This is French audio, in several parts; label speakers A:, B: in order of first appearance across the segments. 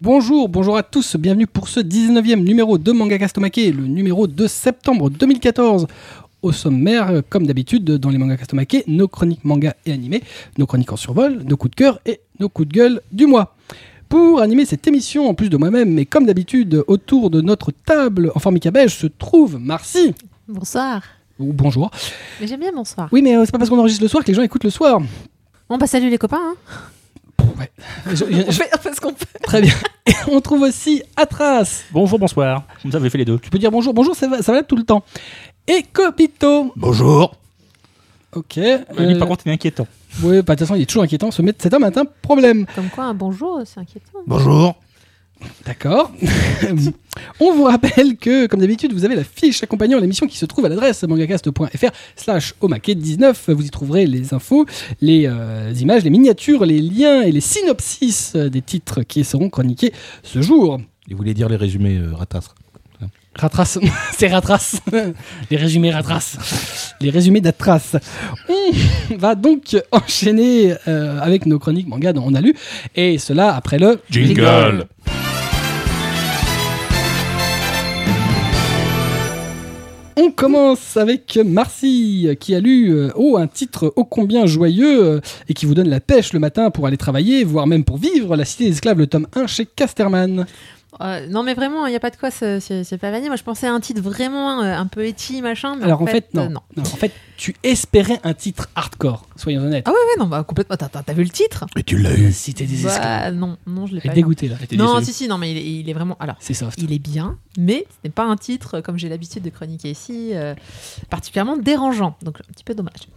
A: Bonjour, bonjour à tous, bienvenue pour ce 19e numéro de Manga Castomake, le numéro de septembre 2014. Au sommaire, euh, comme d'habitude, dans les mangas Castomake, nos chroniques manga et animés, nos chroniques en survol, nos coups de cœur et nos coups de gueule du mois. Pour animer cette émission, en plus de moi-même, mais comme d'habitude, autour de notre table en formica beige se trouve Marcy.
B: Bonsoir.
A: Ou bonjour.
B: Mais j'aime bien bonsoir.
A: Oui, mais euh, c'est pas parce qu'on enregistre le soir que les gens écoutent le soir.
B: Bon, bah salut les copains. Hein.
A: Ouais. Je- je-
B: On
A: je-
B: fait- on fait ce qu'on peut.
A: très bien. Et on trouve aussi Atras.
C: Bonjour, bonsoir. Comme ça, vous avez fait les deux.
A: Tu peux dire bonjour, bonjour, ça va, ça va tout le temps. Et Copito.
C: Bonjour.
A: Ok.
C: Lui,
A: euh,
C: par contre, il est inquiétant.
A: Ouais, bah, de toute façon, il est toujours inquiétant. Ce mec- cet homme a un problème.
B: Comme quoi, un bonjour, c'est inquiétant.
C: Bonjour.
A: D'accord. On vous rappelle que, comme d'habitude, vous avez la fiche accompagnant l'émission qui se trouve à l'adresse mangacast.fr slash omake19. Vous y trouverez les infos, les euh, images, les miniatures, les liens et les synopsis euh, des titres qui seront chroniqués ce jour.
D: Il voulait dire les résumés, euh, Ratas.
A: Ratras, c'est Ratras. Les résumés Ratras. Les résumés d'Atras. On va donc enchaîner euh, avec nos chroniques manga dont on a lu. Et cela après le
D: Jingle.
A: On commence avec Marcy qui a lu euh, oh, un titre ô combien joyeux euh, et qui vous donne la pêche le matin pour aller travailler, voire même pour vivre, La Cité des Esclaves, le tome 1 chez Casterman.
B: Euh, non, mais vraiment, il n'y a pas de quoi se, se- se pavaner. Moi, je pensais à un titre vraiment euh, un peu éti, machin. Mais
A: Alors en fait,
B: euh,
A: non. Non, En fait, tu espérais un titre hardcore, soyons honnêtes.
B: Ah ouais, ouais, non, bah complètement. T'as- T'as t'as vu le titre
D: Mais tu l'as eu.
A: La Cité des Esclaves.
B: Bah non, non, je
A: Elle
B: l'ai pas
A: est
B: vu.
A: dégoûtée là.
B: Non, si, si, non, mais il est, il est vraiment. Alors.
A: C'est soft.
B: Il est bien, mais ce n'est pas un titre, comme j'ai l'habitude de chroniquer ici, euh, particulièrement dérangeant. Donc, un petit peu dommage.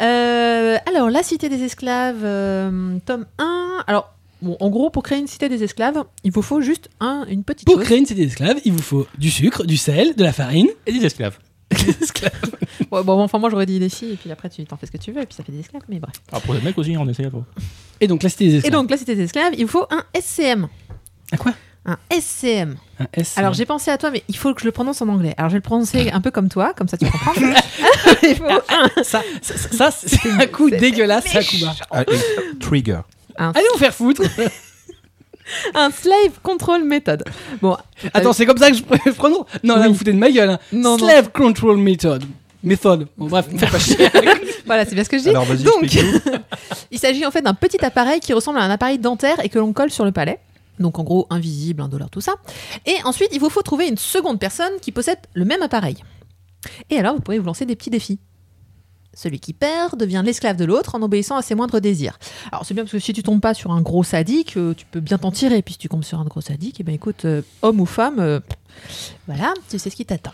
B: Euh, alors, La Cité des Esclaves, euh, tome 1. Alors, bon, en gros, pour créer une Cité des Esclaves, il vous faut juste un, une petite
A: Pour
B: chose.
A: créer une cité d'esclaves, il vous faut du sucre, du sel, de la farine.
C: Et des esclaves.
A: des esclaves.
B: Ouais, bon, enfin, moi, j'aurais dit des filles, et puis après, tu t'en fais ce que tu veux, et puis ça fait des esclaves, mais bref.
C: Ah, pour les mecs aussi, on essaye.
A: Et donc la cité des
B: Et
A: esclaves.
B: donc, La Cité des Esclaves, il vous faut un SCM.
A: Un quoi
B: Un SCM.
A: Un S.
B: Alors, j'ai pensé à toi, mais il faut que je le prononce en anglais. Alors, je vais le prononcer un peu comme toi, comme ça tu comprends. il faut un,
A: ça, ça, ça, c'est un coup
B: c'est
A: dégueulasse, Sakuba.
D: Ah, et- Trigger.
B: un
A: Allez vous faire foutre.
B: Ah un slave control method. Bon,
A: Attends, c'est comme ça que je je prononce Non, là,
B: Oui.
A: vous foutez de ma gueule. Hein.
B: Non, non.
A: Slave Control Method. Méthode. Bon, bref, me faites pas chier.
B: voilà, c'est bien ce que je dis.
D: Alors vas-y,
B: Donc,
D: explique-nous.
B: il s'agit en fait d'un petit appareil qui ressemble à un appareil dentaire et que l'on colle sur le palais. Donc en gros, invisible, un dollar, tout ça. Et ensuite, il vous faut trouver une seconde personne qui possède le même appareil. Et alors, vous pouvez vous lancer des petits défis. Celui qui perd devient l'esclave de l'autre en obéissant à ses moindres désirs. Alors c'est bien parce que si tu tombes pas sur un gros sadique, euh, tu peux bien t'en tirer. Puis si tu tombes sur un gros sadique, eh ben écoute, euh, homme ou femme, euh, voilà, tu sais ce qui t'attend.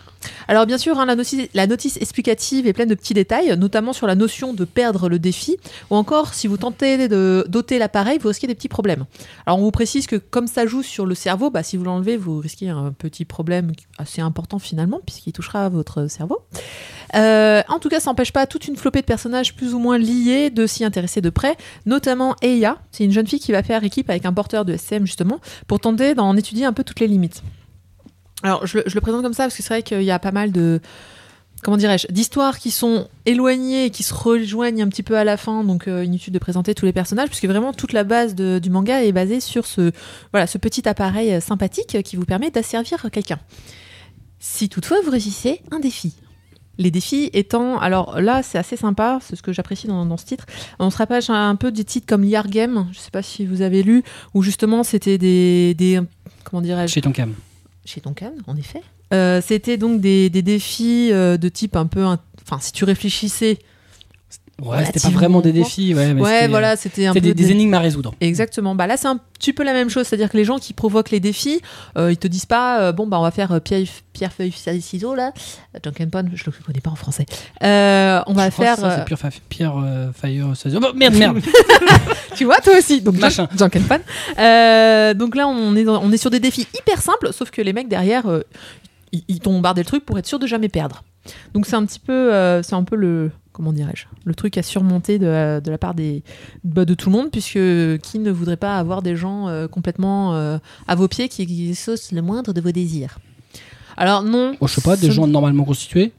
B: Alors bien sûr, hein, la, notice, la notice explicative est pleine de petits détails, notamment sur la notion de perdre le défi, ou encore si vous tentez de doter l'appareil, vous risquez des petits problèmes. Alors on vous précise que comme ça joue sur le cerveau, bah, si vous l'enlevez, vous risquez un petit problème assez important finalement, puisqu'il touchera votre cerveau. Euh, en tout cas, ça n'empêche pas toute une flopée de personnages plus ou moins liés de s'y intéresser de près, notamment Eya, c'est une jeune fille qui va faire équipe avec un porteur de SCM justement, pour tenter d'en étudier un peu toutes les limites. Alors, je, le- je le présente comme ça parce que c'est vrai qu'il y a pas mal de. Comment dirais-je D'histoires qui sont éloignées et qui se rejoignent un petit peu à la fin, donc euh, inutile de présenter tous les personnages, puisque vraiment toute la base de- du manga est basée sur ce, voilà, ce petit appareil euh, sympathique qui vous permet d'asservir quelqu'un. Si toutefois vous réussissez un défi. Les défis étant, alors là c'est assez sympa, c'est ce que j'apprécie dans, dans ce titre. On se rappelle un peu des titres comme Liar Game, je sais pas si vous avez lu, où justement c'était des, des. Comment dirais-je
A: Chez ton cam.
B: chez Duncan, en effet. Euh, C'était donc des, des défis euh, de type un peu. un- Enfin, si tu réfléchissais.
A: Ouais, c'était pas
B: Relativement
A: vraiment des
B: bon.
A: défis. Ouais, mais
B: ouais,
A: c'était- euh,
B: voilà, c'était un peu.
A: C'était des, des énigmes à résoudre.
B: Exactement. Bah là, c'est un petit peu la même chose. C'est-à-dire que les gens qui provoquent les défis, euh, ils te disent pas, euh, bon, bah on va faire euh, pierre, pierre, feuille, ciseaux, là. Duncan Pond, je le connais pas en français. Euh, on va
A: Je crois que
B: faire.
A: ça, c'est Pierre, Fa- Pierre euh, Fire. ça- Oh, merde, merde.
B: euh, tu vois, toi aussi. Donc,
A: Machin.
B: Dun- Duncan Pond. Euh, donc là, on est, dans- on est sur des défis hyper simples, sauf que les mecs derrière, euh, ils, ils t'ont bombardé le truc pour être sûr de jamais perdre. Donc c'est un petit peu, euh, c'est un peu le, comment dirais-je, le truc à surmonter de, de la part des, bah, de tout le monde, puisque qui ne voudrait pas avoir des gens euh, complètement euh, à vos pieds qui, qui saucent le moindre de vos désirs. Alors non.
A: Bon, Oh, je sais pas, des
B: ce-
A: gens normalement constitués.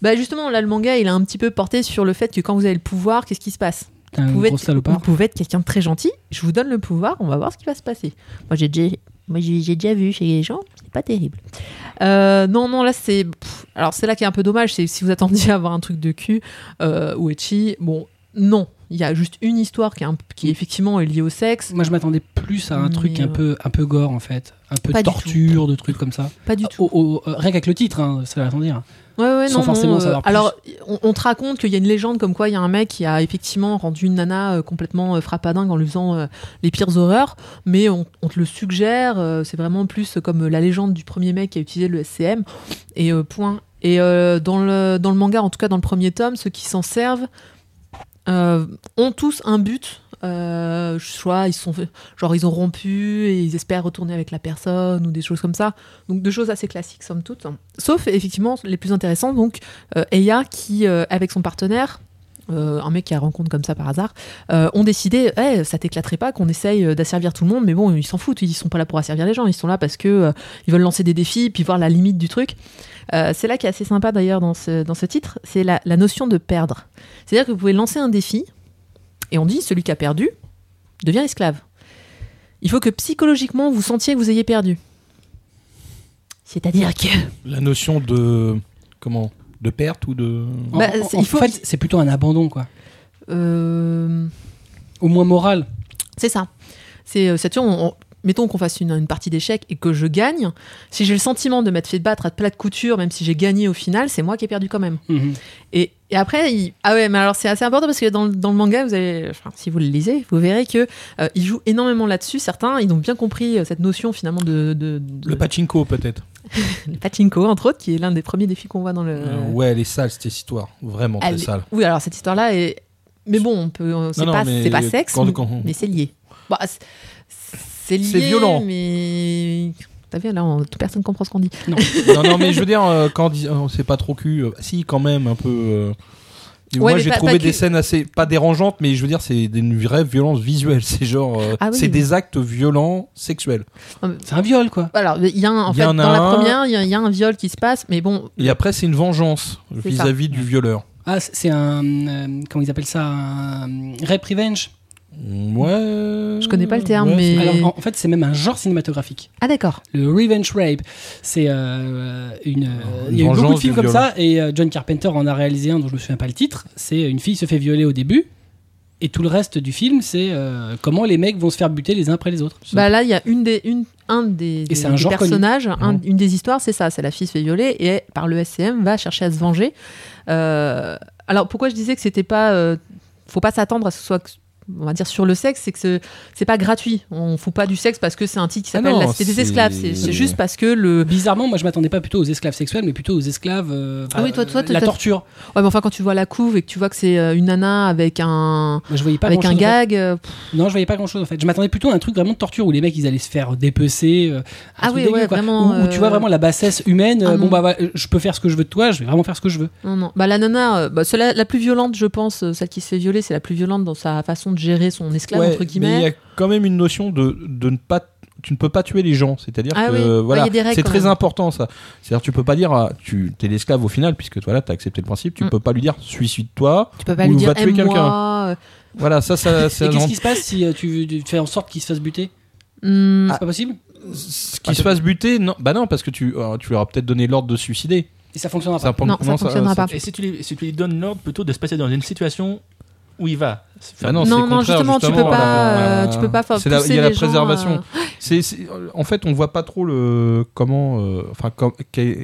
B: Bah justement, là le manga, il a un petit peu porté sur le fait que quand vous avez le pouvoir, qu'est-ce qui se passe
A: T'es un
B: pouvez
A: gros
B: être- vous
A: salopard.
B: pouvez être quelqu'un de très gentil. Je vous donne le pouvoir, on va voir ce qui va se passer. Moi, j'ai déjà Moi, j'ai j'ai déjà vu chez les gens, c'est pas terrible. Euh, non, non, là, c'est. pff, Alors, c'est là qui est un peu dommage, c'est si vous attendiez à avoir un truc de cul euh, ou etchi, bon, non. Il y a juste une histoire qui, est un- qui effectivement est liée au sexe.
A: Moi, je m'attendais plus à un
B: Mais,
A: truc un
B: euh,
A: peu, un peu gore, en fait. Un peu
B: Pas
A: de
B: du
A: torture, de trucs comme ça.
B: Pas du tout.
A: Au- au- euh, rien qu'avec le titre, hein, ça veut rien dire.
B: Ouais, ouais,
A: Sans
B: non,
A: forcément
B: non, euh,
A: savoir plus.
B: Alors, on, on te raconte qu'il y a une légende comme quoi il y a un mec qui a effectivement rendu une nana euh, complètement euh, frappadingue en lui faisant euh, les pires horreurs, mais on, on te le suggère. euh, c'est vraiment plus comme la légende du premier mec qui a utilisé le SCM. Et euh, point. Et euh, dans, le, dans le manga, en tout cas dans le premier tome, ceux qui s'en servent euh, ont tous un but. Euh, soit ils sont genre ils ont rompu et ils espèrent retourner avec la personne ou des choses comme ça donc deux choses assez classiques somme toute sauf effectivement les plus intéressants donc euh, Eya qui, euh, avec son partenaire, euh, un mec qui la rencontre comme ça par hasard, euh, ont décidé, Eh, ça t'éclaterait pas qu'on essaye euh, d'asservir tout le monde, mais bon, ils s'en foutent, ils sont pas là pour asservir les gens, ils sont là parce que euh, ils veulent lancer des défis, puis voir la limite du truc. Euh, c'est là qui est assez sympa d'ailleurs dans ce, dans ce titre, c'est la, la notion de perdre. C'est-à-dire que vous pouvez lancer un défi, et on dit, celui qui a perdu devient esclave. Il faut que psychologiquement vous sentiez que vous ayez perdu. C'est-à-dire que...
E: La notion de. Comment De perte ou de.
A: En,
B: Bah,
A: en-
B: c'est-
A: en
B: il faut-
A: fait, c'est plutôt un abandon, quoi.
B: euh,
A: Au moins moral.
B: C'est ça. C'est euh, cette- on- on- mettons qu'on fasse une, une partie d'échecs et que je gagne. Si j'ai le sentiment de m'être fait battre à plat de couture, même si j'ai gagné au final, c'est moi qui ai perdu quand même.
A: Mhm.
B: Et, et après, il- ah ouais, mais alors c'est assez important parce que dans, le- dans le manga, vous avez, enfin, si vous le lisez, vous verrez que euh, ils jouent énormément là-dessus. Certains, ils ont bien compris euh, cette notion finalement de, de, de-
E: Le pachinko, peut-être.
B: le pachinko entre autres, qui est l'un des premiers défis qu'on voit dans le.
E: Euh, ouais, elle est sale, cette histoire. Vraiment
B: Elle-
E: très sale.
B: Oui, alors cette histoire-là est, mais bon, on peut, on- c'est
E: Non, non,
B: pas,
E: mais
B: c'est pas sexe,
E: quand-
B: mais-
E: quand-
B: mais c'est lié. Bah, c- c'est lié,
E: Mhm. C'est violent.
B: mais... T'as vu, là, on- toute personne comprend ce qu'on dit.
E: non, non, mais je veux dire, euh, quand on dit- euh, c'est pas trop cul, euh, si, quand même, un peu. euh, et
B: Ouais,
E: moi,
B: mais
E: j'ai
B: pas-
E: trouvé
B: pas
E: des
B: cul.
E: scènes assez. pas dérangeantes, mais je veux dire, c'est des- une vraie violence visuelle. C'est genre. euh,
B: Ah oui,
E: c'est
B: oui.
E: des actes violents sexuels.
A: C'est un viol, quoi.
B: Alors, il y a un- en
E: Il y
B: fait,
E: en a
B: dans la
E: un.
B: première, il y, a- il y a un viol qui se passe, mais bon,
E: Et après, c'est une vengeance
B: C'est
E: vis-à-vis du violeur.
A: Ah, c'est- c'est un. euh, comment ils appellent ça un, euh, Rape Revenge. Mm.
E: Ouais.
B: Je connais pas le terme,
E: ouais,
B: mais-
E: c'est-
A: Alors, en- en fait, c'est même un genre cinématographique.
B: ah d'accord.
A: Le Revenge Rape, c'est euh, une. euh,
E: Une
A: il y a eu beaucoup de
E: vengeance
A: films
E: du
A: comme ça, et euh, John Carpenter en a réalisé un dont je me souviens pas le titre. C'est euh, une fille se fait violer au début, et tout le reste du film, c'est euh, comment les mecs vont se faire buter les uns après les autres.
B: Bah là, il y a une des, une, un des, des-
A: c'est un
B: des
A: genre connu.
B: personnages, un- une des histoires, c'est ça, c'est la fille se fait violer et par le SCM va chercher à se venger. Euh, alors pourquoi je disais que c'était pas, euh, faut pas s'attendre à ce que ce soit, on va dire sur le sexe, c'est que ce- c'est pas gratuit. On fout pas du sexe parce que c'est un titre qui
E: Ah
B: s'appelle
E: non,
B: La Cité des
E: c'est-
B: esclaves. C'est c'est juste parce que le,
A: Bizarrement, moi je m'attendais pas plutôt aux esclaves sexuels, mais plutôt aux esclaves. euh,
B: Ah oui, toi- toi,
A: la
B: t'as-
A: torture.
B: Ouais, mais enfin, quand tu vois la couve et que tu vois que c'est euh, une nana avec un,
A: Moi, je voyais pas
B: avec un
A: grand-chose, en fait.
B: gag. euh, pff,
A: Non, je voyais pas grand chose en fait. Je m'attendais plutôt à un truc vraiment de torture où les mecs ils allaient se faire dépecer. euh, un
B: Ah
A: truc
B: oui,
A: dégueu,
B: ouais,
A: quoi.
B: vraiment,
A: Où, où tu vois
B: euh,
A: vraiment la bassesse humaine. euh,
B: Ah
A: bon
B: non.
A: bah, bah, je peux faire ce que je veux de toi, je vais vraiment faire ce que je veux.
B: non, non. Bah, la nana, euh, bah, c'est la, la plus violente, je pense, euh, celle qui se fait violer, c'est la plus violente dans sa façon de gérer son esclave,
E: Ouais,
B: entre
E: Mais il y
B: guillemets.
E: a quand même une notion de, de ne pas. Tu ne peux pas tuer les gens, c'est-à-dire
B: Ah
E: que
B: oui,
E: euh, voilà,
B: ouais, il y a des règles
E: c'est
B: quand
E: très
B: même.
E: important ça. C'est-à-dire tu peux pas dire ah, tu t'es l'esclave au final puisque toi là t'as accepté le principe, tu
B: Mm.
E: peux pas lui dire suicide-toi.
B: Tu peux pas
E: Ou
B: lui
E: va
B: dire
E: tuer quelqu'un.
B: aime-moi.
E: Voilà, ça ça, ça
A: Et qu'est-ce
E: non,
A: qui se passe si euh, tu, tu fais en sorte qu'ils se fassent buter
B: euh, hmm,
E: Ah,
A: C'est pas possible
E: ce qui se fasse buter non, bah non parce que tu alors, tu leur as peut-être donné l'ordre de se suicider.
A: Et ça fonctionnera
E: Ça,
A: pas.
E: prend-
B: Non, ça fonctionnera pas.
C: Et si tu, lui, si tu lui donnes l'ordre plutôt de se passer dans une situation où il va se faire-
E: Bah non,
B: Non,
E: c'est
B: non,
E: le contraire,
B: justement, tu peux pas, euh, tu peux pas faire
E: C'est la- Il y
B: pousser
E: a la
B: les gens,
E: préservation.
B: euh,
E: C'est- c'est- en fait, on voit pas trop le comment, euh, enfin, com- que-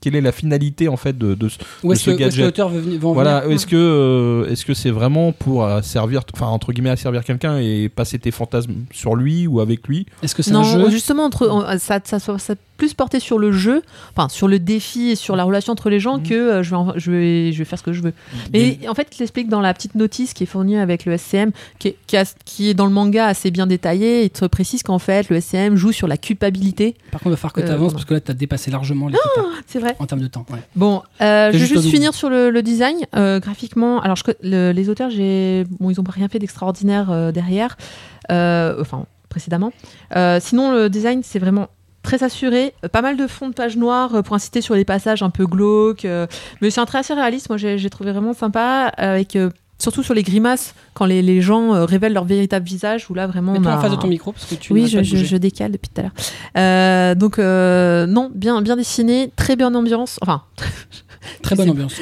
E: quelle est la finalité en fait de, de ce-
A: Où est-ce que,
E: ce
A: où est-ce que
E: gadget.
A: l'auteur veut, venir- veut en venir
E: Voilà, est-ce que euh, est-ce que c'est vraiment pour euh, servir, enfin entre guillemets, à servir quelqu'un et passer tes fantasmes sur lui ou avec lui
A: Est-ce que c'est
B: Non,
A: un jeu
B: justement, entre, on- ça, ça, ça, ça a plus porté sur le jeu, enfin sur le défi et sur la relation entre les gens
E: Mhm.
B: que euh, je, vais en- je, vais, je vais faire ce que je veux.
A: Mhm.
B: Mais en fait, il l'explique dans la petite notice qui est fournie avec le SCM, qui est, qui a- qui est dans le manga assez bien détaillée. Il te précise qu'en fait, le SCM joue sur la culpabilité.
A: Par contre, il va falloir que
B: Euh,
A: tu avances
B: pardon.
A: parce que là, tu as dépassé largement les critères
B: C'est vrai.
A: en termes de temps. ouais.
B: Bon, euh,
A: C'est
B: je vais
A: juste
B: juste
A: au double.
B: finir sur le, le design. Euh, graphiquement, alors je co- le- les auteurs, j'ai, bon, ils n'ont pas rien fait d'extraordinaire euh, derrière, Euh, enfin précédemment. Euh, sinon, le design, c'est vraiment très assuré. Euh, Pas mal de fonds de pages noires euh, pour inciter sur les passages un peu glauques. euh, mais c'est un trait assez réaliste, moi j'ai, j'ai trouvé vraiment sympa, avec euh, surtout sur les grimaces. quand les, les gens euh, révèlent leur véritable visage, où là vraiment. on
A: Mets-toi
B: a
A: en face de ton
B: un-
A: micro parce que tu
B: oui,
A: n'arrêtes
B: je,
A: pas de
B: je-
A: bouger.
B: je décale depuis tout à l'heure. Euh, donc, euh, non, bien, bien dessiné, très bien ambiance. Enfin,
A: Très bonne
B: c'est- Ah,
A: ambiance.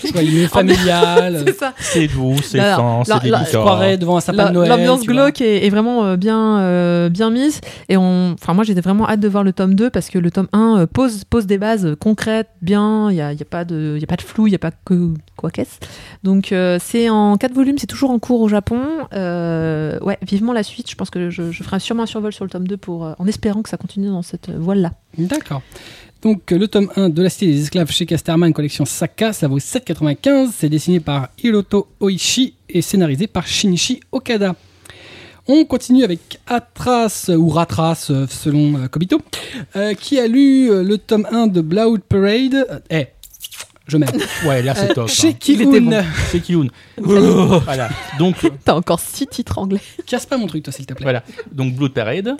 A: Tu vois, il est familial.
B: c'est ça.
D: C'est doux, c'est
B: Non,
D: fin,
B: non,
D: c'est
B: la- la-
E: Oh.
A: Je
D: délicat.
A: croirais devant un sapin
B: La-
A: de Noël.
B: L'ambiance
A: tu vois.
B: glauque est, est vraiment euh, bien, euh, bien mise. Et on, enfin, moi, j'étais vraiment hâte de voir le tome 2 parce que le tome 1 euh, pose, pose des bases euh, concrètes, bien. Il n'y a, il y a pas de il y a pas de flou, il n'y a pas que quoi qu'est-ce. Donc, euh, c'est en 4 volumes, c'est toujours en cours au Japon. Euh, ouais, vivement la suite. Je pense que je, je ferai sûrement un survol sur le tome 2 pour, euh, en espérant que ça continue dans cette euh, voie-là.
A: D'accord. Donc euh, le tome 1 de la Cité des Esclaves chez Casterman, collection Saka, ça vaut 7,95. C'est dessiné par Hiroto Oishi et scénarisé par Shinichi Okada. On continue avec Atras, euh, ou Ratras euh, selon euh, Kobito, euh, qui a lu euh, le tome 1 de Blood Parade. Euh, Eh, je m'aime.
C: Ouais, là c'est
A: Euh,
C: top.
A: chez
C: hein.
A: Kihun.
C: Chez Kihun. voilà. Donc,
B: T'as encore 6 titres anglais.
A: Casse pas mon truc, toi, s'il te plaît.
C: voilà. Donc, Blood Parade.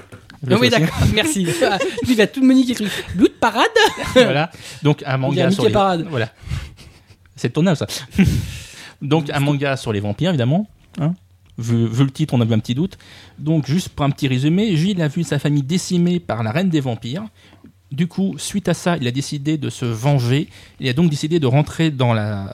A: Ah oui, d'accord, merci. Ah, Lui, il va tout me niquer. le truc. Blood Parade
C: voilà. Donc un
A: Il y a
C: manga
A: Mickey
C: sur les
A: Parade.
C: voilà. C'est tournable ça. Donc un manga sur les vampires évidemment. hein. vu, vu le titre, on avait un petit doute. Donc juste pour un petit résumé, Gilles a vu sa famille décimée par la reine des vampires. Du coup, suite à ça, il a décidé de se venger. Il a donc décidé de rentrer dans la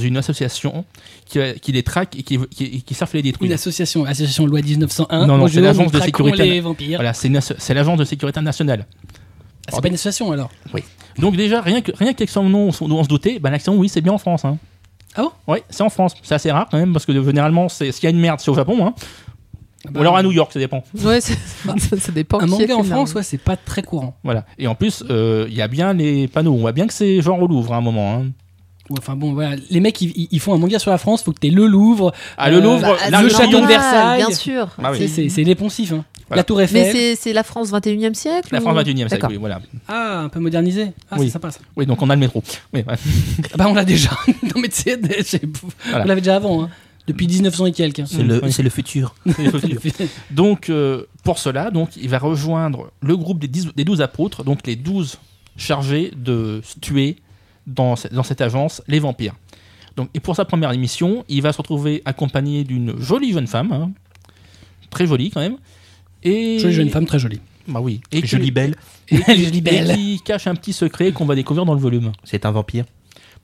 C: une association qui, qui les traque et qui, qui, qui surfe les détruire.
A: Une association, association loi 1901.
C: Non, non,
A: Bonjour,
C: c'est l'agence
A: nous
C: de
A: traquons
C: sécurité.
A: les vampires.
C: Voilà, c'est une asso- c'est l'agence de sécurité nationale.
A: Ah, C'est pas une association alors
C: Donc déjà, rien que rien qu'avec son nom, on, on se doutait, bah, l'action, oui, c'est bien en France. Hein.
A: Ah bon
C: Oui, c'est en France. C'est assez rare quand même, parce que euh, généralement, c'est- s'il y a une merde, c'est au Japon. Hein.
A: Bah,
C: Ou alors à New York, ça dépend.
B: Ouais, c'est- ça, ça dépend.
A: Un
B: qui est
A: manga en
B: qui, là.
A: France, ouais, c'est pas très courant.
C: Voilà. Et en plus, euh, il y a bien les panneaux. On voit bien que c'est genre au Louvre à un moment. Hein.
A: Ouais, Enfin bon, voilà, les mecs, ils, ils- ils font un manga sur la France, faut que t'aies le Louvre,
C: Ah, le
A: Euh,
C: Louvre,
A: bah,
B: Ah,
C: la
A: le
B: c'est
C: Réunion.
A: château de
B: normal,
A: Versailles.
B: Bien sûr.
C: Bah oui.
A: C'est- c'est c'est les poncifs, hein.
C: Voilà.
A: la Tour
B: Mais
A: Eiffel.
B: c'est- c'est la France 21e siècle
C: La
B: ou-
C: France 21 e siècle,
B: D'accord.
C: oui, voilà.
A: Ah, un peu modernisé. Ah,
C: Oui.
A: c'est sympa ça.
C: Oui, donc on a le métro. Oui, ouais.
A: Ah bah on l'a déjà. non mais tu sais, c'est- on l'avait déjà avant, hein. depuis 1900 et quelques. hein.
C: C'est le- c'est
E: futur.
C: Il faut le dire. Donc, euh, pour cela, donc, il va rejoindre le groupe des, 10 des 12 apôtres, donc les 12 chargés de s- tuer dans, ce- dans cette agence les vampires. Donc, et pour sa première émission, il va se retrouver accompagné d'une jolie jeune femme, hein, très jolie quand même. Et
A: Jolie jeune femme très jolie.
C: Bah oui. Et qui-
E: Jolie belle,
C: et qui-
A: Jolie belle.
C: et qui cache un petit secret qu'on va découvrir dans le volume.
E: c'est un vampire.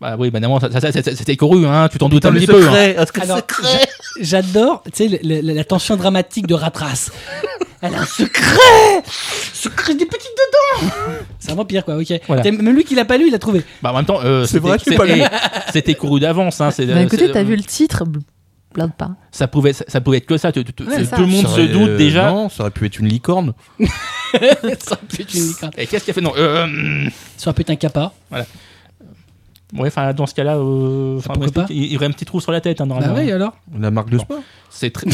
C: Bah oui, bah évidemment, ça- ça- ça- ça- c'était couru, hein, tu t'en doutes un petit peu. hein.
E: est-ce que
A: Alors,
E: c'est secret
A: J'adore, tu sais, le- le- la, tension dramatique de Ratras. Elle a un secret Secret des petites dedans C'est un vampire, quoi, ok.
C: Voilà.
A: T'as- Même lui qui l'a pas lu, il l'a trouvé.
C: Bah en même temps, euh,
D: C'est
C: c'était-
D: vrai que tu l'as pas
C: c'était- c'était couru d'avance. Hein, c'est-
B: D'un côté,
C: c'est-
B: Bah, t'as vu le titre Blinde pas.
C: ça pouvait ça, ça pouvait être que ça tu- tu- tu-
B: Ouais,
C: tout
B: ça.
C: le monde
E: Ça
C: se
E: aurait-
C: doute
E: euh,
C: déjà
E: Non, ça aurait pu être une licorne.
A: Ça aurait pu être une licorne.
C: et qu'est-ce qu'il a fait non euh, hum,
A: Ça aurait pu être un kappa.
C: ouais enfin dans ce cas là euh, enfin,
A: Ah, pourquoi
C: bref, il, il y aurait un petit trou sur la tête hein,
A: Bah
C: normalement
A: oui, alors
E: La marque de sport.
C: c'est très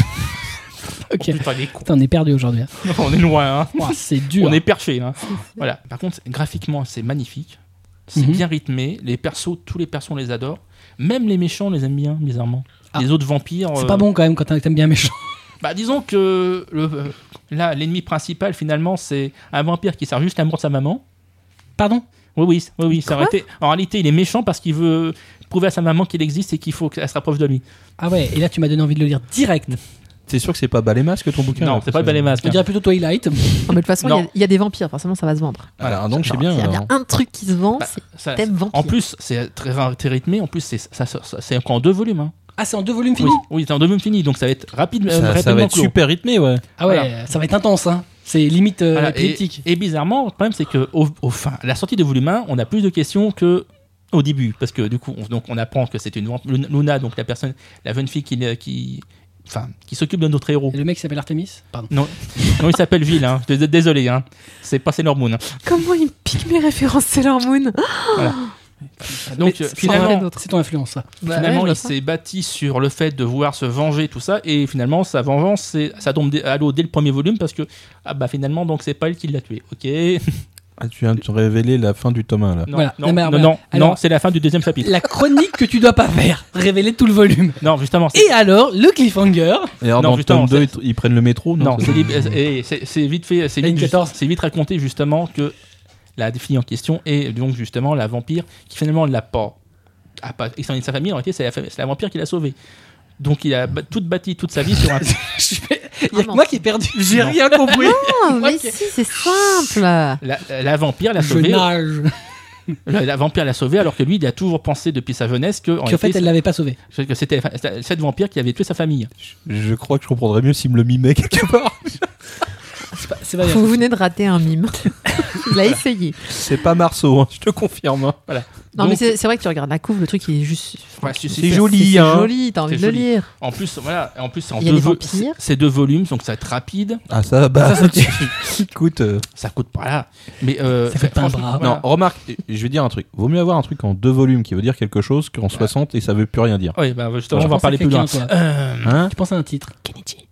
A: Ok.
C: Oh, putain, les cons.
A: Putain, on est perdu aujourd'hui. hein.
C: on est loin hein.
A: Ouah, c'est dur.
C: on est perché hein. voilà par contre graphiquement c'est magnifique c'est
A: Mhm.
C: bien rythmé les persos tous les persos on les adore même les méchants on les aime bien bizarrement
A: Ah.
C: les autres vampires
A: C'est
C: euh,
A: pas bon quand même quand t'aimes bien un méchant.
C: bah disons que le, euh, là l'ennemi principal finalement c'est un vampire qui sert juste l'amour de sa maman
A: Pardon
C: Oui, oui, oui, oui. Ça aurait
B: Quoi
C: été- En réalité, il est méchant parce qu'il veut prouver à sa maman qu'il existe et qu'il faut qu'elle se rapproche de lui.
A: Ah ouais, et là tu m'as donné envie de le lire direct.
D: C'est sûr que c'est pas Balémas que ton bouquin
C: non,
D: là,
C: c'est pas
D: parce
C: le balai
D: que-
C: masque. hein.
A: On dirait plutôt Twilight.
B: Non, mais de toute façon, il y a-
C: Non.
B: il y, a des vampires, forcément, ça va se vendre.
E: Ah,
D: Alors, donc c'est
B: Alors, Il
D: bien.
B: y a bien
D: alors.
B: un truc qui se vend,
C: Bah,
B: c'est
C: Ça-
B: thème vampire.
C: en plus, c'est très, ra- très rythmé. En plus, c'est ça- ça- c'est encore en deux volumes. hein.
A: Ah, c'est en deux volumes
C: Oui,
A: finis
C: oui, c'est en deux volumes finis, donc ça va être rapide. euh,
D: Ça, ça
C: rapidement
D: va être
C: clos.
D: super rythmé, ouais.
A: Ah ouais,
C: Voilà.
A: ça va être intense, hein. C'est limite euh,
C: Voilà, et,
A: épileptique.
C: et bizarrement, le problème, c'est que au, au fin, à la sortie de volume 1, on a plus de questions que au début, parce que du coup, on, donc on apprend que c'est une vamp- Luna- Luna, donc la personne, la jeune fille qui, qui, enfin, qui s'occupe de notre héros.
A: Et le mec qui s'appelle Artemis Pardon.
C: Non, non, il s'appelle Gilles. hein. Je- Désolé, hein. c'est pas Sailor Moon. hein.
B: Comment il me pique mes références Sailor Moon
C: Bah, Donc
B: Mais
C: euh,
B: sans rien
C: finalement,
B: d'autre.
A: C'est ton influence, ça.
B: Bah,
C: finalement,
B: ouais, je
C: il
B: vois
C: s'est bâti sur le fait de vouloir se venger, tout ça, et finalement sa vengeance, c'est- ça tombe dé- à l'eau dès le premier volume parce que ah bah finalement donc c'est pas elle qui l'a tué, ok
D: Ah, tu viens de te révéler la fin du tome 1, là.
C: Non,
A: Voilà.
C: non,
A: Non, mais
C: non,
A: voilà.
C: non,
A: Alors-
C: non, c'est la fin du deuxième chapitre.
A: La chronique que tu dois pas faire, révéler tout le volume.
C: Non justement, c'est-
A: Et alors, le cliffhanger
D: Et alors,
C: Non,
D: dans le
C: justement,
D: tome 2, ils,
C: c'est-
D: ils prennent le métro
C: non,
D: c'est-
C: c'est lib- et c'est c'est vite fait, c'est
A: La
C: vite,
A: ligne 14.
C: c'est vite raconté justement que la fille en question est donc justement la vampire qui finalement ne l'a pas, a pas exterminé de sa famille, en réalité c'est la, fa- c'est la vampire qui l'a sauvée. Donc il a ba- toute bâti toute sa vie sur un.
A: Il y a que
B: Vraiment.
A: moi qui ai perdu. J'ai rien compris.
B: Oh, mais si, c'est simple.
C: La, la vampire l'a
A: Je
C: sauvé.
A: nage.
C: La, la vampire l'a sauvé alors que lui il a toujours pensé depuis sa jeunesse que, en
A: Qu'en fait,
C: effet,
A: elle l'avait pas sauvé.
C: c'est- que c'était c'était cette vampire qui avait tué sa famille.
E: Je crois que je comprendrais mieux s'il me le mimait quelque part.
A: C'est pas- C'est pas bien.
B: Vous venez de rater un mime. Il a essayé.
E: C'est pas Marceau, hein, je te confirme. hein.
B: Non,
C: Donc-
B: mais c'est c'est vrai que tu regardes la couve, le truc il est juste.
C: Ouais, c'est
E: C'est
C: super.
E: joli,
B: C'est
E: hein.
B: joli, t'as envie
C: C'est
B: de le
C: joli.
B: lire.
C: En plus, voilà, en plus c'est en
B: Il y a
C: deux
B: des
C: vo-
B: vampires.
C: c'est- C'est deux volumes, donc ça va être rapide.
E: Ah, ça, bah, écoute. euh,
C: Ça coûte pas là. Mais euh,
A: Ça coûte pas un
C: franchement,
A: bras.
C: voilà.
E: Non, remarque, je vais dire un truc. Vaut mieux avoir un truc en deux volumes qui veut dire quelque chose qu'en 60 et ça veut plus rien dire.
C: Oui, bah, justement,
A: Je
C: on va en
A: pense à
C: parler plus loin.
A: quelqu'un, toi.
C: Euh,
E: Hein
A: Tu penses à un titre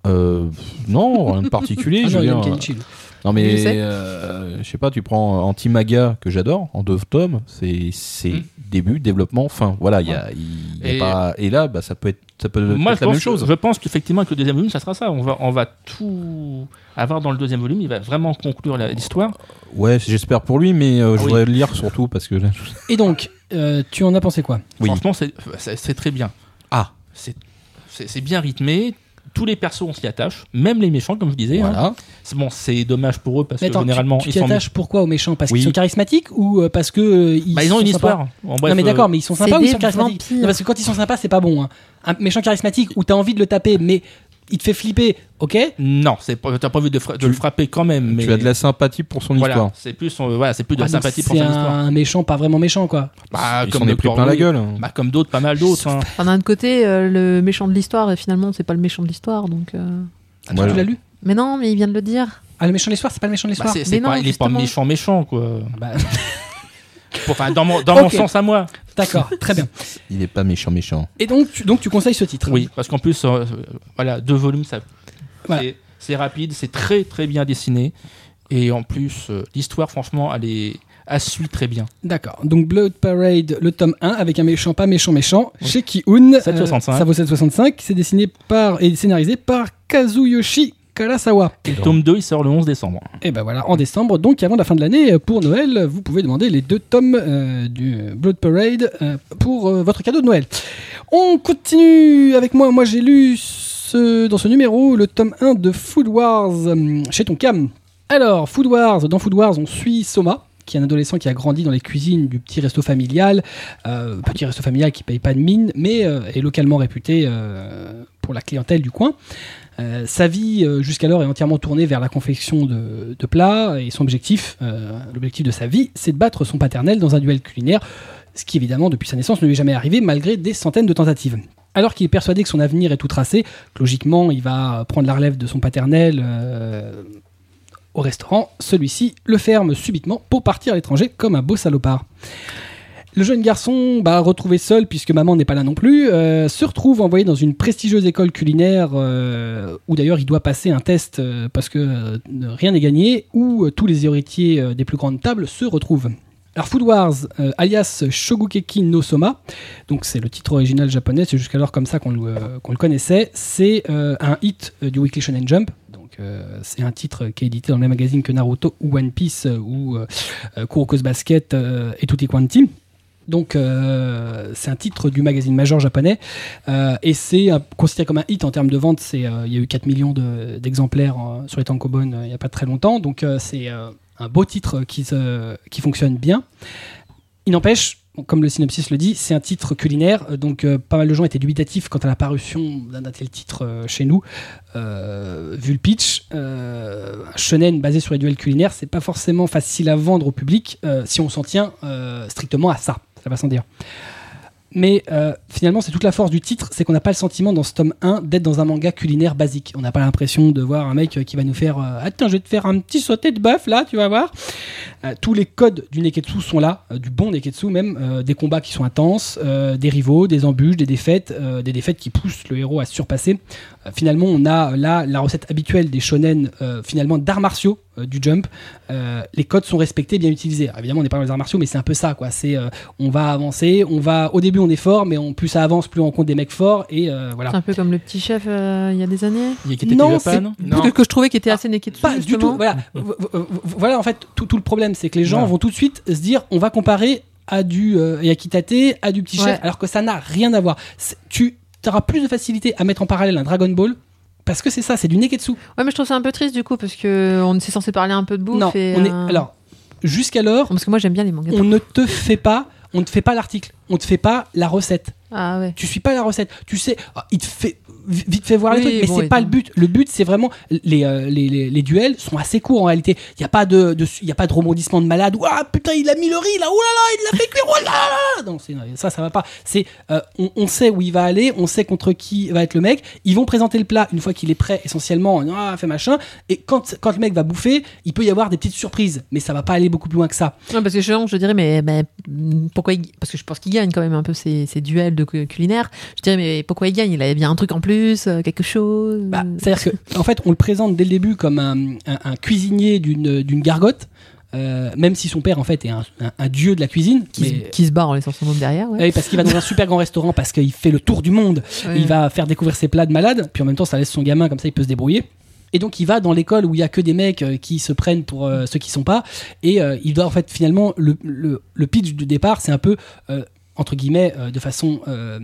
E: euh, Non, rien de particulier.
A: Ah
E: je
A: non,
E: veux
A: il
E: dire,
A: aime
E: euh,
A: Kenichi, lui.
E: Non
B: Lui, il
E: mais
B: sait.
E: euh, je sais pas, tu prends Anti-Maga que j'adore en deux tomes, c'est c'est
C: Mm.
E: début, développement, fin. Voilà, il y a, il y a
C: Et-
E: pas et là bah ça peut être ça peut
C: Moi, je
E: être la
C: pense,
E: même chose.
C: je pense qu'effectivement, que le deuxième volume, ça sera ça. On va, on va tout avoir dans le deuxième volume. Il va vraiment conclure la- l'histoire.
E: Ouais, j'espère pour lui mais euh, je
C: Oui.
E: voudrais le lire surtout parce que là,
A: Et donc, euh, tu en as pensé quoi
E: Oui.
C: Franchement, c'est- c'est c'est très bien.
E: Ah.
C: C'est- C'est c'est bien rythmé. Tous les persos, on s'y attache. Même les méchants, comme je disais. hein.
E: voilà.
C: C'est Bon, c'est dommage pour eux parce
A: Mais
C: que
A: attends,
C: généralement,
A: tu, tu
C: ils
A: t'y
C: sont.
A: attaches pourquoi aux méchants Parce qu'ils
E: Oui.
A: sont charismatiques ou euh, parce que euh, ils,
C: Bah, ils ont
A: sont
C: une
A: sympas
C: histoire. En bref,
A: non mais
C: euh,
A: d'accord, mais ils sont
B: C'est
A: sympas ou ils
B: des
A: sont charismatiques
B: vampires.
A: Non, Parce que quand ils sont sympas, c'est pas bon. hein. Un méchant charismatique où t'as envie de le taper, mais il te fait flipper, ok
C: Non, c'est pas- t'as pas envie de, fra- de
E: Tu-
C: le frapper quand même. Mais
E: Tu as de la sympathie pour son
C: voilà,
E: histoire.
C: c'est plus, son- voilà, c'est plus de la
A: Ah, donc
C: sympathie pour
A: C'est
C: son
A: un,
C: histoire.
A: méchant, pas vraiment méchant, quoi.
C: Bah,
E: Ils
C: comme
E: s'en est
C: le
E: pris plein
C: Corbeau.
E: la gueule. hein.
C: Bah, comme d'autres, pas mal d'autres. hein.
B: Enfin, d'un autre côté, euh, le méchant de l'histoire, euh, finalement, c'est pas le méchant de l'histoire. donc. euh,
E: Moi,
A: Tu l'as lu
B: Mais non, mais il vient de le dire.
A: Ah, le méchant de l'histoire, c'est pas le méchant de
C: Bah,
A: l'histoire
C: c'est- c'est
B: Mais non,
C: pas- il est pas
B: justement.
C: méchant, méchant, quoi.
A: Bah,
C: Enfin, dans mon, dans mon
A: Ok.
C: sens à moi.
A: D'accord, très bien.
E: Il est pas méchant méchant.
A: Et donc tu, donc, tu conseilles ce titre
C: Oui, parce qu'en plus, euh, euh, voilà, deux volumes, ça.
A: Voilà.
C: c'est- C'est rapide, c'est très très bien dessiné. Et en plus, euh, l'histoire, franchement, elle est. Elle suit très bien.
A: D'accord. Donc Blood Parade, le tome 1, avec un méchant, pas méchant, méchant, chez Ki-Hoon.
C: 7,65.
A: ça vaut 7,65. C'est dessiné par et scénarisé par Kazuyoshi Karasawa.
C: Et le tome 2, il sort le 11 décembre.
A: Et ben voilà, en décembre, donc avant la fin de l'année, euh, pour Noël, vous pouvez demander les deux tomes euh, du euh, Blood Parade euh, pour euh, votre cadeau de Noël. On continue avec moi. Moi, j'ai lu ce- dans ce numéro le tome 1 de Food Wars hum, chez Tonkam. Alors, Food Wars, dans Food Wars, on suit Soma, qui est un adolescent qui a grandi dans les cuisines du petit resto familial. Euh, petit resto familial qui paye pas de mine, mais euh, est localement réputé euh, pour la clientèle du coin. Euh, sa vie euh, jusqu'alors est entièrement tournée vers la confection de, de plats et son objectif, euh, l'objectif de sa vie, c'est de battre son paternel dans un duel culinaire, ce qui évidemment depuis sa naissance ne lui est jamais arrivé malgré des centaines de tentatives. Alors qu'il est persuadé que son avenir est tout tracé, que logiquement il va prendre la relève de son paternel euh, au restaurant, celui-ci le ferme subitement pour partir à l'étranger comme un beau salopard. Le jeune garçon, bah, retrouvé seul puisque maman n'est pas là non plus, euh, se retrouve envoyé dans une prestigieuse école culinaire euh, où d'ailleurs il doit passer un test euh, parce que euh, rien n'est gagné, où euh, tous les héritiers euh, des plus grandes tables se retrouvent. Alors Food Wars, euh, alias Shogukeki no Soma, donc c'est le titre original japonais, c'est jusqu'alors comme ça qu'on le, euh, qu'on le connaissait, c'est euh, un hit euh, du Weekly Shonen Jump, donc euh, c'est un titre qui est édité dans le même magazine que Naruto ou One Piece euh, ou euh, euh, Kuroko's Basket euh, et Tutti Quanti. Donc, euh, c'est un titre du magazine major japonais. euh, et c'est euh, considéré comme un hit en termes de vente. C'est, euh, Il y a eu 4 millions de- d'exemplaires euh, sur les tankobon euh, il n'y a pas très longtemps. Donc, euh, c'est euh, un beau titre qui, se- qui fonctionne bien. Il n'empêche, bon, comme le synopsis le dit, c'est un titre culinaire. euh, Donc, euh, pas mal de gens étaient dubitatifs quant à la parution d'un tel titre euh, chez nous. Euh, vu le pitch, euh, un shonen basé sur les duels culinaires, c'est pas forcément facile à vendre au public euh, si on s'en tient euh, strictement à ça. Ça va sans dire. Mais euh, finalement, c'est toute la force du titre, c'est qu'on n'a pas le sentiment dans ce tome 1 d'être dans un manga culinaire basique. On n'a pas l'impression de voir un mec euh, qui va nous faire euh, Attends, je vais te faire un petit sauté de bœuf là, tu vas voir. Euh, tous les codes du Neketsu sont là, euh, du bon Neketsu même, euh, des combats qui sont intenses, euh, des rivaux, des embûches, des défaites, euh, des défaites qui poussent le héros à se surpasser. Euh, finalement, on a euh, là la recette habituelle des shonen, euh, finalement, d'arts martiaux euh, du jump. Euh, les codes sont respectés, bien utilisés. Alors, évidemment, on n'est pas dans les arts martiaux, mais c'est un peu ça, quoi. C'est euh, on va avancer, on va au début on est fort, mais on, plus ça avance, plus on rencontre des mecs forts et euh,
C: Ah.
A: voilà.
B: C'est un peu comme le petit chef euh, il y a des années.
C: Il y a qui était
A: Non,
C: déjà
A: c'est-
C: panne.
B: Que, que je trouvais qui était
C: Ah,
B: assez neketsu.
A: Pas du
B: justement.
A: tout. Voilà, V- v- v- voilà en fait tout, tout le problème, c'est que les gens
C: Ouais.
A: vont tout de suite se dire on va comparer à du euh, yakitate, à du petit chef,
B: Ouais.
A: alors que ça n'a rien à voir. C'est- Tu tu auras plus de facilité à mettre en parallèle un Dragon Ball parce que c'est ça, c'est du Neketsu.
B: Ouais, mais je trouve ça un peu triste du coup parce que on s'est censé parler un peu de bouffe.
A: non,
B: et,
A: on est
B: euh,
A: alors jusqu'alors,
B: Parce que moi j'aime bien les mangas.
A: on ne te fait pas, on ne te fait pas l'article, on te fait pas la recette.
B: Ah ouais.
A: Tu suis pas la recette. Tu sais, ah, il te fait vi- vite fait voir les
B: Oui,
A: trucs, mais
B: bon,
A: c'est
B: et
A: pas
B: donc-
A: le but. Le but, c'est vraiment les, euh, les, les, les duels sont assez courts en réalité. Il y a pas de, de il y a pas de rebondissement de malade. Ouah, putain, il a mis le riz là. Ouh là là, il l'a fait cuire. Ouh là là là. Non, c'est- non, ça, ça va pas. C'est euh, on, on sait où il va aller, on sait contre qui va être le mec. Ils vont présenter le plat une fois qu'il est prêt, essentiellement. Ah, fait machin. Et quand quand le mec va bouffer, il peut y avoir des petites surprises, mais ça va pas aller beaucoup plus loin que ça.
B: Ouais, parce que sinon, je dirais, mais, mais, mm, pourquoi il- Parce que je pense qu'il gagne quand même un peu ces, ces duels de cu- culinaires. Je dirais, mais pourquoi il gagne Il avait bien un truc en plus, euh, quelque chose. euh,
A: Bah, C'est-à-dire que, en fait, on le présente dès le début comme un, un- un cuisinier d'une d'une gargote, euh, même si son père, en fait, est un, un- un dieu de la cuisine.
B: qui, se-
A: mais-
B: qui se barre en laissant son nom derrière. Ouais.
A: Oui, parce qu'il va dans un super grand restaurant, parce qu'il fait le tour du monde,
B: Ouais.
A: il va faire découvrir ses plats de malade, puis en même temps ça laisse son gamin, comme ça il peut se débrouiller. Et donc il va dans l'école où il y a que des mecs euh, qui se prennent pour euh, ceux qui sont pas, et euh, il doit en fait finalement, le, le- le pitch du départ c'est un peu... euh, entre guillemets, euh, de façon, euh, euh,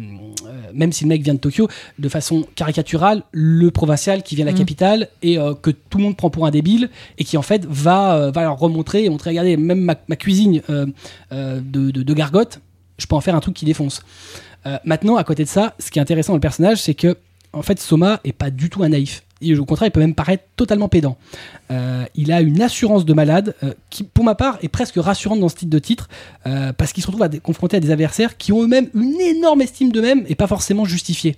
A: même si le mec vient de Tokyo, de façon caricaturale, le provincial qui vient de la
B: Mhm.
A: capitale et euh, que tout le monde prend pour un débile et qui en fait va, euh, va leur remontrer et montrer, regardez, même ma, ma cuisine euh, euh, de, de- de gargote, je peux en faire un truc qui défonce. Euh, maintenant, à côté de ça, ce qui est intéressant dans le personnage, c'est que en fait, Soma est pas du tout un naïf. Et au contraire, il peut même paraître totalement pédant. Euh, il a une assurance de malade euh, qui, pour ma part, est presque rassurante dans ce titre de titre euh, parce qu'il se retrouve à des- confronté à des adversaires qui ont eux-mêmes une énorme estime d'eux-mêmes et pas forcément justifiée.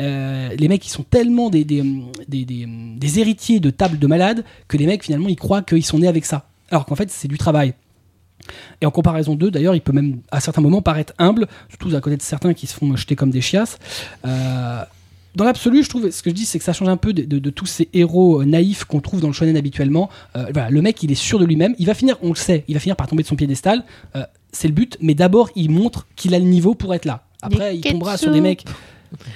A: Euh, les mecs, ils sont tellement des, des, des- des- des héritiers de tables de malades que les mecs, finalement, ils croient qu'ils sont nés avec ça. Alors qu'en fait, c'est du travail. Et en comparaison d'eux, d'ailleurs, il peut même à certains moments paraître humble, surtout à côté de certains qui se font jeter comme des chiasses. Euh, dans l'absolu, je trouve, ce que je dis, c'est que ça change un peu de, de- de tous ces héros euh, naïfs qu'on trouve dans le shonen habituellement. Euh, voilà, le mec, il est sûr de lui-même. Il va finir, on le sait, il va finir par tomber de son piédestal. Euh, c'est le but, mais d'abord, il montre qu'il a le niveau pour être là. Après, il
B: Neketsu.
A: tombera sur des mecs.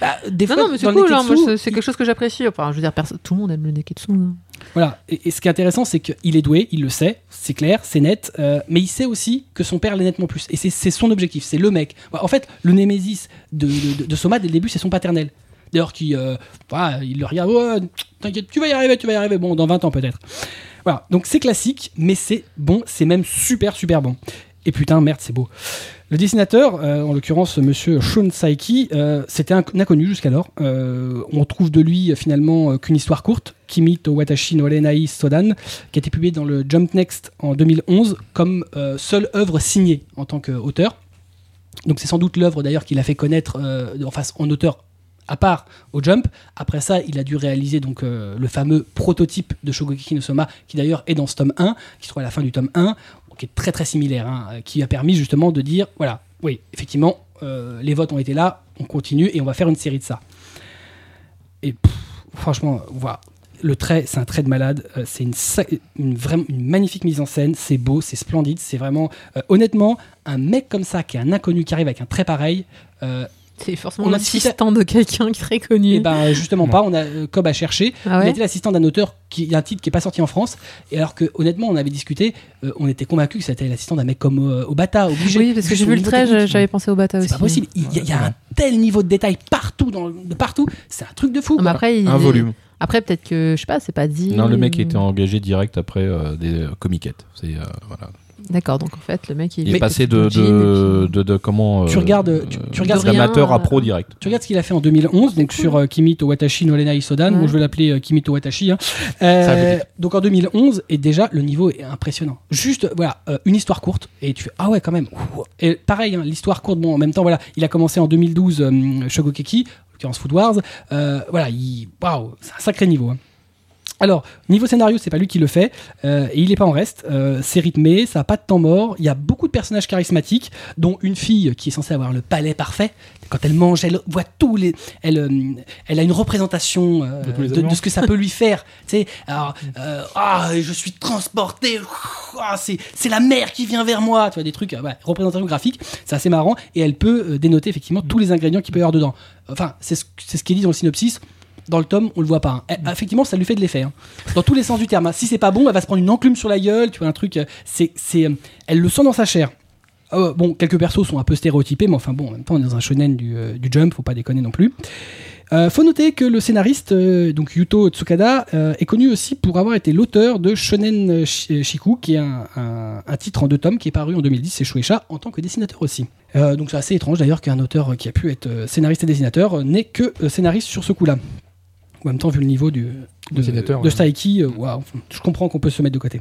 A: Bah, des
B: Non,
A: fois,
B: non, mais c'est
A: dans le
B: cool, hein,
A: Neketsu,
B: moi, c'est- c'est quelque chose que j'apprécie. Enfin, je veux dire, perso- tout le monde aime le Neketsu. hein.
A: voilà. Et, et ce qui est intéressant, c'est qu'il est doué, il le sait, c'est clair, c'est net, euh, mais il sait aussi que son père l'est nettement plus. Et c'est- c'est son objectif, c'est le mec. Bah, En fait, le némésis de, de- de- de Soma, dès le début, c'est son paternel. D'ailleurs, qui, euh, voilà, il le regarde, Ouais, t'inquiète, tu vas y arriver, tu vas y arriver, bon, dans 20 ans peut-être. Voilà, donc c'est classique, mais c'est bon, c'est même super, super bon. Et putain, merde, c'est beau. Le dessinateur, euh, en l'occurrence monsieur Shun Saiki, euh, c'était un, un inconnu jusqu'alors. Euh, on trouve de lui euh, finalement euh, qu'une histoire courte, Kimi to Watashi no Renai Sodan, qui a été publiée dans le Jump Next en 2011 comme euh, seule œuvre signée en tant qu'auteur. Donc c'est sans doute l'œuvre d'ailleurs qu'il a fait connaître euh, en face en auteur à part au Jump. Après ça, il a dû réaliser donc euh, le fameux prototype de Shogeki no Soma, qui d'ailleurs est dans ce tome 1, qui se trouve à la fin du tome 1, qui est très très similaire, hein, euh, qui a permis justement de dire, voilà, oui, effectivement, euh, les votes ont été là, on continue et on va faire une série de ça. Et pff, franchement, voilà. Le trait, c'est un trait de malade. euh, C'est une, sa- une, vraiment, une magnifique mise en scène. C'est beau, c'est splendide. C'est vraiment, euh, honnêtement, un mec comme ça, qui est un inconnu, qui arrive avec un trait pareil, euh,
B: C'est forcément
A: On a
B: l'assistant de quelqu'un qui est très
A: et
B: connu.
A: ben justement pas, on a euh, Cobb à chercher.
B: Mm. Ah
A: Il a
B: ouais
A: été l'assistant d'un auteur qui d'un titre qui est pas sorti en France. Et alors que honnêtement, on avait discuté, euh, on était convaincu que c'était l'assistant d'un mec comme euh, Obata, obligé.
B: Oui, parce que
A: Juste
B: j'ai
A: au
B: vu le
A: niveau
B: trait,
A: technique.
B: j'avais pensé au Bata aussi.
A: C'est pas possible. Il y a, il y a un tel niveau de détail partout, dans, de partout. C'est un truc de fou.
B: Non, mais
A: quoi.
B: après, il-
E: Un volume.
B: Après, peut-être que, je sais pas, c'est pas dit.
E: Non, le mec était engagé direct après euh, des euh, comiquettes. C'est, euh, voilà.
B: D'accord, donc en fait, le mec
E: Il
B: il
E: est passé de, de, de, de- comment.
A: Tu regardes- tu- tu regardes
E: amateur
B: rien,
E: à pro
B: euh,
E: direct.
A: Tu regardes ce qu'il a fait en 2011, donc sur euh, Kimi to Watashi no Renai Sodan.
B: Ouais.
A: Moi, je vais l'appeler euh, Kimi to Watashi. hein. Euh,
C: Ça veut dire.
A: donc en 2011, et déjà, le niveau est impressionnant. Juste, voilà, euh, une histoire courte, et tu fais Ah ouais, quand même. Ouh. Et pareil, hein, l'histoire courte, bon, en même temps, voilà, il a commencé en 2012 euh, Shogokeki, en l'occurrence Food Wars. Euh, voilà, il- waouh, c'est un sacré niveau. hein. Alors, niveau scénario, c'est pas lui qui le fait, euh, et il est pas en reste. Euh, c'est rythmé, ça a pas de temps mort, il y a beaucoup de personnages charismatiques, dont une fille qui est censée avoir le palais parfait. Quand elle mange, elle voit tous les. Elle, euh, elle a une représentation euh,
C: De tous les
A: de,
C: aliments.
A: de ce que ça peut lui faire. Tu sais, alors, euh, ah, je suis transporté, ah, c'est c'est la mer qui vient vers moi, tu vois, des trucs, euh, voilà, représentation graphique, c'est assez marrant, et elle peut euh, dénoter effectivement tous les ingrédients qu'il peut y avoir dedans. Enfin, c'est ce, c'est ce qui est dit dans le synopsis. Dans le tome, on le voit pas. hein.
C: Mm.
A: Eh, Effectivement, ça lui fait de l'effet. hein. Dans tous les sens du terme. hein. Si c'est pas bon, elle va se prendre une enclume sur la gueule, tu vois, un truc. euh, C'est, c'est, euh, elle le sent dans sa chair. Euh, bon, quelques persos sont un peu stéréotypés, mais enfin bon, en même temps, on est dans un shonen du, euh, du jump, faut pas déconner non plus. Euh, faut noter que le scénariste, euh, donc Yuto Tsukada, euh, est connu aussi pour avoir été l'auteur de Shonen Sh- Shiku, qui est un, un- un titre en deux tomes qui est paru en 2010 chez Shueisha en tant que dessinateur aussi. Euh, donc c'est assez étrange d'ailleurs qu'un auteur qui a pu être euh, scénariste et dessinateur euh, n'ait que euh, scénariste sur ce coup-là. En même temps, vu le niveau du, de,
F: Dessinateur,
A: de
F: ouais.
A: Staiki, euh, waouh, je comprends qu'on peut se mettre de côté.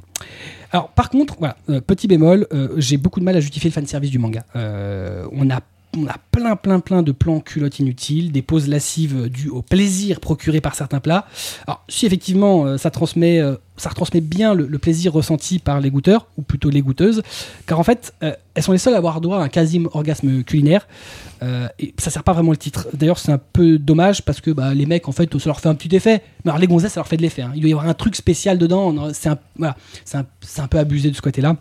A: Alors, par contre, voilà, euh, petit bémol, euh, j'ai beaucoup de mal à justifier le fanservice du manga. Euh, on a on a plein, plein, plein de plans culottes inutiles, des pauses lascives dues au plaisir procuré par certains plats. Alors, si effectivement, euh, ça transmet, euh, ça retransmet bien le, le plaisir ressenti par les goûteurs, ou plutôt les goûteuses, car en fait, euh, elles sont les seules à avoir droit à un quasi orgasme culinaire, euh, et ça sert pas vraiment le titre. D'ailleurs, c'est un peu dommage parce que bah, les mecs, en fait, ça leur fait un petit effet, mais alors les gonzesses, ça leur fait de l'effet. hein. Il doit y avoir un truc spécial dedans, on- c'est un, voilà, c'est un- c'est un peu abusé de ce côté-là.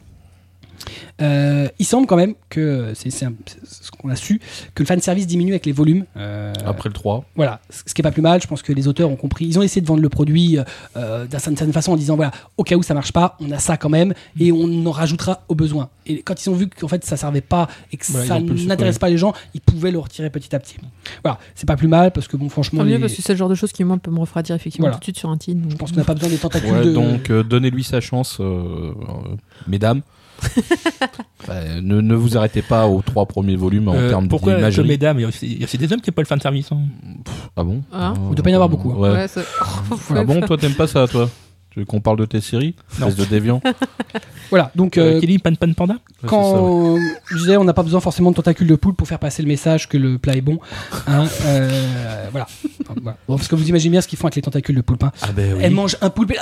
A: Euh, il semble quand même que c'est c'est un- c'est ce qu'on a su que le fanservice diminue avec les volumes. Euh,
E: Après le 3.
A: voilà, ce ce qui est pas plus mal. Je pense que les auteurs ont compris. Ils ont essayé de vendre le produit euh, d'une certaine façon en disant voilà, au cas où ça marche pas, on a ça quand même et on en rajoutera au besoin. Et quand ils ont vu qu'en fait ça servait pas et que
F: Voilà, ils
A: ça
F: ont pu le supprimer.
A: n'intéresse pas les gens, ils pouvaient le retirer petit à petit. Voilà, c'est pas plus mal parce que bon, franchement,
B: Tant mieux
A: les-
B: parce que c'est le genre de choses qui moi peut me refroidir effectivement
A: Voilà.
B: tout de suite sur un titre. donc-
A: je pense qu'on n'a pas besoin des tentacules
E: Ouais,
A: de.
E: donc euh, donnez-lui sa chance, euh, euh, mesdames. Bah, ne, ne vous arrêtez pas aux trois premiers volumes en
C: Euh,
E: termes
C: pourquoi que
E: d'imagerie.
C: mesdames Il y a aussi- il y a aussi des hommes qui n'aiment pas le fanservice. Hein.
E: Ah bon
B: Hein
A: Il doit pas y en avoir beaucoup, hein.
E: Ouais.
B: Ouais, c'est-
E: Ah bon, toi t'aimes pas ça, toi Tu veux qu'on parle de tes séries
C: Non.
E: Espèce de déviant
A: Voilà, donc
C: Euh,
A: euh,
C: Kelly, Pan Pan Panda
A: quand je disais, on n'a pas besoin forcément de tentacules de poule pour faire passer le message que le plat est bon. Hein, euh, voilà. Enfin, voilà. Bon, parce que vous imaginez bien ce qu'ils font avec les tentacules de poulpe. hein.
E: Ah ben
A: Elle mange un poulpe. et-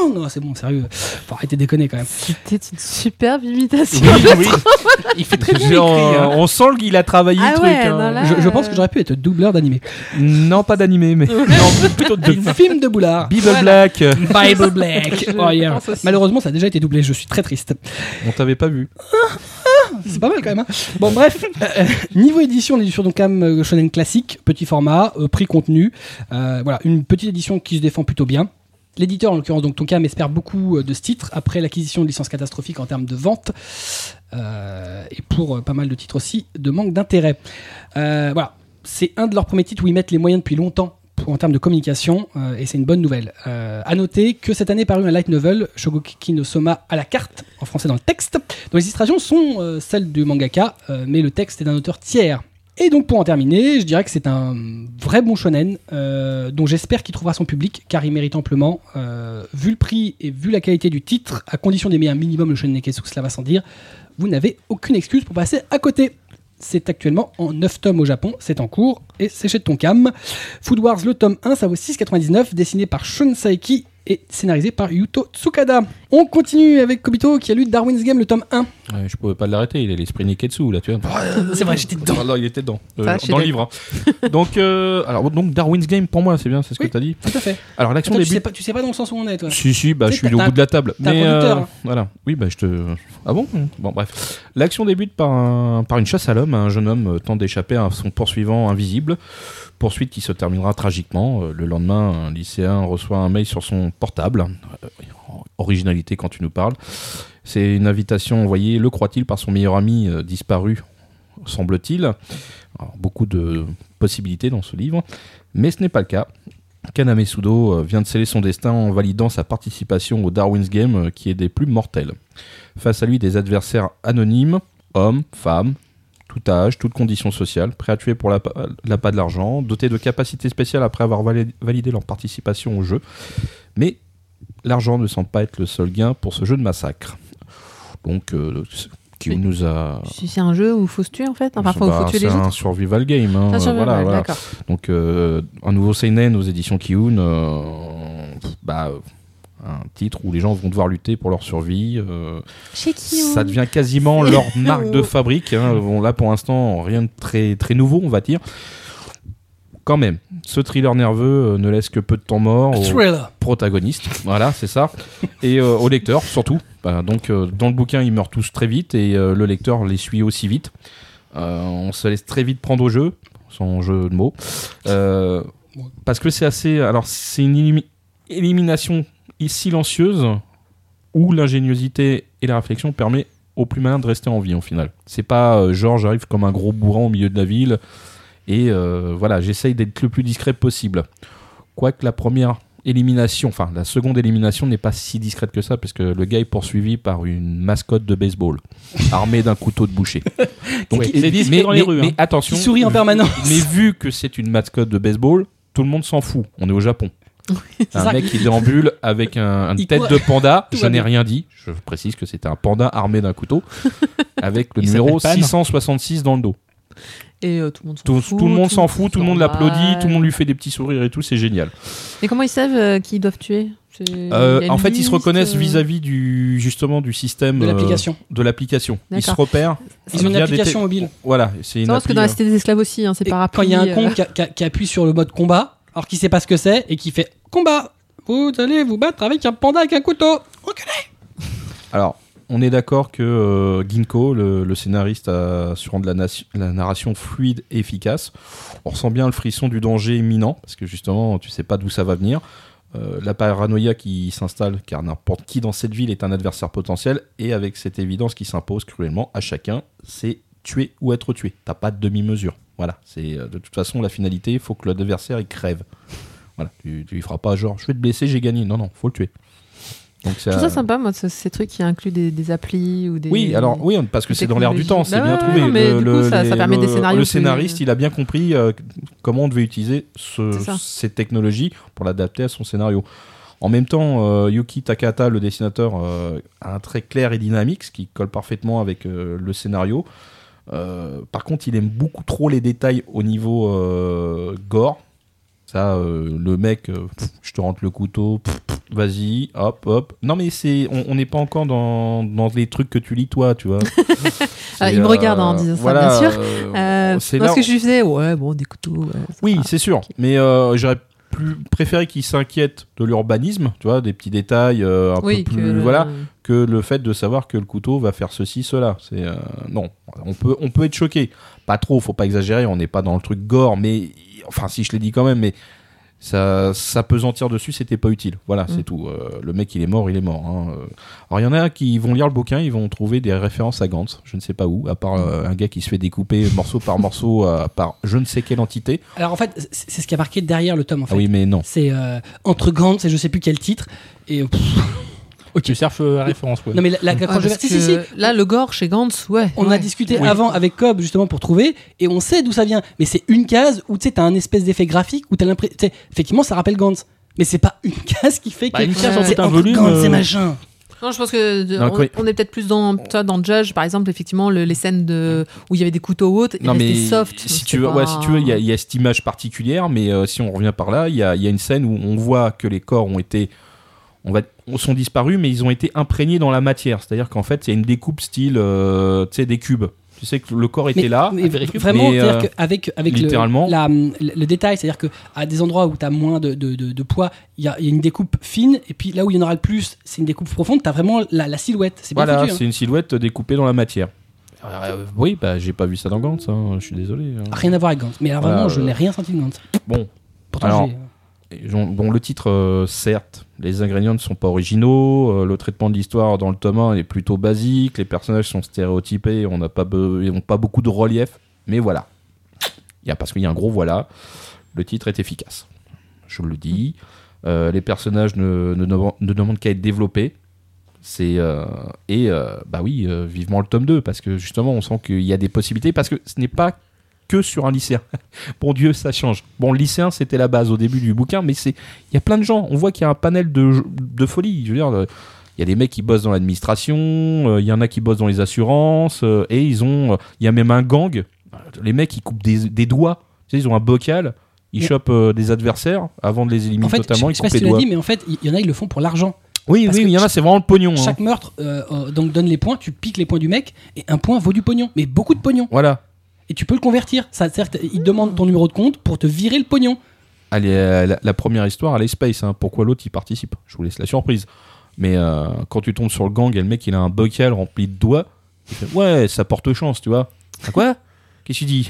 A: Oh non, c'est bon, sérieux. Faut arrêter de déconner quand même.
B: C'était une superbe imitation.
C: Il fait très bien
D: Genre,
C: écrit, hein.
D: On sent qu'il a travaillé
B: Ah
D: le truc.
B: ouais,
D: hein.
B: non, là-
A: Je, je pense que j'aurais pu être doubleur d'animé.
D: Non, pas d'animé, mais.
C: Non, plutôt de film.
A: Film de Boulard.
D: Bible
B: Voilà.
D: Black euh,
A: Bible Black.
B: Je
A: Oh, yeah.
B: pense aussi.
A: Malheureusement, ça a déjà été doublé. Je suis très triste.
D: On t'avait pas vu.
A: C'est pas mal quand même. hein. Bon, bref. Euh, niveau édition, on est sur donc quand même euh, shonen classique, petit format, euh, prix contenu. Euh, voilà, une petite édition qui se défend plutôt bien. L'éditeur, en l'occurrence, donc Tonkam, espère beaucoup euh, de ce titre après l'acquisition de licences catastrophiques en termes de vente euh, et pour euh, pas mal de titres aussi de manque d'intérêt. Euh, voilà, c'est un de leurs premiers titres où ils mettent les moyens depuis longtemps pour- en termes de communication euh, et c'est une bonne nouvelle. Euh, à noter que cette année est paru un light novel Shogokiki no Soma à la carte en français dans le texte dont les illustrations sont euh, celles du mangaka euh, mais le texte est d'un auteur tiers. Et donc pour en terminer, je dirais que c'est un vrai bon shonen euh, dont j'espère qu'il trouvera son public car il mérite amplement euh, vu le prix et vu la qualité du titre à condition d'aimer un minimum le shonen Neketsu, cela va sans dire vous n'avez aucune excuse pour passer à côté. C'est actuellement en 9 tomes au Japon, c'est en cours et c'est chez Tonkam. Food Wars, le tome 1, ça vaut 6,99, dessiné par Shun Saeki et scénarisé par Yuto Tsukada. On continue avec Kobito qui a lu Darwin's Game, le tome 1.
E: Ouais, Je pouvais pas l'arrêter, il est l'esprit Niketsu là, tu vois.
A: C'est vrai, j'étais dedans.
E: Ah non, il était dedans, Euh,
B: Ça, je suis
E: dans le livre. hein. donc, euh, alors, donc Darwin's Game pour moi, c'est bien, c'est ce
A: Oui.
E: que t'as dit.
A: Tout à fait.
E: Alors l'action
A: Attends, tu,
E: débute.
A: sais pas, tu sais pas dans le sens où on est, toi.
E: Si, si, bah,
A: Tu
E: je
A: sais,
E: suis
A: t'as-
E: au
A: t'as
E: bout de la table.
A: t'as un
E: Mais
A: producteur,
E: euh,
A: hein.
E: voilà. Oui, bah, je te. Ah bon Bon, bref. L'action débute par, un- par une chasse à l'homme. Un jeune homme euh, tente d'échapper à son poursuivant invisible. Poursuite qui se terminera tragiquement. Euh, Le lendemain, un lycéen reçoit un mail sur son portable. Euh, Originalité quand tu nous parles. C'est une invitation envoyée, le croit-il, par son meilleur ami euh, disparu, semble-t-il. Alors, beaucoup de possibilités dans ce livre, mais ce n'est pas le cas. Kaname Sudo euh, vient de sceller son destin en validant sa participation au Darwin's Game, euh, qui est des plus mortels. Face à lui, des adversaires anonymes, hommes, femmes, tout âge, toute condition sociale, prêts à tuer pour l'appât la l'appât de l'argent, dotés de capacités spéciales après avoir vali- validé leur participation au jeu. Mais l'argent ne semble pas être le seul gain pour ce jeu de massacre. Donc, euh, ce qui
B: Mais-
E: nous a.
B: Si c'est un jeu où il faut se tuer en fait, enfin faut,
E: Bah,
B: faut tuer
E: c'est
B: les autres.
E: un survival game. hein,
B: Ça,
E: euh,
B: sur-
E: voilà,
B: ouais,
E: voilà.
B: D'accord.
E: Donc euh, un nouveau seinen aux éditions Kiun, euh, pff, bah, euh, un titre où les gens vont devoir lutter pour leur survie. euh,
B: Chez qui
E: ça devient quasiment leur marque de fabrique. hein. Bon, là pour l'instant rien de très très nouveau, on va dire. Quand même, ce thriller nerveux euh, ne laisse que peu de temps mort au
A: Thriller.
E: protagoniste. Voilà, c'est ça. Et euh, au lecteur surtout. Bah, donc euh, dans le bouquin, ils meurent tous très vite et euh, le lecteur les suit aussi vite. Euh, on se laisse très vite prendre au jeu, sans jeu de mots. Euh, parce que c'est assez. Alors, c'est une élimi- élimination i- silencieuse où l'ingéniosité et la réflexion permet au plus malin de rester en vie, au final. C'est pas euh, genre j'arrive comme un gros bourrin au milieu de la ville et euh, voilà, j'essaye d'être le plus discret possible. Quoique la première élimination, enfin la seconde élimination n'est pas si discrète que ça, parce que le gars est poursuivi par une mascotte de baseball armée d'un couteau de boucher.
C: C'est qui- c'est
E: mais,
C: discret dans les
E: mais-
C: rues,
E: mais
C: hein.
E: attention,
A: Qui sourit en
E: vu-
A: permanence.
E: Mais vu que c'est une mascotte de baseball, tout le monde s'en fout. On est au Japon. un
A: ça.
E: mec qui déambule avec un, une
A: Il
E: tête
A: court.
E: de panda.
A: Tout
E: Je
A: va
E: n'ai
A: bien.
E: rien dit. Je précise que c'était un panda armé d'un couteau avec le
C: Il
E: numéro
C: s'appelle Pan.
E: 666 dans le dos.
B: Et euh, tout le monde s'en
E: Tout,
B: fout.
E: tout le monde s'en fout, tout le monde
B: normal.
E: l'applaudit, tout le monde lui fait des petits sourires et tout. C'est génial.
B: Mais comment ils savent euh, qui ils doivent tuer C'est-
E: Euh,
B: il y a une
E: en fait, ils se
B: liste,
E: reconnaissent
B: euh,
E: vis-à-vis du justement du système
A: De
E: euh,
A: l'application.
E: de l'application. Ils se
B: D'accord.
E: repèrent.
A: Ils ont une
E: via des
A: application
E: té-
A: mobile.
E: Voilà, c'est
B: Non,
E: une
B: parce que
E: appli,
B: dans
E: euh,
B: la cité des esclaves aussi, hein, c'est
A: Et
B: par
A: quand il y a un
B: appli,
A: con
B: euh,
A: qui, a- qui a- qui appuie sur le mode combat, alors qu'il sait pas ce que c'est et qui fait combat, vous allez vous battre avec un panda avec un couteau. Enculé.
E: Alors, on est d'accord que euh, Ginko, le, le scénariste, a su rendre la, nation- la narration fluide et efficace. On ressent bien le frisson du danger imminent, parce que justement, tu sais pas d'où ça va venir. Euh, la paranoïa qui s'installe, car n'importe qui dans cette ville est un adversaire potentiel, et avec cette évidence qui s'impose cruellement à chacun, c'est tuer ou être tué. T'as pas de demi-mesure. Voilà, c'est euh, de toute façon la finalité, il faut que l'adversaire il crève. Voilà, tu, tu y feras pas genre je vais te blesser, j'ai gagné. Non, non, faut le tuer. Donc
B: Je trouve ça sympa, moi, ce- ces trucs qui incluent des, des applis ou des.
E: Euh. oui, alors oui, parce que c'est dans l'air du temps, c'est
B: Bah
E: bien
B: ouais,
E: trouvé.
B: non, mais du coup, ça- ça permet des scénarios
E: le
B: plus-
E: scénariste, il a bien compris euh, comment on devait utiliser ce-
B: C'est ça.
E: ces technologies pour l'adapter à son scénario. En même temps, euh, Yuki Takahata, le dessinateur, euh, a un trait clair et dynamique, ce qui colle parfaitement avec euh, le scénario. Euh, par contre, il aime beaucoup trop les détails au niveau euh, gore. Ça, euh, le mec, euh, pff, je te rentre le couteau, pff, pff, vas-y, hop, hop. Non, mais c'est, on on n'est pas encore dans, dans les trucs que tu lis toi, tu vois.
B: Ah,
E: C'est,
B: il me regarde en disant ça, bien sûr.
E: euh,
B: Euh,
E: c'est
B: parce
E: là-
B: que Ah, je lui faisais, ouais, bon, des couteaux. ouais, ça
E: Oui,
B: va.
E: c'est sûr. Mais euh, j'aurais plus préféré qu'il s'inquiète de l'urbanisme, tu vois, des petits détails euh, un
B: oui,
E: peu
B: que
E: plus,
B: le-
E: voilà, que le fait de savoir que le couteau va faire ceci, cela. C'est euh, non, on peut, on peut être choqué. Pas trop, faut pas exagérer. On n'est pas dans le truc gore, mais enfin si je l'ai dit quand même, mais ça, ça pesantir dessus, c'était pas utile. Voilà, c'est tout. Euh, le mec, il est mort, il est mort. hein. Euh, Alors il y en a qui vont lire le bouquin, ils vont trouver des références à Gantz, je ne sais pas où, à part euh, un gars qui se fait découper morceau par morceau euh, par je ne sais quelle entité.
A: Alors en fait, c'est- c'est ce qui a marqué derrière le tome en fait.
E: Ah oui, mais non.
A: C'est euh, entre Gantz et je sais plus quel titre. Et pff,
C: Tu surfes euh, la référence, ouais.
A: non mais la, la-
B: Ouais,
A: quand je
B: parce
A: vais- si, si, si.
B: que Là, le gore chez Gantz, ouais.
A: On a
B: ouais.
A: discuté
B: Ouais.
A: avant avec Cobb justement pour trouver et on sait d'où ça vient. Mais c'est une case où tu sais t'as un espèce d'effet graphique où t'as l'impression. tu sais, Effectivement, ça rappelle Gantz. Mais c'est pas une case qui fait que.
C: Bah, une case
B: Ouais.
C: en
A: c'est
C: tout un
A: entre
C: volume.
A: Gantz et
C: euh,
A: machin.
B: Non, je pense que de-
E: Non,
B: on,
E: quoi-
B: on est peut-être plus dans, tu vois, dans Judge, par exemple, effectivement, le- les scènes de, où il y avait des couteaux ou autres,
E: Non
B: mais
E: mais
B: soft.
E: si
B: donc
E: tu
B: c'est
E: veux,
B: pas-
E: ouais, si tu veux, il y, a- il y a cette image particulière, mais euh, si on revient par là, il y a, il y a une scène où on voit que les corps ont été, on va, sont disparus, mais ils ont été imprégnés dans la matière. C'est-à-dire qu'en fait, il y a une découpe style, euh, tu sais, des cubes. Tu sais que le corps était
A: Mais-
E: là.
A: mais
C: vérifier.
A: vraiment,
E: ah, Mais,
A: c'est-à-dire
E: euh,
A: qu'avec avec le,
E: littéralement.
A: la- le, le détail, c'est-à-dire que à des endroits où tu as moins de, de- de- de poids, il y a, il y a une découpe fine, et puis là où il y en aura le plus, c'est une découpe profonde, tu as vraiment la, la silhouette. C'est bien
E: Voilà,
A: foutu, hein.
E: c'est une silhouette découpée dans la matière. Euh, oui, bah j'ai pas vu ça dans Gantz. hein, je suis désolé. hein.
A: Rien à voir avec Gantz. Mais alors
E: Voilà,
A: vraiment, je
E: euh,
A: n'ai rien senti de Gantz.
E: Bon,
A: Pourtant,
E: Alors,
A: j'ai-
E: Et j'en- Bon, le titre, euh, certes, les ingrédients ne sont pas originaux, euh, le traitement de l'histoire dans le tome 1 est plutôt basique, les personnages sont stéréotypés, on n'a pas, be- ils n'ont pas beaucoup de relief, mais voilà. Il y a, parce qu'il y a un gros voilà, le titre est efficace. Je le dis. Euh, les personnages ne, ne deman- ne demandent qu'à être développés. C'est euh, et euh, bah oui, euh, vivement le tome 2 parce que justement on sent qu'il y a des possibilités parce que ce n'est pas que sur un lycéen. bon Dieu, ça change. Bon, le lycéen c'était la base au début du bouquin, mais c'est il y a plein de gens. On voit qu'il y a un panel de, de folie. Je veux dire, le- il y a des mecs qui bossent dans l'administration, euh, il y en a qui bossent dans les assurances, euh, et ils ont, euh, il y a même un gang. euh, Les mecs, ils coupent des, des doigts. Tu sais, ils ont un bocal, ils
A: Mais-
E: chopent euh, des adversaires avant de les éliminer
A: en fait,
E: totalement.
A: je
E: Ils
A: sais pas
E: coupent
A: si
E: les
A: tu l'as
E: doigts.
A: dit, mais en fait, il y, en a, ils le font pour l'argent.
E: Oui,
A: parce
E: oui,
A: que
E: il y en a, c'est vraiment le pognon. hein.
A: Chaque meurtre euh, euh, donc donne les points, tu piques les points du mec, et un point vaut du pognon, mais beaucoup de pognon.
E: Voilà.
A: Et tu peux le convertir. Ça, certes, il te demande ton numéro de compte pour te virer le pognon.
E: Allez, euh, la, la première histoire, elle est space. hein. Pourquoi l'autre y participe Je vous laisse la surprise. Mais euh, quand tu tombes sur le gang et le mec, il a un bocal rempli de doigts, il fait, ouais, ça porte chance, tu vois. Ah quoi Qu'est-ce qu'il dit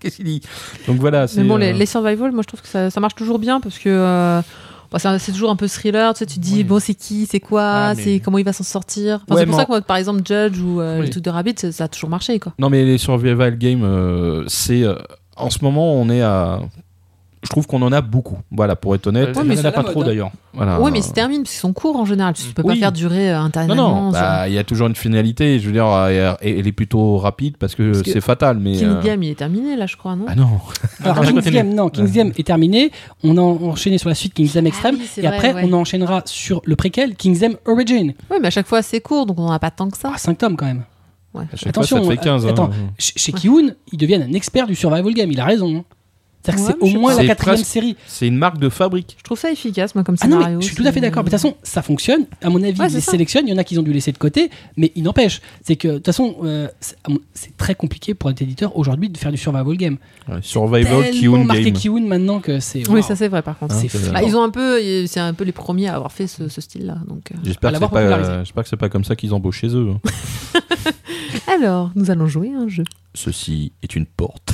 E: Qu'est-ce qu'il dit Donc voilà, c'est.
B: Mais bon,
E: euh,
B: les, les survival, moi, je trouve que ça, ça marche toujours bien parce que. euh, bah, Enfin, c'est un- c'est toujours un peu thriller, tu sais, tu te dis,
C: Oui.
B: bon, c'est qui, c'est quoi,
C: Ah, mais-
B: c'est comment il va s'en sortir. Enfin,
D: Ouais,
B: c'est pour
D: mais
B: ça
D: en-
B: que moi, par exemple, Judge ou euh,
D: Oui.
B: le truc de Rabbit, ça, ça a toujours marché, quoi.
E: Non, mais les survival games, euh, c'est. euh, en ce moment, on est à. Je trouve qu'on en a beaucoup. Voilà, pour être honnête.
C: Euh, Il
A: mais
C: n'y en
A: c'est
C: a
A: la
C: pas
A: mode,
C: trop
A: hein.
C: d'ailleurs.
E: Voilà.
B: Oui, mais ils se terminent parce qu'ils sont courts en général. Tu peux
E: Oui.
B: pas faire durer euh,
E: Non,
B: internement.
E: non,
B: ça-
E: bah, il y a toujours une finalité. Je veux dire, euh, et- elle est plutôt rapide parce que
A: Parce que
E: c'est fatal. Mais,
B: Kill
E: euh,
B: Game, il est terminé, là, je crois, non
E: Ah non,
A: Alors,
C: Ah, je
A: King's
C: continue.
A: Game, non, King's Game est terminé. On a enchaîné sur la suite King's Game Extreme.
B: Ah oui, c'est
A: et
B: vrai,
A: après,
B: ouais. Oh.
A: on enchaînera sur le préquel King's Game Origin.
B: Oui, mais à chaque fois, c'est court, donc on n'en a pas tant que ça.
A: Ah, 5 tomes quand même.
E: à chaque
A: Attention,
E: fois, ça
A: euh,
E: fait 15. hein.
A: attends. Ch- chez Kiun, ils deviennent un expert du survival game. Il a raison. hein. C'est-à-dire
B: Ouais,
A: que
B: mais
A: c'est
B: je
A: au
B: sais
A: moins
E: pas.
A: la
E: C'est
A: quatrième
E: presque-
A: série.
E: C'est une marque de fabrique.
B: Je trouve ça efficace, moi, comme
A: Ah non,
B: scénario.
A: mais je suis
B: c'est-
A: tout à fait d'accord. Mais De toute façon, ça fonctionne. À mon avis,
B: Ouais,
A: ils
B: c'est
A: les
B: ça.
A: sélectionnent. Il y en a qui ont dû laisser de côté, mais il n'empêche. C'est que, de toute façon, euh, c'est à mon- c'est très compliqué pour un éditeur aujourd'hui de faire du survival game.
E: Ouais,
C: Bah,
E: survival Kiun
A: Tellement marqué
E: Game.
A: Kiun maintenant que c'est.
B: Oui,
A: waouh,
B: ça, c'est vrai, par contre.
E: Hein,
A: c'est
E: c'est-
B: Bah,
A: flippant.
B: ils ont un peu, c'est un peu les premiers à avoir fait ce, ce style-là. Donc, euh.
A: À
E: J'espère que,
A: l'avoir
E: c'est pas,
A: popularisé.
E: euh, j'espère que c'est pas comme ça qu'ils embauchent chez eux. hein.
B: alors, nous allons jouer à un jeu.
E: Ceci est une porte.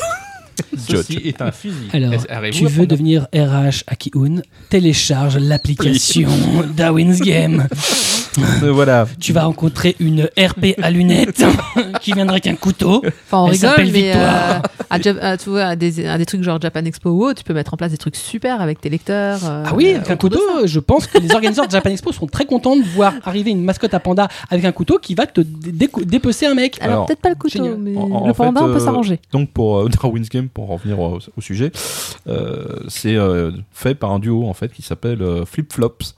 C: Ceci est un fusil.
A: Alors,
C: Est-ce- arrivez-vous
A: tu
C: à
A: veux
C: prendre-
A: devenir RH à Kiun Télécharge l'application Darwin's Game.
E: Euh, voilà.
A: Tu vas rencontrer une RP à lunettes qui viendra avec un couteau.
B: Enfin, on
A: Elle
B: rigole,
A: s'appelle
B: mais euh,
A: Victoire.
B: à, Ja- à, tu vois, à des, à des trucs genre Japan Expo ou autre, tu peux mettre en place des trucs super avec tes lecteurs. euh,
A: Ah oui,
B: euh,
A: avec un couteau, je pense que les organisateurs de Japan Expo sont très contents de voir arriver une mascotte à panda avec un couteau qui va te dé- dé- dépecer un mec.
B: Alors,
E: Alors,
B: peut-être pas le couteau,
A: génial.
B: mais
E: En- en-
B: le
E: en fait,
B: panda, on peut
E: euh,
B: s'arranger.
E: Donc pour euh, Darwin's Game, pour en revenir au, au sujet, euh, c'est euh, fait par un duo en fait qui s'appelle euh, Flip Flops.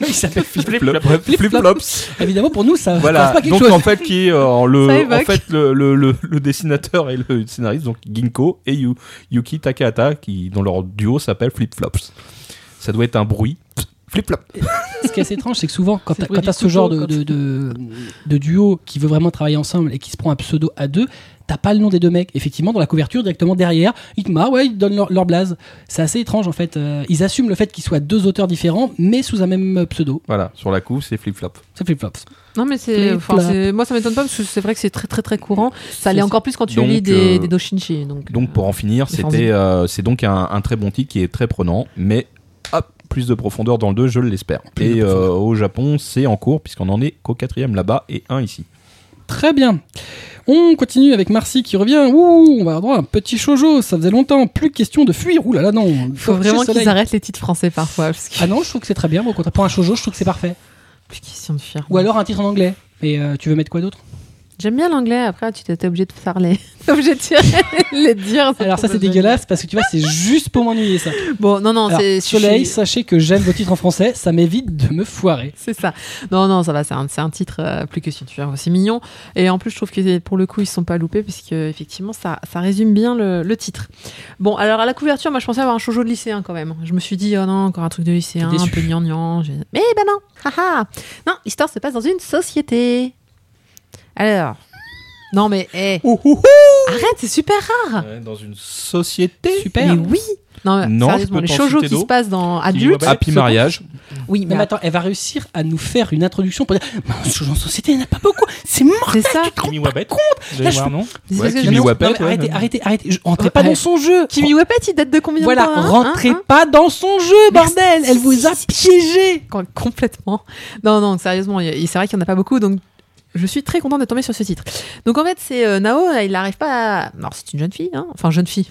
A: Il s'appelle Flip Flop.
E: Flop-
A: Flip
E: Flip
A: Flop.
E: Flops.
A: Évidemment, pour nous, ça ne
E: Voilà.
A: pas quelque
E: Donc
A: chose.
E: en fait qui est euh, le
B: Ça
E: en
B: évoque.
E: fait le, le- le- le dessinateur et le scénariste donc Ginko et Yu- Yuki Takahata qui dont leur duo s'appelle Flip Flops. Ça doit être un bruit. Flip Flop.
A: Ce qui est assez étrange, c'est que souvent, quand
B: bruit
A: tu as
B: du
A: ce genre de,
B: couteau,
A: de, de- de duo qui veut vraiment travailler ensemble et qui se prend un pseudo à deux, t'as pas le nom des deux mecs. Effectivement, dans la couverture, directement derrière, ils te marrent, ouais, ils te donnent leur, leur blaze. C'est assez étrange en fait. Euh, Ils assument le fait qu'ils soient deux auteurs différents, mais sous un même euh, pseudo.
E: Voilà. Sur la couve c'est Flip Flop.
A: Ça flip flops.
B: Non, mais c'est,
A: Flip,
B: enfin,
A: là.
B: c'est- moi, ça m'étonne pas parce que c'est vrai que c'est très très très courant. Ça l'est
A: C'est-
B: encore plus quand tu
E: Donc,
B: lis des,
E: euh,
B: des Doshinshi. Donc,
E: Donc pour en finir,
B: Les fanzines.
E: c'était euh, c'est donc un, un très bon titre qui est très prenant, mais hop, plus de profondeur dans le 2, je l'espère.
A: Plus de
E: Et
A: profondeur.
E: euh, au Japon, c'est en cours puisqu'on en est qu'au quatrième là-bas et un ici.
A: Très bien. On continue avec Marcy qui revient. Ouh, on va avoir droit à un petit shoujo. Ça faisait longtemps. Plus question de fuir. Ouh là là, non.
B: euh, faut vraiment
A: Chez Soleil.
B: qu'ils arrêtent les titres français parfois. Parce que
A: Ah non, je trouve que c'est très bien. Au contraire, pour un shoujo, je trouve que c'est parfait.
B: plus question de faire.
A: Ou alors un titre en anglais. Et euh, tu veux mettre quoi d'autre
B: J'aime bien l'anglais. Après, tu t'es t'es obligé de parler. T'es obligé de tirer- les dire.
A: Alors ça, c'est
B: trop
A: dégueulasse parce que tu vois, c'est juste pour m'ennuyer ça.
B: génial. Bon, non, non,
A: Alors,
B: c'est
A: Soleil,
B: c'est-
A: sachez que j'aime vos titres en français. Ça m'évite de me foirer.
B: C'est ça. Non, non, ça va, c'est un, c'est un titre euh, plus que suffisant, c'est mignon. Et en plus, je trouve que pour le coup, ils se sont pas loupés, puisque effectivement, ça, ça résume bien le, le titre. Bon, alors à la couverture, moi, je pensais avoir un shoujo de lycéen quand même. Je me suis dit, oh non, encore un truc de lycéen,
A: T'es
B: un
A: déçu.
B: peu gnangnan. J'ai- Mais ben non, haha Non, l'histoire se passe dans une société. Alors. Non, mais, hé, arrête, c'est super rare!
E: dans une société
A: Super.
B: Mais oui! Non, mais
E: Non,
B: sérieusement,
E: je peux
B: les
E: t'en
B: shoujo
E: citer
B: qui se
E: d'autres.
B: passent dans adultes.
E: Happy mariage.
B: Oui,
A: Non,
B: mais
A: mais attends, elle va réussir à nous faire une introduction pour dire Bah, un shoujo en société, il n'y en a pas beaucoup. C'est mort.
B: c'est ça!
C: Kimi Wabet. Vous
A: Là,
C: allez
A: je
C: voir, non
B: C'est
E: Ouais,
B: parce que
E: Kimi
B: je-
E: Wabet,
A: Non, mais
E: ouais,
A: arrêtez,
E: ouais.
A: arrêtez, arrêtez. Je- Entrez pas
B: Euh, Ouais.
A: dans son jeu.
B: Kimi Wapet, il date de combien
A: Voilà,
B: de temps hein
A: rentrez
B: Hein Hein
A: pas dans son jeu,
B: Merci.
A: bordel Elle vous a piégé
B: Quand- Complètement. Non, non, sérieusement, il- il- c'est vrai qu'il n'y en a pas beaucoup, donc je suis très contente de tomber sur ce titre. Donc en fait, c'est euh, Nao, il n'arrive pas à... Non, c'est une jeune fille, hein enfin jeune fille.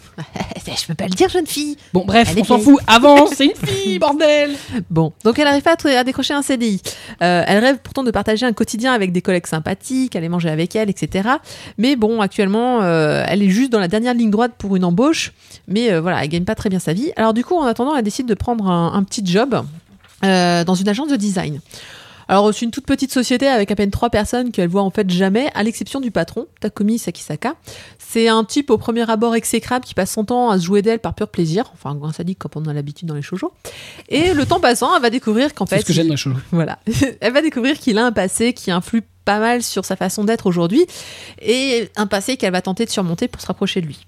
B: je peux pas le dire jeune fille.
A: Bon, bref,
B: Elle est
A: on s'en
B: gay.
A: fout, avance, c'est une fille, bordel
B: Bon, donc elle n'arrive pas à, trou- à décrocher un CDI. Euh, elle rêve pourtant de partager un quotidien avec des collègues sympathiques, aller manger avec elle, etc. Mais bon, actuellement, euh, elle est juste dans la dernière ligne droite pour une embauche. Mais euh, voilà, elle gagne pas très bien sa vie. Alors du coup, en attendant, elle décide de prendre un, un petit job euh, dans une agence de design. Alors c'est une toute petite société avec à peine trois personnes qu'elle voit en fait jamais, à l'exception du patron, Takumi Sakisaka. C'est un type au premier abord exécrable qui passe son temps à se jouer d'elle par pur plaisir, enfin ça dit comme on a l'habitude dans les shoujo. Et le temps passant, elle va découvrir qu'en fait,
A: C'est ce que
B: il-
A: j'aime dans le shoujo.
B: voilà. Elle va découvrir qu'il a un passé qui influe pas mal sur sa façon d'être aujourd'hui et un passé qu'elle va tenter de surmonter pour se rapprocher de lui.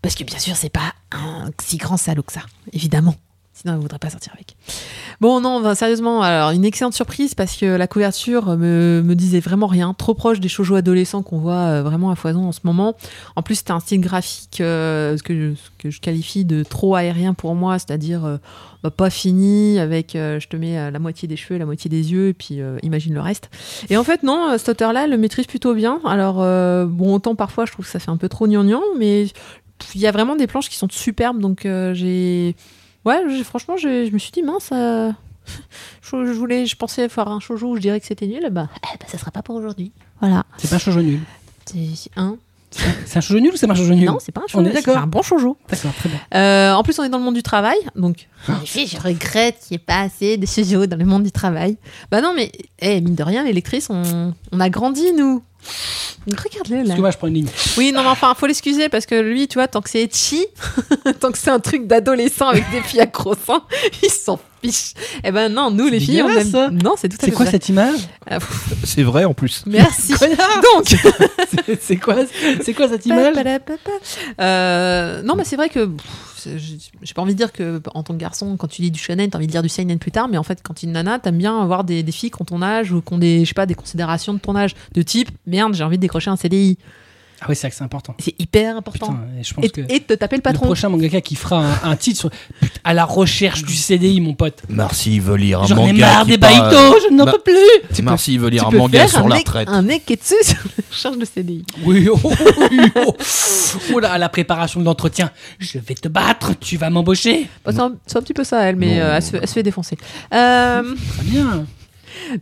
B: Parce que bien sûr, c'est pas un si grand salaud que ça, évidemment. Sinon, elle voudrait pas sortir avec. Bon, non, ben, sérieusement, alors une excellente surprise parce que la couverture me, me disait vraiment rien, trop proche des shoujo adolescents qu'on voit euh, vraiment à foison en ce moment. En plus, c'était un style graphique euh, ce que, je, ce que je qualifie de trop aérien pour moi, c'est-à-dire euh, bah, pas fini avec euh, je te mets euh, la moitié des cheveux, la moitié des yeux et puis euh, imagine le reste. Et en fait, non, euh, cet auteur-là le maîtrise plutôt bien. Alors, euh, bon, autant parfois je trouve que ça fait un peu trop gnangnan, mais il y a vraiment des planches qui sont superbes, donc euh, j'ai. Ouais, j'ai- franchement, j'ai- je me suis dit, mince, euh, je, je voulais, je pensais faire un shoujo où je dirais que c'était nul, bah, eh, bah, ça sera pas pour aujourd'hui. Voilà.
A: C'est pas un shoujo nul.
B: C'est un.
A: C'est un shoujo nul ou c'est pas un shoujo nul
B: Non, c'est pas un shoujo,
A: est
B: c'est
A: d'accord.
B: un bon shoujo.
A: D'accord, très bien.
B: Euh, en plus, on est dans le monde du travail, donc en effet, je regrette qu'il n'y ait pas assez de shoujo dans le monde du travail. Bah non, mais eh, mine de rien, les lectrices, on, on a grandi, nous. Regarde-le là.
A: Excuse-moi, je prends une ligne.
B: Oui, non, mais enfin, faut l'excuser parce que lui, tu vois, tant que c'est etchi, tant que c'est un truc d'adolescent avec des filles à gros seins, il s'en fiche. Eh ben non, nous, les
A: C'est
B: filles, on
A: dégueulasse,
B: aime.
A: ça.
B: Non, c'est tout à
A: C'est
B: fait
A: quoi
B: vrai.
A: cette image
B: Ah, pff,
D: C'est vrai en plus.
B: Merci. Donc,
A: C'est- C'est quoi, c'est quoi cette image
B: Papalapapa. Euh, non, mais c'est vrai que pff, c'est- j'ai j'ai pas envie de dire que en tant que garçon, quand tu lis du shonen, t'as envie de lire du seinen plus tard, mais en fait, quand t'es une nana, t'aimes bien avoir des, des filles qui ont ton âge ou qui ont des, je sais pas, des considérations de ton âge, de type merde, j'ai envie de décrocher un CDI.
A: Ah oui, c'est vrai que c'est important.
B: C'est hyper important.
A: Putain, et je pense
B: et,
A: que
B: et de te taper le
A: le
B: patron.
A: prochain mangaka qui fera un, un titre sur- Putain, à la recherche du CDI, mon pote.
E: Marcy veut lire un
A: J'en ai
E: manga.
A: marre
E: qui
A: des
E: parle-
A: baïtos, je n'en
E: Ma-
A: peux plus.
E: Tu peux- Marcy veut lire
B: tu
E: un
B: peux
E: manga
B: faire
E: sur
B: un
E: la
B: ek-
E: retraite.
B: Un eketsu sur la recherche de CDI.
A: Oui, oh, oh, oh, oh, oh là, à la préparation de l'entretien, je vais te battre, tu vas m'embaucher.
B: Bah, c'est un, c'est un petit peu ça, elle, mais
E: Non.
B: euh, elle, se, fait- elle se fait défoncer. Euh,
A: Très bien.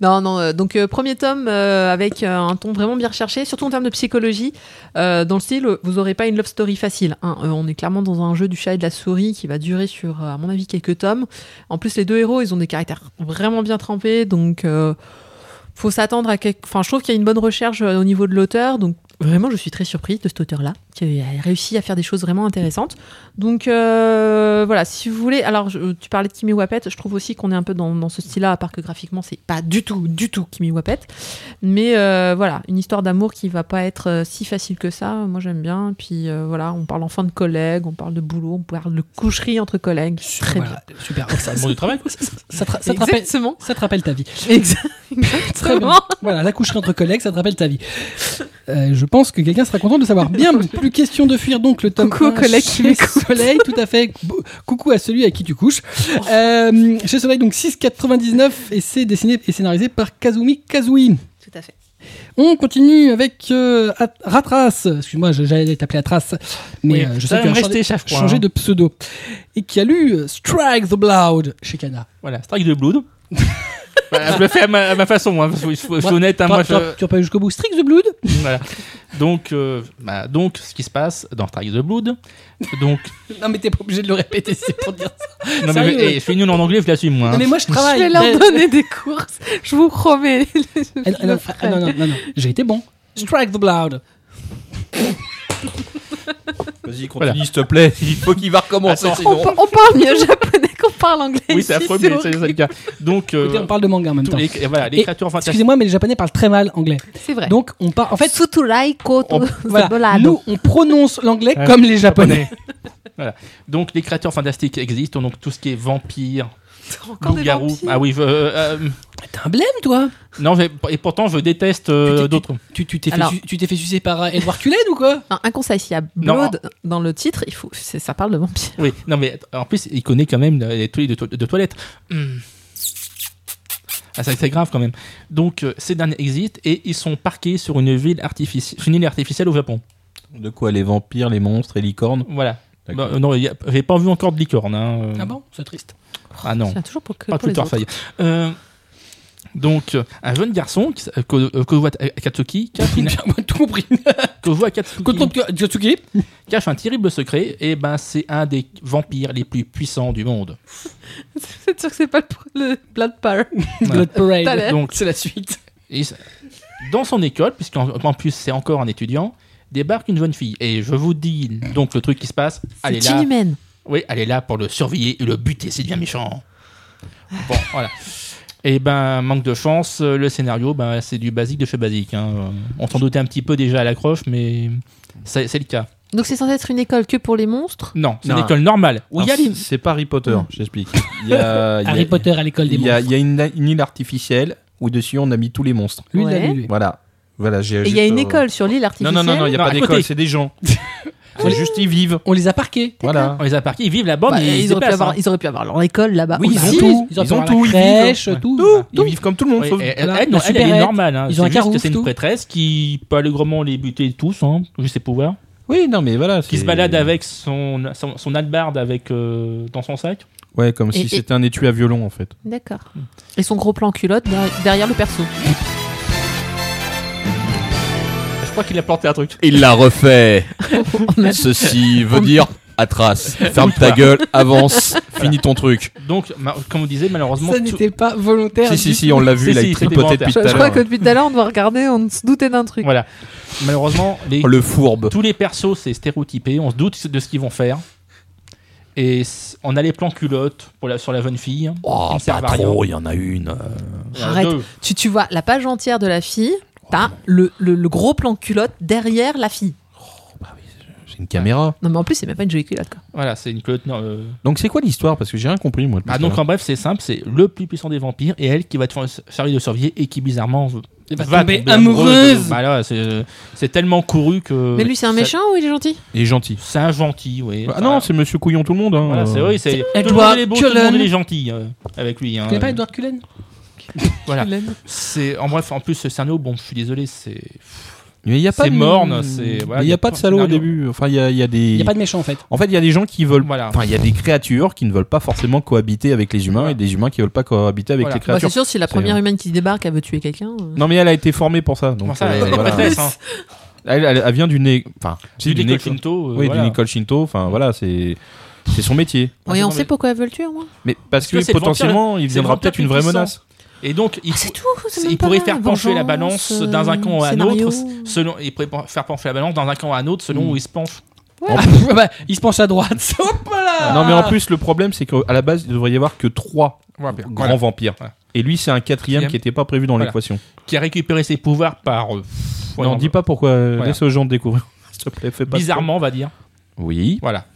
B: Non, non. euh, donc euh, premier tome euh, avec euh, un ton vraiment bien recherché, surtout en termes de psychologie. Euh, dans le style, euh, vous aurez pas une love story facile. hein. Euh, on est clairement dans un jeu du chat et de la souris qui va durer sur, euh, à mon avis, quelques tomes. En plus, les deux héros, ils ont des caractères vraiment bien trempés, donc euh, faut s'attendre à quelque. Enfin, je trouve qu'il y a une bonne recherche euh, au niveau de l'auteur, donc. Vraiment, je suis très surprise de cet auteur-là, qui a réussi à faire des choses vraiment intéressantes. Donc euh, voilà, si vous voulez, alors je- tu parlais de Kimi Wapet, je trouve aussi qu'on est un peu dans, dans ce style-là, à part que graphiquement, c'est pas du tout, du tout Kimi Wapet. Mais euh, voilà, une histoire d'amour qui va pas être euh, si facile que ça, moi j'aime bien. Puis euh, voilà, on parle enfin de collègues, on parle de boulot, on parle de coucherie entre collègues.
A: Super,
B: Très
A: voilà, super. Ça,
C: Le monde du travail, quoi.
A: ça te ra- ça
B: bien.
A: te rappelle,
B: Exactement.
A: ça te rappelle ta vie. Très bien.
B: Exactement.
A: Voilà, la coucherie entre collègues, ça te rappelle ta vie. Euh, je pense que quelqu'un sera content de le savoir. Bien, plus question de fuir donc le tome
B: Coucou aux
A: 1
B: collègues qui
A: chez
B: m'écoutent.
A: Soleil, tout à fait. Bou- Coucou à celui à qui tu couches.
B: Oh.
A: Euh, chez Soleil, donc 6,99 et c'est dessiné et scénarisé par Kazumi Kazui.
B: Tout à fait.
A: On continue avec euh, At- Ratras. Excuse-moi, je- j'allais t'appeler Atras, mais
C: Oui,
A: euh, je sais
C: ça va
A: que tu
C: me
A: as changé,
C: rester chaque fois,
A: changé
C: hein.
A: de pseudo. Et qui a lu euh, Strike the Blood chez Kana.
C: Voilà, strike de blood. Bah, je le fais à ma, à ma façon, hein, faut- faut- faut
A: Toi-
C: honnête. hein,
A: toi-
C: moi,
A: toi-
C: je-
A: Tu as pas eu jusqu'au bout. Strike the Blood
C: voilà. donc, euh, bah, donc, ce qui se passe dans Strike the Blood. Donc,
A: Non, mais t'es pas obligé de le répéter, c'est pour dire ça.
C: non, mais,
A: Sérieux
C: eh, je suis nul en anglais, je l'assume, moi. hein.
A: Non, mais moi, je
B: Je
A: travaille.
B: vais
A: Euh,
B: leur donner des courses, je vous promets.
A: Ah, non,
B: Je le
A: non,
B: ferai.
A: ah, non, non, non, non. j'ai été bon. Strike the Blood.
E: Vas-y,
C: Voilà.
E: s'il te plaît. Il faut qu'il va recommencer.
C: Attends.
B: On, pa- on parle mieux japonais qu'on parle anglais.
C: Oui, c'est
B: ici,
C: affreux, mais c'est
B: horrible.
C: c'est le cas. Donc, euh,
A: Écoutez, on parle de manga en même
C: tous
A: temps.
C: les, et voilà, les
A: Et-
C: créatures fantastiques.
A: Excusez-moi, mais les japonais parlent très mal anglais.
B: C'est vrai.
A: Donc, on parle. En fait,
B: Suturai koto
C: On-
A: voilà,
B: zabolado.
A: nous, on prononce l'anglais
C: Ouais.
A: comme les japonais.
C: Voilà. Donc, les créatures fantastiques existent. Donc, tout ce qui est vampire,
B: Encore des
C: loup-garou.
B: vampires.
C: Ah oui, euh, euh,
A: T'es un blême, toi.
C: non, mais- et pourtant, je déteste euh,
A: Tu- tu-
C: d'autres.
A: Tu tu t'es fait,
B: Alors-
A: su- tu t'es fait sucer par euh, Edward Cullen ou quoi
B: Non, inconsaisissable.
C: Non.
B: Blood, dans le titre, il faut, c'est- ça parle de vampire.
C: Oui, non, mais en plus, il connaît quand même les toilettes de, to- de toilette. Hmm. Ah, ça, c'est grave quand même. Donc, euh, ces derniers existent et ils sont parqués sur une, ville artifici- sur une île artificielle au Japon.
E: De quoi les vampires, les monstres et licornes
C: Voilà.
E: D'accord.
C: Bah, euh, non, il y a- j'ai pas vu encore de licorne. hein, euh.
A: Ah bon C'est triste.
C: Ah non.
B: Tiens, toujours pour que
C: pas
B: pour
C: tout
B: les autres.
C: Torfaille. Euh, donc, euh, un jeune garçon qui s- euh, que, euh, que voit euh, Akatsuki cache, une-
A: J'ai tout compris.
C: que voit Akatsuki
A: Contre Jotsuki
C: cache un terrible secret. Et ben, c'est un des vampires les plus puissants du monde.
B: C'est sûr que c'est pas le, le Blood Power.
A: Blood
B: T'as
A: Parade.
B: l'air.
C: Donc,
A: C'est la suite.
C: Et s- dans son école, puisqu'en en plus c'est encore un étudiant, débarque une jeune fille. Et je vous dis donc le truc qui se passe. Ah, Elle est
B: C'est
C: là.
B: inhumaine.
C: Oui, elle est là pour le surveiller et le buter. C'est bien méchant. Bon, voilà. Et ben, manque de chance, euh, le scénario, ben, c'est du basique de chez basique. hein. Euh, On s'en doutait un petit peu déjà à l'accroche, mais c'est c'est le cas.
B: Donc c'est censé être une école que pour les monstres.
C: Non, c'est une
E: Non.
C: école normale. Où il y a
E: Alors,
C: les-
E: c'est- C'est pas Harry Potter, j'explique. Il y a, il y a-
F: Harry Potter à l'école des
E: il y a,
F: monstres.
E: il y a une, une île artificielle où dessus on a mis tous les monstres.
A: Lui, il
B: Ouais.
A: l'a lu, lui.
E: Voilà. Voilà, j'ai
B: Et il y
E: juste,
B: a une
E: euh,
B: école sur l'île
E: Non,
B: artificielle.
E: non, non, non, il n'y a
C: Non,
E: pas
C: à
E: d'école,
C: côté.
E: c'est des gens. c'est juste, ils vivent.
F: On les a parqués.
E: Voilà.
C: On les a parqués, ils vivent là-bas,
B: Bah,
C: mais ils,
B: ils,
C: se
B: auraient pu
C: déplacent,
B: avoir,
C: hein.
B: ils auraient pu avoir leur école là-bas.
E: Oui,
B: Ou
E: ils
A: bah
B: pas.
E: ont
F: Si,
E: tout.
F: Ils ont
E: Ils ont
F: la
E: tout, ils
F: crèche,
A: vivent.
F: tout.
E: Tout.
F: Tout.
E: Ils vivent comme tout le monde.
C: Oui,
E: sauf-
C: elle,
F: voilà, la
C: elle, non, elle, elle est
F: supérette,
C: normale. hein.
F: ils
C: C'est
F: ont un
C: juste que
F: carouf,
C: C'est une
F: tout.
C: prêtresse qui peut allègrement les buter tous, hein, juste ses pouvoirs.
E: Oui, non, mais voilà.
C: Qui
E: c'est-
C: se balade avec son, son, son albarde avec, euh, dans son sac.
E: Ouais, comme si
B: Et- et-
E: c'était un étui à violon, en fait.
B: D'accord. Et son gros plan culotte derrière- derrière le perso.
C: Je crois qu'il a planté un truc.
G: Il l'a refait.
B: On a-
G: Ceci veut dire à trace. Ferme ta gueule, avance, finis ton truc.
C: Donc, ma- comme on disait, malheureusement.
A: Ça
C: tout-
A: n'était pas volontaire.
E: Si,
A: du
E: si, si, on l'a vu,
C: Si,
E: il a
C: si,
E: été
C: c'était
E: tripoté depuis
B: Je,
E: tout
B: je
E: à
B: crois
E: l'heure.
B: que
C: hein.
B: depuis tout à l'heure, on doit regarder, on se doutait d'un truc.
C: Voilà. Malheureusement,
E: Oh,
C: les,
G: Le fourbe.
C: tous les persos, c'est stéréotypé. On se doute de ce qu'ils vont faire. Et c- on a les plans culottes pour la, sur la jeune fille.
G: Oh,
C: Ils
G: pas
C: servent à rien.
G: trop, il y en a une.
C: Il y en a
B: Arrête.
C: deux.
B: Tu, tu vois la page entière de la fille, t'as le, le- le gros plan culotte derrière la fille.
E: C'est une caméra.
B: Non, mais en plus, c'est même pas une jolie culotte. quoi.
C: Voilà, c'est une culotte. non, euh,
E: Donc, c'est quoi l'histoire Parce que j'ai rien compris, moi. depuis
B: Bah,
C: Ah,
E: tout à
C: donc
E: l'heure.
C: en bref, c'est simple, c'est le plus puissant des vampires et elle qui va être chargée de surveiller et qui bizarrement v-
F: va
C: va,
F: tomber
C: tomber Bah,
F: amoureuse.
C: Voilà, c'est- euh, c'est tellement couru que.
B: mais lui, c'est un méchant ou il est gentil
E: Il est gentil.
C: C'est un gentil, oui.
E: Ah non, c'est monsieur couillon tout le monde. hein.
C: Voilà, c'est oui, c'est.
F: C'est
C: Tout le monde est beau, tout le monde
F: Cullen.
C: est gentil euh, avec lui. hein.
A: Tu connais pas Edward Cullen
C: Voilà. C'est en bref, en plus ce cerneau, bon, je suis désolé, c'est.
E: Mais il y a pas
C: C'est
E: de-
C: morne, c'est- voilà,
E: Mais il n'y a pas de salaud au
C: scénario.
E: début. Enfin, il y a, il y a des.
A: Il n'y a pas de méchant en fait.
E: En fait, il y a des gens qui veulent.
C: Voilà.
E: Enfin, il y a des créatures qui ne veulent pas forcément cohabiter avec les humains et des humains qui veulent pas cohabiter avec
C: Voilà.
E: les
B: Bah,
E: créatures.
B: c'est sûr, si la
E: C'est-
B: première humaine qui débarque, elle veut tuer quelqu'un. euh.
E: non, mais elle a été formée pour ça. Donc,
C: Comment ça,
E: euh,
C: elle est
E: voilà.
C: prêtresse, hein.
E: elle, elle- elle vient d'une é- enfin,
C: Du
E: si, d'une
C: Nicole
E: éco-
C: Shinto, euh,
E: oui,
C: voilà.
E: d'une école Shinto. Enfin, voilà, c'est c'est son métier.
C: Ah,
B: Oui,
C: c'est
B: on
C: bon,
B: sait
C: mais-
B: pourquoi elle veut le tuer, moi.
E: Mais parce que
C: que c'est le
E: potentiellement, il
C: le
E: deviendra
C: vampire
E: peut-être une vraie
C: puissant.
E: menace.
C: Et donc, il,
B: Ah, c'est tout. c'est même
C: il
B: pas
C: pourrait
B: là.
C: faire pencher la
B: Vengeance, euh,
C: balance d'un un camp à un
B: scénario.
C: autre, selon, il pourrait pen- faire pencher la balance d'un un camp à un autre
E: Mm.
C: selon où il se penche.
A: Ah, bah, il se penche à droite. Hop là
E: Non, mais
C: Ah.
E: en plus, le problème, c'est qu'à la base, il devrait y avoir que trois grands
C: Voilà.
E: vampires.
C: Voilà.
E: Et lui, c'est un quatrième
C: Quatrième.
E: qui n'était pas prévu dans
C: Voilà.
E: l'équation.
C: qui a récupéré ses pouvoirs par. euh, ouais,
E: non,
C: on-
E: dis pas pourquoi. euh,
C: Voilà.
E: Laisse aux gens découvrir. S'il te plaît, fais pas. de-
C: Bizarrement, on va dire.
E: Oui.
C: Voilà.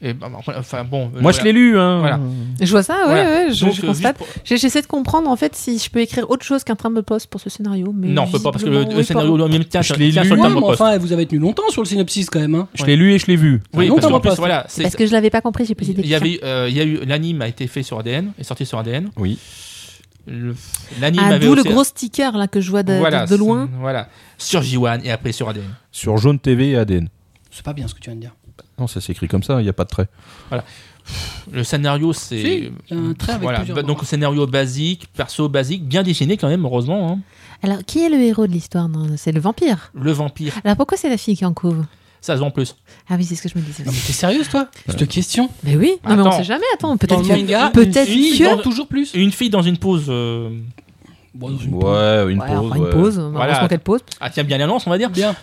C: Et, bah, bah, enfin, bon, euh,
E: Moi,
C: voilà.
E: je l'ai lu. Hein.
C: Voilà.
B: Je vois ça, Ah ouais,
C: Voilà.
B: ouais, je,
C: Donc,
B: je
C: euh,
B: constate.
C: juste pour-
B: J'ai- J'essaie de comprendre en fait si je peux écrire autre chose qu'un train de poste pour ce scénario. Mais
C: Non, on peut pas parce que euh, le,
B: visiblement,
C: le
B: oui,
C: scénario
B: pardon.
C: lui même tient,
E: Je
C: tient
E: l'ai
C: sur
E: lu.
C: le
A: Ouais,
E: Sur
A: mais
C: timbre poste.
A: enfin, vous avez tenu longtemps sur le synopsis quand même. Hein.
E: Je l'ai lu et je l'ai vu.
C: Oui,
A: Non,
C: parce
A: Timbre
C: qu'en plus,
A: Poste.
C: voilà, c'est-
B: Parce que je l'avais pas compris, j'ai posé des
C: il y
B: questions.
C: avait, euh, il y a eu l'anime a été fait sur ADN, est sorti sur ADN.
E: Oui.
C: Le- L'anime
B: Ah,
C: avait
B: d'où le
C: aussi-
B: gros sticker là que je vois de, de-
C: voilà,
B: de loin.
C: c'est- Voilà, sur J1 et après sur ADN.
E: Sur Jaune TV et ADN.
A: C'est pas bien ce que tu viens de dire.
E: Non, ça s'écrit comme ça, il n'y a pas de trait.
C: Le scénario, c'est
A: Si, il y a un trait avec
C: voilà,
A: plusieurs
C: bah,
A: bras.
C: donc scénario basique, perso basique, bien dessiné quand même, heureusement. hein.
B: Alors, qui est le héros de l'histoire Non, C'est le vampire.
C: Le vampire,
B: Alors, pourquoi c'est la fille qui est en couve
C: ça se vend plus.
B: Ah oui, c'est ce que je me disais.
A: Non, mais t'es sérieuse toi Je te question.
B: Mais oui, non, mais on
C: Attends.
B: sait jamais. Attends,
A: Dans
B: peut-être
A: le
B: que.
A: manga,
B: peut-être
A: une fille
B: que-
A: vend toujours plus.
C: Une fille dans une pose. euh,
A: Bon, dans une pause.
E: Ouais, une
B: Ouais,
E: pause.
B: enfin, une
E: ouais.
B: pause.
C: Voilà.
B: Heureusement qu'elle pose.
C: Ah tiens bien la lance, on va dire.
A: Bien.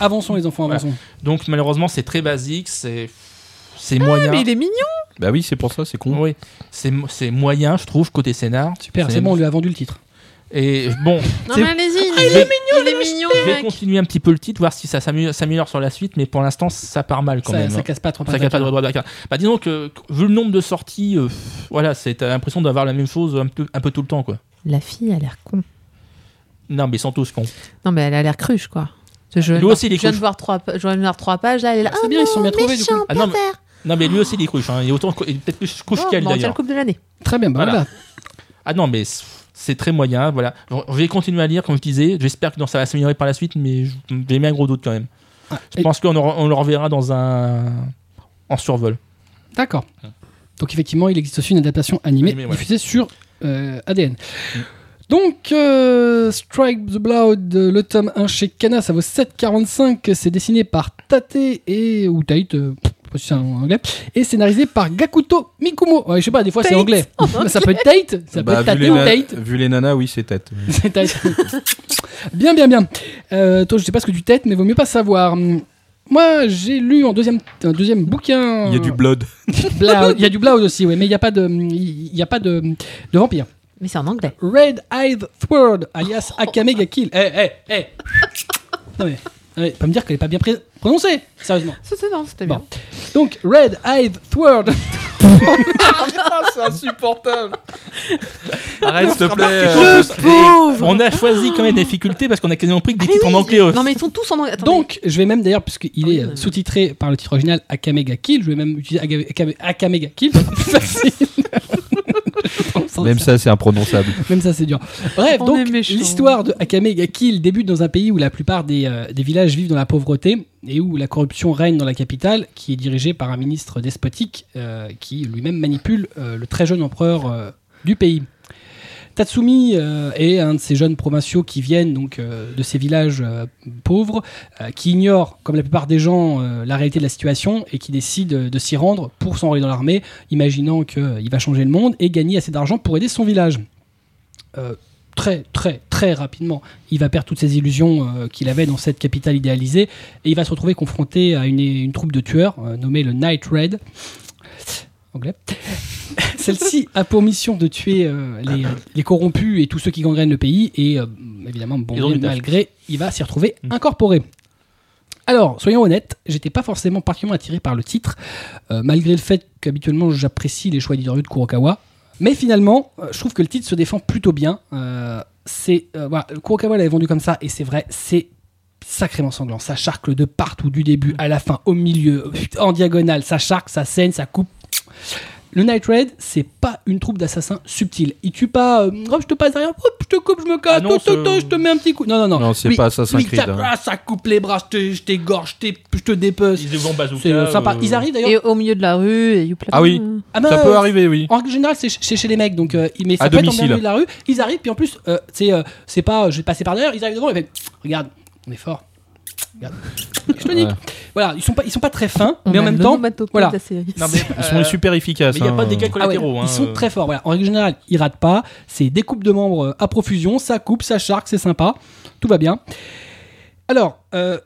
A: Avançons les enfants, avançons.
C: Donc malheureusement c'est très basique, c'est c'est moyen.
B: Ah, Mais il est mignon.
E: Bah oui, c'est pour ça, c'est con.
C: Oui, c'est mo- c'est moyen je trouve côté scénar.
A: Super, c'est bon, on lui a vendu le titre.
C: Et bon,
B: Non,
C: C'est-
B: mais allez-y.
C: je vais,
B: Il est mignon,
C: je vais
B: mec.
C: continuer un petit peu le titre, voir si ça s'amu- s'améliore sur la suite, mais pour l'instant ça part mal quand
A: ça,
C: même.
A: ça
C: hein.
A: casse pas trop
C: Ça casse pas de droit d'accord. Bah disons que vu le nombre de sorties, euh, pff, voilà, c'est t'as l'impression d'avoir la même chose un peu, un peu tout le temps quoi.
B: La fille a l'air con.
C: Non mais ils sont tous cons.
B: Non, mais elle a l'air cruche, quoi. Je,
C: Lui aussi, il est
B: je viens de
C: cruche.
B: voir trois, pa- je viens de voir trois pages. Là, elle est là.
A: C'est
B: Ah,
A: bien, ils sont bien trouvés du coup.
B: méchant,
C: Ah non, mais-
B: pervers.
C: Non mais lui aussi il est cruche, hein. il est autant co- il est peut-être plus couche
B: Oh,
C: qu'elle
B: bah, on tient le
C: d'ailleurs.
B: couple de l'année.
A: Très bien, bah
C: Voilà.
A: voilà.
C: Ah non mais c'est- c'est très moyen, voilà. Je je vais continuer à lire comme je disais, j'espère que non, ça va s'améliorer par la suite, mais je- j'ai mis un gros doute quand même.
A: Ah,
C: Je
A: et-
C: pense qu'on aura- on le reverra dans un. en survol.
A: D'accord.
E: Hein.
A: Donc effectivement, il existe aussi une adaptation animée
C: Animée, ouais.
A: diffusée sur euh, ADN.
E: Mm.
A: Donc, euh, Strike the Blood, euh, le tome 1 chez Kana, ça vaut 7,45. C'est dessiné par Tate et. ou Tate, euh, pff, je sais pas si c'est en anglais. Et scénarisé par Gakuto Mikumo. Ouais, je sais pas, des fois c'est
B: Tate,
A: anglais. Ça peut être Tate, ça
E: Bah,
A: peut être Tate
E: vu, les
A: ou
E: na-
A: Tate.
E: vu les nanas, oui, c'est tête.
A: C'est Tate. bien, bien, bien. Euh, toi, je sais pas ce que tu têtes, mais vaut mieux pas savoir. Moi, j'ai lu en deuxième, un deuxième bouquin.
E: Il y a du blood.
A: Blood. Il y a du Blood aussi, oui, mais il n'y a pas de, hum, il y a pas de, hum, de vampire.
B: Mais c'est en anglais.
A: Red Eyed Sword, alias Akame ga Kill. Eh, eh, eh. Non mais, Allez, Pas me dire qu'elle est pas bien pré- prononcée, sérieusement.
B: C'était non, c'était
A: Bon.
B: bien.
A: Donc, Red Eyed Thwerd.
D: Ah, c'est insupportable.
E: Arrête, s'il te
C: Le
E: plaît.
C: On a choisi quand même des difficultés parce qu'on a quasiment pris que des
B: Ah
C: titres
B: oui,
C: en anglais. euh.
B: Non, mais ils sont tous en anglais. Attendez.
A: Donc, je vais même d'ailleurs, puisqu'il
B: Ah oui,
A: est euh,
B: oui, oui.
A: sous-titré par le titre original Akamega Kill, je vais même utiliser Aga- Akame- Akamega Kill. Facile.
E: Même ça, c'est imprononçable.
A: Même ça, c'est dur. Bref,
B: On est
A: donc,
B: méchants.
A: l'histoire de Akamega Kill débute dans un pays où la plupart des, euh, des villages vivent dans la pauvreté et où la corruption règne dans la capitale, qui est dirigée par un ministre despotique euh, qui lui-même manipule euh, le très jeune empereur euh, du pays. Tatsumi euh, est un de ces jeunes provinciaux qui viennent donc euh, de ces villages euh, pauvres, euh, qui ignorent, comme la plupart des gens, euh, la réalité de la situation et qui décident euh, de s'y rendre pour s'enrôler dans l'armée, imaginant qu'il va changer le monde et gagner assez d'argent pour aider son village. Euh, très, très, très rapidement, il va perdre toutes ses illusions euh, qu'il avait dans cette capitale idéalisée et il va se retrouver confronté à une, une troupe de tueurs euh, nommée le Night Raid. Anglais. Celle-ci a pour mission de tuer euh, les, les corrompus et tous ceux qui gangrènent le pays et euh, évidemment, bon
C: Ils ont
A: gré,
C: du taf.
A: malgré, il va s'y retrouver
C: Mm.
A: incorporé. Alors, soyons honnêtes, j'étais pas forcément particulièrement attiré par le titre, euh, malgré le fait qu'habituellement j'apprécie les choix éditoriaux de Kurokawa. Mais finalement, euh, je trouve que le titre se défend plutôt bien. Euh, c'est euh, voilà, Kurokawa l'avait vendu comme ça, et c'est vrai, c'est sacrément sanglant. Ça charcle de partout, du début à la fin, au milieu, en diagonale. Ça charque, ça saigne, ça coupe. Le Night Raid, c'est pas une troupe d'assassins subtile. Il tue pas, euh, hop, je te passe derrière, hop, je te coupe, je me casse,
C: Ah non,
A: toc, toc,
C: ce-
A: toc, je te mets un petit coup. Non, non, non.
E: Non, c'est
A: Lui-
E: pas Assassin's
A: lui,
E: Creed,
A: tape,
E: hein.
A: ah, ça coupe les bras, je te- je t'égorge, je t'é- je te dépece.
C: Ils vont bazooka.
A: C'est euh, sympa.
C: euh,
A: Ils arrivent d'ailleurs.
B: Et au milieu de la rue, et youpla.
E: Ah oui.
A: Ah
E: Ça
A: mince.
E: peut arriver, oui.
A: En règle générale, c'est ch- c'est chez les mecs, donc euh, mais ça
E: À
A: peut être en
E: domicile.
A: plein milieu de la rue. Ils arrivent, puis en plus, euh, c'est euh, c'est pas, euh, je vais passer par derrière. Ils arrivent devant, et fait, regarde, on est fort. Regarde, je te nique.
E: Ouais.
A: Voilà, ils sont pas, ils sont pas très fins,
B: On
A: mais en
B: a
A: même
B: le
A: temps,
B: onomatopée
A: voilà.
B: de la série.
C: Non, mais,
E: Ils sont
C: euh,
E: super efficaces.
C: Mais il n'y a
E: hein.
C: pas de dégâts
A: Ah ouais,
C: collatéraux. hein,
A: Ils sont
C: euh.
A: très forts. Voilà. En règle générale, ils ratent pas. C'est des coupes de membres euh, à profusion. Ça coupe, ça charque, c'est sympa. Tout va bien. Alors, euh,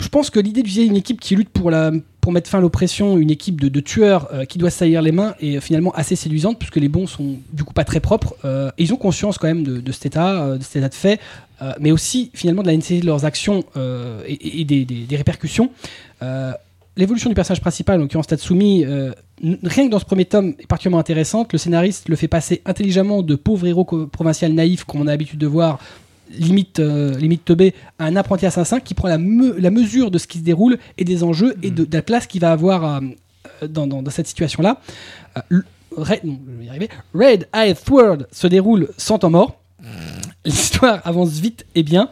A: je pense que l'idée d'utiliser une équipe qui lutte pour, la, pour mettre fin à l'oppression, une équipe de, de tueurs euh, qui doit se salir les mains, est finalement assez séduisante puisque les bons sont du coup pas très propres. euh, et ils ont conscience quand même de, de cet, état, euh, de cet état de fait, euh, mais aussi finalement de la nécessité de leurs actions euh, et, et des, des- des répercussions. Euh, L'évolution du personnage principal, en l'occurrence Tatsumi, euh, n- rien que dans ce premier tome, est particulièrement intéressante. Le scénariste le fait passer intelligemment de pauvre héros co- provincial naïf, comme on a l'habitude de voir, limite, euh, limite teubé, à un apprenti assassin qui prend la, me- la mesure de ce qui se déroule et des enjeux et de, de la place qu'il va avoir à- euh, dans, dans- dans cette situation-là. Euh, le- Red, non, je vais y arriver. Red Eye World se déroule sans temps mort. L'histoire avance vite et bien.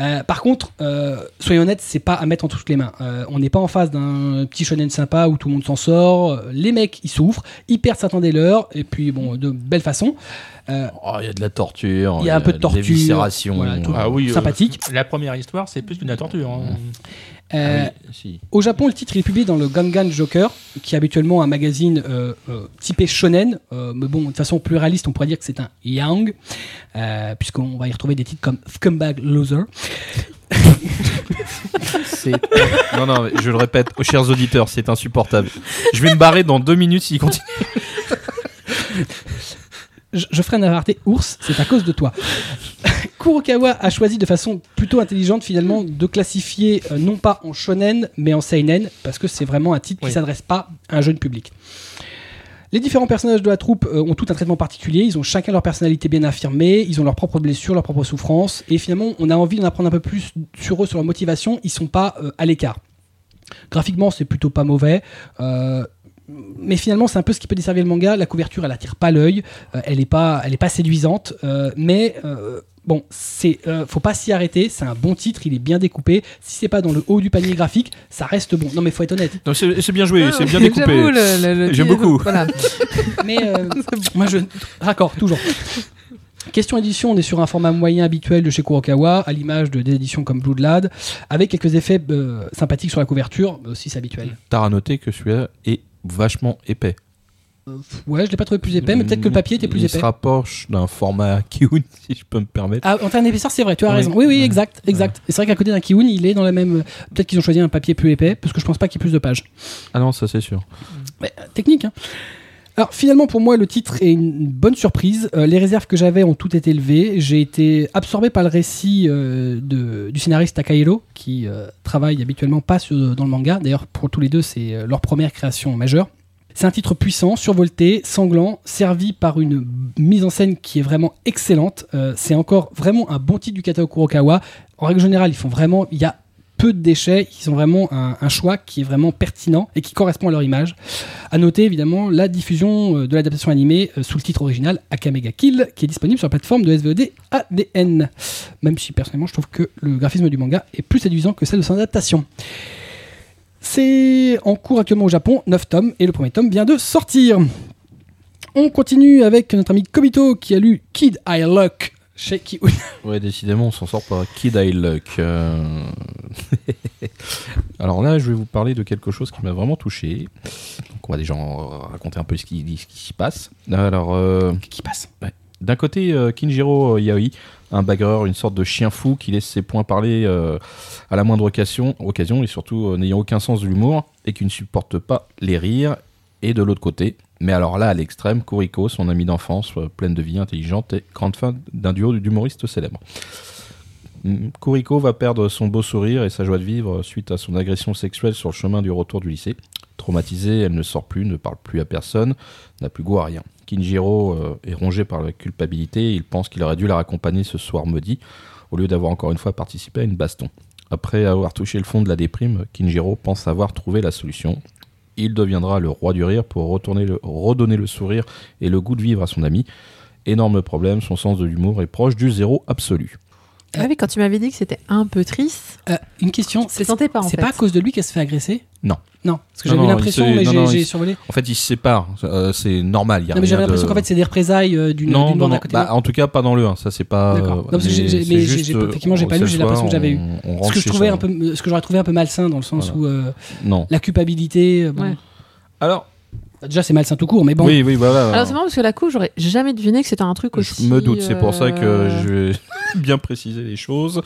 A: Euh, par contre, euh, soyons honnêtes, c'est pas à mettre en toutes les mains. Euh, on n'est pas en face d'un petit shonen sympa où tout le monde s'en sort. Euh, Les mecs, ils souffrent, ils perdent certains des leurs, et puis bon, de belle façon. Euh,
E: Oh, il y a de la torture.
A: Il y a un peu de torture,
E: viscération.
A: voilà, tout.
C: Ah oui. euh,
A: sympathique.
C: La première histoire, c'est plus qu'une torture. hein.
E: Ah
A: Euh, Au Japon, le titre est publié dans le Gangan Joker, qui est habituellement un magazine euh, euh, typé shonen, euh, mais bon, de façon plus réaliste, on pourrait dire que c'est un yang, euh, puisqu'on va y retrouver des titres comme Scumbag Loser.
E: Non, non, mais je le répète, aux chers auditeurs, c'est insupportable. Je vais me barrer dans deux minutes s'il continue.
A: je, je ferai un aparté ours, c'est à cause de toi. Kurokawa a choisi de façon plutôt intelligente finalement de classifier euh, non pas en shonen mais en seinen parce que c'est vraiment un titre qui
C: Oui.
A: s'adresse pas à un jeune public. Les différents personnages de la troupe euh, ont tout un traitement particulier, ils ont chacun leur personnalité bien affirmée, ils ont leurs propres blessures, leurs propres souffrances et finalement on a envie d'en apprendre un peu plus sur eux, sur leur motivation, ils sont pas euh, à l'écart. Graphiquement c'est plutôt pas mauvais. euh, mais finalement, c'est un peu ce qui peut desservir le manga. La couverture, elle attire pas l'œil. Euh, elle n'est pas, elle est pas séduisante, euh, mais euh, bon, c'est, euh, faut pas s'y arrêter. C'est un bon titre, il est bien découpé. Si c'est pas dans le haut du panier graphique, ça reste bon. Non, mais faut être honnête.
E: Non, c'est c'est bien joué, c'est bien
B: Ah, J'avoue,
E: découpé.
B: le- le- le-
E: J'aime beaucoup.
B: Voilà.
A: Mais euh, moi, je raccord toujours. Question édition, on est sur un format moyen habituel de chez Kurokawa, à l'image de des éditions comme Blue Lad, avec quelques effets euh, sympathiques sur la couverture, mais aussi c'est habituel.
E: T'as à noter que celui-là est vachement épais.
A: Ouais, je l'ai pas trouvé plus épais, mais peut-être que le papier était plus
E: Mmh. Il
A: épais.
E: se rapproche d'un format Kiun, si je peux me permettre.
A: Ah, en termes d'épaisseur, c'est vrai, tu as
E: Oui.
A: raison. Oui, oui,
E: Ouais.
A: exact, exact. Et c'est vrai qu'à côté d'un Kiun, il est dans la même. Peut-être qu'ils ont choisi un papier plus épais, parce que je pense pas qu'il y ait plus de pages.
E: Ah non, ça c'est sûr.
A: Ouais, euh, technique. hein. Alors finalement, pour moi, le titre est une bonne surprise. Euh, les réserves que j'avais ont toutes été élevées. J'ai été absorbé par le récit euh, de- du scénariste Takahiro, qui euh, travaille habituellement pas sur- dans le manga. D'ailleurs, pour tous les deux, c'est euh, leur première création majeure. C'est un titre puissant, survolté, sanglant, servi par une mise en scène qui est vraiment excellente. Euh, c'est encore vraiment un bon titre du Katao Kurokawa. En règle générale, ils font vraiment, il y a peu de déchets, ils ont vraiment un, un choix qui est vraiment pertinent et qui correspond à leur image. À noter évidemment la diffusion euh, de l'adaptation animée euh, sous le titre original Akamega Kill, qui est disponible sur la plateforme de SVOD ADN. Même si personnellement, je trouve que le graphisme du manga est plus séduisant que celle de son adaptation. C'est en cours actuellement au Japon, 9 tomes, et le premier tome vient de sortir. On continue avec notre ami Kobito qui a lu Kid I Luck chez Kiun.
E: Ouais, décidément, on s'en sort pas. Kid I Luck. euh. Alors là, je vais vous parler de quelque chose qui m'a vraiment touché. Donc, on va déjà en raconter un peu ce qui, ce qui s'y passe. Alors, euh,
A: Qui passe
E: d'un côté, euh, Kinjiro Yaoi, un bagarreur, une sorte de chien fou qui laisse ses poings parler euh, à la moindre occasion, occasion et surtout euh, n'ayant aucun sens de l'humour et qui ne supporte pas les rires. Et de l'autre côté, mais alors là, à l'extrême, Kuriko, son amie d'enfance, euh, pleine de vie, intelligente et grande fan d'un duo d'humoristes célèbres. Mm, Kuriko va perdre son beau sourire et sa joie de vivre suite à son agression sexuelle sur le chemin du retour du lycée. Traumatisée, elle ne sort plus, ne parle plus à personne, n'a plus goût à rien. Kinjiro euh, est rongé par la culpabilité, il pense qu'il aurait dû la raccompagner ce soir maudit, au lieu d'avoir encore une fois participé à une baston. Après avoir touché le fond de la déprime, Kinjiro pense avoir trouvé la solution. Il deviendra le roi du rire pour retourner le- redonner le sourire et le goût de vivre à son ami. Énorme problème, son sens de l'humour est proche du zéro absolu.
B: Ah oui, quand tu m'avais dit que c'était un peu triste,
A: Euh, Une question,
B: je
A: c'est
B: ne sentais pas en
A: c'est
B: fait.
A: pas à cause de lui qu'elle se fait agresser
E: Non.
A: Non, parce que
E: Non,
A: j'avais eu
E: non,
A: l'impression,
E: il se-
A: mais
E: non,
A: j'ai
E: non, il
A: j'ai
E: se-
A: survolé.
E: En fait, ils se séparent, euh, c'est normal. il Y a
A: Non, mais j'avais
E: rien de-
A: l'impression qu'en fait, c'est des représailles euh, d'une
E: non,
A: d'une
E: non,
A: bande
E: non.
A: à côté. de
E: Bah,
A: l'autre.
E: en tout cas, pas dans le 1, ça c'est pas.
A: D'accord.
E: euh,
A: Non, parce que j'ai- j'ai-
E: c'est
A: mais j'ai-
E: juste,
A: j'ai-
E: euh,
A: effectivement, j'ai
E: on-
A: pas lu,
E: ce
A: j'ai l'impression
E: soir,
A: que j'avais eu.
E: on- on
A: ce
E: rentre
A: que je
E: chez
A: trouvais
E: soi.
A: un peu, ce que j'aurais trouvé un peu malsain dans le sens où euh,
E: Non.
A: la culpabilité. euh, bon. bah,
B: Ouais.
E: Alors,
A: Déjà, c'est malsain tout court, mais bon.
E: oui, oui, voilà.
B: Alors c'est marrant parce que la couche, j'aurais jamais deviné que c'était un truc aussi.
E: Ah. Je me doute, c'est pour ça que
B: euh,
E: je vais bien préciser les choses.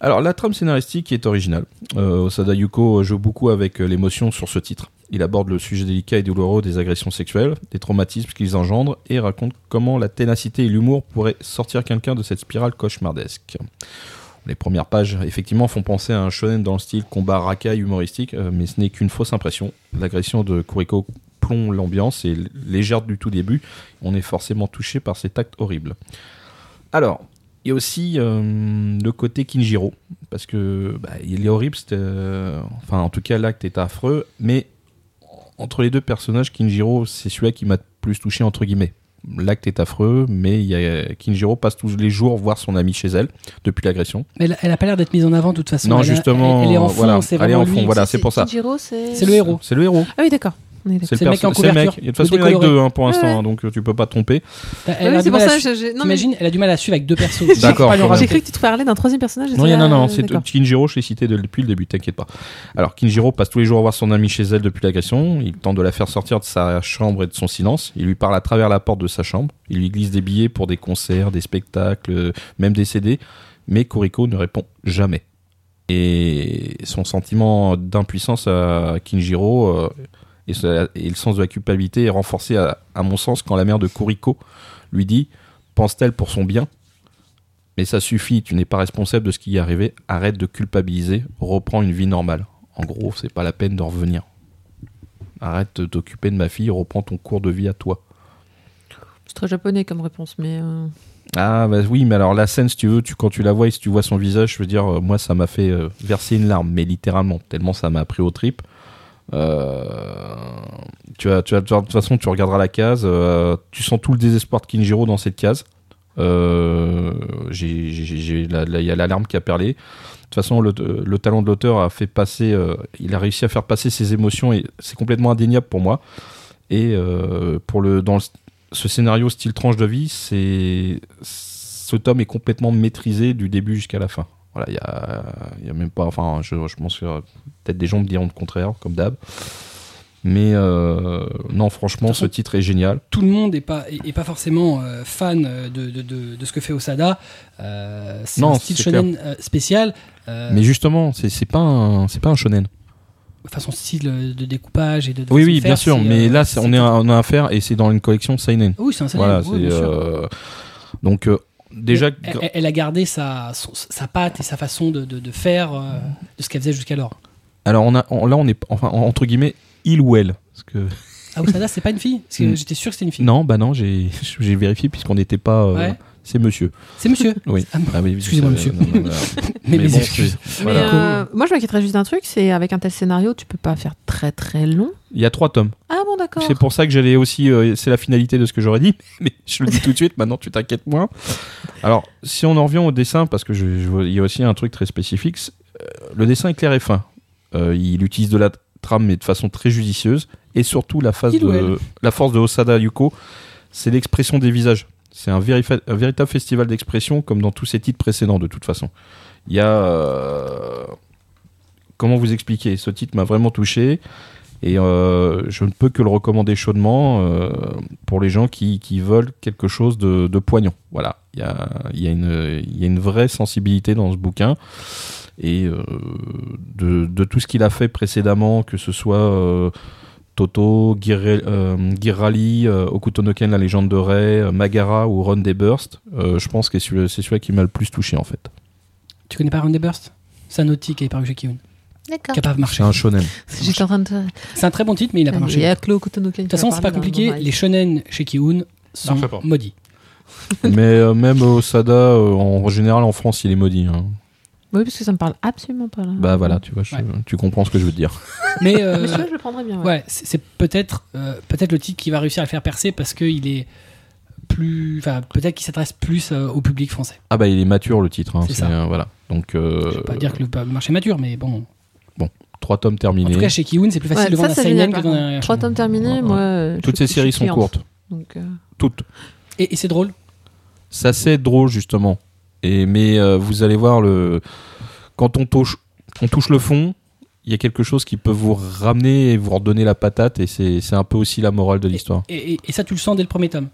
E: Alors, la trame scénaristique est originale. Euh, Osada Yuko joue beaucoup avec euh, l'émotion sur ce titre. Il aborde le sujet délicat et douloureux des agressions sexuelles, des traumatismes qu'ils engendrent et raconte comment la ténacité et l'humour pourraient sortir quelqu'un de cette spirale cauchemardesque. Les premières pages, effectivement, font penser à un shonen dans le style combat racaille humoristique, euh, mais ce n'est qu'une fausse impression. L'agression de Kuriko plombe l'ambiance et l- légère du tout début, on est forcément touché par cet acte horrible. Alors, il y a aussi euh, le côté Kinjiro, parce que bah, il est horrible, c'est, euh, enfin en tout cas l'acte est affreux, mais entre les deux personnages, Kinjiro, c'est celui qui m'a le plus touché entre guillemets. L'acte est affreux, mais il y a, Kinjiro passe tous les jours voir son ami chez elle depuis l'agression.
A: Mais elle, elle a pas l'air d'être mise en avant de toute façon.
E: Non,
A: elle a-
E: justement,
A: elle, elle est en fond,
E: voilà,
A: c'est
E: elle est
A: vraiment
E: en fond,
A: lui.
E: voilà. c'est pour ça.
B: Kinjiro, c'est.
A: C'est le héros.
E: C'est le héros.
B: Ah oui, d'accord. On est d'accord.
E: C'est
A: C'est le mec
E: perso-
A: en
E: c'est le mec.
A: couverture,
E: Et De toute façon, il y en a que
A: décoloré.
E: deux hein, pour l'instant,
B: Ouais, ouais.
E: hein, donc tu peux pas te tromper.
A: Bah, Elle
B: Ah
A: a
B: oui,
A: du
B: c'est pour
A: mal à
B: ça que
A: suivre-
B: je- je- non, mais-
A: T'imagines, elle a du mal à suivre avec deux persos.
E: D'accord,
A: Pas le
E: quand
A: rajouter.
B: J'ai cru que tu te parlais d'un troisième personnage.
E: Non,
B: j'étais
E: il y en
B: là,
E: a, non,
B: euh,
E: c'est
B: d'accord.
E: Kinjiro, je l'ai cité de- depuis le début, t'inquiète pas. Alors, Kinjiro passe tous les jours voir son ami chez elle depuis l'agression. Il tente de la faire sortir de sa chambre et de son silence. Il lui parle à travers la porte de sa chambre. Il lui glisse des billets pour des concerts, des spectacles, euh, même des CD. Mais Kuriko ne répond jamais. Et son sentiment d'impuissance à Kinjiro euh, et, ce- et le sens de la culpabilité est renforcé, à, à mon sens, quand la mère de Kuriko lui dit Pense-t-elle pour son bien mais ça suffit, tu n'es pas responsable de ce qui est arrivé, arrête de culpabiliser, reprends une vie normale. En gros, c'est pas la peine d'en revenir. Arrête de t'occuper de ma fille, reprends ton cours de vie à toi.
B: C'est très japonais comme réponse, mais. euh,
E: Ah bah oui, mais alors la scène, si tu veux, tu, quand tu la vois et si tu vois son visage, je veux dire, euh, moi ça m'a fait euh, verser une larme, mais littéralement, tellement ça m'a pris aux tripes. Euh, tu vas, tu vas- tu vas- de toute façon, tu regarderas la case, euh, tu sens tout le désespoir de Kinjiro dans cette case. Euh, j'ai- j'ai- j'ai- là- là, Il y a l'alarme qui a perlé. De toute façon, le, le talent de l'auteur a fait passer, euh, il a réussi à faire passer ses émotions et c'est complètement indéniable pour moi. Et euh, pour le, dans le, ce scénario style tranche de vie, c'est ce tome est complètement maîtrisé du début jusqu'à la fin. Voilà, il y a, il y a même pas. Enfin, je, je pense que euh, peut-être des gens me diront le contraire, comme d'hab. Mais euh, non, franchement, ce titre est génial.
A: tout le monde n'est pas, est, est pas forcément euh, fan euh, de, de, de, de ce que fait Osada. Euh, c'est
E: Non,
A: un style
E: c'est
A: shonen euh, spécial. Euh,
E: Mais justement, c'est c'est pas un, c'est pas un shonen.
A: Enfin, son style euh, de découpage et de. de façon
E: Oui, oui,
A: de
E: bien
A: faire,
E: sûr,
A: c'est,
E: mais
A: euh,
E: là, c'est- on, est, on a affaire et c'est dans une collection seinen.
A: Oui, c'est un seinen,
E: Voilà,
A: oui,
E: c'est,
A: bien sûr.
E: euh, donc euh, déjà.
A: Elle- Elle, elle a gardé sa, son- sa patte et sa façon de, de- de faire euh, de ce qu'elle faisait jusqu'alors.
E: Alors on a, on- là, on est enfin en- entre guillemets il ou elle. Parce que
A: Ah, Ousada, c'est pas une fille Parce que
E: Mm.
A: j'étais sûr que c'était une fille.
E: non, bah non, j'ai j'ai vérifié puisqu'on n'était pas. euh,
A: Ouais.
E: C'est monsieur.
A: C'est monsieur.
E: Oui.
A: Ah,
E: Ah, mais-
A: Excusez-moi, monsieur.
E: non, non, non, non.
A: Mais
E: Mais
A: mes
E: bon,
A: excuses.
E: c'est-
B: Mais,
E: voilà.
B: euh, moi, je m'inquiéterais juste d'un truc, c'est avec un tel scénario, tu peux pas faire très très long.
E: Il y a trois tomes.
B: Ah bon, d'accord.
E: C'est pour ça que j'allais aussi. euh, c'est la finalité de ce que j'aurais dit. Mais je le dis tout de suite. Maintenant, tu t'inquiètes moins. Alors, si on en revient au dessin, parce que je, je vois- il y a aussi un truc très spécifique. c'est, euh, Le dessin est clair et fin. Euh, il utilise de la trame, mais de façon très judicieuse. Et surtout, la, phase
A: Il ou
E: de, la force de Osada Yuko, c'est l'expression des visages. C'est un, vérifa- un véritable festival d'expression, comme dans tous ses titres précédents, de toute façon. Il y a. euh, comment vous expliquer Ce titre m'a vraiment touché. Et euh, je ne peux que le recommander chaudement euh, pour les gens qui, qui veulent quelque chose de, de poignant. Voilà, il y a, il y, a une- il y a une vraie sensibilité dans ce bouquin. Et euh, de, de tout ce qu'il a fait précédemment, que ce soit euh, Toto, Girali, euh, Okutonoken, la légende de Ray, euh, Magara ou Ron Deburst, euh, je pense que c'est celui- c'est celui-là qui m'a le plus touché en fait.
A: Tu connais pas Ron Burst C'est un outil qui est paru chez Kiyun,
B: D'accord.
A: qui a pas marché.
E: C'est un shonen.
B: J'étais en train de.
A: C'est un très bon titre, mais il a pas marché.
B: Il y
A: De
B: a Claude Kotonoken.
A: toute façon, c'est pas compliqué. Les shonen chez Kiyun sont
C: fais pas.
A: maudits.
E: Mais euh, même Osada, euh, en général en France, il est maudit. hein.
B: Oui, parce que ça me parle absolument pas là.
E: Bah voilà, tu vois, je-
A: Ouais.
E: tu comprends ce que je veux te dire.
A: Mais euh,
B: Monsieur, je le prendrais bien. Ouais.
A: ouais, c'est c'est peut-être euh, peut-être le titre qui va réussir à le faire percer parce qu'il est plus. Enfin, peut-être qu'il s'adresse plus euh, au public français.
E: Ah bah il est mature le titre, hein,
A: C'est
E: c'est
A: ça.
E: euh, voilà. Donc euh,
A: Je vais pas dire que le pa- marché est mature, mais bon.
E: trois tomes
A: En
E: terminés.
A: tout cas, chez Kiyun, c'est plus facile
B: Ouais,
A: de vendre
B: ça,
A: un
B: c'est génial,
A: seinen que
B: par
A: de vendre un.
B: Trois tomes terminés,
E: Ouais,
B: moi.
E: ouais.
B: euh, je
E: Toutes
B: suis-
E: ces
B: je suis
E: séries sont
B: cliente.
E: courtes,
B: Donc, euh,
E: toutes.
A: Et, et c'est drôle.
E: Ça c'est drôle justement. Et mais euh, vous allez voir le quand on touche on touche le fond, il y a quelque chose qui peut vous ramener et vous redonner la patate et c'est c'est un peu aussi la morale de l'histoire.
A: Et, et- et ça, tu le sens dès le premier tome.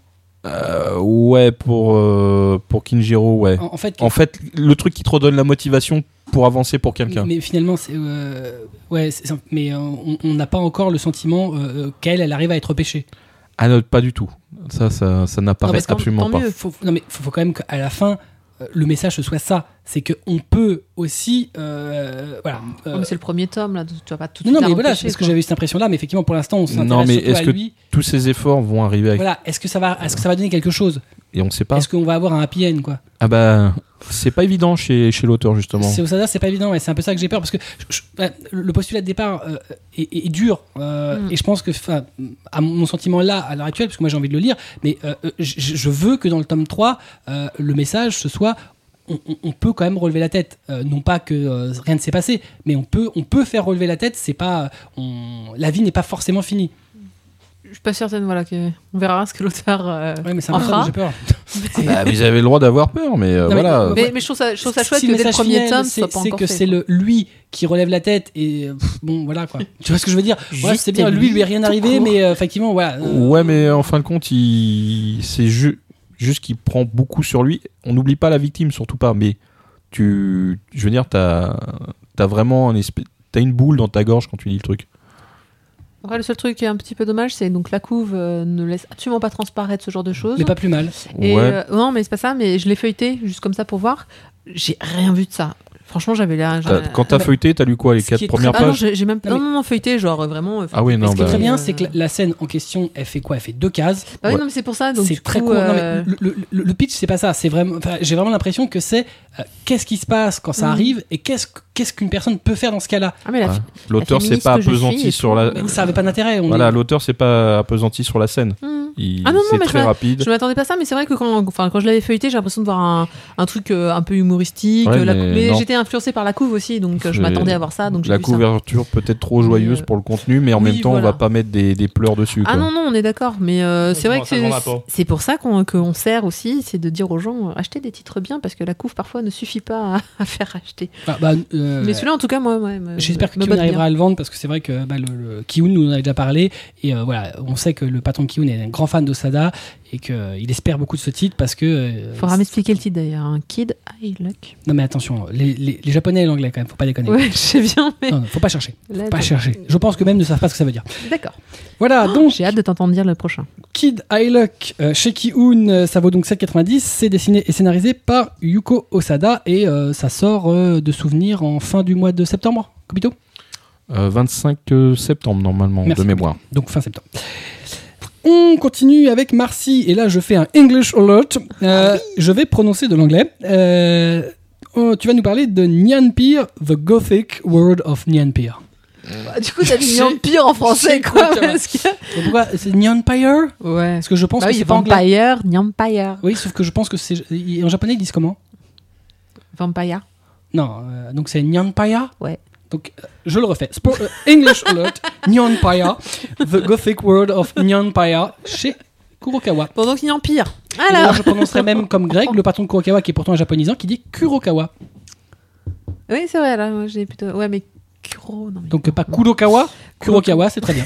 E: Euh, ouais pour euh, pour Kinjiro, ouais.
A: En, en fait,
E: En fait, le truc qui te redonne la motivation pour avancer pour quelqu'un.
A: Mais finalement, c'est. euh, ouais, c'est- mais euh, on on n'a pas encore le sentiment euh, euh, qu'elle, elle arrive à être repêchée.
E: Ah non, pas du tout. Ça ça ça n'apparaît
B: parce qu'en-
E: absolument
B: tant
E: pas.
B: mieux.
A: Faut, non, mais faut, faut quand même qu'à la fin, euh, le message ce soit ça. C'est qu'on peut aussi. euh, voilà. euh,
B: oh, mais c'est le premier tome, là. donc Tu vas pas tout de
A: non,
B: suite.
A: non, mais
B: la
A: voilà,
B: repêcher,
A: c'est ce que
B: quoi.
A: j'avais eu cette impression-là, mais effectivement, pour l'instant, on s'intéresse
E: Non, mais
A: surtout
E: est-ce
A: à
E: que-
A: lui.
E: Tous ces efforts vont arriver avec
A: Voilà, est-ce que, ça va, est-ce que ça va donner quelque chose
E: et on sait pas.
A: Est-ce qu'on va avoir un happy end, quoi
E: Ah bah, c'est pas évident chez, chez l'auteur justement.
A: C'est Osada, c'est pas évident, ouais, c'est un peu ça que j'ai peur parce que je- je- bah, le postulat de départ euh, est, est- est dur euh,
B: Mm.
A: et je pense que, enfin, à mon sentiment là, à l'heure actuelle, parce que moi j'ai envie de le lire, mais euh, euh, je je veux que dans le tome 3, euh, le message ce soit. On, on- on peut quand même relever la tête, Euh, non pas que euh, rien ne s'est passé, mais on peut, on peut faire relever la tête. C'est pas, on- la vie n'est pas forcément finie.
B: Je suis pas certaine, voilà. que- On verra ce que l'auteur. euh,
A: Ouais, mais c'est un
B: en
A: peu ça
B: fera.
A: dont j'ai peur.
E: Bah, vous avez le droit d'avoir peur, mais euh,
A: mais-
E: voilà.
A: Ouais.
B: Mais, mais je trouve ça, je trouve ça
A: Si
B: chouette
A: le
B: que dès le
A: message
B: premier
A: final,
B: tome,
A: c'est-
B: soit pas
A: c'est
B: encore
A: que
B: fait,
A: c'est
B: quoi.
A: le lui qui relève la tête et euh, pff, bon voilà quoi. tu vois ce que je veux dire Ouais,
B: Juste
A: c'est bien, lui
B: lui,
A: lui est rien
B: tout
A: arrivé,
B: court.
A: mais euh, effectivement voilà. euh,
E: Ouais, mais en fin de compte, il... c'est ju- juste qu'il prend beaucoup sur lui. On n'oublie pas la victime, surtout pas. Mais tu, je veux dire, t'as as vraiment un espèce, t'as une boule dans ta gorge quand tu lis le truc.
B: Après, le seul truc qui est un petit peu dommage, c'est donc la couve euh, ne laisse absolument pas transparaître ce genre de choses.
A: Mais pas plus mal.
B: Et,
E: ouais.
B: euh, non, mais c'est pas ça, mais je l'ai feuilleté juste comme ça pour voir. J'ai rien vu de ça. Franchement, j'avais l'air.
E: T'as-
B: j'avais-
E: quand t'as
A: bah,
E: feuilleté, t'as lu quoi les
A: ce qui
E: quatre
A: est
E: premières
B: Ah non,
E: pages
B: j'ai j'ai même
A: Non, mais-
B: non, non, non, feuilleté, genre euh, vraiment. euh,
E: Ah oui, non.
A: Ce qui est
E: bah,
A: très bien,
B: euh,
A: c'est que la- la scène en question, elle fait quoi Elle fait deux cases.
B: Bah oui,
E: Ouais.
B: non, mais c'est pour ça. donc
A: C'est
B: du
A: très
B: coup,
A: court. Non,
B: euh,
A: mais le, le- le- le pitch, c'est pas ça. C'est vraiment. enfin, J'ai vraiment l'impression que c'est euh, qu'est-ce qui se passe quand ça
B: Mhm.
A: arrive et qu'est-ce que- qu'est-ce qu'une personne peut faire dans ce cas-là.
B: Ah, mais la
E: Ouais.
B: fi-
E: L'auteur s'est
B: féministe
E: pas
B: que je suis et
E: apesanti sur la.
B: Euh,
A: Mais ça avait pas d'intérêt. on
E: Voilà,
A: est-
E: l'auteur s'est pas apesanti sur la scène.
B: Hmm.
E: Il...
B: Ah non, non,
E: c'est
B: mais
E: très
B: je-
E: rapide.
B: Je m'attendais pas à ça, mais c'est vrai que quand, enfin, quand je l'avais feuilleté, j'ai l'impression de voir un, un truc euh, un peu humoristique.
E: Ouais,
B: euh, la
E: mais
B: couve- mais
E: non.
B: j'étais influencée par la couve aussi, donc euh, je
E: C'est-
B: m'attendais à voir ça. Donc j'ai
E: la
B: vu ça.
E: couverture peut-être trop joyeuse
B: Mais, euh,
E: pour le contenu, mais en
B: oui,
E: même temps,
B: voilà.
E: on va pas mettre des, des pleurs dessus.
B: Ah
E: quoi.
B: non, non, on est d'accord, mais euh, c'est vrai
C: comprend,
B: que
C: ça
B: c'est-
C: prendra pas.
B: c'est pour ça qu'on qu'on sert aussi, c'est de dire aux gens, euh, achetez des titres bien, parce que la couve parfois ne suffit pas à, à faire acheter.
A: Enfin, bah, euh,
B: Mais celui-là, en tout cas, moi, ouais, me-
A: J'espère que
B: me
A: Kiyun
B: botte bien.
A: arrivera à le vendre parce que c'est vrai que bah, le, le Kiyun, nous on en a déjà parlé et euh, voilà, on sait que le patron de Kiyun est un grand fan d'Osada et qu'il espère beaucoup de ce titre parce que. euh,
B: Faudra m'expliquer le titre d'ailleurs. hein. Kid High Luck.
A: non mais attention, les, les- les japonais et l'anglais quand même, faut pas déconner.
B: Ouais, je sais bien, mais.
A: Non, non, faut pas chercher,
B: là,
A: faut pas Ah chercher. Je pense que même ne savent pas ce que ça veut dire.
B: D'accord.
A: Voilà, donc
B: J'ai hâte de t'entendre dire le prochain.
A: Kid High Luck euh, chez Ki-Hoon, euh, ça vaut donc 7,90. C'est dessiné et scénarisé par Yuko Osada et euh, ça sort euh, de souvenirs en fin du mois de septembre, Kobito
E: Euh, 25 euh, septembre, normalement,
A: Merci.
E: de mémoire.
A: Donc fin septembre. On continue avec Marcy et là je fais un English alert. Euh, Je vais prononcer de l'anglais. Euh, oh, tu vas nous parler de Nyan Peer, The Gothic World of Nyan Peer.
B: du coup, t'as
A: Je
B: mis
A: sais-
B: Empire en français,
A: sais
B: quoi.
A: quoi, tiens.
B: parce que-
A: Et Pourquoi c'est Nyan Peer
B: Ouais.
A: Parce que je pense
B: Bah
A: que
B: oui,
A: c'est pas anglais.
B: Vampire, Nyampire.
A: Oui, sauf que je pense que c'est en japonais ils disent comment
B: Vampire.
A: Non, euh, donc c'est Nyanpaya
B: Ouais.
A: Donc euh, je le refais. Spo- euh, English alert, Nyanpaya, The Gothic World of Nyanpaya chez Kurokawa.
B: Bon, donc Nyampire.
A: Et
B: Alors.
A: d'ailleurs, je prononcerai même comme grec le patron de Kurokawa qui est pourtant un japonisant qui dit Kurokawa.
B: Oui, c'est vrai, là, moi j'ai plutôt. Ouais, mais Kuro, non mais.
A: Donc euh, pas Kurokawa, Kurokawa, c'est très bien.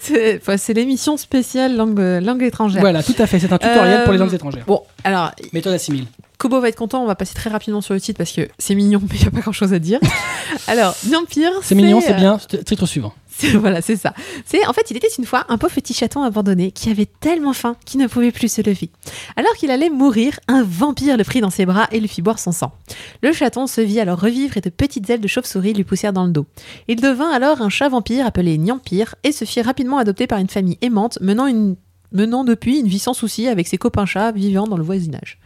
B: C'est enfin, c'est l'émission spéciale langue, langue étrangère.
A: Voilà, tout à fait, c'est un tutoriel
B: Euh,
A: pour les langues étrangères.
B: Bon, alors,
A: Méthode assimile.
B: Kobo va être content, on va passer très rapidement sur le titre parce que c'est mignon, mais il n'y a pas grand chose à dire. alors, Nyampire.
A: C'est mignon, c'est
B: euh,
A: bien. C'est- Titre suivant.
B: C'est- Voilà, c'est ça. C'est en fait, il était une fois un pauvre petit chaton abandonné qui avait tellement faim qu'il ne pouvait plus se lever. Alors qu'il allait mourir, un vampire le prit dans ses bras et lui fit boire son sang. Le chaton se vit alors revivre et de petites ailes de chauve-souris lui poussèrent dans le dos. Il devint alors un chat vampire appelé Nyampire et se fit rapidement adopter par une famille aimante menant une menant depuis une vie sans souci avec ses copains chats vivant dans le voisinage.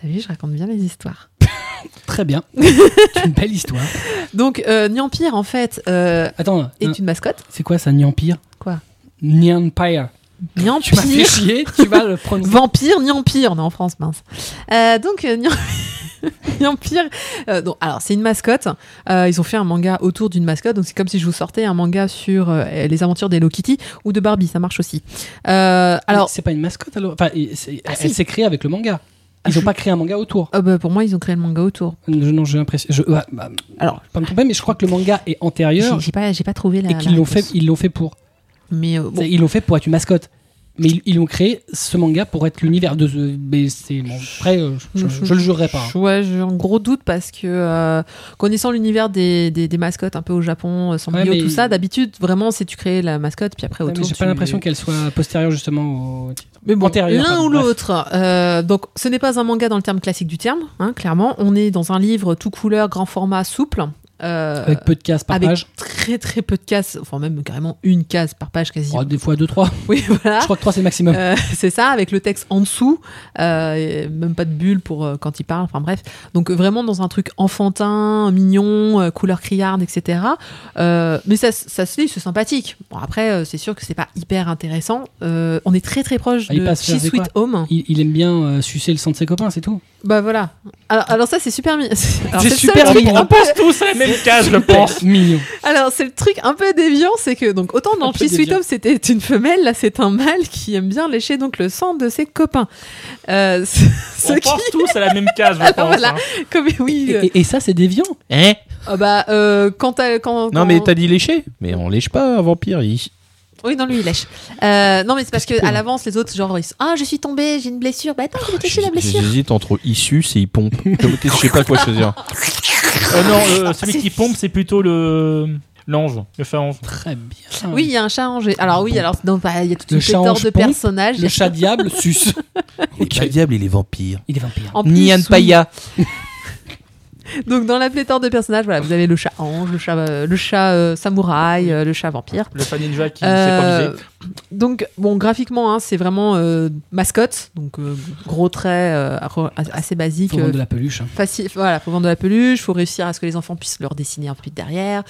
B: T'as vu, je raconte bien les histoires.
A: Très bien. c'est une belle histoire.
B: Donc, euh, Nyampire, en fait, euh,
A: Attends,
B: est
A: euh,
B: une mascotte.
A: c'est quoi ça, Nyanpire
B: Quoi
A: Nyanpire. Tu m'as fait
B: Nyampire,
A: chier, tu vas le prononcer.
B: vampire, Nyampire. On est en France, mince. Euh, donc, euh, Nyan- Nyampire. euh, donc, alors, c'est une mascotte. Euh, ils ont fait un manga autour d'une mascotte. Donc, c'est comme si je vous sortais un manga sur euh, les aventures d'Hello Kitty ou de Barbie. Ça marche aussi. Euh, alors,
A: Mais c'est pas une mascotte alors enfin, il- c'est-
B: Ah,
A: elle
B: si.
A: s'est créée avec le manga. Ils
B: Ah,
A: n'ont
B: je-
A: pas créé un manga autour.
B: oh, bah, pour moi, ils ont créé le manga autour.
A: Je- non, j'ai l'impression. Je, bah, bah,
B: Alors,
A: pas me tromper, mais je crois que le manga est
B: j'ai
A: antérieur
B: j'ai pas, j'ai pas trouvé la.
A: et qu'ils
B: la
A: l'ont
B: réponse.
A: fait. Ils l'ont fait pour.
B: Mais euh, bon,
A: Ils l'ont fait pour être une mascotte. Mais ils, ils ont créé ce manga pour être l'univers de. The- mais c'est- bon, après, euh, je, je- je le jurerai pas. hein.
B: Ouais, j'ai un gros doute parce que euh, connaissant l'univers des, des, des mascottes un peu au Japon, euh, Sanrio,
A: Ouais, mais-
B: tout ça, d'habitude vraiment c'est tu crées la mascotte puis après
A: Ouais,
B: autour.
A: mais j'ai
B: Ah, tu- Euh,
A: pas l'impression qu'elle soit postérieure justement au titre.
B: Mais bon,
A: antérieure,
B: l'un
A: pardon,
B: ou
A: bref.
B: l'autre. Euh, donc ce n'est pas un manga dans le terme classique du terme, hein, clairement. On est dans un livre tout couleur, grand format, souple. euh,
A: Avec peu de cases par
B: avec
A: page.
B: très très peu de cases, enfin même carrément une case par page quasiment.
A: Oh, des fois 2-3.
B: oui, voilà.
A: Je crois que 3 c'est le maximum.
B: Euh, c'est ça, avec le texte en dessous, euh, et même pas de bulle pour euh, quand il parle, enfin bref. Donc euh, vraiment dans un truc enfantin, mignon, euh, couleur criarde, etc. Euh, mais ça, se- ça se lit, c'est sympathique. Bon après, euh, c'est sûr que c'est pas hyper intéressant. Euh, on est très très proche
A: Ah, il
B: de
A: passe faire
B: She
A: des
B: Sweet Home.
A: Il, il aime bien euh, sucer le sang de ses copains, c'est tout.
B: Bah voilà. Alors, alors ça c'est super mignon. Alors,
A: C'est
B: le
A: super hein.
B: seul truc
A: mignon.
B: un peu-
C: tous à la même case, je pense.
A: Mignon.
B: Alors c'est le truc un peu déviant, c'est que donc autant
A: Un
B: dans
A: peu
B: She Sweet
A: déviant.
B: Home c'était une femelle, là c'est un mâle qui aime bien lécher donc le sang de ses copains. Euh, ce ce
C: On
B: qui
C: pense tous à la même case, je
B: Alors
C: pense.
B: voilà.
C: hein.
B: Comme oui.
A: Et,
B: euh,
A: et- et ça, c'est déviant.
B: ah bah euh, quand t'as- quand
E: Non,
B: quand-
E: mais t'as dit lécher Mais on lèche pas un vampire. il-
B: Oui non lui il lèche. Euh, non mais c'est parce que
E: cool.
B: à l'avance les autres genre ils sont, ah je suis tombé j'ai une blessure bah attends je
E: Ah,
B: vais toucher la blessure.
E: J'hésite entre issus et il pompe. Comme- Je sais pas quoi choisir.
C: Euh, non, euh, celui
B: C'est-
C: qui pompe, c'est plutôt le l'ange, le phalange.
A: Très bien.
B: Oui il y a un chat angé. Alors oui alors donc bah, il y a toute
A: Le
B: une
A: chat
B: pléthore
A: ange
B: de
A: pompe,
B: personnages.
A: Le chat diable suce. Ok.
E: diable, il est vampire.
A: Il est vampire.
B: En plus,
E: Nian
B: oui.
E: Paya.
B: Donc dans la pléthore de personnages voilà vous avez le chat ange le chat euh, le chat euh, samouraï euh, le chat vampire.
C: Le fan ninja qui s'est pas
B: Euh,
C: visé.
B: donc bon graphiquement hein, c'est vraiment euh, mascotte donc euh, gros traits euh, re- assez basique
A: Faut vendre de la peluche. hein.
B: facile. Voilà, faut vendre de la peluche, faut réussir à ce que les enfants puissent leur dessiner un peu derrière.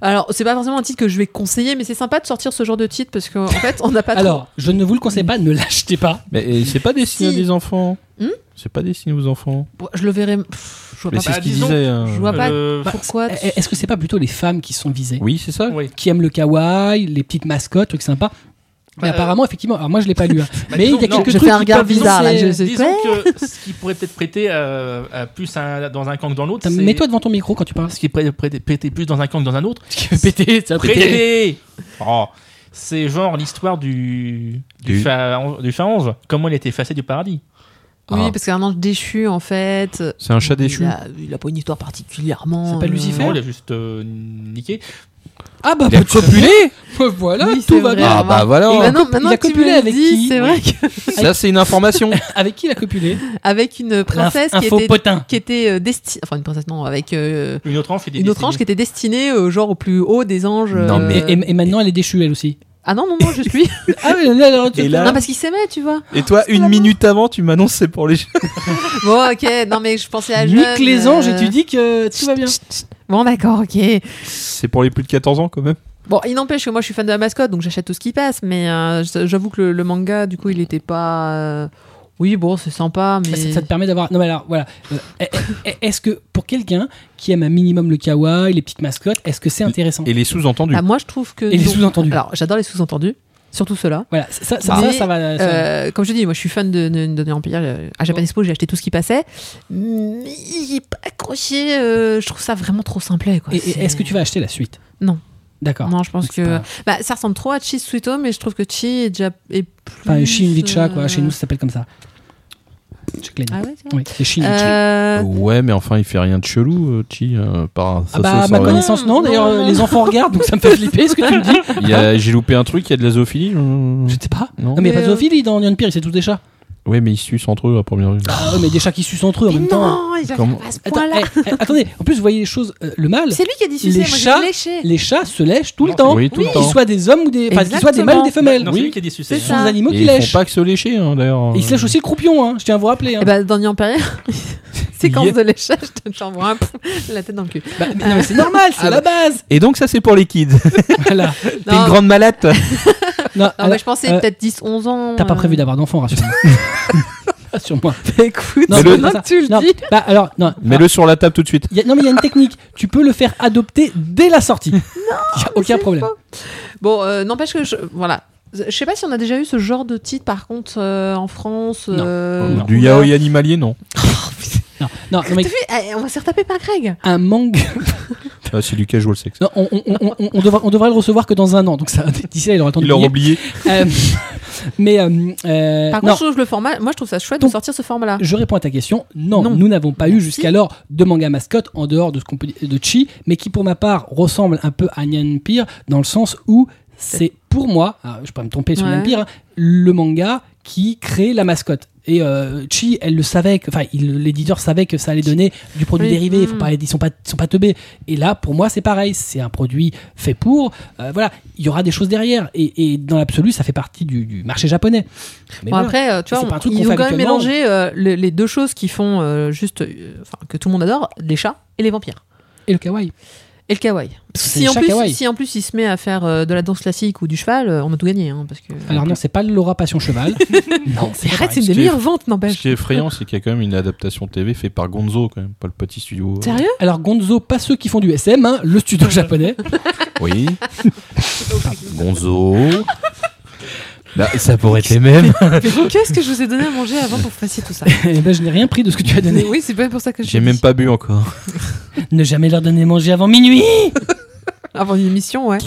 B: Alors, c'est pas forcément un titre que je vais conseiller, mais c'est sympa de sortir ce genre de titre parce qu'en fait, on n'a pas. trop-
A: Alors, je ne vous le conseille pas, ne l'achetez pas.
E: Mais euh, c'est pas destiné
B: Si.
E: à des enfants.
B: Hmm
E: c'est pas destiné aux enfants.
B: Bon, je le verrai. pff, je vois
E: Mais
B: pas.
E: c'est
C: bah,
E: ce qu'il
C: disons,
E: disait. Bah, hein.
B: je vois pas Bah,
C: Euh,
B: pourquoi. tu-
A: Eh, Est-ce que c'est pas plutôt les femmes qui sont visées
E: Oui, c'est ça.
C: oui.
A: Qui aiment le kawaii, les petites mascottes, trucs sympas mais
C: Bah,
B: euh,
A: apparemment, effectivement, alors moi je l'ai pas lu, hein.
C: Bah,
A: mais il y
C: disons-
A: a quelques
C: non,
A: trucs
B: je fais un
A: qui
B: regard
A: peuvent-
B: bizarre, là,
A: c'est-
B: je-
C: Disons que ce qui pourrait peut-être prêter euh, à plus un- dans un camp que dans l'autre,
A: Attends,
C: c'est
A: Mets-toi devant ton micro quand tu parles.
C: ce qui pourrait prêter- prêter plus dans un camp que dans un autre,
A: Péter, ça
C: prêter. Oh. C'est genre l'histoire du, du,
E: Du-
C: fa- du phalange, comment il était effacé du paradis.
B: Oui,
E: Ah.
B: parce qu'un ange déchu, en fait.
E: C'est un chat
B: Il
E: déchu.
B: a, il a pas une histoire particulièrement.
A: C'est pas
B: euh,
A: Lucifer
C: Non, il a juste euh, niqué.
A: Ah bah,
E: Il a
A: peut copuler Voilà,
B: Oui,
A: tout
B: c'est
A: va
B: vrai.
A: bien.
E: Ah bah voilà.
B: Et maintenant,
A: Oh, Il
B: maintenant
A: a
B: que tu me
A: copulé
B: le
A: avec
B: dis,
A: qui
B: c'est vrai que-
E: Ça c'est une information.
A: Avec qui il a copulé
B: avec une Ah. princesse
A: Un
B: qui
A: faux
B: était,
A: potin.
B: qui était euh, desti- enfin une princesse non, avec euh,
C: Une autre ange qui était
B: une autre ange qui
C: destinée.
B: était destinée euh, genre au plus haut des anges.
E: Non,
B: euh,
E: mais-
A: Et, et maintenant, elle est déchue, elle aussi.
B: ah non non non juste lui.
A: Ah oui, là, là, tu-
E: Et là-
B: non parce qu'il s'aimait tu vois.
E: Et toi, une minute avant, tu m'annonces c'est pour les jeux.
B: Bon ok non mais je pensais à jeune.
A: nique les anges et
B: euh,
A: tu dis que tout va bien.
B: Bon d'accord ok.
E: C'est pour les plus de 14 ans quand même.
B: Bon il n'empêche que moi je suis fan de la mascotte donc j'achète tout ce qui passe mais euh, j'avoue que le, le manga du coup il était pas. euh, Oui bon c'est sympa mais.
A: Bah, Ça, ça te permet d'avoir. Non, mais alors, voilà. Euh, est- est- est-ce que pour quelqu'un qui aime un minimum le kawaii, les petites mascottes, est-ce que c'est intéressant
E: Et les sous-entendus.
B: Ah, moi je trouve que.
A: Et les
B: non.
A: sous-entendus.
B: Alors j'adore les sous-entendus surtout ceux-là.
A: Voilà, ça, ça,
B: Mais,
A: ça, ça va. ça-
B: Euh, comme je dis, moi je suis fan de de- de New Empire. euh,
A: Oh.
B: À Japan Expo, j'ai acheté tout ce qui passait. Mais il est pas accroché. euh, je trouve ça vraiment trop simplet. Quoi.
A: Et- et
B: C'est-
A: est-ce que tu vas acheter la suite
B: Non.
A: D'accord.
B: Non, je pense
A: C'est
B: que.
A: pas-
B: Bah, ça ressemble trop à Chi Suito, mais je trouve que Chi est déjà. Est plus,
A: Enfin, Shin Vicha, quoi.
B: euh,
A: Chez nous, ça s'appelle comme ça. Je claigne.
B: Ah ouais, c'est vrai
A: Oui, c'est Shin Vicha.
B: Euh,
E: Ouais, mais enfin, il fait rien de chelou, euh, Chi. euh, par ça,
A: Ah bah,
E: ça,
A: à
E: ça,
A: ma
E: ouais.
A: connaissance, non.
B: Non,
A: D'ailleurs,
B: non,
A: euh,
B: non.
A: les enfants regardent, donc ça me fait flipper ce que tu me dis.
B: bah.
E: Il y a- J'ai loupé un truc, il y a de la zoophilie euh,
A: Je sais pas.
E: Non.
A: Non, mais,
B: Mais,
A: pas de
B: euh,
A: zoophilie dans Union Pire, c'est tous des chats.
E: Ouais, mais ils se sucent entre eux à première vue.
A: Ah, mais des chats qui sucent entre eux en
B: mais
A: même temps.
B: non, il arrive
E: Comment-
B: pas à ce
A: Attends,
B: point-là.
A: eh, eh, attendez, en plus, vous voyez les choses. euh, le mal,
B: C'est lui qui a dit
A: les
B: sucer, moi
A: chats-
B: j'ai léché.
A: les chats se lèchent tout le
C: Non,
A: temps.
E: Oui, tout le
A: Qu'ils
E: temps.
A: soient des hommes ou des. Enfin, qu'ils soient des mâles ou des femelles.
C: Non, c'est lui
A: oui.
C: qui a des sucés.
A: Ce
B: C'est
A: sont
B: ça.
A: des animaux
E: Et
A: qui
E: ils
A: lèchent.
E: font pas que se lécher, hein, d'ailleurs.
A: Et ils se lèchent aussi le croupion, hein. Je tiens à vous rappeler. hein.
B: Et bah, dans New Empire, séquence
E: Yeah.
B: de léchage, je te- j'envoie un pouf, la tête dans le cul.
A: Bah, mais non, mais c'est normal, c'est
E: Ah
A: la
B: bah.
A: base.
E: Et donc, ça, c'est pour les kids.
A: Voilà.
E: T'es une
B: Non.
E: grande malade. toi.
A: Non,
B: Non,
A: alors,
B: mais je pensais
A: euh,
B: peut-être 10-11 ans.
A: T'as pas
B: euh,
A: prévu d'avoir d'enfant, rassure-moi. rassure-moi.
B: Bah, écoute,
A: Non, mais
B: maintenant
A: c'est pas
B: que tu
A: Non,
B: le dis.
A: bah, alors, non.
E: Mets-le sur la table tout de suite.
A: Il y a- non, mais il y a une technique. Tu peux le faire adopter dès la sortie. Non, aucun
B: c'est
A: problème.
B: faux. Bon, euh, n'empêche que je, voilà. Je sais pas si on a déjà eu ce genre de titre par contre euh, en France.
A: Non.
B: euh, on
E: Du
B: a-
E: yaoi animalier, non.
A: Non, non, non,
B: T'as
A: mais
B: vu Eh, On va se faire taper par Greg.
A: un manga.
E: Ah, c'est du casual sexe.
A: Non, on, on, on, on- on devra- on devra le recevoir que dans un an. Donc ça, d'ici là, il aura le temps de
E: Il l'aura
A: oublier.
E: oublié.
A: Euh, mais euh, euh,
B: Par
A: non,
B: contre, je trouve le format. Moi, je trouve ça chouette
A: Donc-
B: de sortir ce format-là.
A: je réponds à ta question. Non,
B: Ah. Non.
A: nous n'avons pas eu
B: Merci.
A: jusqu'alors de manga mascotte en dehors de ce qu'on peut dire- de Chi, mais qui pour ma part ressemble un peu à Nyan Empire dans le sens où c'est pour moi, ah, je pourrais me tromper sur
B: Ouais.
A: Nyan Empire, hein, le manga qui crée la mascotte. Et euh, Chi, elle le savait, que- enfin il- l'éditeur savait que ça allait donner du produit
B: Oui.
A: dérivé. Faut
B: Mm.
A: pas, ils sont pas, ils sont pas teubés. Et là, pour moi, c'est pareil. C'est un produit fait pour. Euh, voilà, il y aura des choses derrière. Et, et dans l'absolu, ça fait partie du, du marché japonais. Mais
B: Bon,
A: voilà.
B: après, euh, tu
A: Mais
B: vois,
A: c'est pas un
B: on-
A: truc qu'on
B: ils
A: fait
B: ont quand même
A: habituellement.
B: mélangé euh, les, les deux choses qui font euh, juste. euh, Enfin, que tout le monde adore les chats et les vampires.
A: Et le kawaii.
B: Et le kawaii.
A: Parce que c'est
B: Si
A: le
B: en,
A: chat
B: plus,
A: kawaii.
B: si en plus il se met à faire euh, de la danse classique ou du cheval, euh, on a tout gagné. hein, parce que...
A: Alors non, c'est pas Laura Passion Cheval. non,
B: Mais
A: pas
B: arrête,
A: pareil.
B: c'est une des
E: Ce qui est-
B: meilleures ventes,
E: Ce
B: n'empêche.
E: qui est effrayant, c'est qu'il y a quand même une adaptation TV faite par Gonzo, quand même, pas le petit studio. euh.
B: Sérieux
A: Alors Gonzo, pas ceux qui font du SM, hein, le studio japonais.
E: Oui. Gonzo. Là, Bah, ça pourrait être les mêmes.
B: Mais Qu'est-ce que je vous ai donné à manger avant pour que vous fassiez tout ça
A: Eh ben, je n'ai rien pris de ce que tu as
B: Mais
A: donné.
B: Oui, c'est pas pour ça que je.
E: J'ai
B: le
E: même
B: dis.
E: pas bu encore.
A: Ne jamais leur donner à manger avant minuit.
B: Avant une émission, ouais.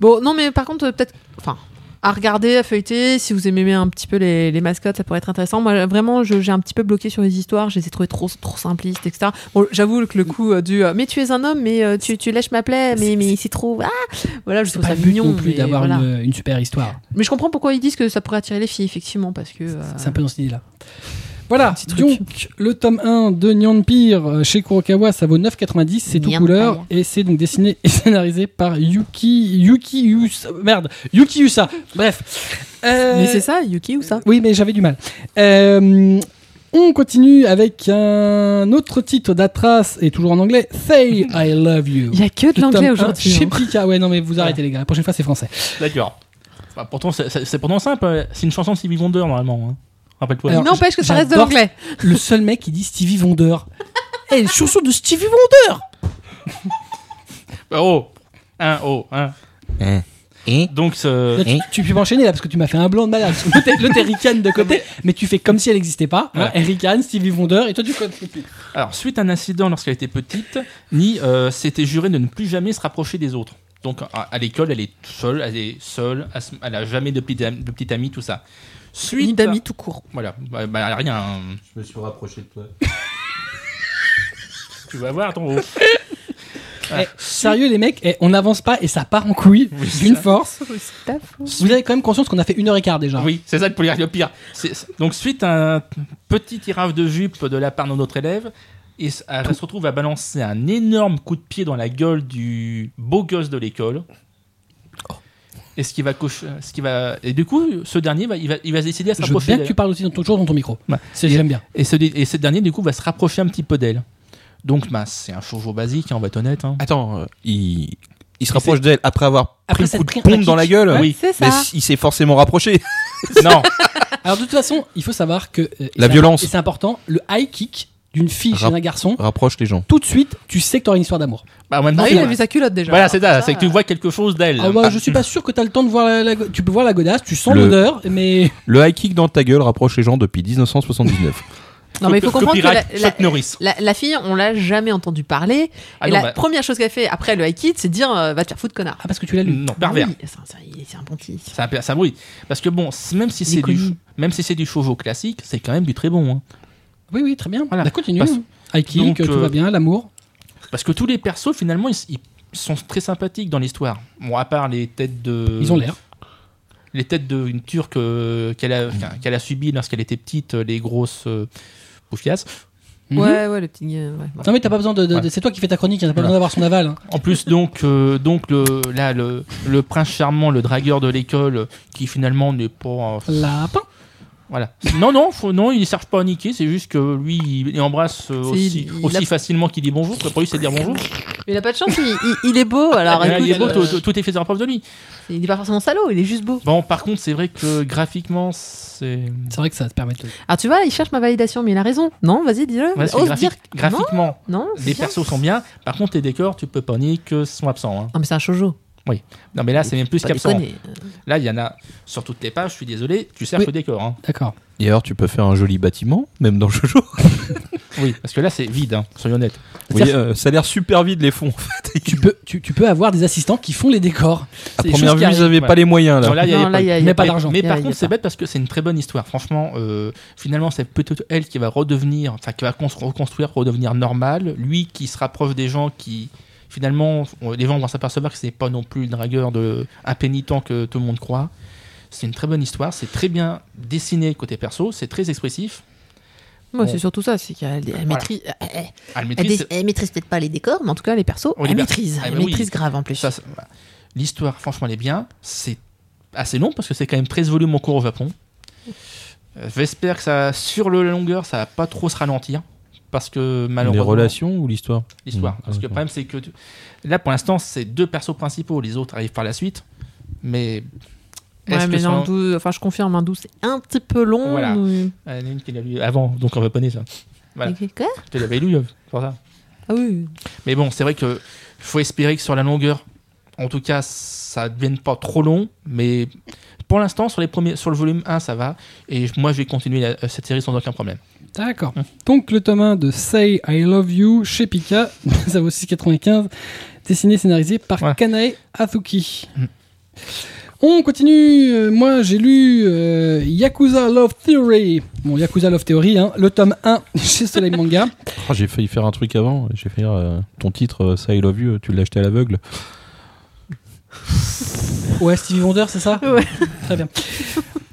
B: Bon, non, mais par contre, euh, peut-être. Enfin, à regarder, à feuilleter, si vous aimez un petit peu les, les mascottes, ça pourrait être intéressant. Moi, vraiment, je- j'ai un petit peu bloqué sur les histoires, je les ai trouvées trop, trop simplistes, etc. Bon, j'avoue que le coup euh, du. euh, mais tu es un homme, mais euh, tu, tu lèches ma plaie, mais, mais c'est trop. Ah Voilà, je
A: C'est
B: trouve
A: pas
B: ça
A: le but
B: mignon.
A: non plus
B: mais
A: d'avoir
B: voilà.
A: une, une super histoire.
B: Mais je comprends pourquoi ils disent que ça pourrait attirer les filles, effectivement, parce que. euh,
A: C'est un peu dans cette idée-là. Voilà,
B: Petit truc.
A: donc le tome 1 de Nyan Pire euh, chez Kurokawa, ça vaut 9,90, c'est tout
B: Nyan
A: couleur, et c'est donc dessiné et scénarisé par Yuki, Yuki Usa, merde, Yuki Usa, bref. Euh,
B: Mais c'est ça, Yuki ou ça
A: Oui, mais j'avais du mal. Euh, on continue avec un autre titre d'Atras, et toujours en anglais, Say I Love You.
B: Il y a que de
A: Le tome
B: l'anglais
A: un
B: aujourd'hui.
A: Chez
B: hein.
A: Pika, ouais, non mais vous arrêtez les gars, la prochaine fois c'est français.
C: D'accord. Enfin, pourtant, c'est- c'est c'est pourtant simple. euh, C'est une chanson de Stevie Wonder, normalement. hein. Rappelle-toi.
A: Alors,
B: Il n'empêche que ça reste de
A: j'adore-
B: l'anglais.
A: Le seul mec qui dit Stevie Wonder. Eh, les chansons de Stevie Wonder
C: Oh Un, oh, un.
E: Hein. Hein.
C: Donc, ce-
A: Là, tu, tu peux m'enchaîner là parce que tu m'as fait un blanc de malade. Parce que L'autre l'autre, elle ricane de côté, mais tu fais comme si elle n'existait pas. hein.
C: Ouais.
A: Elle ricane, Stevie Wonder, et toi tu connais plus.
C: Alors, suite à un incident lorsqu'elle était petite, Ni euh, s'était juré de ne plus jamais se rapprocher des autres. Donc à, à l'école, elle est seule, elle est seule, elle se- elle a jamais de petite, am- de petite amie, tout ça.
B: Une
C: Suite,
B: d'amis tout court.
C: voilà, bah, bah, elle a rien. hein.
E: Je me suis rapproché de toi.
C: Tu vas voir ton. Ah.
A: Eh, sérieux, les mecs, eh, on n'avance pas et ça part en couille d'une force. Vous avez quand même conscience qu'on a fait une heure et quart déjà.
C: Oui, c'est ça le pire. Le pire. C'est- c'est- Donc suite à un petit tirage de jupe de la part de notre élève, et s- elle se retrouve à balancer un énorme coup de pied dans la gueule du beau gosse de l'école.
B: Oh.
C: Et ce qui va coche- ce qui va, et du coup, ce dernier, va, il va, il va se décider à se
A: Je veux
C: rapprocher.
A: bien que
C: d'elle.
A: tu parles aussi dans ton, toujours dans ton micro.
C: Bah,
A: C'est j'aime bien.
C: Et ce, dé- et ce dernier, du coup, va se rapprocher un petit peu d'elle. Donc, bah, c'est un shoujo basique, hein, on va être honnête. hein.
E: Attends, euh, il, il se rapproche d'elle après avoir
A: Après
E: pris
A: s'être
E: le coup
A: pris
E: de
A: un
E: pompe dans la
A: kick.
E: gueule.
C: Ouais,
E: oui,
B: c'est ça.
E: mais s- il s'est forcément rapproché.
C: non,
A: Alors de toute façon, il faut savoir que euh, et
E: La
A: c'est-
E: violence.
A: et c'est important, le high kick d'une fille chez
E: Rap-
A: un garçon,
E: Rapproche les gens.
A: tout de suite, tu sais que t'auras une histoire d'amour.
C: bah, en même
B: Ah
C: temps,
B: oui,
C: c'est-
B: il a vu sa culotte déjà. Ah.
C: voilà, c'est ça,
B: Alors,
C: c'est que tu vois quelque chose d'elle.
A: Ah, bah, je suis pas sûr que t'as le temps de voir la, la- tu peux voir la godasse, tu sens
E: Le-
A: l'odeur, mais
E: Le high kick dans ta gueule rapproche les gens depuis 1979.
B: Non, mais il faut
C: Copy-
B: comprendre que
C: copyright,
B: la- la-
C: Chuck Norris.
B: La, la fille, on l'a jamais entendu parler.
C: Ah
B: et
C: non,
B: la
C: bah,
B: première chose qu'elle fait après le high kid, c'est de dire euh, va te faire foutre, connard.
A: ah parce que tu l'as
E: Mm.
A: lu.
C: non, pervers.
B: Oui, c'est un- c'est un- c'est un bon titre.
C: Ça, ça bruit. Parce que bon, c- même si
B: Il est
C: c'est du,
B: connu.
C: même si c'est du shoujo classique, c'est quand même du très bon. hein.
A: Oui oui, très bien.
C: Voilà.
A: Bah, continue.
C: Parce-
A: hein. High kick,
C: Donc,
A: euh, tout
C: euh,
A: va bien, l'amour.
C: Parce que tous les persos, finalement, ils, s- ils sont très sympathiques dans l'histoire. Bon, à part les têtes de.
A: Ils ont l'air.
C: Les têtes d'une turque euh, qu'elle a, qu'elle- qu'elle a subies lorsqu'elle était petite, euh, les grosses euh, poufiasses.
A: Mhm.
B: Ouais, ouais, le petit. euh, ouais.
A: Non mais t'as pas besoin de, de-
C: Ouais.
A: de- c'est toi qui fais ta chronique, hein, t'as pas
C: Voilà.
A: besoin d'avoir son aval. hein.
C: En plus, donc, euh, donc le, là, le, le prince charmant, le dragueur de l'école, euh, qui finalement n'est pas. euh,
A: Lapin.
C: Voilà. Non, non, faut, non, il ne cherche pas à niquer, c'est juste que lui, il il embrasse euh,
B: C'est-
C: aussi,
B: il- il
C: aussi
B: a-
C: facilement qu'il dit bonjour. que Pour lui, c'est dire bonjour.
B: Mais il a pas de chance, il, il- il est beau. Alors
C: Il est
B: écoute,
C: beau,
B: euh,
C: tout, tout- tout est fait en preuve de lui.
B: il est pas forcément salaud, il est juste beau.
C: Bon, par contre, c'est vrai que graphiquement, c'est.
A: C'est vrai que ça te permet de.
B: Alors tu vois, il cherche ma validation, mais il a raison. Non, vas-y, dis-le.
C: Voilà, c'est
B: Ose dire.
C: graphique-
B: Non,
C: Graphiquement,
B: non. c'est
C: les
B: bien.
C: persos sont bien. Par contre, les décors, tu peux pas nier que sont absents. hein.
B: Non, mais c'est un shoujo.
C: Non, mais là, c'est même plus
B: Pas
C: qu'absent.
B: déconner.
C: Là, il y en a sur toutes les pages, je suis désolé, tu cherches
A: Oui.
C: le décor. hein.
A: D'accord.
E: Et alors, tu peux faire un joli bâtiment, même dans Jojo.
C: Oui, parce que là, c'est vide, hein, soyons honnêtes.
E: Oui, euh, ça a l'air super vide les fonds.
A: Tu peux, tu, tu peux avoir des assistants qui font les décors.
E: À
A: C'est des choses
E: première
A: qui
E: vue, ils
A: arrivent.
E: n'avaient
C: Ouais.
E: pas les moyens là.
C: Genre là, il y avait
B: Non, là, il y a- il y a
A: Mais pas
B: pas
A: d'argent.
C: Mais
B: Il y a-
C: par
B: il y a
C: contre, c'est
B: pas.
C: bête parce que c'est une très bonne histoire. Franchement, euh, finalement, c'est peut-être elle qui va redevenir, enfin, qui va cons- reconstruire pour redevenir normale. Lui qui se rapproche des gens qui, finalement, on- les gens vont s'apercevoir que c'est pas non plus le dragueur de impénitent que tout le monde croit. C'est une très bonne histoire. C'est très bien dessiné côté perso. C'est très expressif.
B: Moi,
C: Bon.
B: c'est surtout ça, c'est qu'elle elle
C: Voilà.
B: maîtrise. elle- elle-
C: Elle
B: Elle,
C: maîtrise.
B: dé- elle maîtrise peut-être pas les décors, mais en tout cas les persos,
C: Oh, les
B: elle
C: per-
B: maîtrise.
C: Ah,
B: elle
C: bah oui.
B: maîtrise grave en plus.
C: Ça, c'est- voilà. L'histoire, franchement, elle est bien. C'est assez long parce que c'est quand même 13 volumes en cours au Japon. Euh, J'espère que ça, sur le longueur, ça va pas trop se ralentir. Parce que
E: Les
C: malheureusement.
E: relations ou l'histoire
C: l'histoire.
E: Mmh,
C: Parce que le
E: d'accord.
C: problème, c'est que tu- là, pour l'instant, c'est deux persos principaux. Les autres arrivent par la suite. Mais. est-ce
B: ouais, mais
C: que
B: non,
C: ça-
B: Ndou- enfin, je confirme, un 12, c'est un petit peu long. euh,
C: Voilà.
B: mais-
C: Ah, il y en a une qui l'a lu avant, donc on va pas nier ça. Voilà.
B: Mais Quoi
C: Je te l'avais lu, euh, pour ça.
B: Ah oui.
C: Mais bon, c'est vrai que faut espérer que sur la longueur, en tout cas, ça ne devienne pas trop long. Mais pour l'instant, sur, les premiers, sur le volume 1, ça va. Et moi, je vais continuer la- euh, cette série sans aucun problème.
A: D'accord. Donc le tome 1 de Say I Love You chez Pika, ça vaut 6,95, dessiné et scénarisé par
C: Voilà.
A: Kanae Azuki.
C: Mm.
A: On continue. Euh, Moi, j'ai lu euh, Yakuza Love Theory. Bon, Yakuza Love Theory, hein, le tome 1 chez Soleil Manga.
E: Oh, j'ai failli faire un truc avant. J'ai failli dire, euh, ton titre, euh, ça I love you, tu l'as acheté à l'aveugle.
A: Ouais, Stevie Wonder, c'est ça
B: Ouais.
A: Très bien.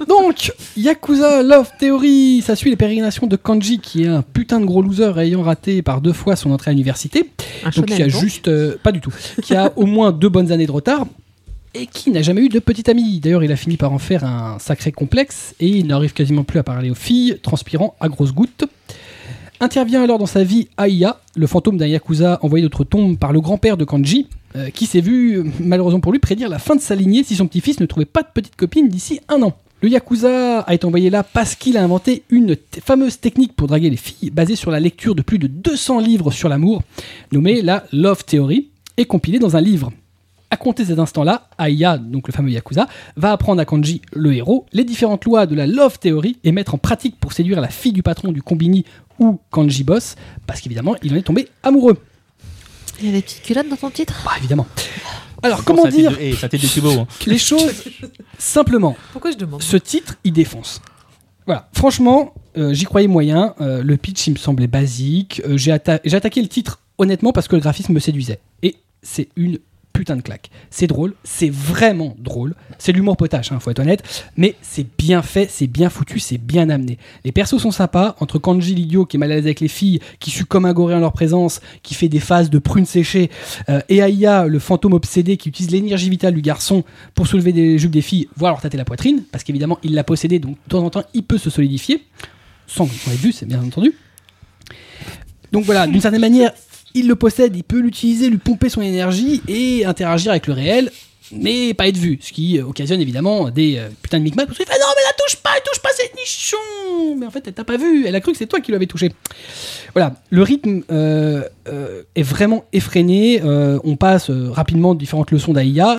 A: Donc, Yakuza Love Theory, ça suit les pérégrinations de Kanji, qui est un putain de gros loser ayant raté par deux fois son entrée à l'université.
B: Un
A: Donc, qui a
B: shonen, donc.
A: juste. euh, pas du tout. Qui a au moins deux bonnes années de retard. Et qui n'a jamais eu de petite amie. D'ailleurs, il a fini par en faire un sacré complexe. Et il n'arrive quasiment plus à parler aux filles, transpirant à grosses gouttes. Intervient alors dans sa vie Aya, le fantôme d'un yakuza envoyé d'autres tombes par le grand-père de Kanji, euh, qui s'est vu, euh, malheureusement pour lui, prédire la fin de sa lignée si son petit-fils ne trouvait pas de petite copine d'ici un an. Le Yakuza a été envoyé là parce qu'il a inventé une t- fameuse technique pour draguer les filles basée sur la lecture de plus de 200 livres sur l'amour, nommée la Love Theory, et compilée dans un livre. À compter cet instant-là, Aya, donc le fameux Yakuza, va apprendre à Kanji, le héros, les différentes lois de la Love Theory et mettre en pratique pour séduire la fille du patron du combini où Kanji bosse, parce qu'évidemment, il en est tombé amoureux.
B: Il y a des petites culottes dans ton titre
A: Bah, évidemment. Alors, comment dire
C: Ça t'est de Thibaut, hein.
A: les choses simplement
B: Pourquoi je demande
A: Ce titre, il défonce. Voilà. Franchement, euh, j'y croyais moyen. Euh, le pitch, il me semblait basique. Euh, j'ai, atta- j'ai attaqué le titre honnêtement parce que le graphisme me séduisait. Et c'est une putain de claque. C'est drôle. C'est vraiment drôle. C'est de l'humour potache, hein, faut être honnête. Mais c'est bien fait, c'est bien foutu, c'est bien amené. Les persos sont sympas. Entre Kanji, l'idiot qui est mal à l'aise avec les filles, qui sue comme un gorille en leur présence, qui fait des phases de prunes séchées, euh, et Aya, le fantôme obsédé qui utilise l'énergie vitale du garçon pour soulever des jupes des filles, voire leur tâter la poitrine, parce qu'évidemment il l'a possédé, donc de temps en temps il peut se solidifier, sans qu'on ait vu, c'est bien entendu. Donc voilà, d'une certaine manière, il le possède, il peut l'utiliser, lui pomper son énergie et interagir avec le réel, mais pas être vu, ce qui euh, occasionne évidemment des euh, putains de micmacs, parce qu'il fait non mais la touche pas, touche pas cette nichon Mais en fait elle t'a pas vu, elle a cru que c'est toi qui l'avais touché. Voilà, le rythme euh, euh, est vraiment effréné, euh, on passe euh, rapidement différentes leçons d'AIA,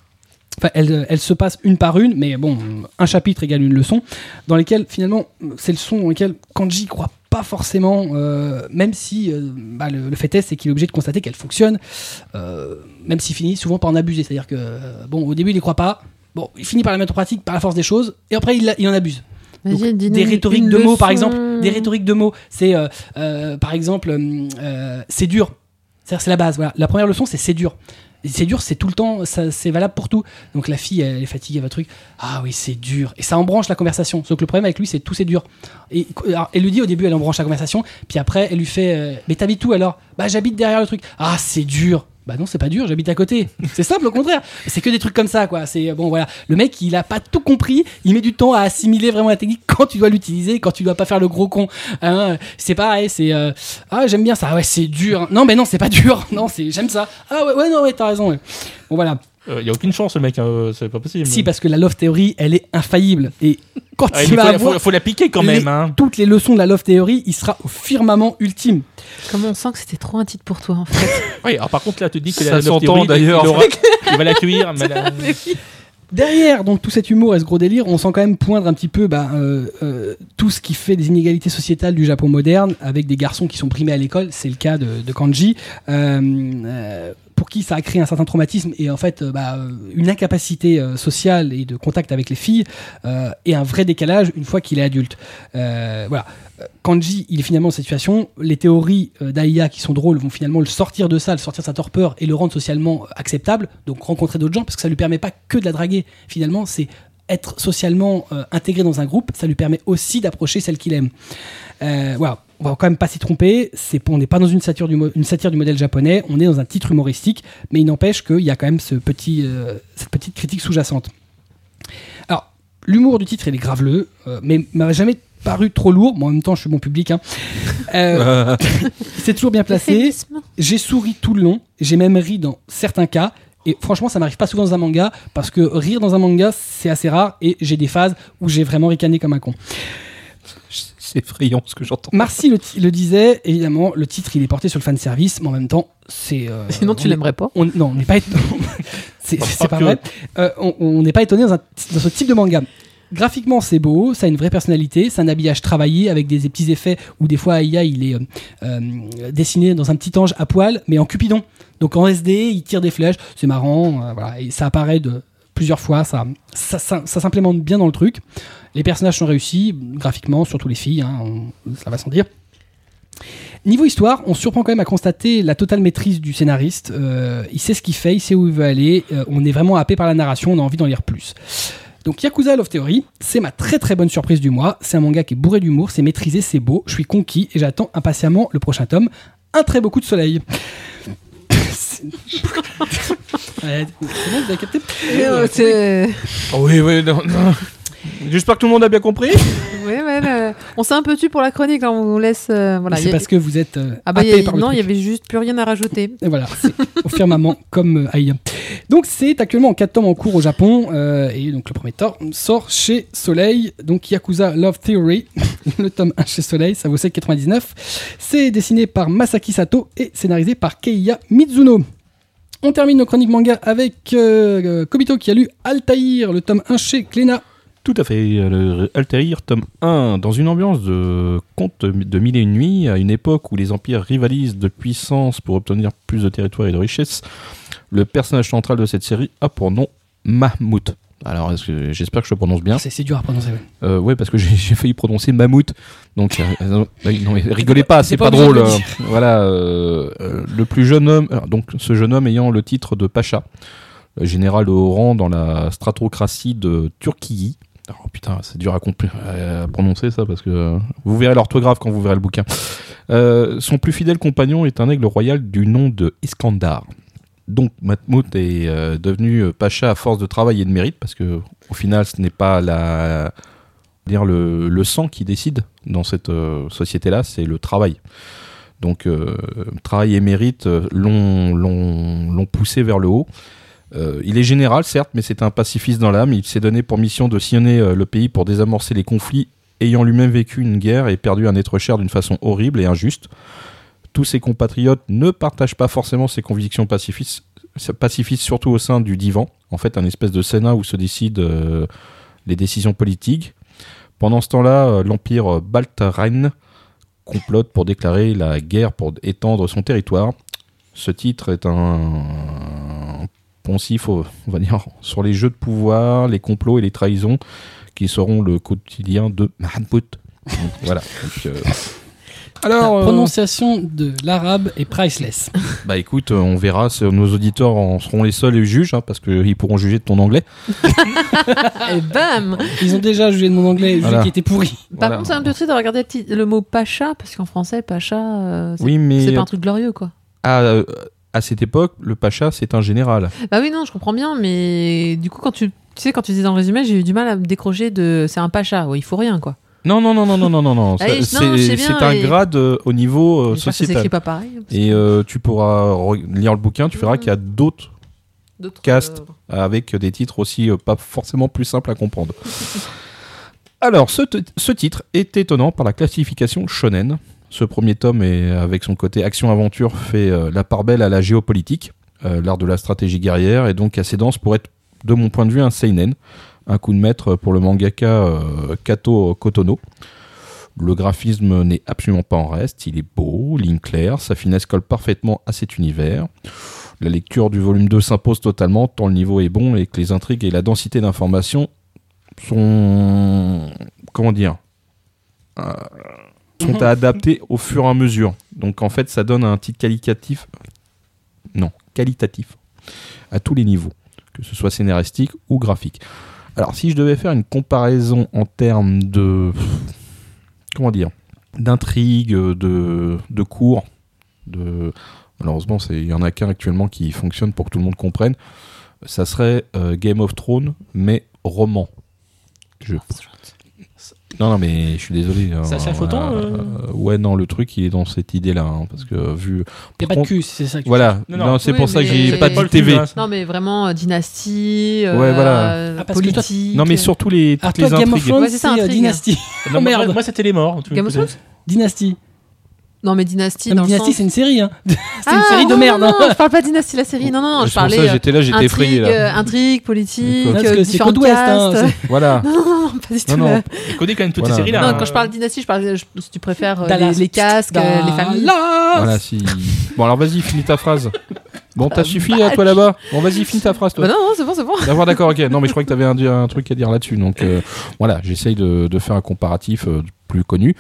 A: Enfin, elles, elles se passent une par une, mais bon, un chapitre égale une leçon, dans lesquelles finalement, c'est le son dans lequel Kanji croit pas forcément, euh, même si euh, bah, le, le fait est, c'est qu'il est obligé de constater qu'elle fonctionne, euh, même s'il finit souvent par en abuser. C'est-à-dire que, euh, bon, au début, il y croit pas, bon, il finit par la mettre en pratique par la force des choses, et après, il, la- il en abuse. Donc, des rhétoriques de mots, par exemple. Des rhétoriques de mots, c'est euh, euh, par exemple, hum, euh, c'est dur. C'est-à-dire, c'est la base. Voilà. La première leçon, c'est c'est dur. Et C'est dur, c'est tout le temps, ça- c'est valable pour tout. Donc la fille, elle, est fatiguée, elle va truc. Ah oui, c'est dur. Et ça embranche la conversation. Sauf que le problème avec lui, c'est tout c'est dur. Et alors, elle lui dit au début, elle embranche la conversation. Puis après, elle lui fait euh, Mais t'habites où alors Bah j'habite derrière le truc. Ah, c'est dur. Bah non, c'est pas dur, j'habite à côté. C'est simple, au contraire. C'est que des trucs comme ça, quoi. C'est euh, bon, voilà. Le mec, il a pas tout compris. Il met du temps à assimiler vraiment la technique quand tu dois l'utiliser, quand tu dois pas faire le gros con. Hein, c'est pareil, c'est euh, ah j'aime bien ça. Ouais, c'est dur. Non, mais non, c'est pas dur. Non, c'est j'aime ça. Ah ouais, ouais, non, ouais, t'as raison. ouais. Bon voilà.
C: Euh, y a aucune chance, le mec, hein, c'est pas possible.
D: bah,
A: Si parce que la love theory, elle est infaillible. Et quand
C: Ah,
A: tu
C: il faut,
A: vas
C: la- faut-
A: avoir
C: faut la piquer quand
A: les-
C: même. Hein.
A: toutes les leçons de la love theory, il sera au firmament ultime.
B: Comment on sent que c'était trop un titre pour toi en fait
C: Oui, alors par contre, là, tu te dis que
D: Ça
C: la- la
D: s'entend,
C: théorie,
D: d'ailleurs.
C: Il, aura- il va l'accueillir. mais la-
A: Derrière donc tout cet humour et ce gros délire, on sent quand même poindre un petit peu bah, euh, euh, tout ce qui fait des inégalités sociétales du Japon moderne, avec des garçons qui sont primés à l'école, c'est le cas de, de Kanji, euh, euh, pour qui ça a créé un certain traumatisme et en fait euh, bah, euh, une incapacité euh, sociale et de contact avec les filles, euh, et un vrai décalage une fois qu'il est adulte. Euh, voilà. Euh, Kanji, il est finalement dans cette situation. Les théories euh, d'Aïa qui sont drôles vont finalement le sortir de ça, le sortir de sa torpeur et le rendre socialement euh, acceptable. Donc rencontrer d'autres gens parce que ça lui permet pas que de la draguer. Finalement, c'est être socialement euh, intégré dans un groupe. Ça lui permet aussi d'approcher celle qu'il aime. Euh, voilà. On va quand même pas s'y tromper. C'est on n'est pas dans une satire du mo- une satire du modèle japonais. On est dans un titre humoristique, mais il n'empêche qu'il y a quand même ce petit euh, cette petite critique sous-jacente. Alors l'humour du titre il est graveleux, euh, mais m'a jamais paru trop lourd. Moi en même temps je suis bon public. Hein. Euh, c'est toujours bien placé.
B: Euphémisme.
A: J'ai souri tout le long. J'ai même ri dans certains cas. Et franchement, ça m'arrive pas souvent dans un manga parce que rire dans un manga, c'est assez rare. Et j'ai des phases où j'ai vraiment ricané comme un con.
D: C'est effrayant ce que j'entends.
A: Marcy le, ti- le disait, évidemment, le titre il est porté sur le fan service, mais en même temps, c'est. euh,
B: Sinon tu
A: on-
B: l'aimerais pas.
A: on- Non, on n'est pas étonné. c'est c'est pas
C: que-
A: vrai. Euh, on- on n'est pas étonné dans, un- dans ce type de manga. Graphiquement, c'est beau, ça a une vraie personnalité, c'est un habillage travaillé avec des petits effets où des fois Aya il est euh, euh, dessiné dans un petit ange à poil, mais en cupidon. Donc en SD, il tire des flèches, c'est marrant, euh, voilà, et ça apparaît de plusieurs fois, ça, ça, ça- ça s'implémente bien dans le truc. Les personnages sont réussis, graphiquement, surtout les filles, hein, on- ça va sans dire. Niveau histoire, on se surprend quand même à constater la totale maîtrise du scénariste. Euh, il sait ce qu'il fait, il sait où il veut aller. Euh, on est vraiment happé par la narration, on a envie d'en lire plus. Donc Yakuza Love Theory, c'est ma très très bonne surprise du mois. C'est un manga qui est bourré d'humour, c'est maîtrisé, c'est beau. Je suis conquis et j'attends impatiemment le prochain tome. Un très beau coup de soleil. C'est- Ouais, c'est bon, vous avez capté
B: Oh, Euh,
D: oui, oui, non, non. J'espère que tout le monde a bien compris.
B: Ouais, ouais, là, on s'est un peu tu pour la chronique, là, on vous laisse. euh, voilà. Il y
A: C'est
B: a-
A: parce que vous êtes euh,
B: Ah bah il y
A: happé
B: a-
A: par le
B: non, il
A: truc.
B: y avait juste plus rien à rajouter.
A: Et voilà, c'est au firmament comme euh, aïe. Donc c'est actuellement en 4 tomes en cours au Japon euh, et donc le premier tome sort chez Soleil, donc Yakuza Love Theory, le tome 1 chez Soleil, ça vaut 7,99. C'est dessiné par Masaki Sato et scénarisé par Keiya Mizuno. On termine nos chroniques manga avec euh, euh, Kobito qui a lu Altaïr, le tome 1 chez Glénat.
E: Tout à fait. euh, Le Altaïr, tome 1, dans une ambiance de conte de mille et une nuits, à une époque où les empires rivalisent de puissance pour obtenir plus de territoire et de richesses, Le personnage central de cette série a pour nom Mahmoud. Alors, est-ce que- j'espère que je le prononce bien.
A: C'est c'est dur à prononcer. ouais.
E: Euh, ouais, parce que j'ai j'ai failli prononcer mammouth. Donc, euh, non, non, mais rigolez pas, c'est
A: pas
E: pas,
A: obligé de
E: drôle.
A: le
E: euh,
A: dire.
E: voilà, euh, euh, le plus jeune homme, alors, donc ce jeune homme ayant le titre de pacha, le général au rang dans la stratocratie de Turquie. Oh putain, c'est dur à, compl- à prononcer ça parce que euh, vous verrez l'orthographe quand vous verrez le bouquin. Euh, son plus fidèle compagnon est un aigle royal du nom de Iskandar. Donc Mahmoud est euh, devenu euh, pacha à force de travail et de mérite parce que au final ce n'est pas la dire le, le sang qui décide dans cette société là, c'est le travail. Donc euh, travail et mérite euh, l'ont l'ont l'ont poussé vers le haut. Euh, il est général certes, mais c'est un pacifiste dans l'âme. Il s'est donné pour mission de sillonner euh, le pays pour désamorcer les conflits, ayant lui-même vécu une guerre et perdu un être cher d'une façon horrible et injuste tous ses compatriotes ne partagent pas forcément ses convictions pacifistes, pacifistes surtout au sein du divan, en fait un espèce de sénat où se décident euh, les décisions politiques. Pendant ce temps-là, euh, l'empire Baltaren complote pour déclarer la guerre pour étendre son territoire. Ce titre est un poncif, au- on va dire, sur les jeux de pouvoir, les complots et les trahisons qui seront le quotidien de Mahmoud. Donc, voilà. Donc, euh,
A: La
D: Alors,
A: prononciation de l'arabe est priceless.
E: Bah écoute, euh, on verra, c'est- nos auditeurs en seront les seuls juges, hein, parce qu'ils pourront juger de ton anglais.
B: Et bam
A: Ils ont déjà jugé de mon anglais,
E: Voilà.
A: jugé qui était pourri.
B: Par
E: Voilà.
B: contre, c'est un peu triste de regarder le, petit- le mot pacha, parce qu'en français, pacha, euh, c'est
E: Oui,
B: c'est
E: mais
B: pas un truc glorieux, quoi.
E: à, euh, à cette époque, le pacha, c'est un général.
B: Bah oui, non, je comprends bien, mais du coup, quand tu, tu sais, quand tu disais dans le résumé, j'ai eu du mal à me décrocher de. C'est un pacha, ouais, il faut rien, quoi.
E: Non, non, non, non, non, non, non, non.
B: Allez,
E: Ça,
B: je- Ah non, je sais
E: C'est
B: bien,
E: c'est un
B: mais-
E: grade euh, au niveau
B: J'espère
E: euh,
B: que ça
E: sociétal.
B: s'écrit pas pareil. hein, parce
E: Et
B: que
E: euh, tu pourras re- lire le bouquin, tu verras
B: Mhm.
E: qu'il y a d'autres
B: d'autres,
E: caste.
B: euh,
E: avec des titres aussi euh, pas forcément plus simples à comprendre. Alors, ce, t- ce titre est étonnant par la classification shonen. Ce premier tome, est, avec son côté action-aventure, fait euh, la part belle à la géopolitique, euh, l'art de la stratégie guerrière, et donc assez dense pour être, de mon point de vue, un seinen. Un coup de maître pour le mangaka euh, Kato Kotono. Le graphisme n'est absolument pas en reste, il est beau, ligne claire, sa finesse colle parfaitement à cet univers. La lecture du volume 2 s'impose totalement, tant le niveau est bon et que les intrigues et la densité d'informations sont. Comment dire euh, sont à adapter au fur et à mesure. Donc en fait, ça donne un titre qualitatif. Non, qualitatif. À tous les niveaux, que ce soit scénaristique ou graphique. Alors si je devais faire une comparaison en termes de. Comment dire D'intrigue, de, de cours, de. Malheureusement, c'est- il y en a qu'un actuellement qui fonctionne pour que tout le monde comprenne. Ça serait euh, Game of Thrones, mais roman. Je- Non, non, mais je suis désolé. hein,
C: Ça, c'est la photo, euh
E: Ouais, non, le truc, il est dans cette idée-là. hein, parce que vu.
A: T'es pas de
E: contre-
A: cul, si c'est ça. que tu-
E: Voilà,
C: Non,
E: non,
C: non.
E: c'est
B: Oui,
E: pour ça que
B: mais-
E: j'ai pas
B: C'est pas
E: de
B: le
E: TV.
B: Non, mais vraiment, euh, dynastie, euh,
E: Ouais, voilà.
B: euh,
A: Ah, parce que toi-
B: politique.
E: Non, mais surtout les,
A: Ah, toi,
E: toutes les
A: Game of
E: intrigues.
A: Thrones,
B: Ouais, c'est
A: c'est
B: ça,
A: euh,
B: intrigue.
A: Dynasty.
D: Oh,
C: Non, moi-
A: merde.
C: Moi, c'était les morts. tu-
B: Game of Thrones
A: Dynasty.
B: Non, mais dynastie,
A: Ah, mais
B: dans
A: Dynasty,
B: le
A: c'est
B: sens...
A: une série. hein. C'est une
B: Ah,
A: série de
B: non,
A: merde.
B: Non,
A: hein.
B: non, je parle pas de dynastie, la série. Non, non, non, je
E: C'est pour ça que
B: parlais. euh,
E: j'étais là, j'étais effrayé
B: Intrigue,
E: là.
B: euh, intrigue, politique,
A: Parce que
B: euh,
A: c'est
B: différentes
A: Côte Ouest, hein,
B: castes.
E: Voilà.
B: Non, non, non, pas du tout.
E: Non, non.
B: là.
C: Il connaît quand même toutes
E: Voilà.
C: ces séries-là.
B: Non,
C: hein.
B: quand je parle dynastie, je parle, je- si tu préfères euh, les,
A: Dallas.
B: les casques, euh, les familles.
A: Dallas.
E: Voilà, si. Bon, alors vas-y, finis ta phrase. Bon,
B: Euh,
E: t'as suffi à toi là-bas. Bon, vas-y, finis ta phrase, toi.
B: Bah non, non, c'est bon, c'est bon.
E: D'accord, d'accord, ok. Non, mais je crois que tu avais un, un truc à dire là-dessus. Donc euh, voilà, j'essaye de, de faire un comparatif euh, plus connu.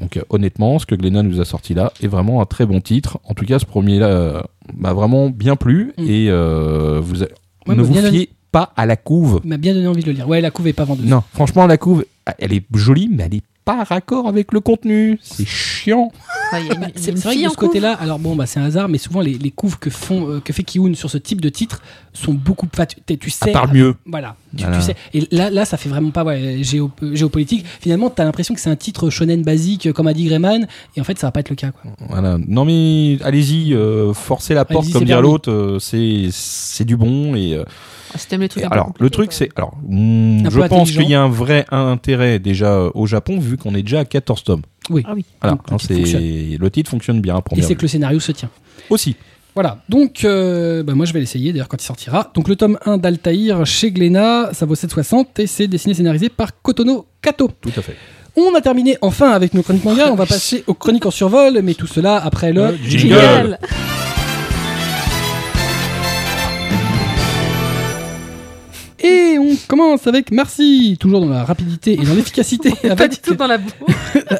E: Donc euh, honnêtement, ce que Glénat nous a sorti là est vraiment un très bon titre. En tout cas, ce premier-là euh, m'a vraiment bien plu.
A: Mm.
E: Et euh, vous a-
A: Ouais,
E: ne
A: bah,
E: vous
A: bien
E: fiez
A: donné.
E: pas à la couve.
A: Il m'a bien donné envie de le lire. Ouais, la couve est pas vendue.
E: Non, franchement, la couve, elle est jolie, mais elle est pas raccord avec le contenu. C'est chiant.
B: Enfin, il y a une- il y a
A: Bah, C'est
B: une
A: c'est vrai que
B: fille
A: de
B: en
A: ce
B: couple.
A: côté-là, alors bon, bah, c'est un hasard, mais souvent les, les couves que, font, euh, que fait Kiun sur ce type de titre sont beaucoup. enfin, Tu, t'es- tu sais.
E: À part mieux.
A: Voilà, tu,
E: Voilà.
A: tu sais. Et là, là, ça fait vraiment pas ouais, géo- euh, géopolitique. Finalement, t'as l'impression que c'est un titre shonen basique, euh, comme a dit Greyman, et en fait, ça va pas être le cas. Quoi.
E: Voilà. Non mais allez-y, euh, forcez la porte
A: Allez-y,
E: comme
A: c'est
E: dirait
A: permis.
E: l'autre. euh, c'est c'est du bon et euh,
B: Ah, Si t'aimes les trucs. un peu
E: alors, le
B: compliqués,
E: truc,
B: quoi.
E: c'est. Alors, mm,
A: Un
E: je
A: peu
E: pense
A: intelligent.
E: qu'il y a un vrai intérêt déjà euh, au Japon, vu qu'on est déjà à 14 tomes.
A: Oui.
B: Ah oui.
E: Voilà,
A: Donc, le
E: hein,
A: titre
E: c'est-
A: fonctionne.
E: le titre fonctionne bien à
A: Et
E: première
A: c'est
E: vue.
A: que le scénario se tient.
E: Aussi.
A: Voilà, donc euh, bah, moi je vais l'essayer d'ailleurs quand il sortira. Donc le tome 1 d'Altaïr chez Glénat, ça vaut 7,60 et c'est dessiné et scénarisé par Kotono Kato.
E: Tout à fait.
A: On a terminé enfin avec nos chroniques manga, on va passer aux chroniques en survol, mais tout cela après le...
E: Jingle.
B: Génial.
A: Et on commence avec Marcy, toujours dans la rapidité et dans l'efficacité,
B: Pas du
A: avec,
B: tout dans la boue.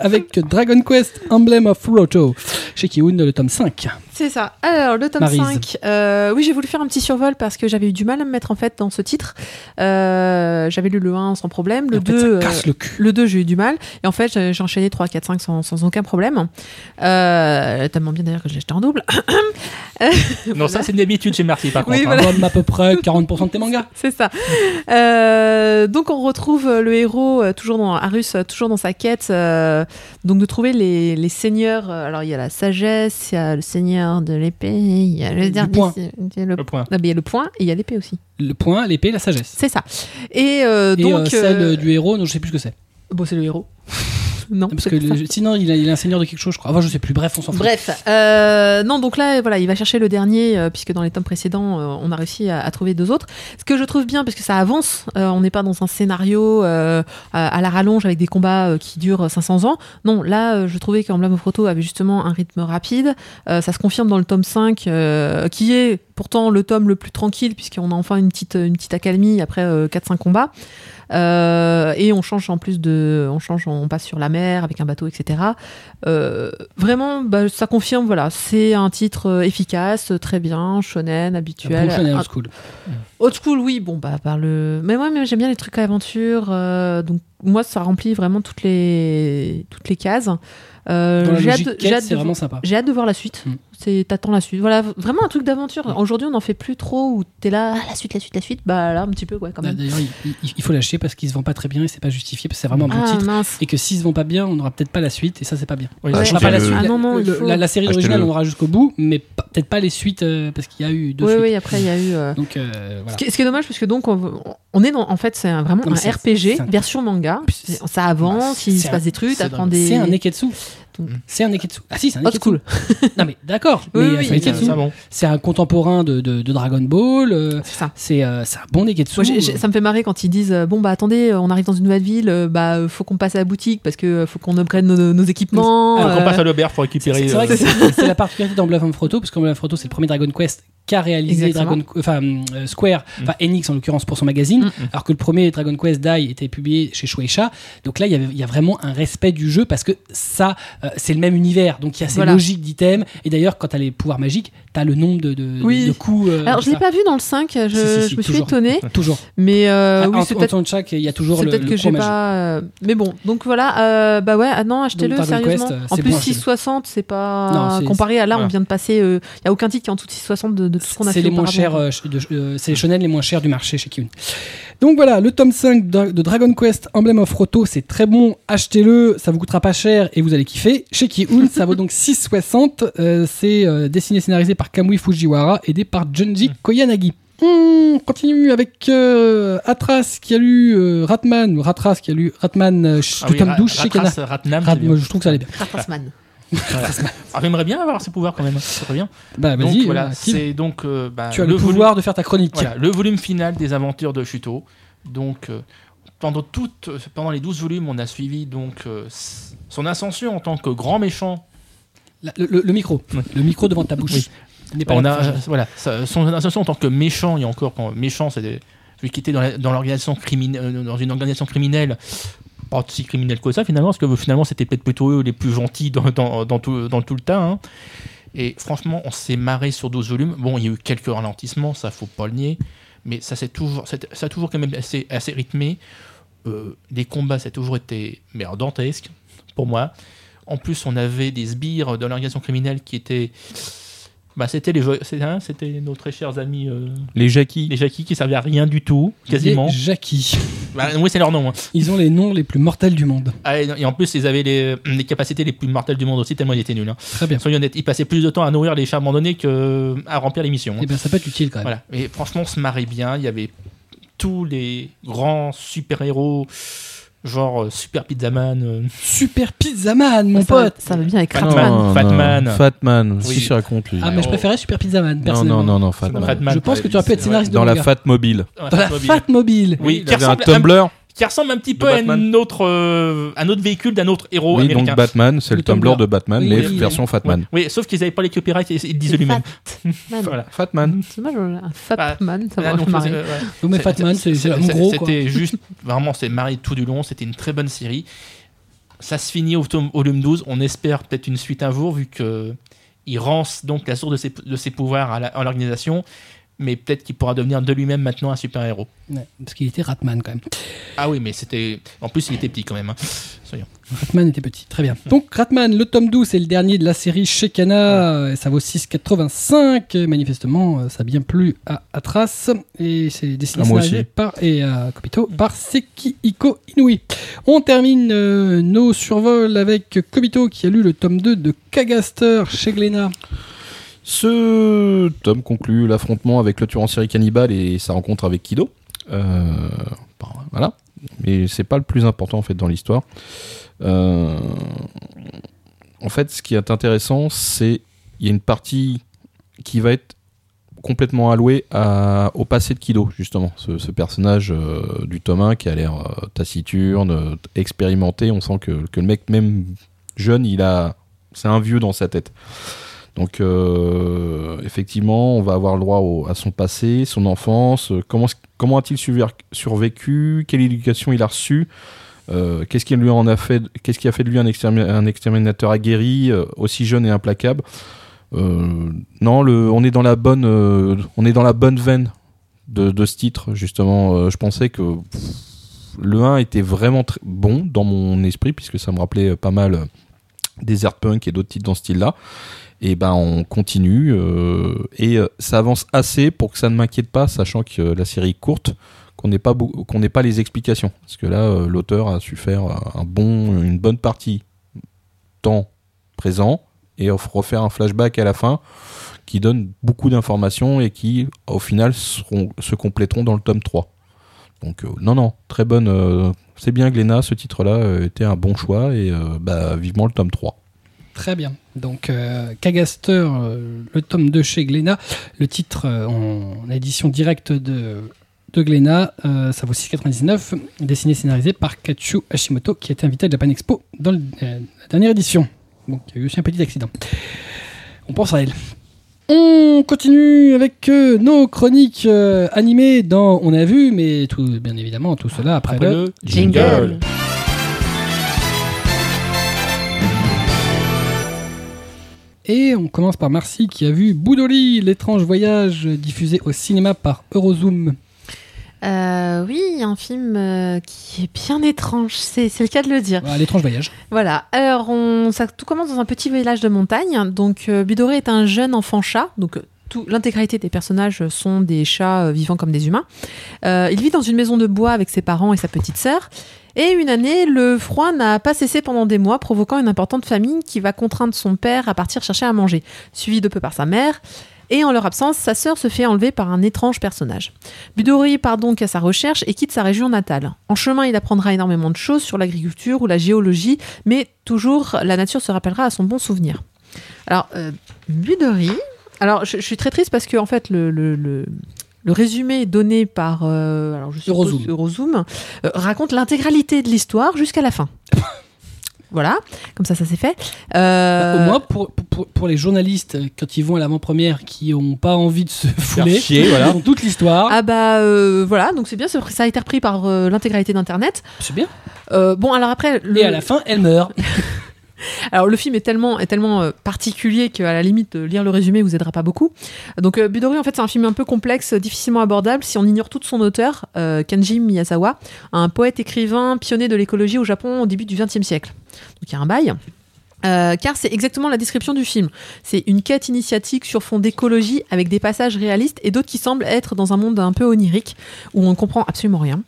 A: avec Dragon Quest Emblem of Roto, chez Kiun, le tome 5.
B: C'est ça. Alors, le tome
A: Maryse.
B: 5. euh, oui, j'ai voulu faire un petit survol parce que j'avais eu du mal à me mettre en fait dans ce titre. Euh, j'avais lu le 1 sans problème,
A: Et
B: le
A: en fait,
B: 2.
A: ça
B: euh,
A: casse le cul.
B: le 2, j'ai eu du mal. Et en fait, j'ai j'ai enchaîné 3, 4, 5 sans, sans aucun problème. Euh, tellement bien d'ailleurs que je l'ai acheté en double.
C: Non, ça c'est une habitude chez Marty par
B: Oui,
C: contre. hein.
B: voilà.
A: Comme à peu près 40% de tes mangas.
B: C'est ça. Euh, donc on retrouve euh, le héros euh, toujours dans Arus, euh, toujours dans sa quête, euh, donc de trouver les, les seigneurs. euh, Alors il y a la sagesse, il y a le seigneur de l'épée, il y a le
A: Du
B: dernier,
A: poing.
B: c'est- c'est le
C: Le point.
B: Ah, mais il y a le point et il y a l'épée aussi.
A: Le point, l'épée, la sagesse.
B: C'est ça. Et euh,
A: Et
B: donc
A: euh, celle
B: euh,
A: du héros, non, je sais plus ce que c'est.
B: bon c'est le héros. non.
A: Parce
B: c'est
A: que
B: pas Ah, ça.
A: le- sinon, il, a- il est un seigneur de quelque chose, je crois. Enfin, je sais plus. Bref, on s'en fout.
B: Bref, euh, non, donc là, voilà, il va chercher le dernier, euh, puisque dans les tomes précédents, euh, on a réussi à, à trouver deux autres. Ce que je trouve bien, parce que ça avance, euh, on n'est pas dans un scénario euh, à, à la rallonge avec des combats euh, qui durent 500 ans. Non, là, euh, je trouvais qu'Emblem of Proto avait justement un rythme rapide. Euh, ça se confirme dans le tome 5, euh, qui est pourtant le tome le plus tranquille, puisqu'on a enfin une petite, une petite accalmie après euh, 4-5 combats. Euh, et on change en plus de, on change, on passe sur la mer avec un bateau, etc. Euh, vraiment, bah, ça confirme, voilà, c'est un titre euh, efficace, euh, très bien, shonen, habituel.
A: Bon, Chanel
B: Un-
A: Old School.
B: Old school, oui, bon, bah, par le. Mais moi, mais j'aime bien les trucs à aventure, euh, donc moi, ça remplit vraiment toutes les, toutes les cases. Euh,
A: Dans la
B: j'ai hâte
A: logique
B: de-
A: quête,
B: j'ai hâte
A: c'est
B: de-
A: vraiment sympa.
B: j'ai hâte de voir la suite.
A: Mm.
B: C'est t'attends la suite. Voilà, v- vraiment un truc d'aventure. Aujourd'hui, on n'en fait plus trop où t'es là, ah, la suite, la suite, la suite. Bah là, un petit peu, ouais, quand même.
A: D'ailleurs, il, il- il faut lâcher parce qu'il se vend pas très bien et c'est pas justifié parce que c'est vraiment un bon
B: Ah
A: titre.
B: mince.
A: Et que s'ils se vend pas bien, on n'aura peut-être pas la suite et ça, c'est pas bien.
C: Oui,
A: Enfin,
B: Ouais.
A: pas la,
E: Achetez-le.
A: suite,
B: Ah
A: la-
B: non, non, il
A: le-
B: faut-
A: la- la série
E: Achetez-le.
A: originale, on aura jusqu'au bout, mais pas- peut-être pas les suites euh, parce qu'il y a eu deux
B: Oui,
A: suites.
B: oui, après, il y a eu. euh,
A: Donc, euh, voilà.
B: Ce qui, ce qui est dommage, parce que donc, on, on est dans, en fait, c'est un- vraiment
A: Non, mais
B: un
A: c'est-
B: RPG,
A: c'est un-
B: version manga.
A: Puis c'est-
B: Ça avance,
A: c'est
B: il se
A: un-
B: passe des trucs,
A: C'est
B: t'apprends
A: drôle.
B: des.
A: C'est un Neketsu.
B: Donc-
A: C'est un Neketsu. Ah si, c'est un
B: Old
A: Neketsu. non mais d'accord. mais
B: Oui, oui,
A: euh,
B: oui,
A: c'est un
B: il y a
A: Neketsu.
C: Ça, bon.
A: C'est un contemporain de, de- de Dragon Ball. euh,
B: C'est ça.
A: c'est euh, c'est un bon Neketsu.
B: Moi, j'ai- j'ai- ça me fait marrer quand ils disent euh, bon bah attendez euh, on arrive dans une nouvelle ville euh, bah euh, faut qu'on passe à la boutique parce que euh, faut qu'on upgrade nos, nos équipements
C: Donc, on
B: euh,
C: passe à l'auberge pour
A: C'est
C: récupérer.
A: c'est vrai que
C: euh,
A: c'est c'est la particularité d'Emblem of Froto, parce qu'Emblem of Froto, c'est le premier Dragon Quest qu'a réalisé
B: Exactement.
A: Dragon, enfin, euh, Square, enfin Enix en l'occurrence pour son magazine,
B: Mm.
A: alors que le premier Dragon Quest Die était publié chez Shueisha. Donc là, il y, avait- il y a vraiment un respect du jeu parce que ça, euh, c'est le même univers. Donc il y a ces
B: Voilà.
A: logiques d'items. Et d'ailleurs, quand t'as les pouvoirs magiques, t'as le nombre de, de,
B: Oui.
A: de coups. euh,
B: alors
A: de
B: je l'ai
A: ça.
B: pas vu dans le 5 je,
A: Si, si, si,
B: je me suis
A: toujours.
B: étonnée
A: Toujours.
B: mais euh,
A: Ah,
B: oui
A: en,
B: c'est
A: en
B: peut-être
A: temps de chaque, il y a toujours
B: c'est
A: le,
B: peut-être
A: le
B: que j'ai
A: point magique.
B: pas euh, mais bon donc voilà euh, bah ouais ah non achetez-le
A: Dragon Quest,
B: sérieusement
A: euh,
B: en
A: c'est
B: plus
A: bon,
B: 660 c'est
A: Non,
B: pas
A: c'est-
B: comparé à là on
C: voilà.
B: vient de passer il y a aucun titre qui est en dessous de 660 de, de tout ce qu'on a fait
A: C'est les moins
B: auparavant,
A: chers,
B: quoi.
A: euh, ch- de- euh, c'est les shonen les moins chers du marché chez Kiun. Donc voilà, le tome 5 de de Dragon Quest Emblem of Roto, c'est très bon, achetez-le, ça vous coûtera pas cher et vous allez kiffer. Chez Kiun, ça vaut donc 6,60. euh, c'est euh, dessiné et scénarisé par Kamui Fujiwara, aidé par Junji
C: Mm.
A: Koyanagi. Hmm, On continue avec euh, Atras qui a lu euh, Ratman, ou Ratras qui a lu Ratman, euh, ch-
C: ah
A: le
C: oui,
A: tome
C: Ra-
A: 12 chez Kana.
C: Ratras, Ratnam, c'est
A: Rat-
C: bien.
A: je trouve que ça allait bien.
B: Rattrasman.
C: Voilà. Ah, J'aimerais bien avoir ses pouvoirs quand même. hein. Ça serait bien.
A: Bah
C: Donc
A: vas-y,
C: voilà,
A: euh, Steve,
C: c'est donc euh, bah,
A: tu as le,
C: volume-
A: pouvoir de faire ta chronique.
C: Voilà, le volume final des aventures de Chuto. Donc, euh, pendant, toute, euh, pendant les 12 volumes, on a suivi donc, euh, s- son ascension en tant que grand méchant.
A: La- le, le- le micro,
C: Ouais.
A: le micro devant ta bouche.
C: Oui.
A: Il n'est pas
C: On
A: là
C: a,
A: pour faire
C: euh, voilà, sa- son ascension en tant que méchant, et encore quand méchant, c'est des- vu qu'il était dans, la- dans l'organisation crimine- euh, dans une organisation criminelle, pas si criminelle que ça finalement, parce que euh, finalement c'était peut-être plutôt eux les plus gentils dans, dans- dans tout, dans tout le tas. hein. Et franchement, on s'est marré sur 12 volumes. Bon, il y a eu quelques ralentissements, ça faut pas le nier, mais ça c'est toujours, c'est- ça a toujours quand même assez, assez rythmé. Euh, les combats, ça a toujours été merde dantesque pour moi. En plus, on avait des sbires de l'organisation criminelle qui étaient. Bah, c'était les, c'est- hein, c'était nos très chers amis, euh,
E: Les Jackie.
C: les Jackie, qui servaient à rien du tout, quasiment.
A: Les Jackie.
C: Bah, oui, c'est leur nom. hein.
A: Ils ont les noms les plus mortels du monde.
C: Ah, et et en plus, ils avaient les, euh, les capacités les plus mortelles du monde aussi, tellement ils étaient nuls. hein.
A: Très bien.
C: Soyons honnêtes, ils passaient plus de temps à nourrir les chats abandonnés qu'à remplir les missions. hein.
A: Et ben ça peut être utile quand même.
C: Voilà. Mais franchement, on se marrait bien. Il y avait tous les grands super-héros, genre euh, Super Pizzaman, euh,
A: Super Pizza Man, mon
B: Ça-
A: pote.
B: ça va bien avec
C: Batman.
B: Ratman
E: Ah Non,
C: Ah Fatman.
E: non, Fatman.
C: Oui.
E: Si je raconte. lui.
A: Ah mais je
C: Oh.
A: préférais Super Pizza Man.
E: Non, non,
A: personnellement.
E: non, non,
C: Fatman.
E: Fatman.
A: Je pense que tu aurais pu être
C: C'est
A: scénariste de
E: Dans la
A: manga.
E: Fat Mobile.
C: vrai.
A: Dans la
C: Batmobile.
A: Fat Mobile.
C: Oui,
E: il
C: qui
E: avait un
C: ressemble un-
E: Tumblr.
C: qui ressemble un petit
E: De
C: peu à
E: Batman.
C: un autre, euh, un autre véhicule d'un autre héros
E: Oui, donc
C: américain.
E: Batman, c'est
A: Le
E: le Tumblr
A: Tumblr.
E: de Batman,
A: Oui,
E: mais
A: oui, oui.
E: version Fatman.
C: Oui, sauf qu'ils n'avaient pas les copyrights et ils disent lui-même. Voilà.
E: Fatman.
B: C'est dommage, un
C: Bah,
B: Fatman, ça
C: Ah,
B: va
C: donc,
B: marrer.
C: euh, ouais.
A: Oui, mais
C: C'est-
A: Fatman, c'est c'est en
C: c'est-
A: gros quoi.
C: C'était juste, vraiment, c'est marié tout du long. C'était une très bonne série. Ça se finit au tome- au volume 12. On espère peut-être une suite un jour, vu que il rance donc la source de ses, de ses pouvoirs à la- à l'organisation. Mais peut-être qu'il pourra devenir de lui-même maintenant un super-héros.
A: Ouais, parce qu'il était Ratman quand même.
C: Ah oui, mais c'était. En plus, il était petit quand même. hein. Soyons.
A: Ratman était petit, très bien. Donc Ratman, le tome 12, c'est le dernier de la série chez Kana, et ça vaut 6,85. Et Manifestement, euh, ça a bien plu à Atras, et c'est dessiné
E: À moi
A: scénarisé
E: aussi.
A: par, et à Kobito par Sekihiko Inui. On termine euh, nos survols avec Kobito qui a lu le tome 2 de Kagaster chez Glénat.
E: Ce tome conclut l'affrontement avec le tueur en série cannibale et sa rencontre avec Kido. Euh, bon, voilà. Mais c'est pas le plus important en fait dans l'histoire. Euh, en fait, ce qui est intéressant, c'est il y a une partie qui va être complètement allouée à- au passé de Kido, justement. Ce, ce personnage euh, du tome 1 qui a l'air euh, taciturne, euh, expérimenté. On sent que, que le mec, même jeune, il a, c'est un vieux dans sa tête. Donc euh, effectivement, on va avoir le droit au- à son passé, son enfance, euh, comment, s- comment a-t-il survi- survécu, quelle éducation il a reçue, euh, qu'est-ce qui lui en a fait, qu'est-ce qui a fait de lui un, extermi- un exterminateur aguerri, euh, aussi jeune et implacable. Euh, non, le, on est dans la bonne, euh, on est dans la bonne veine de, de ce titre justement. Euh, je pensais que pff, le 1 était vraiment très bon dans mon esprit puisque ça me rappelait euh, pas mal euh, Desert Punk et d'autres titres dans ce style-là et ben on continue euh, et euh, ça avance assez pour que ça ne m'inquiète pas sachant que euh, la série est courte qu'on n'ait pas beau- qu'on n'ait pas les explications parce que là euh, l'auteur a su faire euh, un bon une bonne partie temps présent et off- refaire un flashback à la fin qui donne beaucoup d'informations et qui au final seront, se compléteront dans le tome 3 donc euh, non non très bonne euh, c'est bien Glénat ce titre là était un bon choix et euh, bah, vivement le tome 3
A: Très bien. Donc, euh, Kagaster, euh, le tome 2 chez Glénat, le titre euh, en édition directe de, de Glénat, euh, ça vaut 6,99, dessiné et scénarisé par Kachu Hashimoto, qui a été invité à Japan Expo dans le- euh, la dernière édition. Donc, il y a eu aussi un petit accident. On pense à elle. On continue avec euh, nos chroniques euh, animées dans On a vu, mais tout, bien évidemment, tout cela après, le...
B: Jingle.
A: Et on commence par Marcy qui a vu Boudoli, l'étrange voyage diffusé au cinéma par Eurozoom.
B: Euh, oui, un film euh, qui est bien étrange, c'est c'est le cas de le dire.
A: Voilà, l'étrange voyage.
B: Voilà, alors on, ça tout commence dans un petit village de montagne. Donc euh, Budoré est un jeune enfant chat, donc euh, tout- l'intégralité des personnages sont des chats euh, vivants comme des humains. Euh, il vit dans une maison de bois avec ses parents et sa petite sœur. Et une année, le froid n'a pas cessé pendant des mois, provoquant une importante famine qui va contraindre son père à partir chercher à manger, suivi de peu par sa mère. Et en leur absence, sa sœur se fait enlever par un étrange personnage. Budori part donc à sa recherche et quitte sa région natale. En chemin, il apprendra énormément de choses sur l'agriculture ou la géologie, mais toujours la nature se rappellera à son bon souvenir. Alors, euh, Budori. Alors, je, je suis très triste parce que, en fait, le. le- le- le résumé donné par euh, alors je suppose
A: Eurozoom.
B: Eurozoom, euh, raconte l'intégralité de l'histoire jusqu'à la fin. voilà, comme ça, ça s'est fait. Euh,
A: Bah, Au moins, pour, pour- pour, pour les journalistes, quand ils vont à l'avant-première, qui n'ont pas envie de se fouler,
E: chier, voilà.
A: ils ont toute l'histoire.
B: Ah bah euh, voilà, donc c'est bien, c'est- ça a été repris par euh, l'intégralité d'Internet.
A: C'est bien.
B: Euh, bon, alors après, le,
A: Et à la fin, elle meurt.
B: alors, le film est tellement, est tellement euh, particulier qu'à la limite, euh, lire le résumé vous aidera pas beaucoup. Donc euh, Budori, en fait, c'est un film un peu complexe, euh, difficilement abordable si on ignore tout de son auteur, euh, Kanji Miyazawa, un poète écrivain pionnier de l'écologie au Japon au début du XXe siècle. Donc il y a un bail. Euh, car c'est exactement la description du film. C'est une quête initiatique sur fond d'écologie avec des passages réalistes et d'autres qui semblent être dans un monde un peu onirique où on ne comprend absolument rien.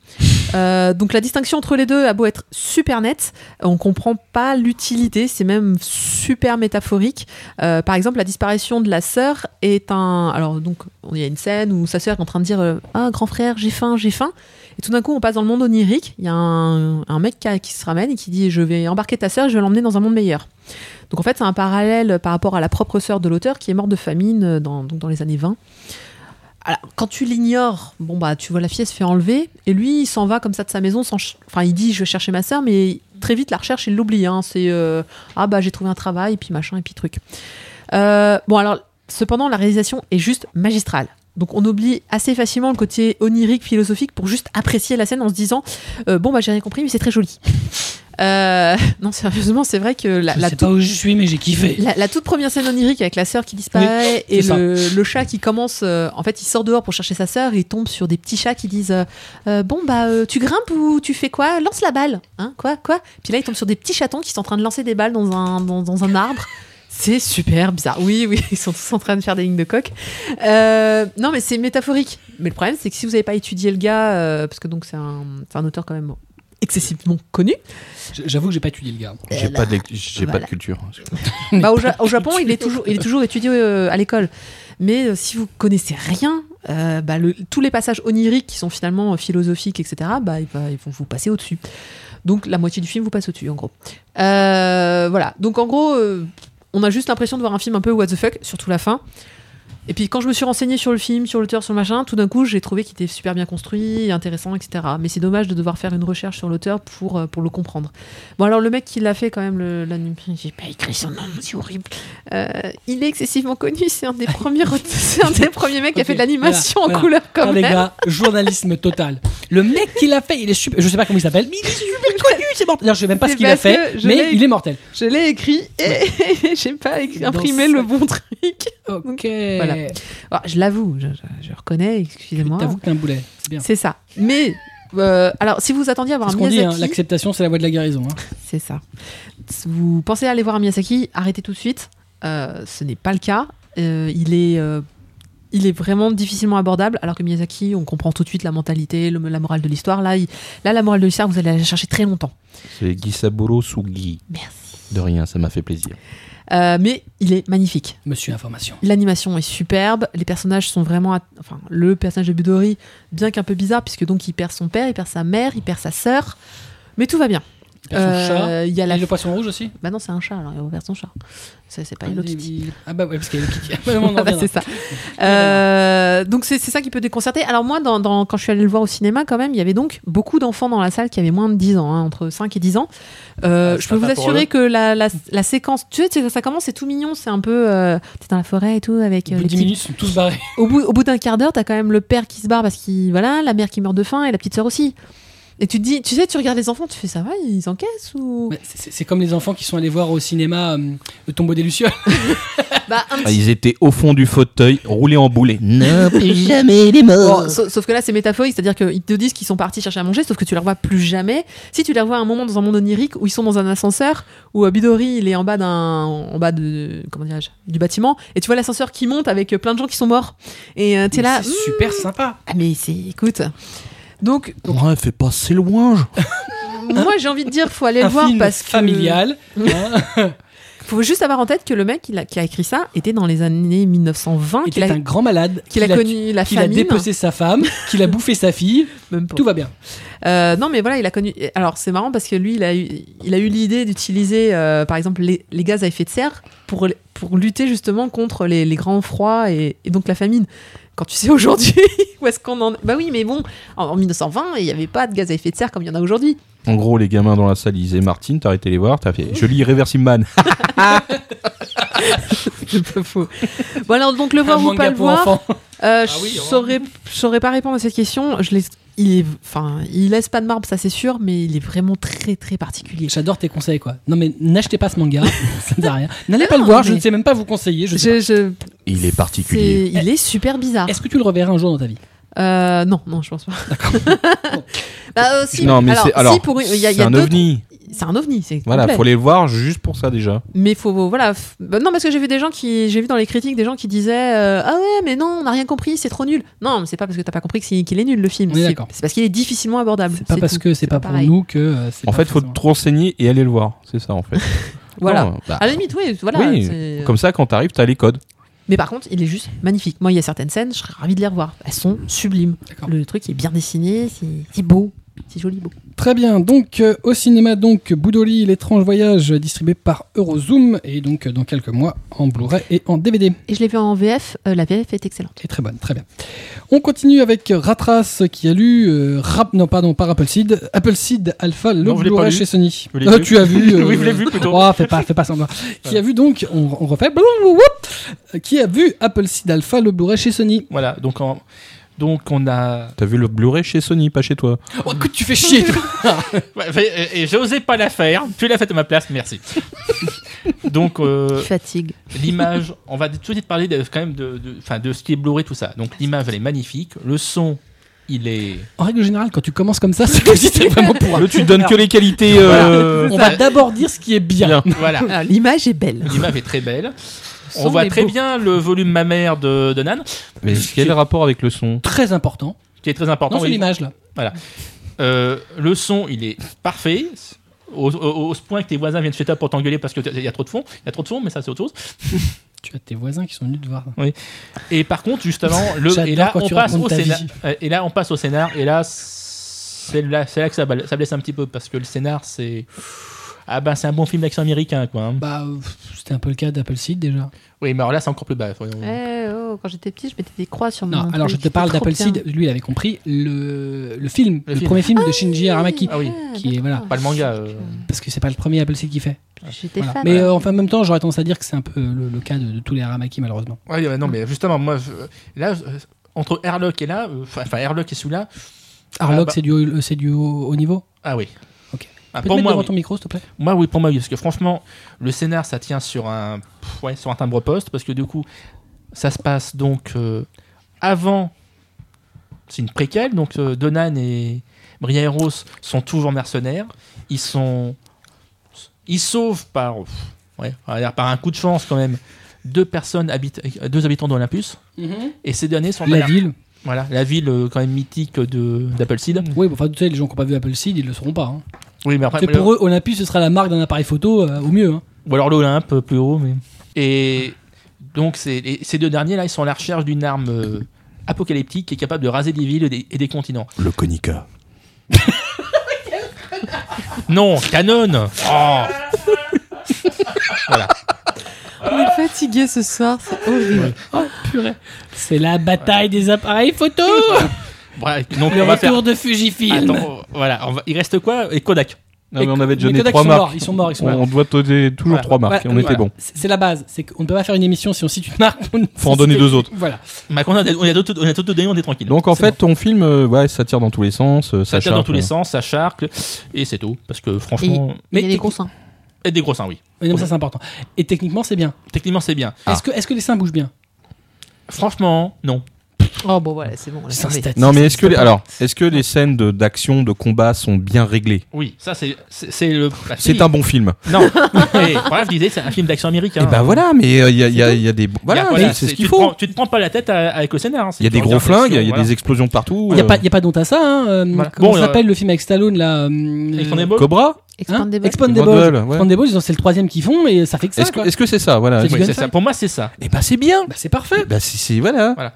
B: Euh, donc la distinction entre les deux a beau être super nette, on comprend pas l'utilité, c'est même super métaphorique. Euh, par exemple, la disparition de la sœur est un. Alors, donc, il y a une scène où sa sœur est en train de dire euh, Ah, grand frère, j'ai faim, j'ai faim. Et tout d'un coup, on passe dans le monde onirique. Il y a un, un mec qui, qui se ramène et qui dit Je vais embarquer ta sœur, je vais l'emmener dans un monde meilleur. Donc, en fait, c'est un parallèle par rapport à la propre sœur de l'auteur qui est morte de famine euh, dans, donc dans les années 20. Alors, quand tu l'ignores, bon bah tu vois la fille elle se fait enlever et lui il s'en va comme ça de sa maison sans ch- enfin il dit je vais chercher ma sœur mais très vite la recherche il l'oublie hein. c'est euh, ah bah j'ai trouvé un travail et puis machin et puis truc. Euh, bon alors cependant la réalisation est juste magistrale. Donc on oublie assez facilement le côté onirique philosophique pour juste apprécier la scène en se disant euh, bon bah j'ai rien compris mais c'est très joli. Euh, non sérieusement c'est vrai que la,
A: je
B: la
A: sais pas où je suis, mais j'ai kiffé.
B: la, la toute première scène onirique avec la sœur qui disparaît
A: Oui,
B: et
A: c'est
B: le, le chat qui commence. euh, en fait, il sort dehors pour chercher sa sœur et il tombe sur des petits chats qui disent euh, Euh, Bon, bah, euh, tu grimpes ou tu fais quoi Lance la balle. Hein Quoi Quoi Puis là, il tombe sur des petits chatons qui sont en train de lancer des balles dans un, dans, dans un arbre. C'est super bizarre. Oui, oui, ils sont tous en train de faire des lignes de coq. Euh, non, mais c'est métaphorique. Mais le problème, c'est que si vous n'avez pas étudié le gars, euh, parce que donc c'est un, c'est un auteur quand même excessivement connu,
A: J- J'avoue que j'ai pas étudié le gars.
E: J'ai pas de, lec- j'ai
B: Voilà.
E: pas de culture.
B: Bah, au, Ja- au Japon, il est toujours, il est toujours étudié euh, à l'école. Mais euh, si vous connaissez rien, euh, bah, le- tous les passages oniriques qui sont finalement euh, philosophiques, etc., bah, ils, va- ils vont vous passer au-dessus. Donc la moitié du film vous passe au-dessus, en gros. Euh, voilà. Donc en gros, euh, on a juste l'impression de voir un film un peu what the fuck, surtout la fin. Et puis quand je me suis renseigné sur le film, sur l'auteur, sur le machin, tout d'un coup j'ai trouvé qu'il était super bien construit, intéressant, etc. Mais c'est dommage de devoir faire une recherche sur l'auteur pour, euh, pour le comprendre. Bon alors le mec qui l'a fait quand même, le, la nuit, j'ai pas écrit son nom, c'est horrible. Euh, il est excessivement connu, c'est un des premiers, c'est un des premiers mecs qui a
A: Ok,
B: fait de l'animation
A: voilà,
B: en
A: voilà.
B: couleur comme
A: Ah, les
B: même.
A: gars, journalisme total. Le mec qui l'a fait, il est super. Je sais pas comment il s'appelle, mais il est super connu, c'est mortel. D'ailleurs, je sais même pas
B: C'est
A: ce qu'il a
B: parce
A: fait,
B: que je
A: mais
B: l'ai-
A: il est mortel.
B: Je l'ai écrit et j'ai pas écrit-
A: Dans
B: imprimé
A: ce-
B: le bon truc.
A: Ok.
B: Voilà. Ah, je l'avoue, je, je- je reconnais, excusez-moi.
A: T'avoues que t'es un boulet. C'est bien.
B: C'est ça. Mais euh, alors, si vous attendiez à voir
A: C'est
B: un
A: ce qu'on dit, hein,
B: Miyazaki,
A: l'acceptation, c'est la voie de la guérison. hein.
B: c'est ça. Si vous pensez à aller voir un Miyazaki, arrêtez tout de suite. Euh, ce n'est pas le cas. Euh, il est euh, il est vraiment difficilement abordable, alors que Miyazaki, on comprend tout de suite la mentalité, le- la morale de l'histoire. Là, il- là, la morale de l'histoire, vous allez la chercher très longtemps.
E: C'est Gisaburo Sugi.
B: Merci.
E: De rien, ça m'a fait plaisir.
B: Euh, mais il est magnifique.
A: Monsieur Information.
B: L'animation est superbe, les personnages sont vraiment, at- enfin le personnage de Budori, bien qu'un peu bizarre puisque donc il perd son père, il perd sa mère, il perd sa sœur, mais tout va bien.
A: Il perd son
B: Euh,
A: chat.
B: Il y a
A: Il
B: la.
A: a le poisson rouge aussi
B: Bah non, c'est un chat, alors il a ouvert son chat. C'est c'est pas
A: Ah,
B: Hello
A: il-
B: Kitty.
A: il- Ah bah ouais, parce qu'il y a Hello Kitty. Ah, on en
B: Ah bah,
A: reviendra.
B: c'est ça. Euh, donc c'est c'est ça qui peut déconcerter. Alors moi, dans, dans- quand je suis allée le voir au cinéma, quand même, il y avait donc beaucoup d'enfants dans la salle qui avaient moins de 10 ans, hein, entre 5 et 10 ans. Euh,
C: Ah, c'est
B: je peux vous
C: sympa pour eux.
B: assurer que la, la- la séquence, tu sais, tu sais, ça commence, c'est tout mignon, c'est un peu, euh, t'es dans la forêt et tout avec
A: Au
B: euh,
A: bout
B: les
A: de 10
B: petits
A: minutes, ils sont tous barrés.
B: au bout, au bout d'un quart d'heure, t'as quand même le père qui se barre parce qu'il voilà, la mère qui meurt de faim et la petite sœur aussi. Et tu te dis, tu sais, tu regardes les enfants, tu fais ça va, ils encaissent ou
A: Mais c'est- C'est c'est comme les enfants qui sont allés voir au cinéma euh, Le tombeau des Lucioles.
B: bah, un
E: Ah,
B: petit-
E: ils étaient au fond du fauteuil, roulés en boulet. Non, plus jamais les
B: Bon,
E: morts.
B: sauf, sauf que là, c'est métaphorique, c'est-à-dire qu'ils te disent qu'ils sont partis chercher à manger, sauf que tu les revois plus jamais. Si tu les revois à un moment dans un monde onirique où ils sont dans un ascenseur, où euh, Bidori il est en bas d'un, en bas de, comment dirais-je, du bâtiment, et tu vois l'ascenseur qui monte avec euh, plein de gens qui sont morts, et euh, t'es là,
A: C'est super sympa.
B: ah mais c'est, écoute, donc
E: Ouais, fais pas si loin.
B: moi j'ai envie de dire, faut aller le
A: Un
B: voir
A: film
B: parce que Ah,
A: familial. hein,
B: faut juste avoir en tête que le mec il a- qui a écrit ça était dans les années 1920, qu'il
A: était
B: a,
A: un grand malade.
B: qu'il a
A: qu'il a
B: connu la
A: qu'il a
B: famine.
A: dépecé sa femme, qu'il a bouffé sa fille,
B: Même pas.
A: tout va bien.
B: Euh, non, mais voilà, il a connu. Alors c'est marrant parce que lui, il a eu, il a eu l'idée d'utiliser, euh, par exemple, les, les gaz à effet de serre pour pour lutter justement contre les, les grands froids et, et donc la famine. Quand tu sais aujourd'hui où est-ce qu'on en bah oui mais bon en, en 1920 il n'y avait pas de gaz à effet de serre comme il y en a aujourd'hui
E: En gros, les gamins dans la salle, ils disaient Martine, t'as arrêté les voir, t'as fait. Je lis Reversible Man.
B: c'est pas faux bon alors donc le voir
A: Un
B: ou
A: manga
B: pas le
A: pour
B: voir
A: enfants.
B: Euh,
A: Ah oui,
B: je
A: au revoir.
B: saurais, je saurais pas répondre à cette question. Je laisse, il est, enfin, il laisse pas de marbre, ça c'est sûr, mais il est vraiment très très particulier.
A: J'adore tes conseils, quoi. Non, mais n'achetez pas ce manga, ça ne sert à rien. N'allez
B: Non,
A: pas le voir, je
B: mais-
A: ne sais même pas vous conseiller. Je sais
B: Je- je-
E: Il est
B: c'est-
E: particulier.
B: il est super bizarre.
A: pas. Est-ce que tu le reverras un jour dans ta vie
B: Euh, non, non, je pense pas. Bah, euh, si,
E: Non, mais
B: alors,
E: c'est. Alors,
B: si, pour une- il y a- il y
E: c'est
B: a
E: un
B: deux-
E: ovni.
B: C'est un ovni, c'est
E: Voilà,
B: complet.
E: faut les voir juste pour ça déjà.
B: Mais faut voilà. f- bah non parce que j'ai vu des gens qui j'ai vu dans les critiques des gens qui disaient euh, ah ouais mais non on n'a rien compris c'est trop nul. Non mais c'est pas parce que t'as pas compris que c'est- qu'il est nul le film.
A: On est
B: C'est
A: d'accord.
B: c'est parce qu'il est difficilement abordable.
A: C'est pas parce
B: tout.
A: que c'est pas, pour
B: pareil.
A: nous que. euh, c'est
E: En
A: pas
E: fait, faut
A: forcément-
E: te renseigner et aller le voir. C'est ça, en fait.
B: Voilà.
E: Non, bah,
B: À la limite oui voilà.
E: oui,
B: c'est-
E: comme ça, quand t'arrives, t'as les codes.
B: Mais par contre, il est juste magnifique. Moi, il y a certaines scènes, je serais ravie de les revoir. Elles sont sublimes.
A: D'accord.
B: Le truc est bien dessiné, c'est c'est beau. C'est joli beau.
A: Très bien, donc euh, au cinéma, donc Boudoli, l'étrange voyage, distribué par Eurozoom, et donc euh, dans quelques mois en Blu-ray et en DVD.
B: Et je l'ai vu en VF. euh, la VF est excellente.
A: Et très bonne, très bien. On continue avec Ratras qui a lu, euh, Rap- non pardon, pas Appleseed, Appleseed Alpha, le
C: Non, je l'ai pas
A: Blu-ray
C: lu.
A: chez Sony.
C: Je l'ai
A: Ah,
C: vu.
A: tu as vu
C: Oui, je l'ai vu plutôt.
A: Oh, fais pas, fais pas semblant. qui a vu donc, on, on refait, Whoop qui a vu Appleseed Alpha, le Blu-ray chez Sony.
C: Voilà, donc, en- donc on a.
E: T'as vu le Blu-ray chez Sony, pas chez toi.
A: Oh, écoute, tu fais chier. toi.
C: Ouais, fait- et et j'ai osé pas la faire. Tu l'as faite à ma place, merci. donc euh,
B: Fatigue.
C: l'image, on va tout de suite parler de, quand même de, de, enfin, de ce qui est Blu-ray, tout ça. Donc l'image, elle est magnifique. Le son, il est.
A: en règle générale, quand tu commences comme ça, c'est comme si c'était vraiment pour un-
E: Là, tu donnes que les qualités. euh,
A: On va d'abord dire ce qui est bien.
E: Bien.
C: Voilà,
B: Ah, L'image est belle.
C: l'image est très belle.
B: son
C: On voit
B: est
C: très
B: beau.
C: bien le volume mammaire de, de Nan,
E: Mais quel rapport avec le son
A: Très important.
C: qui est très important.
A: non, c'est
C: Oui.
A: l'image là.
C: Euh, le son, il est parfait. Au, au- au point que tes voisins viennent chez toi pour t'engueuler parce qu'il y a trop de fond. Il y a trop de fond, mais ça, c'est autre chose.
A: Tu as tes voisins qui sont venus te voir.
C: Et par contre, justement, le,
A: J'adore
C: et, là,
A: quand
C: on
A: tu
C: passe au
A: racontes ta
C: scénar,
A: vie.
C: euh, et là, on passe au scénar. Et là, c'est là, c'est là que ça, bal- ça blesse un petit peu parce que le scénar, c'est. Ah ben, c'est un bon film d'action américain, quoi. hein.
A: Bah, euh, c'était un peu le cas d'Apple Seed déjà.
C: Oui, mais alors là, c'est encore plus bas. Faut-
B: Eh, oh, quand j'étais petite, je mettais des croix sur mon.
A: Non, alors je
B: truc,
A: te parle
B: c'était trop
A: d'Apple Seed,
B: bien.
A: lui il avait compris le, le film,
C: Le
A: le,
C: film.
A: premier film de Shinji Aramaki.
C: Ah oui,
A: qui est- voilà.
B: d'accord.
C: Pas le manga. euh.
A: Parce que c'est pas le premier Apple Seed qu'il fait.
B: J'étais
A: Voilà.
B: fan.
A: Mais euh, enfin, en même temps, j'aurais tendance à dire que c'est un peu euh, le, le cas de, de tous les Aramaki malheureusement.
C: Ouais, ouais, non, mais justement, moi, je- là, je- entre Airlock et là, euh, enfin, enfin, Airlock et celui-là,
A: Harlock,
C: bah.
A: c'est du, euh, c'est du haut, haut niveau
C: ah oui.
A: Ok.
C: Ah,
A: Tu peux te
C: pour
A: mettre
C: moi,
A: devant
C: oui.
A: ton micro, s'il te plaît
C: Moi, oui, pour moi, oui, parce que franchement, le scénar, ça tient sur un, pff, ouais, sur un timbre poste, parce que du coup, ça se passe donc euh, avant. C'est une préquelle, donc euh, Donan et Bria et Rose sont toujours mercenaires. Ils sont. Ils sauvent par. pff, ouais, on va dire par un coup de chance quand même. Deux personnes habitent, euh, deux habitants d'Olympus, et ces derniers sont
A: La ville.
C: Voilà, la ville euh, quand même mythique de d'Appleseed.
A: Oui, bon, enfin, tu sais, les gens qui n'ont pas vu Apple Seed, ils le sauront pas. hein.
C: Oui, mais après,
A: Mm. C'est pour eux, Olympus, ce sera la marque d'un appareil photo euh, au mieux. hein.
C: Ou alors l'Olympe, euh, plus haut. Mais... Et donc, c'est- et ces deux derniers-là, ils sont à la recherche d'une arme euh, apocalyptique qui est capable de raser des villes et des, et des continents.
E: Le Konica.
C: Non, Canon Oh
A: euh,
B: On est fatigué ce soir, c'est horrible.
A: C'est la bataille des appareils photo
C: Voilà, Donc,
A: Le
C: on va
A: retour
C: faire.
A: de Fujifilm
C: Attends, voilà, on va- il reste quoi Et Kodak.
E: Non, mais on avait déjà
A: Mais
E: donné
A: Kodak,
E: trois
A: ils sont morts, ils sont morts,
E: marques.
A: ils sont
E: on
A: morts.
E: doit donner toujours
C: Voilà.
E: trois marques.
A: Ouais,
E: on était
C: voilà.
E: bon.
A: C'est c'est la base, c'est qu'on ne peut pas faire une émission si on cite une marque. on-
E: Faut en donner deux autres.
A: Voilà.
C: Mais Bah, on a, on a d'autres- on a d'autres données, on est tranquille.
E: Donc en
A: C'est
E: fait, ton film, euh, ouais, ça tire dans tous les sens. euh,
C: ça
E: Ça,
C: tire dans
E: charpe,
C: tous les
E: euh.
C: sens, ça charcle, et c'est tout. Parce que franchement.
B: Mais il y a
A: Mais
B: des
A: t'es-
B: gros seins.
C: Et des gros seins, oui.
A: Mais non, ça c'est important. Et techniquement, c'est bien.
C: Techniquement, c'est bien.
E: Ah.
A: Est-ce que, est que les seins bougent bien
C: Franchement, non.
B: Oh bon voilà, c'est bon. on l'a
A: C'est un
B: fermé.
A: statut.
E: Non mais est-ce que les, alors est-ce que les scènes de- d'action de combat sont bien réglées
C: Oui, ça, c'est c'est- c'est le. bah,
E: C'est
C: si.
E: un bon film.
C: Non. Et, voilà, je disais, c'est un film d'action américain.
E: Et ben voilà, mais euh, il y, a- il y a- il y a des
C: Il y a-
E: voilà, mais c'est ce
C: tu
E: qu'il
C: te
E: faut.
C: prends- tu te prends pas la tête à- avec le scénar. hein, c'est
E: Il y a des
C: une
E: gros
C: orientation,
E: flingues, il y a
C: voilà.
E: des explosions partout.
A: Il n'y a,
E: euh,
A: pas- y a pas honte à ça. Hein. euh,
C: Voilà.
A: Comment
C: Bon,
A: ça
C: euh,
A: s'appelle le film avec Stallone là euh,
C: Avec son épaule.
E: Cobra.
A: hein
B: Expandable.
A: Expandables.
E: Expandables, ouais.
A: Expandables, ils ont- c'est le troisième qu'ils font et ça fait que ça.
E: Est-ce que
A: quoi.
E: est-ce que c'est ça Voilà.
A: C'est-
C: Oui,
A: Gun
C: c'est ça.
A: Fight.
C: Pour moi, c'est ça.
E: Et ben c'est bien.
A: Bah, c'est parfait.
E: Bah c'est c'est- voilà.
C: Ouais.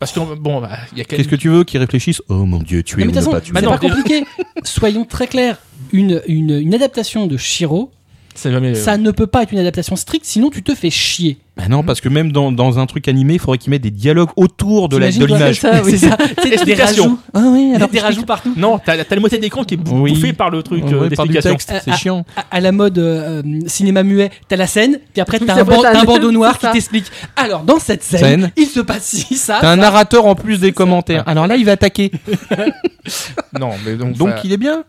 C: Parce que bon, bah, il y a quand même-
E: Qu'est-ce que tu veux qu'ils réfléchissent Oh mon dieu, tu
A: Non,
E: es
A: mais
E: ou
A: de toute
E: ne
A: façon,
E: pas tuer.
A: c'est
C: Bah
A: pas
C: non, mais-
A: compliqué. Soyons très clairs. Une, une, une adaptation de Shiro,
C: C'est jamais.
E: euh,
A: ça ne peut pas être une adaptation stricte, sinon tu te fais chier.
E: Bah non, parce que même dans, dans un truc animé, il faudrait qu'ils mettent des dialogues autour de la- de
A: T'imagines, toi,
E: l'image.
A: C'est ça, oui. C'est ça. C'est des
C: Explication.
A: rajouts.
E: Ah oui,
A: Des- des rajouts partout.
C: Non, t'as t'as la moitié de l'écran qui est bou-
E: Oui.
C: bouffé par le truc
E: Ouais,
C: euh,
E: par du
C: d'explication.
E: texte,
A: Ah,
E: c'est chiant.
A: à, à la mode euh, euh, cinéma muet, t'as la scène, puis après
B: Oui,
A: t'as
B: c'est
A: un, ban-
B: vrai, t'as-
A: t'as un bandeau noir
B: c'est
A: qui
B: ça.
A: t'explique. Alors dans cette scène,
E: Scène.
A: il se passe ci, Ah, ça.
E: T'as un narrateur en plus des commentaires. Alors là, il va attaquer.
C: Non, mais donc.
E: Donc
C: enfin,
E: il est bien.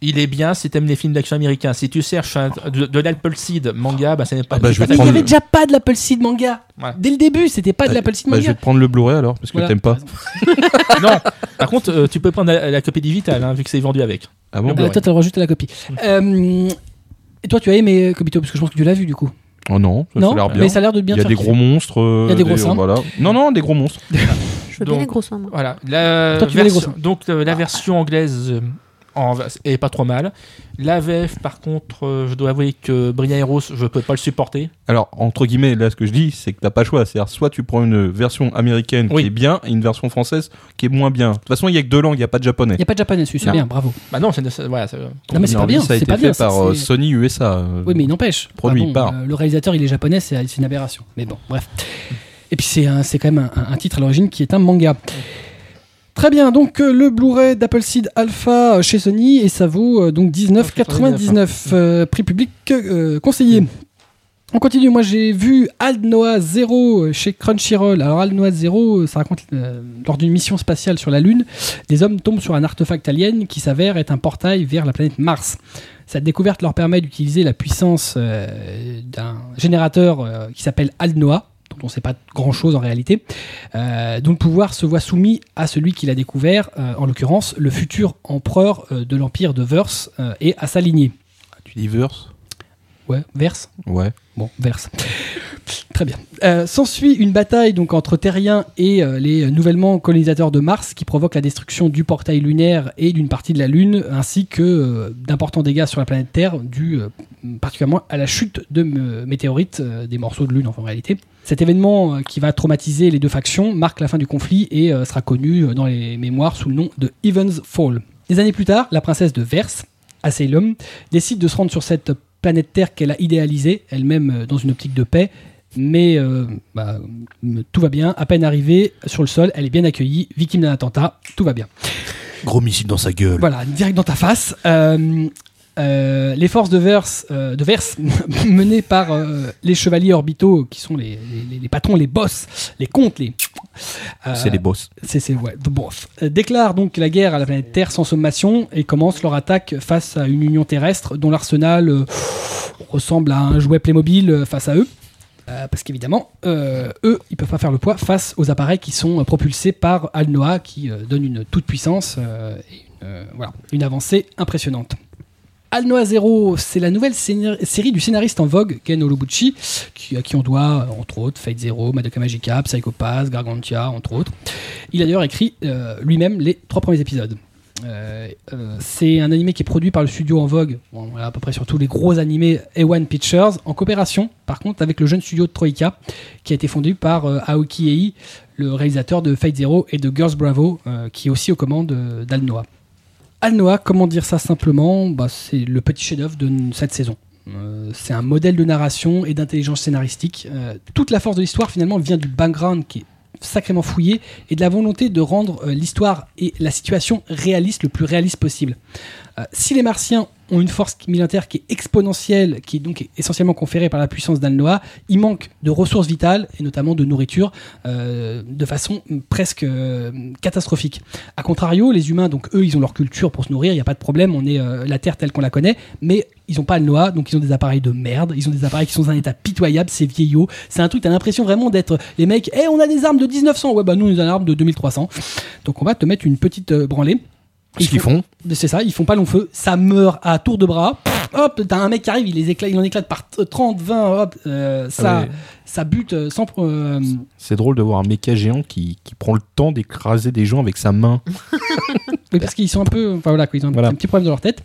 C: il est bien si t'aimes les films d'action américains. Si tu cherches un- de, de l'Apple Seed manga, bah, ce n'est pas.
E: Ah bah, je
A: Mais
C: c'est pas
E: vais
A: il n'y
E: prendre-
C: ça.
A: avait déjà pas de l'Apple Seed manga.
C: Voilà.
A: Dès le début, c'était pas de
E: Bah,
A: l'Apple Seed
E: Bah, je vais
A: manga.
E: te prendre le Blu-ray alors, parce que
A: Voilà.
E: t'aimes pas.
C: Non. Par contre, euh, tu peux prendre la, la copie digitale hein, vu que c'est vendu avec.
E: Ah bon
C: Le
A: Euh,
C: Blu-ray.
A: toi, t'as le droit juste à la copie. Euh, et toi, tu as aimé euh, Kobito parce que je pense que tu l'as vu du coup.
E: Oh non, ça, ça a
A: non,
E: l'air bien.
A: mais ça a l'air de bien.
E: il y a
A: te
E: des
A: faire
E: gros monstres. euh,
A: Il y a des gros seins.
E: voilà. Non, non, des gros monstres.
B: Je veux bien
C: Donc-
B: les gros seins. moi.
C: Voilà. La
A: Toi, tu veux les
C: version-
E: Ah.
A: grosses.
C: donc euh, la version anglaise euh, en- et pas trop mal. La VF, par contre, euh, je dois avouer que Bria Heroes, je peux pas le supporter.
E: Alors, entre guillemets, là, ce que je dis, c'est que t'as pas le choix. C'est-à-dire, soit tu prends une version américaine
C: Oui.
E: qui est bien et une version française qui est moins bien. De toute façon, il y a que deux langues, il n'y a pas de japonais.
A: Il n'y a pas de japonais dessus, c'est
E: Non. Euh,
A: bien, bravo.
C: Bah non, c'est. c'est- Voilà, c'est-
A: Non, mais c'est pas
E: Norvie,
A: bien,
E: Ça a
A: c'est
E: été
A: pas
E: fait
A: bien. ça,
E: par euh,
A: c'est-
E: Sony USA. euh,
A: Oui, mais il n'empêche.
E: Produit
A: bon,
E: par.
A: euh, le réalisateur, il est japonais, c'est c'est une aberration. Mais bon, bref. Et puis c'est un- c'est quand même un, un- un titre à l'origine qui est un manga. Très bien, donc euh, le Blu-ray d'Apple Seed Alpha euh, chez Sony et ça vaut euh, donc 19,99 euh, prix public euh, conseillé. On continue, moi j'ai vu Ald Noah 0 chez Crunchyroll. Alors Ald Noah 0, ça raconte euh, lors d'une mission spatiale sur la Lune, des hommes tombent sur un artefact alien qui s'avère être un portail vers la planète Mars. Cette découverte leur permet d'utiliser la puissance euh, d'un générateur euh, qui s'appelle Aldnoa, dont on ne sait pas grand-chose en réalité, euh, dont le pouvoir se voit soumis à celui qui l'a découvert, euh, en l'occurrence le futur empereur euh, de l'empire de Verse euh, et à sa lignée.
E: Tu dis verse
A: Ouais, Verse
E: Ouais.
A: Bon, verse. Très bien. Euh, S'ensuit une bataille donc entre Terriens et euh, les nouvellement colonisateurs de Mars qui provoque la destruction du portail lunaire et d'une partie de la Lune, ainsi que euh, d'importants dégâts sur la planète Terre dus euh, particulièrement à la chute de m- météorites, euh, des morceaux de Lune enfin, en réalité. Cet événement euh, qui va traumatiser les deux factions marque la fin du conflit et euh, sera connu euh, dans les mémoires sous le nom de Evans Fall. Des années plus tard, la princesse de Verse, Asylum, décide de se rendre sur cette planète Terre qu'elle a idéalisée, elle-même euh, dans une optique de paix. Mais euh, bah, m- tout va bien. À peine arrivée sur le sol, elle est bien accueillie, victime d'un attentat, tout va bien.
G: Gros missile dans sa gueule.
A: Voilà, direct dans ta face. Euh, euh, les forces de Verse, euh, de Verse menées par euh, les chevaliers orbitaux, qui sont les, les- les patrons, les boss, les comtes, les. Euh,
E: C'est les boss.
A: c'est c'est- ouais, the boss. Euh, déclarent donc la guerre à la planète Terre sans sommation et commencent leur attaque face à une union terrestre dont l'arsenal euh, ressemble à un jouet Playmobil euh, face à eux. Euh, parce qu'évidemment, euh, eux, ils peuvent pas faire le poids face aux appareils qui sont euh, propulsés par Alnoa qui euh, donne une toute puissance euh, et une, euh, voilà, une avancée impressionnante. Alnoa Zero, c'est la nouvelle séni- série du scénariste en vogue, Ken Holobuchi, qui, à qui on doit, euh, entre autres, Fate Zero, Madoka Magica, Psychopath, Gargantia, entre autres. Il a d'ailleurs écrit euh, lui-même les trois premiers épisodes. Euh, euh, c'est un animé qui est produit par le studio en vogue, bon, voilà, à peu près sur tous les gros animés A1 Pictures, en coopération par contre avec le jeune studio de Troika qui a été fondé par euh, Aoki Ei, le réalisateur de Fate Zero et de Girls Bravo, euh, qui est aussi aux commandes euh, d'Alnoa. Alnoa, comment dire ça simplement Bah, C'est le petit chef-d'œuvre de n- cette saison. Euh, c'est un modèle de narration et d'intelligence scénaristique. Euh, toute la force de l'histoire finalement vient du background qui est sacrément fouillé et de la volonté de rendre euh, l'histoire et la situation réaliste le plus réaliste possible. Euh, si les Martiens ont une force militaire qui est exponentielle, qui est donc essentiellement conférée par la puissance d'Alnoa, il manque de ressources vitales et notamment de nourriture euh, de façon presque euh, catastrophique. A contrario, les humains, donc eux, ils ont leur culture pour se nourrir, il n'y a pas de problème, on est euh, la Terre telle qu'on la connaît, mais ils n'ont pas Alnoa, donc ils ont des appareils de merde, ils ont des appareils qui sont dans un état pitoyable, c'est vieillot, c'est un truc, t'as l'impression vraiment d'être les mecs, Eh, on a des armes de 1900, ouais bah nous on a des armes de 2300, donc on va te mettre une petite euh, branlée.
E: Ce
A: Ils
E: qu'ils
A: font-
E: font.
A: mais C'est ça, ils font pas long feu, ça meurt à tour de bras. Pff, hop, t'as un mec qui arrive, il, les éclate, il en éclate par t- 30, 20, hop, euh, ça,
E: Ouais.
A: ça bute euh, sans. pro- euh,
E: C'est drôle de voir un méca géant qui, qui prend le temps d'écraser des gens avec sa main.
A: oui, parce qu'ils sont un peu. Enfin voilà, quoi, ils ont un,
E: Voilà.
A: petit- un petit problème dans leur tête.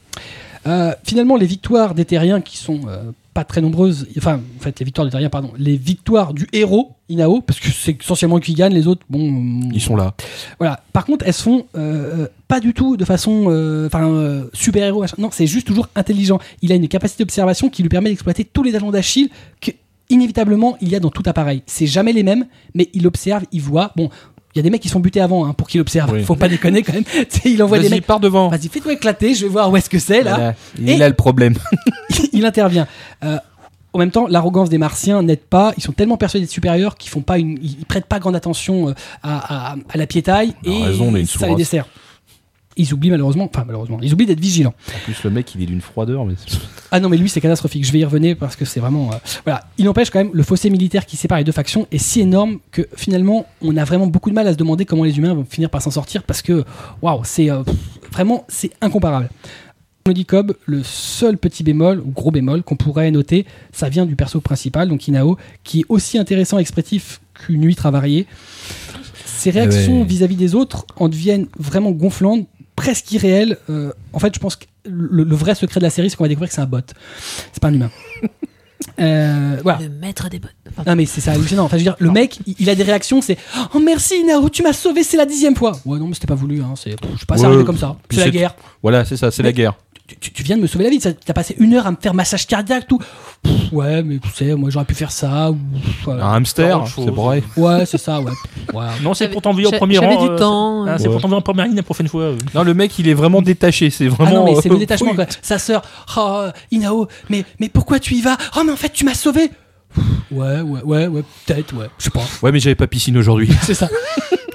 A: Euh, finalement, les victoires des terriens qui sont euh, pas très nombreuses, enfin, en fait, les victoires des terriens, pardon, les victoires du héros, Inao, parce que c'est essentiellement qui gagne, les autres, bon.
E: Ils sont là.
A: Voilà. Par contre, elles se font euh, euh, pas du tout de façon, euh, enfin, euh, super héros. machin. Non, c'est juste toujours intelligent. Il a une capacité d'observation qui lui permet d'exploiter tous les talents d'Achille que inévitablement il y a dans tout appareil. C'est jamais les mêmes, mais il observe, il voit. Bon, il y a des mecs qui sont butés avant hein, pour qu'il observe.
E: Oui.
A: Faut pas déconner quand même. Tu sais, il envoie des
E: Vas-y,
A: mecs.
E: par devant.
A: Vas-y, fais-toi éclater. Je vais voir où est-ce que c'est là
E: Voilà. Il
A: Et-
E: a le problème.
A: il intervient. Euh, en même temps, l'arrogance des Martiens n'aide pas. Ils sont tellement persuadés de supérieurs qu'ils font pas une, ils prêtent pas grande attention euh, à, à- à la piétaille
E: On a
A: et
E: raison, on est une
A: ça les
E: sous-race.
A: dessert. Ils oublient malheureusement, enfin malheureusement, ils oublient d'être vigilants.
E: En plus, le mec, il est d'une froideur. Mais...
A: Ah non, mais lui, c'est catastrophique. Je vais y revenir parce que c'est vraiment. euh, voilà. Il n'empêche quand même, le fossé militaire qui sépare les deux factions est si énorme que finalement, on a vraiment beaucoup de mal à se demander comment les humains vont finir par s'en sortir parce que, waouh, c'est euh, pff, vraiment, c'est incomparable. Melody Cobb, le seul petit bémol, ou gros bémol, qu'on pourrait noter, ça vient du perso principal, donc Inao, qui est aussi intéressant et expressif qu'une huître avariée. Ses réactions
E: ouais.
A: vis-à-vis des autres en deviennent vraiment gonflantes presque irréel. Euh, en fait, je pense que le, le vrai secret de la série, c'est qu'on va découvrir que c'est un bot. C'est pas un humain. Euh, voilà. Hein,
B: Le maître des bottes.
A: Non mais c'est ça hallucinant. Enfin, je veux dire, le mèque, il, il a des réactions, c'est oh merci Nao, tu m'as sauvé, c'est la dixième fois. Ouais non mais c'était pas voulu, hein, c'est pff, je sais pas, c'est
E: Ouais,
A: arrivé comme ça.
E: puis
A: C'est la
E: c'est-
A: guerre.
E: Voilà, c'est ça, c'est
A: Mais-
E: la guerre.
A: Tu, tu- tu viens de me sauver la vie. ça- T'as passé une heure à me faire massage cardiaque, tout. Pff, ouais mais tu sais, moi j'aurais pu faire ça. Ou, pff, euh,
E: Un hamster,
C: autre chose.
E: c'est vrai.
A: ouais c'est ça, ouais. Ouais. Ah
C: Non, c'est
B: J'avais-
C: pour t'envoyer en
B: j'a-
C: premier rang.
B: J'avais du
C: euh,
B: temps.
C: Ah,
A: hein,
B: euh,
C: c'est
E: Ouais.
C: pour t'envoyer en première ligne la prochaine fois. euh.
E: Non, le mec, il est vraiment détaché. C'est
A: Ah non
E: vraiment.
A: mais c'est le
E: euh,
A: détachement.
E: oui.
A: quoi. Sa sœur, oh euh, Inao, mais mais pourquoi tu y vas Oh mais en fait tu m'as sauvé. Pff, Ouais ouais ouais ouais peut-être ouais, je sais pas.
E: Ouais, mais j'avais pas piscine aujourd'hui.
A: C'est ça.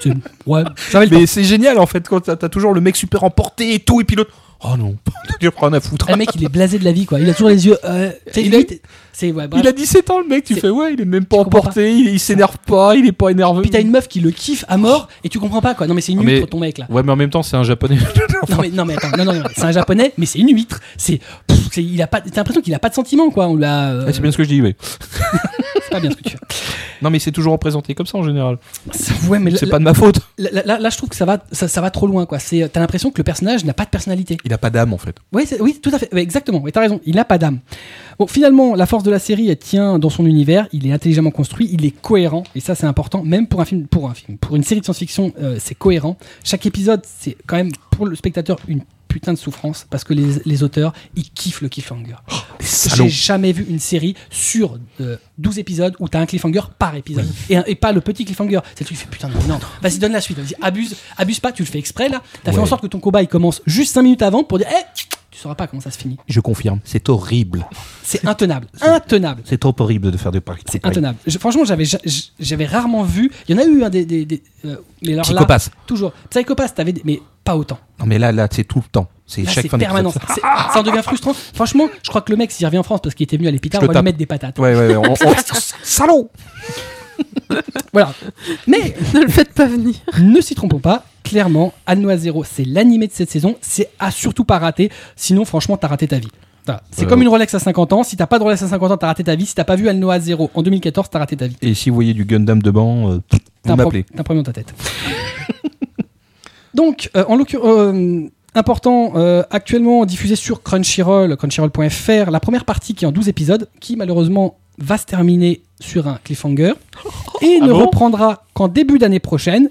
A: C'est- ouais. J'avais le
E: Mais c'est génial en fait quand t'as t'as toujours le mec super emporté et tout, et puis l'autre. Oh non, tu rien à foutre.
A: Ah, Le mec, il est blasé de la vie, quoi. Il a toujours les yeux. euh, tu sais,
E: Il
A: limite, c'est ouais, bref.
E: Il a 17 ans le mec, tu
A: C'est-
E: fais ouais, il est même pas
A: comprends pas.
E: emporté, il, il s'énerve pas, il est pas énervé.
A: Puis t'as une meuf qui le kiffe à mort et tu comprends pas, quoi. Non mais c'est une
E: Ah, mais-
A: huître ton mec là.
E: Ouais, mais en même temps, c'est un japonais.
A: Non mais non mais attends, non non, non, c'est un japonais, mais c'est une huître. C'est, pff, c'est- il a pas, t'as l'impression qu'il a pas de sentiment, quoi. On l'a. euh,
E: Ouais, c'est bien ce que je dis, oui.
A: c'est pas bien ce que tu
E: Non, mais c'est toujours représenté comme ça en général.
A: fais. Ouais mais là,
E: C'est pas de ma faute.
A: là, là, là, là, je trouve que ça va, ça, ça va trop loin, quoi. C'est, t'as l'impression que le personnage n'a pas de personnalité.
E: Il a pas d'âme en fait.
A: Oui, c'est- oui, tout à fait. Ouais, exactement. Oui, t'as raison. Il n'a pas d'âme. Bon, finalement, la force de la série, elle tient dans son univers. Il est intelligemment construit, il est cohérent, et ça, c'est important. Même pour un film, pour un film, pour une série de science-fiction, euh, c'est cohérent. Chaque épisode, c'est quand même pour le spectateur une putain de souffrance parce que les, les auteurs, ils kiffent le cliffhanger. J'ai jamais vu une série sur euh, 12 épisodes où t'as un cliffhanger par épisode et, un- et pas le petit cliffhanger. C'est le truc qui fait putain non, non. Vas-y donne la suite. Vas-y abuse, abuse pas. Tu le fais exprès là. T'as fait en sorte que ton combat il commence juste 5 minutes avant pour dire eh tu sauras pas comment ça se finit.
E: Je confirme, c'est horrible.
A: C'est intenable, intenable.
E: C'est trop horrible de faire des paris.
A: C'est intenable. Je- franchement, j'avais, j'a- j'avais rarement vu. Il y en a eu un des, des, des- euh, mais alors là,
E: Psychopathe.
A: toujours. Psychopathe, t'avais, des- mais pas autant.
E: Non, mais là, là, c'est tout le temps. C'est
A: Là,
E: chaque
A: c'est
E: fin d'épisode.
A: permanent. C'est- ça en devient frustrant. Franchement, je crois que le mec, s'il revient en France parce qu'il était venu à l'hôpital,
E: Je
A: on va
E: le tape.
A: lui mettre des patates.
E: Ouais, ouais, ouais. on- on-
A: Salaud. voilà. Mais
B: ne le faites pas venir.
A: ne s'y trompons pas. Clairement, Anno à zéro, c'est l'animé de cette saison. C'est à surtout pas rater. Sinon, franchement, t'as raté ta vie. Voilà. C'est
E: Euh,
A: comme une Rolex à 50 ans. Si t'as pas de Rolex à 50 ans, t'as raté ta vie. Si t'as pas vu Anno à zéro en 2014, t'as raté ta vie.
E: Et si vous voyez du Gundam devant, euh,
A: T'as
E: vous
A: un pro-
E: m'appelez.
A: T'as un problème dans ta tête. Donc, euh, en l'occurrence. euh, Important, euh, actuellement diffusé sur Crunchyroll, crunchyroll.fr, la première partie qui est en 12 épisodes, qui malheureusement va se terminer sur un cliffhanger et
C: Ah
A: ne
C: bon Oh.
A: reprendra qu'en début d'année prochaine,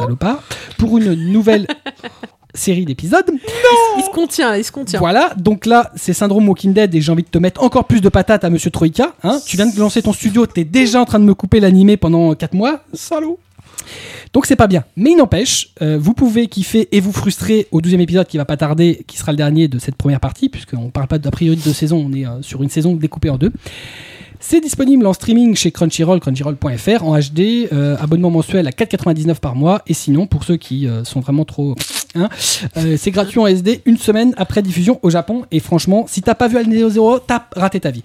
A: salopard, pour une nouvelle série d'épisodes.
B: Il se contient, il se contient.
A: Voilà, donc là, c'est syndrome Walking Dead et j'ai envie de te mettre encore plus de patates à Monsieur Troïka. hein. tu viens de lancer ton studio, t'es déjà en train de me couper l'animé pendant 4 mois. Salaud donc c'est pas bien. Mais il n'empêche, euh, vous pouvez kiffer et vous frustrer au 12 épisode qui va pas tarder, qui sera le dernier de cette première partie, puisqu'on parle pas d'a priori de saison, on est euh, sur une saison découpée en deux. C'est disponible en streaming chez Crunchyroll, crunchyroll.fr, en HD, euh, abonnement mensuel à 4,99 par mois, et sinon, pour ceux qui euh, sont vraiment trop... hein, euh, c'est gratuit en SD une semaine après diffusion au Japon, et franchement, si t'as pas vu Alneo Zero, t'as raté ta vie.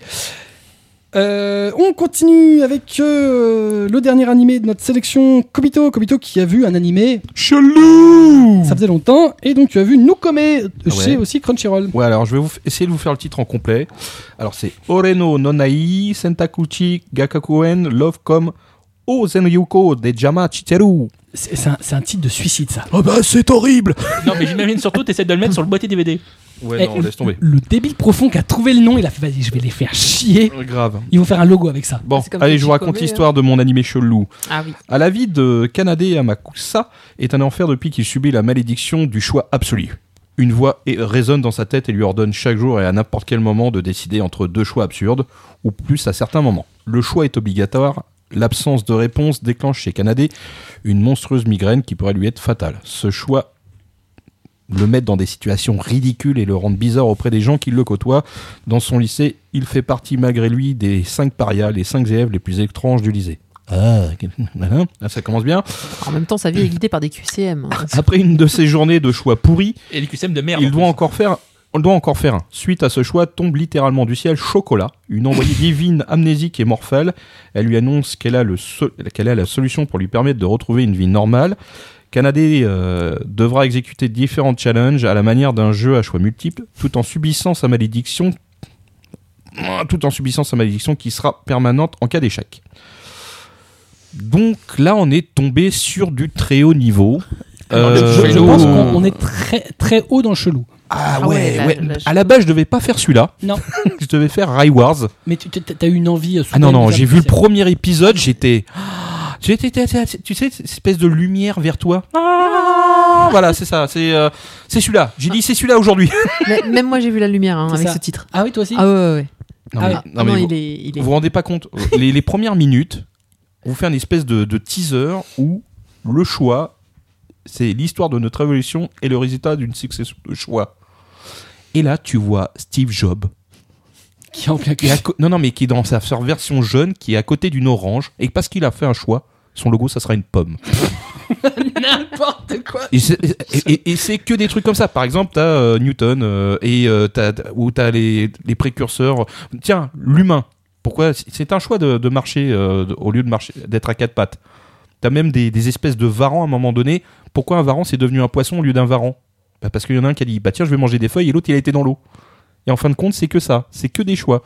A: Euh, on continue avec euh, le dernier animé de notre sélection, Kobito. Kobito qui a vu un animé,
E: Chelou
A: ça faisait longtemps, et donc tu as vu Nukome euh, chez aussi Crunchyroll.
E: Ouais, alors je vais vous f- essayer de vous faire le titre en complet. Alors c'est Oreno Nonai Sentakuchi Gakakuen Love Come O Zenyuko de Jama Chiteru.
A: C'est c'est un, c'est un titre de suicide, ça.
E: Ah bah c'est horrible
C: Non, mais j'imagine surtout, t'essaies de le mettre sur le boîtier DVD.
E: Ouais,
A: Eh,
E: non, laisse tomber.
A: Le débile profond qui a trouvé le nom, il a fait vas-y, je vais les faire chier.
E: Grave.
A: Ils vont faire un logo avec ça.
E: Bon,
B: C'est comme
E: allez,
B: Petit
E: je vous raconte
B: Kobe, hein.
E: l'histoire de mon animé chelou.
B: Ah oui.
E: À la vie de Kanade Yamakusa est un enfer depuis qu'il subit la malédiction du choix absolu. Une voix é- résonne dans sa tête et lui ordonne chaque jour et à n'importe quel moment de décider entre deux choix absurdes, ou plus à certains moments. Le choix est obligatoire, l'absence de réponse déclenche chez Kanade une monstrueuse migraine qui pourrait lui être fatale. Ce choix le met dans des situations ridicules et le rend bizarre auprès des gens qui le côtoient. Dans son lycée, il fait partie malgré lui des cinq parias, les cinq élèves les plus étranges du lycée. Ah, ok. Voilà. Ah, ça commence bien.
B: En même temps, sa vie est guidée par des QCM. hein.
E: Après une de ces journées de choix pourris,
C: Et les QCM de merde.
E: il
C: en
E: doit
C: plus.
E: encore faire. On doit encore faire un. Suite à ce choix, tombe littéralement du ciel Chocolat, une envoyée divine amnésique et morphale. Elle lui annonce qu'elle a, le so- qu'elle a la solution pour lui permettre de retrouver une vie normale. Canadé euh, devra exécuter différents challenges à la manière d'un jeu à choix multiples, tout en subissant sa malédiction, tout en subissant sa malédiction qui sera permanente en cas d'échec. Donc là, on est tombé sur du très haut niveau
A: Je,
E: Euh,
A: je
E: chelou.
A: pense qu'on on est très, très haut dans le chelou.
E: Ah,
B: Ah ouais,
E: ouais,
B: là,
E: ouais.
B: là, je-
E: À la base, je devais pas faire celui-là.
A: Non.
E: je devais faire Rai Wars.
A: Mais tu as eu une envie. euh,
E: Ah non,
A: soudaine
E: non,
A: de
E: j'ai
A: faire
E: vu le
A: plaisir.
E: premier épisode, j'étais. Ah, Tu sais, t'es- t'es- t'es- tu sais, cette espèce de lumière vers toi. Ah, voilà, c'est ça. C'est euh, c'est celui-là. J'ai dit, c'est celui-là aujourd'hui.
B: Mais Même moi, j'ai vu la lumière hein,
A: C'est
B: avec
A: ça.
B: ce titre.
A: Ah oui, toi aussi
B: Ah ouais, ouais, ouais.
E: Non,
A: Ah,
E: mais,
B: Ah,
E: non, mais vous,
B: il est. il est-
E: vous vous rendez pas compte. euh, les, les premières minutes, on vous fait un espèce de, de teaser où le choix, c'est l'histoire de notre évolution et le résultat d'une succession de choix. Et là, tu vois Steve Jobs
A: Qui est en plein
E: qui
A: cul.
E: est à co- non, non, mais qui est dans sa version jeune, qui est à côté d'une orange, et parce qu'il a fait un choix, son logo, ça sera une pomme.
A: N'importe quoi
E: Et c'est et- et- et c'est que des trucs comme ça. Par exemple, t'as euh, Newton, euh, et euh, t'as- t'as- ou t'as les, les précurseurs. Tiens, l'humain. Pourquoi C'est- C'est un choix de, de marcher euh, de- au lieu de marcher d'être à quatre pattes. T'as même des, des espèces de varans à un moment donné. Pourquoi un varan c'est devenu un poisson au lieu d'un varan Bah, Parce qu'il y en a un qui a dit bah tiens je vais manger des feuilles et l'autre il a été dans l'eau. Et en fin de compte c'est que ça, c'est que des choix.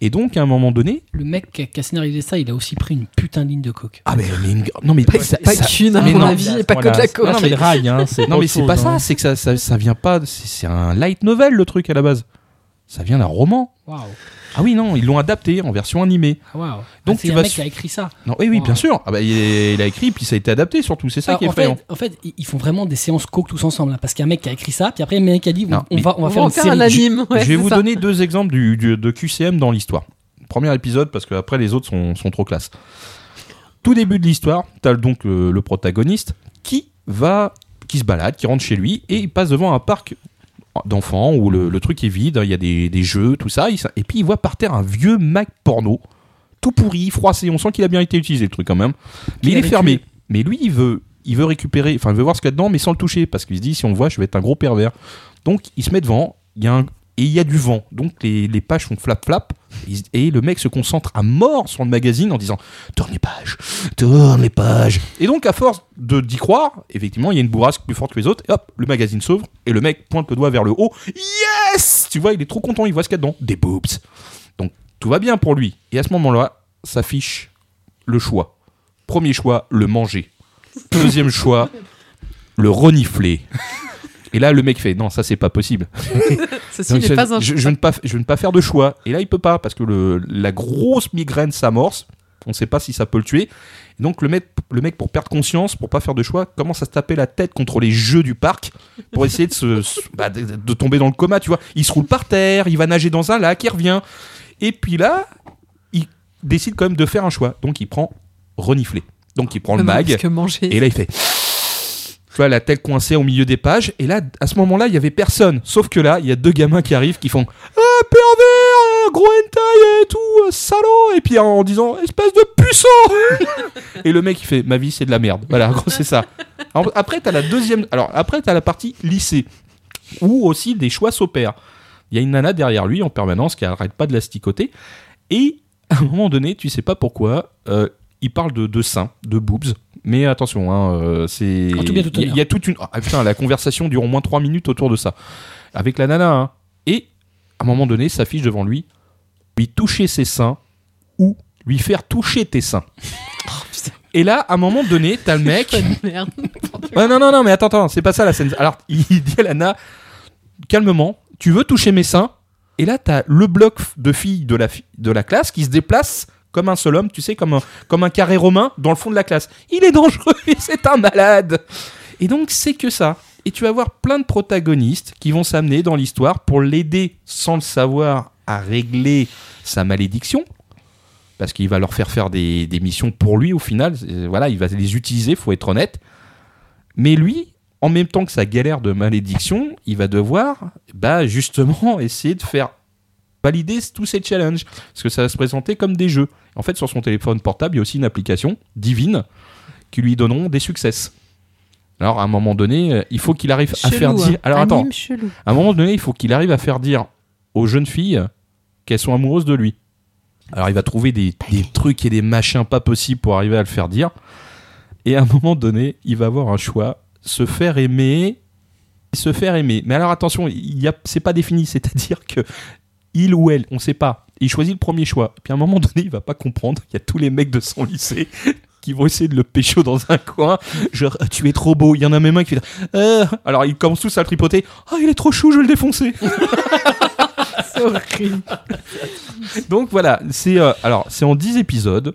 E: Et donc à un moment donné,
A: Le mec qui a, qui a scénarisé ça, il a aussi pris une putain de ligne de coke.
E: Ah mais, mais une- non mais ça-
B: Pas
E: ça-
B: qu'une, à
E: mais
B: mon
E: non.
B: avis, et pas que de
C: Voilà,
B: la
C: c'est- là,
B: coke.
C: c'est le rail, hein,
E: non mais c'est
C: autre
E: pas
C: chose,
E: ça,
C: hein.
E: c'est que ça, ça ça vient pas c'est c'est un light novel le truc à la base. Ça vient d'un roman.
A: Waouh
E: Ah oui non, ils l'ont adapté en version animée.
A: Ah, waouh.
E: Donc
A: Ah,
E: tu
A: c'est un
E: vas
A: mec
E: su-
A: qui a écrit ça.
E: Non, oui oui,
A: Wow.
B: Oh.
E: bien sûr. Ah bah, il, il a écrit puis ça a été adapté surtout, c'est ça
B: Ah,
A: Alors,
E: qui est
A: en,
E: effrayant.
A: fait, en fait, ils ils font vraiment des séances coke tous ensemble. là, parce qu'il y a un mec qui a écrit ça, puis après, le mec qui a dit on-
E: Non,
A: on,
E: mais-
A: va, on va
B: On
A: faire
B: va en
A: une
B: faire
A: série.
B: un anime. ouais,
E: Je vais
B: c'est
E: vous
B: ça.
E: donner deux exemples du, du- de QCM dans l'histoire. Premier épisode, parce que après les autres sont, sont trop classe. Tout début de l'histoire, t'as donc euh, le protagoniste qui va, qui se balade, qui rentre chez lui et il passe devant un parc d'enfants où le, le truc est vide, il y a des, des jeux, tout ça. il s- et puis il voit par terre un vieux Mac porno, tout pourri, froissé. On sent qu'il a bien été utilisé le truc quand même. Mais
A: Qu'il
E: il
A: a
E: est
A: vécu.
E: fermé. Mais lui, il veut, il veut récupérer, enfin, il veut voir ce qu'il y a dedans, mais sans le toucher, parce qu'il se dit si on le voit, je vais être un gros pervers. Donc il se met devant, il y a un- et il y a du vent. Donc les, les pages font flap flap. Il se- Et le mec se concentre à mort sur le magazine en disant Tourne les pages, tourne les pages. Et donc, à force de d'y croire, effectivement, il y a une bourrasque plus forte que les autres. Et hop, le magazine s'ouvre et le mec pointe le doigt vers le haut. Yes Tu vois, il est trop content, il voit ce qu'il y a dedans. Des boobs. Donc, tout va bien pour lui. Et à ce moment-là, s'affiche le choix. Premier choix, le manger. Deuxième choix, le renifler. Et là, le mec fait Non, ça, c'est pas possible.
B: Ceci
E: Donc,
B: n'est
E: ça-
B: pas un.
E: je, je veux ne pas, je veux ne pas faire de choix. Et là, il peut pas parce que le, la grosse migraine s'amorce. On ne sait pas si ça peut le tuer. Et donc le mec, le mec, pour perdre conscience, pour pas faire de choix, commence à se taper la tête contre les jeux du parc pour essayer de, se, se- bah, de, de tomber dans le coma. Tu vois, il se roule par terre, il va nager dans un lac, il revient. Et puis là, il décide quand même de faire un choix. Donc il prend renifler. Donc il prend le
B: Ah,
E: mag.
B: parce que manger.
E: Et là, il fait. Tu vois, la tête coincée au milieu des pages. Et là, à ce moment-là, il y avait personne. Sauf que là, il y a deux gamins qui arrivent qui font Ah, pervers, euh, gros hentai et tout, euh, salaud. Et puis en disant Espèce de puceau Et le mec, il fait Ma vie, c'est de la merde. Voilà, en gros, c'est ça. Alors, après, t'as la deuxième. Alors, après, t'as la partie lycée, où aussi des choix s'opèrent. Il y a une nana derrière lui en permanence qui arrête pas de l'asticoter. Et à un moment donné, tu sais pas pourquoi, euh, il parle de, de seins, de boobs. Mais attention, hein, euh, c'est.
A: En tout bien, tout
E: Il y a- il y, a toute une. Ah, putain, la conversation dure au moins 3 minutes autour de ça. Avec la nana. hein. Et à un moment donné, s'affiche devant lui lui toucher ses seins ou lui faire toucher tes seins.
A: Oh,
E: Et là, à un moment donné, t'as le mec.
B: Merde.
E: Ouais, non, non, non, mais attends, attends, c'est pas ça la scène. Alors, il dit à Lana, calmement, tu veux toucher mes seins Et là, t'as le bloc de filles de la, fi- de la classe qui se déplace comme un seul homme, tu sais, comme un, comme un carré romain dans le fond de la classe. Il est dangereux, c'est un malade Et donc, c'est que ça. Et tu vas avoir plein de protagonistes qui vont s'amener dans l'histoire pour l'aider, sans le savoir, à régler sa malédiction. Parce qu'il va leur faire faire des, des missions pour lui au final. Euh, Voilà, il va les utiliser, faut être honnête. Mais lui, en même temps que sa galère de malédiction, il va devoir, bah, justement, essayer de faire valider tous ces challenges. Parce que ça va se présenter comme des jeux. En fait, sur son téléphone portable, il y a aussi une application divine qui lui donneront des succès. Alors, à un moment donné, euh, il faut qu'il arrive à
B: Chelou,
E: faire
B: hein.
E: dire. Alors, attends,
B: Anime chelou.
E: à un moment donné, il faut qu'il arrive à faire dire aux jeunes filles qu'elles sont amoureuses de lui. Alors il va trouver des, des trucs et des machins pas possibles pour arriver à le faire dire. Et à un moment donné, il va avoir un choix se faire aimer, se faire aimer. Mais alors attention, il y a, c'est pas défini, c'est-à-dire que il ou elle, on sait pas. Il choisit le premier choix. Puis à un moment donné, il va pas comprendre. Il y a tous les mecs de son lycée qui vont essayer de le pécho dans un coin. Genre, Ah, tu es trop beau. Il y en a même un qui fait Euh, Alors, ils commencent tous à le tripoter. Ah, il est trop chou, je vais le défoncer.
B: C'est horrible.
E: Donc voilà, c'est euh, alors c'est en 10 épisodes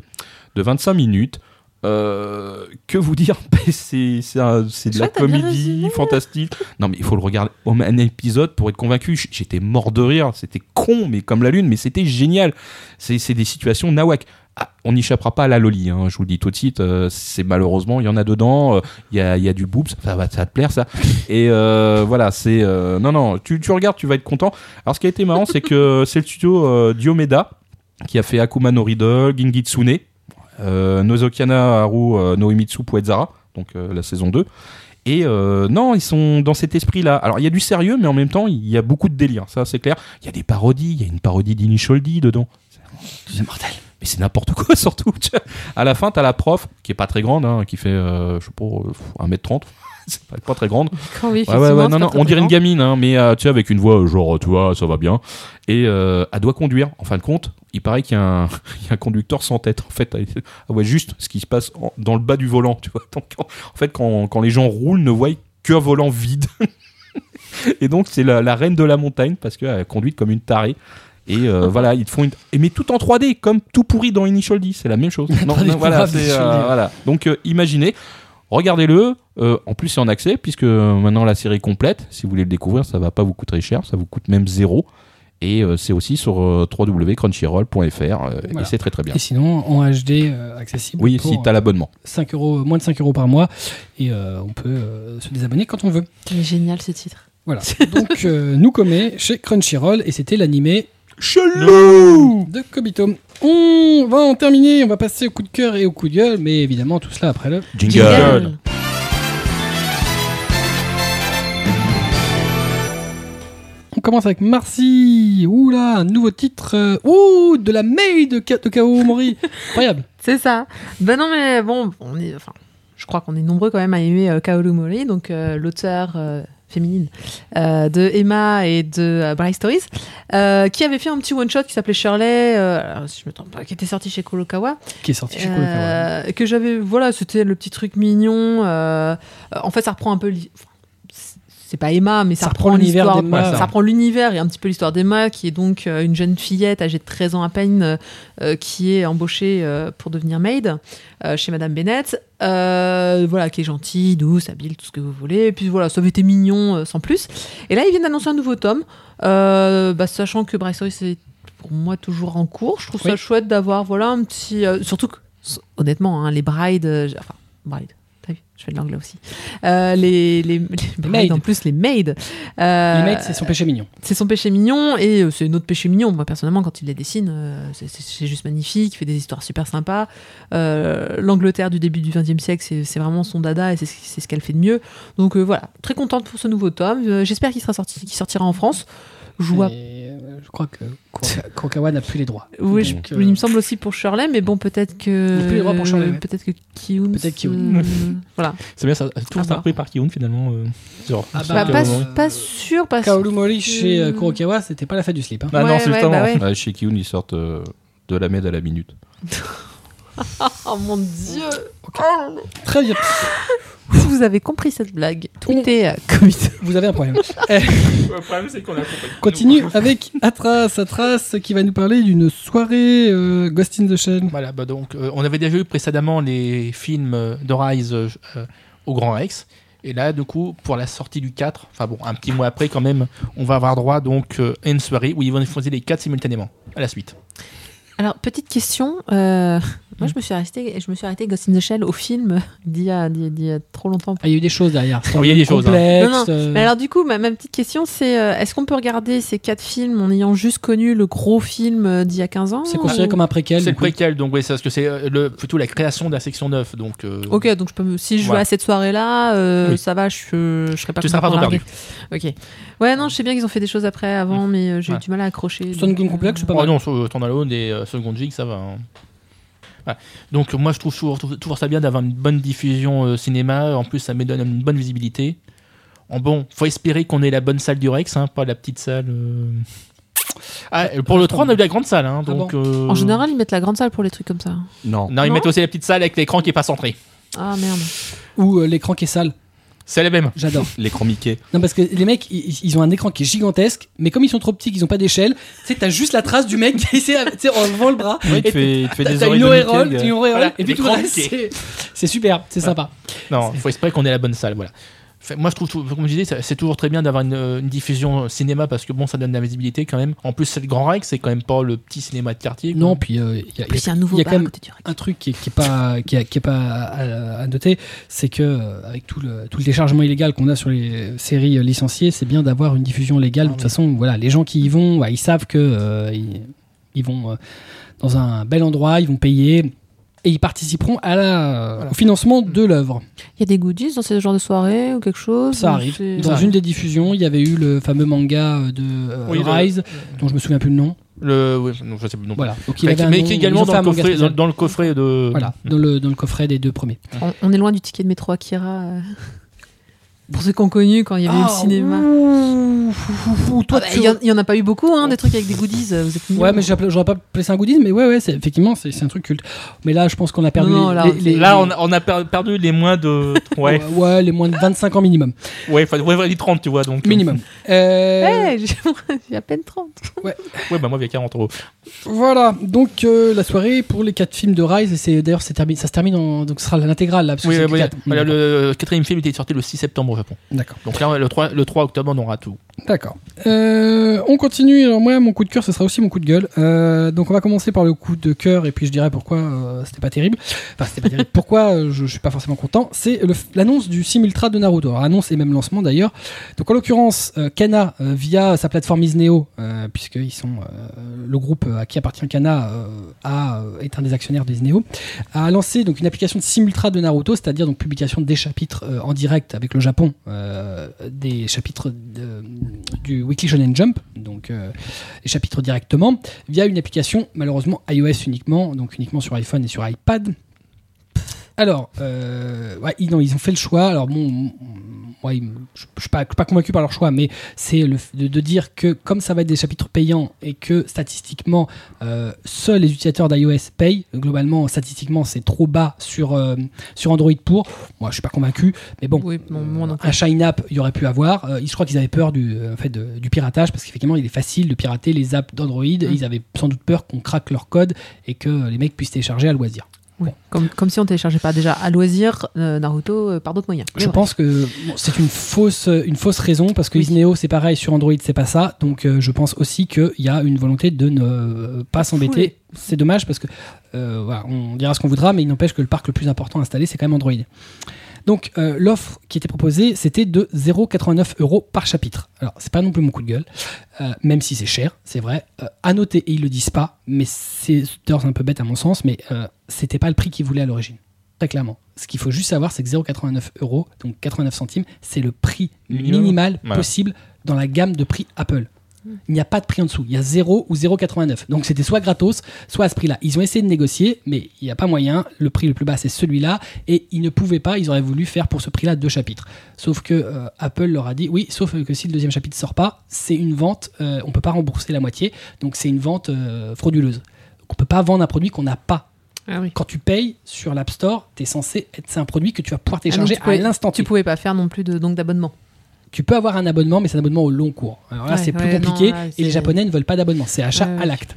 E: de 25 minutes. Euh, que vous dire C'est c'est un- c'est de
B: Je
E: la
B: crois que t'as bien
E: comédie
B: résumé.
E: fantastique. Non mais il faut le regarder en un épisode pour être convaincu. J- J'étais mort de rire. C'était con, mais comme la lune, mais c'était génial. C'est c'est des situations nawak. Ah, on n'échappera pas à la loli, hein, je vous le dis tout de suite. Euh, c'est malheureusement, il y en a dedans. euh, Il y, a, il y a du boobs. Ça va, ça va te plaire ça. Et euh, voilà, c'est euh, non non. Tu, tu regardes, tu vas être content. Alors ce qui a été marrant, c'est que c'est le studio euh, Diomeda qui a fait Akuma no Riddle, Gingi Tsune, euh, Nozokana Haru euh, Noimitsu Poezara, donc euh, la saison 2. Et euh, non, ils sont dans cet esprit-là. Alors, il y a du sérieux, mais en même temps, il y a beaucoup de délire, ça c'est clair. Il y a des parodies, il y a une parodie d'Inisholdi dedans. C'est mortel. Mais c'est n'importe quoi, surtout. tu vois. À la fin, t'as la prof, qui est pas très grande, hein, qui fait, euh, je sais pas, euh, 1m30. c'est pas, pas très grande.
B: Quand oui,
E: Ouais, ouais, ouais, non, non, on dirait une gamine, hein, mais euh, tu sais, avec une voix euh, genre, tu vois, ça va bien. Et euh, elle doit conduire, en fin de compte. Il paraît qu'il y, a un- il y a un conducteur sans tête, en fait. Elle elle voit juste ce qui se passe en- dans le bas du volant, tu vois. Donc, en, en fait, quand, quand les gens roulent, ne voient qu'un volant vide. et donc, c'est la, la reine de la montagne, parce qu'elle conduit comme une tarée. Et euh, voilà, ils te font une. et Mais tout en 3D, comme tout pourri dans Initial D, c'est la même chose. Non, non, voilà,
A: pourri,
E: c'est, euh,
A: Initial D.
E: voilà. Donc, euh, imaginez. Regardez-le. Euh, en plus, c'est en accès, puisque euh, maintenant la série est complète. Si vous voulez le découvrir, ça va pas vous coûter cher. Ça vous coûte même zéro. Et euh, c'est aussi sur euh, www.crunchyroll.fr. euh,
A: Voilà.
E: Et c'est très très bien.
A: Et sinon, en HD euh, accessible
E: Oui,
A: pour
E: si t'as l'abonnement.
A: 5 euros, moins de 5 euros par mois. Et euh, on peut euh, se désabonner quand on veut.
B: Génial ce titre.
A: Voilà. Donc, euh, nous commet chez Crunchyroll et c'était l'animé
E: Chelou
A: de Kobito. On va en terminer, on va passer au coup de cœur et au coup de gueule, mais évidemment tout cela après le.
E: Jingle
A: On commence avec Marcy. Oula, un nouveau titre. euh, Ouh, de la mail de, Ka- de Kao Mori. Incroyable.
B: C'est ça. Ben non, mais bon, on est, enfin, je crois qu'on est nombreux quand même à aimer euh, Kaoru Mori, donc euh, l'auteur euh, féminine euh, de Emma et de euh, Bright Stories, euh, qui avait fait un petit one-shot qui s'appelait Shirley, euh, alors, si je me trompe pas, qui était sorti chez Kurokawa.
A: Qui est sorti chez Kurokawa.
B: Euh, que j'avais voilà c'était le petit truc mignon euh, euh, en fait ça reprend un peu l'hi- enfin, c'est- c'est pas Emma mais ça,
A: Ça reprend l'univers
B: l'histoire-
A: d'Emma.
B: ça,
A: Ouais, ça.
B: reprend l'univers et un petit peu l'histoire d'Emma qui est donc euh, une jeune fillette âgée de 13 ans à peine euh, euh, qui est embauchée euh, pour devenir maid euh, chez Madame Bennett Euh, voilà qui est gentille douce habile tout ce que vous voulez et puis voilà ça avait été mignon euh, sans plus et là ils viennent d'annoncer un nouveau tome euh, bah, sachant que Bryce Story c'est pour moi toujours en cours. Je trouve ça
A: Oui.
B: chouette d'avoir voilà un petit euh, surtout que s- honnêtement hein, les brides euh, j'- enfin brides t'as vu je fais de l'anglais aussi Euh, les les, les brides,
A: maids.
B: en plus les maids euh,
A: Les mails, c'est son péché mignon.
B: c'est son péché mignon et euh, c'est notre péché mignon. Moi, personnellement, quand il les dessine, euh, c'est- c'est c'est juste magnifique. Il fait des histoires super sympas. Euh, L'Angleterre du début du XXe siècle, c'est c'est vraiment son dada et c'est ce c'est ce qu'elle fait de mieux. Donc euh, voilà, très contente pour ce nouveau tome. Euh, J'espère qu'il sera sorti, qu'il sortira en France. Je vois
A: Et, euh, je crois que Kuroka- Kurokawa n'a plus les droits.
B: Oui, je-
A: Donc, euh,
B: oui, il me semble aussi pour Shirley, mais bon, peut-être
A: Il y a plus les
B: que.
A: droits pour Shirley, ouais.
B: Peut-être que Kiyun.
A: Peut-être Kiyun.
B: euh, voilà.
C: C'est bien, ça, tout
B: Ah
C: ça
B: bah.
C: pris par Kiun finalement. euh, genre,
A: Ah
C: tout
A: bah,
B: Bah,
C: ça,
A: euh,
B: pas,
C: euh,
B: pas sûr, parce que.
A: Kaoru Mori chez euh, Kurokawa, c'était pas la fête du slip. hein.
E: Bah
B: Ouais,
E: non, c'est
B: ouais,
E: justement.
B: bah ouais.
E: Ouais, chez Kiyun, ils sortent euh, de la med à la minute.
B: Oh mon dieu
E: Oh,
A: Très bien.
B: Si vous avez compris cette blague, tweetez euh, à Covid.
A: Vous avez un problème. Eh, Continue avec Atras. Atras qui va nous parler d'une soirée euh, Ghost in the Shell.
C: Voilà, bah donc, euh, on avait déjà eu précédemment les films euh, de Rise euh, euh, au Grand Rex. Et là, du coup, pour la sortie du 4, enfin bon, un petit mois après quand même, on va avoir droit donc euh, à une soirée où ils vont diffuser les 4 simultanément, à la suite.
B: Alors, petite question. euh, moi, je me suis arrêtée, je me suis arrêtée Ghost in the Shell au film d'il y, a- d'il y a- d'il y a trop longtemps.
A: Ah, il y a eu des choses derrière.
C: Oui, il y a eu des choses, hein.
A: Complexes,
B: Non, non.
A: euh,
B: Mais alors du coup, ma, ma petite question, c'est euh, est-ce qu'on peut regarder ces quatre films en ayant juste connu le gros film euh, d'il y a 15 ans
A: C'est considéré
B: ou-
A: comme un préquel.
C: C'est le
A: du coup.
C: préquel, donc oui, c'est parce que c'est euh, le- plutôt la création de la section 9. Donc, euh,
B: Ok, donc je peux me- si je vais
C: Voilà.
B: à cette soirée-là, euh,
C: Oui.
B: ça va, je, je serai pas
C: Tu seras
B: complètement
C: pas trop
B: larguée. Ok. Ouais, non, je sais bien qu'ils ont fait des choses après, avant, mais euh, j'ai eu
C: Mm. Ouais.
B: du mal à accrocher.
A: Stone
B: donc,
A: Gun
B: euh,
A: Complex, je sais pas
C: Oh
A: mal.
C: non, sur, euh, Standalone et euh, Second Jig, ça va. hein. Voilà. Donc moi, je trouve toujours, toujours- toujours ça bien d'avoir une bonne diffusion euh, cinéma. En plus, ça me donne une bonne visibilité. En bon, faut espérer qu'on ait la bonne salle du Rex, hein, pas la petite salle. euh, Ah, et pour le 3, on a eu la grande salle. hein, donc, euh,
B: En général, ils mettent la grande salle pour les trucs comme ça.
E: Non.
C: Non, ils
B: Non
C: mettent aussi la petite salle avec l'écran qui est pas centré.
B: Ah merde.
A: Ou euh, l'écran qui est sale.
C: C'est la même.
A: J'adore.
E: L'écran Mickey.
A: Non, parce que les mecs, ils, ils ont un écran qui est gigantesque, mais comme ils sont trop petits, qu'ils n'ont pas d'échelle, tu sais, t'as juste la trace du mec qui essaie, tu sais, en levant le bras.
D: Oui, tu
A: Et
D: fais, tu fais
A: T'as
D: des
A: t'as
D: oreilles
A: une
D: de
A: auréole,
D: Mickey,
A: t'as
D: gars.
A: une auréole,
C: Voilà,
A: et puis tout le
C: l'écran
A: reste,
C: qui
A: c'est- c'est superbe, c'est sympa.
C: Non, faut espérer qu'on ait la bonne salle. Voilà. Fait- Moi, je trouve, tout- comme je disais, ça- c'est toujours très bien d'avoir une, euh, une diffusion euh, cinéma parce que bon, ça donne de la visibilité quand même. En plus, c'est le Grand Rex, c'est quand même pas le petit cinéma de quartier. quoi.
A: Non, puis il y a,
B: Plus il y a un nouveau
A: il y a
B: bar
A: quand même-
B: à côté du Rex.
A: un truc qui est, qui est pas qui est, qui est pas à, à noter, c'est que euh, avec tout le tout le déchargement illégal qu'on a sur les séries euh, licenciées, c'est bien d'avoir une diffusion légale. De toute façon, voilà, les gens qui y vont, ouais, ils savent que euh, ils, ils vont euh, dans un bel endroit, ils vont payer et ils participeront à la, au financement de l'œuvre.
B: Il y a des goodies dans ce genre de soirée ou quelque chose
A: Ça
B: ou
A: arrive.
B: c'est-
A: Dans une des diffusions, il y avait eu le fameux manga euh, de euh,
C: Oui, le-
A: Rise, dont je me souviens plus le nom.
C: Le, oui, non, je sais non.
A: Voilà. Donc, il avait un
C: mais
A: nom,
C: qui est
A: ils
C: également
A: ont fait
C: dans le,
A: un manga
C: coffret, dans,
A: spécial.
C: dans le coffret de. Mm.
A: Voilà, dans le, dans le coffret des deux premiers.
B: On, on est loin du ticket de métro Akira. euh. Pour ceux qui ont connu quand il y avait
A: Ah,
B: le cinéma.
A: ouh, fou, fou, fou, toi,
B: Ah bah,
A: tu-
B: Il y en- il y en a pas eu beaucoup, hein, des trucs avec des goodies. euh, Vous êtes mignons.
A: Ouais, mais j'appelais- j'aurais pas appelé ça un goodies, mais ouais, ouais, c'est- effectivement, c'est c'est un truc culte. Mais là, je pense qu'on a perdu.
B: Non,
A: les-
B: là,
A: les,
B: on-
A: les-
C: Là, on a, on a per- perdu les moins de. Ouais,
A: ouais. ouais, les moins de 25 ans minimum.
C: ouais, enfin, ouais, ouais, les 30, tu vois. Donc,
A: Minimum. Euh,
B: Ouais, j'ai j'ai à peine 30.
C: Ouais, bah moi, il y a 40 euros.
A: Voilà, donc euh, la soirée pour les 4 films de Rise, et c'est- d'ailleurs, c'est terminé- ça se termine en. Donc, ce sera l'intégrale, là, parce que
C: Oui,
A: c'est
C: ouais,
A: que
C: ouais.
A: quatre.
C: Voilà, le quatrième film était sorti le 6 septembre au Japon.
A: D'accord.
C: Donc là, le 3, le 3 octobre, on aura tout.
A: D'accord. Euh, on continue. Alors moi, mon coup de cœur, ce sera aussi mon coup de gueule. Euh, donc on va commencer par le coup de cœur et puis je dirai pourquoi euh, c'était pas terrible. Enfin, c'était pas terrible. Pourquoi euh, je, je suis pas forcément content C'est le f- l'annonce du Simultra de Naruto. Alors, annonce et même lancement d'ailleurs. Donc en l'occurrence, euh, Kana euh, via sa plateforme Isneo, euh, puisque ils sont euh, le groupe à qui appartient Kana euh, a- est un des actionnaires de Isneo, a lancé donc une application de Simultra de Naruto, c'est-à-dire donc publication des chapitres euh, en direct avec le Japon, euh, des chapitres de- du Weekly Shonen Jump, donc euh, les chapitres directement, via une application malheureusement iOS uniquement, donc uniquement sur iPhone et sur iPad. Alors, euh, ouais, ils, non, ils ont fait le choix. Alors bon, m- moi, ils me- je ne suis pas, je suis pas convaincu par leur choix, mais c'est le f- de, de dire que comme ça va être des chapitres payants et que statistiquement euh, seuls les utilisateurs d'iOS payent. Globalement, statistiquement, c'est trop bas sur, euh, sur Android pour. Moi, je suis pas convaincu, mais bon.
B: Oui, bon, moi non
A: Euh, un Shine App, il y aurait pu avoir. Euh, je crois qu'ils avaient peur du, euh, en fait, de- du piratage parce qu'effectivement, il est facile de pirater les apps d'Android. Ils avaient sans doute peur qu'on craque leur code et que les mecs puissent télécharger à loisir.
B: Oui. Comme, comme si on téléchargeait pas déjà à loisir euh, Naruto euh, par d'autres moyens. Mais
A: Je
B: bref.
A: pense que bon, c'est une fausse, une fausse raison parce que
B: Oui.
A: Isneo c'est pareil sur Android c'est pas ça donc euh, je pense aussi qu'il y a une volonté de ne
B: Bah,
A: pas s'embêter
B: Fouler.
A: c'est dommage parce que euh, voilà, on dira ce qu'on voudra mais il n'empêche que le parc le plus important installé c'est quand même Android donc euh, l'offre qui était proposée c'était de 0,89 euros par chapitre alors c'est pas non plus mon coup de gueule euh, même si c'est cher, c'est vrai. Euh, à noter, et ils le disent pas, mais c'est d'ailleurs, c'est un peu bête à mon sens, mais euh, c'était pas le prix qu'ils voulaient à l'origine. Très clairement. Ce qu'il faut juste savoir, c'est que 0,89 euros, donc 89 centimes, c'est le prix
E: Minimum.
A: minimal
E: Voilà.
A: possible dans la gamme de prix Apple. Il n'y a pas de prix en dessous. Il y a 0 ou 0,89. Donc c'était soit gratos, soit à ce prix-là. Ils ont essayé de négocier, mais il n'y a pas moyen. Le prix le plus bas, c'est celui-là. Et ils ne pouvaient pas, ils auraient voulu faire pour ce prix-là deux chapitres. Sauf que euh, Apple leur a dit oui, sauf que si le deuxième chapitre sort pas, c'est une vente, euh, on ne peut pas rembourser la moitié. Donc c'est une vente euh, frauduleuse. Donc on ne peut pas vendre un produit qu'on n'a pas.
B: Ah oui.
A: Quand tu payes sur l'App Store, tu es censé être. C'est un produit que tu vas pouvoir
B: Ah, donc
A: télécharger
B: tu pouvais-
A: à l'instant. Tu,
B: Tu pouvais pas faire non plus de- donc d'abonnement.
A: tu peux avoir un abonnement, mais c'est un abonnement au long cours. Alors là,
B: Ouais,
A: c'est plus
B: ouais, non,
A: compliqué et
B: là,
A: les
B: c'est-
A: Japonais ne veulent pas d'abonnement. C'est achat
B: Ouais, ouais.
A: à l'acte.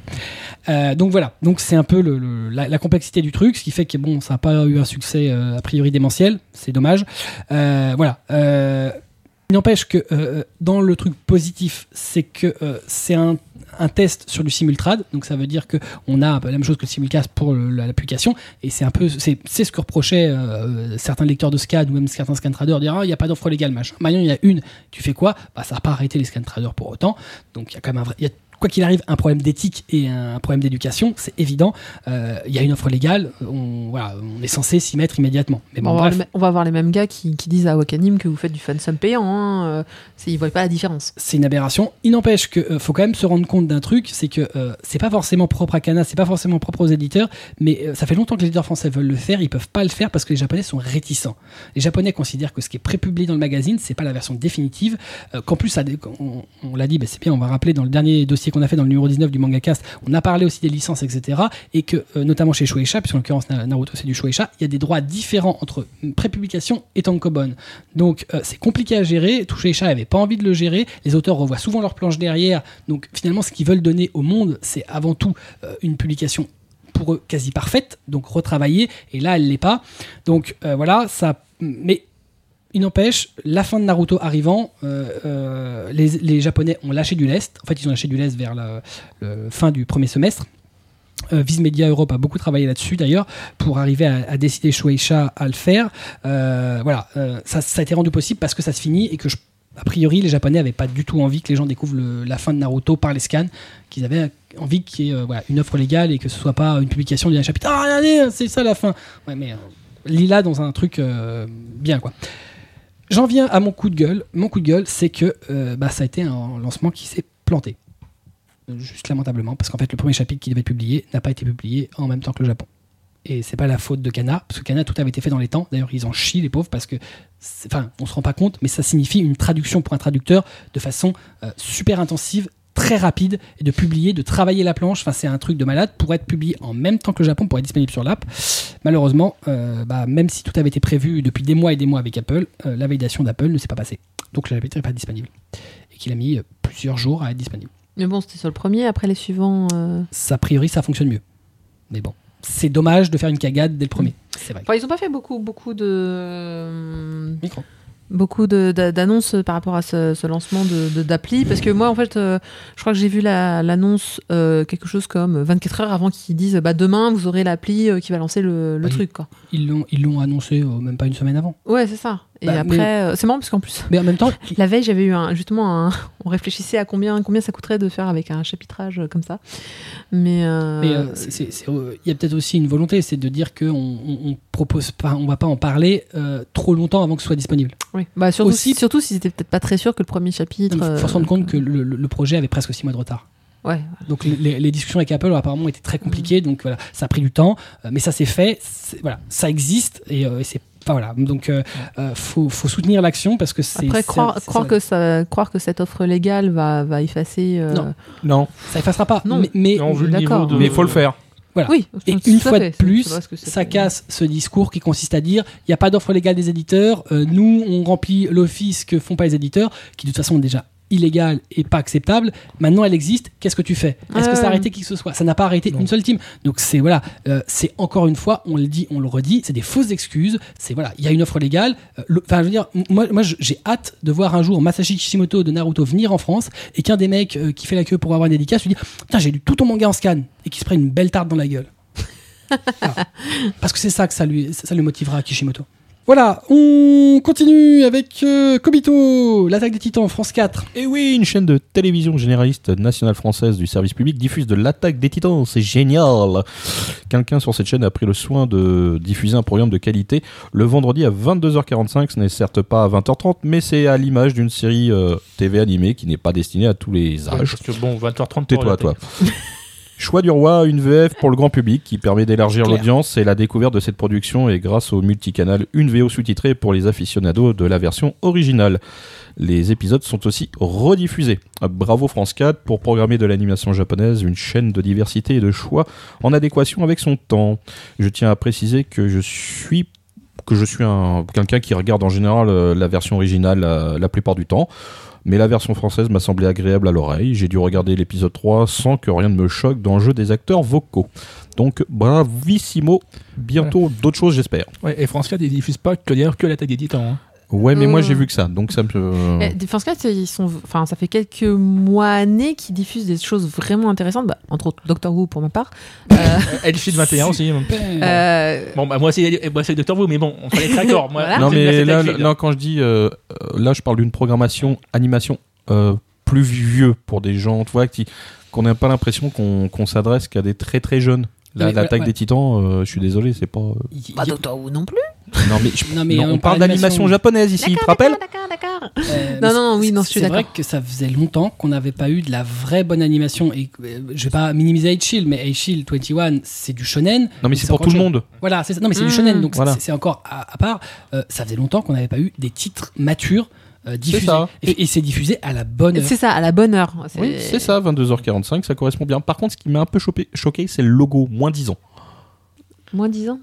A: Euh, donc voilà, donc c'est un peu le- le- la, la complexité du truc, ce qui fait que bon, ça n'a pas eu un succès euh, a priori démentiel, c'est dommage. Euh, voilà. Euh, il N'empêche que euh, dans le truc positif, c'est que euh, c'est un, un test sur du simultrad, donc ça veut dire que on a la même chose que le simulcast pour le- la- l'application, et c'est un peu c'est c'est ce que reprochaient euh, certains lecteurs de SCAD ou même certains scan traders, dire Ah, il n'y a pas d'offre légale machin. Maintenant il y en a une, tu fais quoi Bah ça n'a pas arrêté les scan traders pour autant, donc il y a quand même un vrai, il y a quoi qu'il arrive, un problème d'éthique et un problème d'éducation, c'est évident. Euh, Il y a une offre légale, on, voilà, on est censé s'y mettre immédiatement. Mais bon,
B: on, va avoir
A: bref,
B: les me- on va voir les mêmes gars qui, qui disent à Wakanim que vous faites du fansum payant. Hein, euh, c'est- ils voient pas la différence.
A: c'est une aberration. Il n'empêche que euh, faut quand même se rendre compte d'un truc, c'est que euh, c'est pas forcément propre à Cana, c'est pas forcément propre aux éditeurs, mais euh, ça fait longtemps que les éditeurs français veulent le faire, ils peuvent pas le faire parce que les Japonais sont réticents. Les Japonais considèrent que ce qui est prépublié ben, dans le magazine, c'est pas la version définitive, euh, qu'en plus, ça dé- on, on l'a dit, bah, c'est bien, on va rappeler dans le dernier dossier qu'on a fait dans le numéro 19 du manga cast, on a parlé aussi des licences, etc. Et que euh, notamment chez Shueisha, puisqu'en l'occurrence Na- Naruto c'est du Shueisha, il y a des droits différents entre hum, prépublication et tankobon. Donc euh, c'est compliqué à gérer. Tout Shueisha avait pas envie de le gérer. Les auteurs revoient souvent leurs planches derrière. Donc finalement, ce qu'ils veulent donner au monde, c'est avant tout euh, une publication pour eux quasi parfaite, donc retravaillée. Et là, elle l'est pas. Donc euh, voilà, ça. Mais il n'empêche, la fin de Naruto arrivant, euh, euh, les, les Japonais ont lâché du lest. En fait, ils ont lâché du lest vers la, le fin du premier semestre. Euh, Viz Media Europe a beaucoup travaillé là-dessus d'ailleurs pour arriver à, à décider Shueisha à le faire. Euh, voilà, euh, ça, ça a été rendu possible parce que ça se finit et que je- a priori les Japonais n'avaient pas du tout envie que les gens découvrent le- la fin de Naruto par les scans, qu'ils avaient envie qu'il y ait euh, voilà, une offre légale et que ce soit pas une publication d'un chapitre. Ah regardez, c'est ça la fin. Ouais mais euh, Lila dans un truc euh, bien quoi. J'en viens à mon coup de gueule. Mon coup de gueule, c'est que euh, bah, ça a été un lancement qui s'est planté. Euh, Juste lamentablement, parce qu'en fait, le premier chapitre qui devait être publié n'a pas été publié en même temps que le Japon. Et c'est pas la faute de Kana, parce que Kana, tout avait été fait dans les temps. D'ailleurs, ils en chient, les pauvres, parce que, c'est- enfin, on se rend pas compte, mais ça signifie une traduction pour un traducteur de façon euh, super intensive, très rapide, et de publier, de travailler la planche. Enfin, c'est un truc de malade pour être publié en même temps que le Japon, pour être disponible sur l'app. Malheureusement, euh, bah, même si tout avait été prévu depuis des mois et des mois avec Apple, euh, la validation d'Apple ne s'est pas passée. Donc le chapitre n'est pas disponible. Et qu'il a mis euh, plusieurs jours à être disponible.
B: Mais bon, c'était sur le premier, après les suivants. euh,
A: Ça, a priori, ça fonctionne mieux. Mais bon, c'est dommage de faire une cagade dès le premier. C'est vrai.
B: Enfin, ils ont pas fait beaucoup, beaucoup de.
A: Micro.
B: Beaucoup de- d'a- d'annonces par rapport à ce, ce lancement de- de- d'appli. Parce que moi, en fait, euh, je crois que j'ai vu la- l'annonce euh, quelque chose comme 24 heures avant qu'ils disent bah, demain, vous aurez l'appli euh, qui va lancer le, le
A: Oui.
B: truc. Quoi.
A: Ils l'ont, ils l'ont annoncé euh, même pas une semaine avant.
B: Ouais, c'est ça. Et
A: Bah,
B: après,
A: mais-
B: euh, c'est marrant parce qu'en plus,
A: Mais en même temps,
B: la veille, j'avais eu un, justement un. On réfléchissait à combien, combien ça coûterait de faire avec un chapitrage euh, comme ça. Mais. euh,
A: Mais, euh, c'est- c'est- c'est, euh, il y a peut-être aussi une volonté, c'est de dire qu'on on, on propose pas, on va pas en parler euh, trop longtemps avant que ce soit disponible.
B: oui. bah, surtout,
A: aussi-
B: si- surtout s'ils étaient peut-être pas très sûrs que le premier chapitre.
A: Il faut se rendre
B: euh,
A: compte que le, le- le projet avait presque 6 mois de retard.
B: Ouais.
A: Donc les- les, les discussions avec Apple apparemment étaient très compliquées,
B: Mm.
A: donc voilà, ça a pris du temps, euh, mais ça s'est fait, c'est- voilà, ça existe et, euh, et c'est pas voilà. Donc euh, euh, faut, faut soutenir l'action parce que c'est
B: Après,
A: c'est-
B: croire,
A: c'est-
B: croire,
A: ça,
B: que ça, croire que cette offre légale va, va effacer. euh,
A: Non.
D: Non,
A: ça effacera pas.
B: Non.
A: mais, mais
C: Non, vu le
B: D'accord.
C: niveau de-
D: mais il faut le faire.
B: Oui,
A: Et
B: tout
A: une
B: à
A: fois
B: fait,
A: de
B: c'est- je
A: plus,
B: vois ce que c'est.
A: ça casse ce discours qui consiste à dire il n'y a pas d'offre légale des éditeurs, euh, nous on remplit l'office que font pas les éditeurs, qui de toute façon est déjà illégale et pas acceptable. Maintenant elle existe, qu'est-ce que tu fais Est-ce que
B: Ouais.
A: ça a arrêté qui que ce soit Ça n'a pas arrêté
D: Non.
A: une seule team. Donc c'est voilà, euh, c'est encore une fois, on le dit, on le redit, c'est des fausses excuses. C'est voilà, il y a une offre légale. euh, le- Enfin, je veux dire, m- moi, moi je- j'ai hâte de voir un jour Masashi Kishimoto de Naruto venir en France et qu'un des mecs euh, qui fait la queue pour avoir une dédicace lui dit Putain, j'ai lu tout ton manga en scan et qui se prenne une belle tarte dans la gueule. Voilà. Parce que c'est ça que ça lui, ça lui motivera à Kishimoto. Voilà, on continue avec euh, Kobito, l'attaque des titans, France 4.
E: Et oui, une chaîne de télévision généraliste nationale française du service public diffuse de l'attaque des titans. C'est génial. Quelqu'un sur cette chaîne a pris le soin de diffuser un programme de qualité le vendredi à 22h45. Ce n'est certes pas à 20h30, mais c'est à l'image d'une série euh, TV animée qui n'est pas destinée à tous les
C: Ouais,
E: âges.
C: Ah, parce que bon, 20h30
E: Tais-toi, toi. Choix du roi, une VF pour le grand public qui permet d'élargir
A: Claire.
E: l'audience et la découverte de cette production et grâce au multicanal, une VO sous-titrée pour les aficionados de la version originale. Les épisodes sont aussi rediffusés. Ah, Bravo France 4 pour programmer de l'animation japonaise, une chaîne de diversité et de choix en adéquation avec son temps. Je tiens à préciser que je suis que je suis un quelqu'un qui regarde en général euh, la version originale euh, la plupart du temps. Mais la version française m'a semblé agréable à l'oreille. J'ai dû regarder l'épisode 3 sans que rien ne me choque dans le jeu des acteurs vocaux. Donc bravissimo. Bientôt d'autres choses, j'espère.
C: Ouais, et France 4, ils diffusent pas que d'ailleurs que l'attaque des titans.
E: Ouais, mais moi
B: Euh.
E: j'ai vu que ça. Donc ça me. euh,
B: Eh, Défense 4, ils sont, enfin, ça fait quelques mois, années qu'ils diffusent des choses vraiment intéressantes, bah, entre autres Doctor Who pour ma part. Euh,
C: Elle chie de 21 aussi.
B: euh,
C: Bon, bah moi aussi, eh, moi, c'est Docteur Who, mais bon, on fallait être d'accord. Moi,
B: Voilà.
E: non,
C: j'aime bien
E: mais
C: cette
E: là,
C: attitude.
E: non, quand je dis. euh, euh, là, je parle d'une programmation, animation euh, plus vieux pour des gens, tu vois, qui- qu'on n'a pas l'impression qu'on qu'on s'adresse qu'à des très très jeunes.
A: Non,
E: La-
A: mais voilà,
E: L'attaque
A: ouais.
E: des titans, euh, je suis désolé, c'est pas. euh,
B: pas bah, Doctor Who non plus.
E: Non, mais,
A: Non, mais
E: non, on parle d'animation japonaise ici, tu te
B: D'accord,
E: rappelles
B: d'accord, d'accord, d'accord.
A: Euh,
B: Non,
A: mais
B: non,
A: c'est-
B: oui, non, je
A: c'est-
B: suis
A: C'est vrai
B: d'accord.
A: que ça faisait longtemps qu'on n'avait pas eu de la vraie bonne animation. Et euh, je vais pas minimiser H-Shield, mais H-Shield 21, c'est du shonen.
E: Non, mais
A: C'est
E: c'est pour
A: encore
E: tout le
A: chaud.
E: monde.
A: Voilà, c'est ça. Non, mais c'est du
B: Mm.
A: shonen, donc c'est-
E: Voilà.
A: c'est c'est encore à, à part. Euh, ça faisait longtemps qu'on n'avait pas eu des titres matures euh, diffusé.
D: ça.
A: Et, et c'est diffusé à la bonne heure.
B: C'est ça, à la bonne heure.
D: Oui, c'est ça, 22h45, ça correspond bien. Par contre, ce qui m'a un peu chopé- choqué, c'est le logo, moins 10 ans.
B: Moins 10 ans.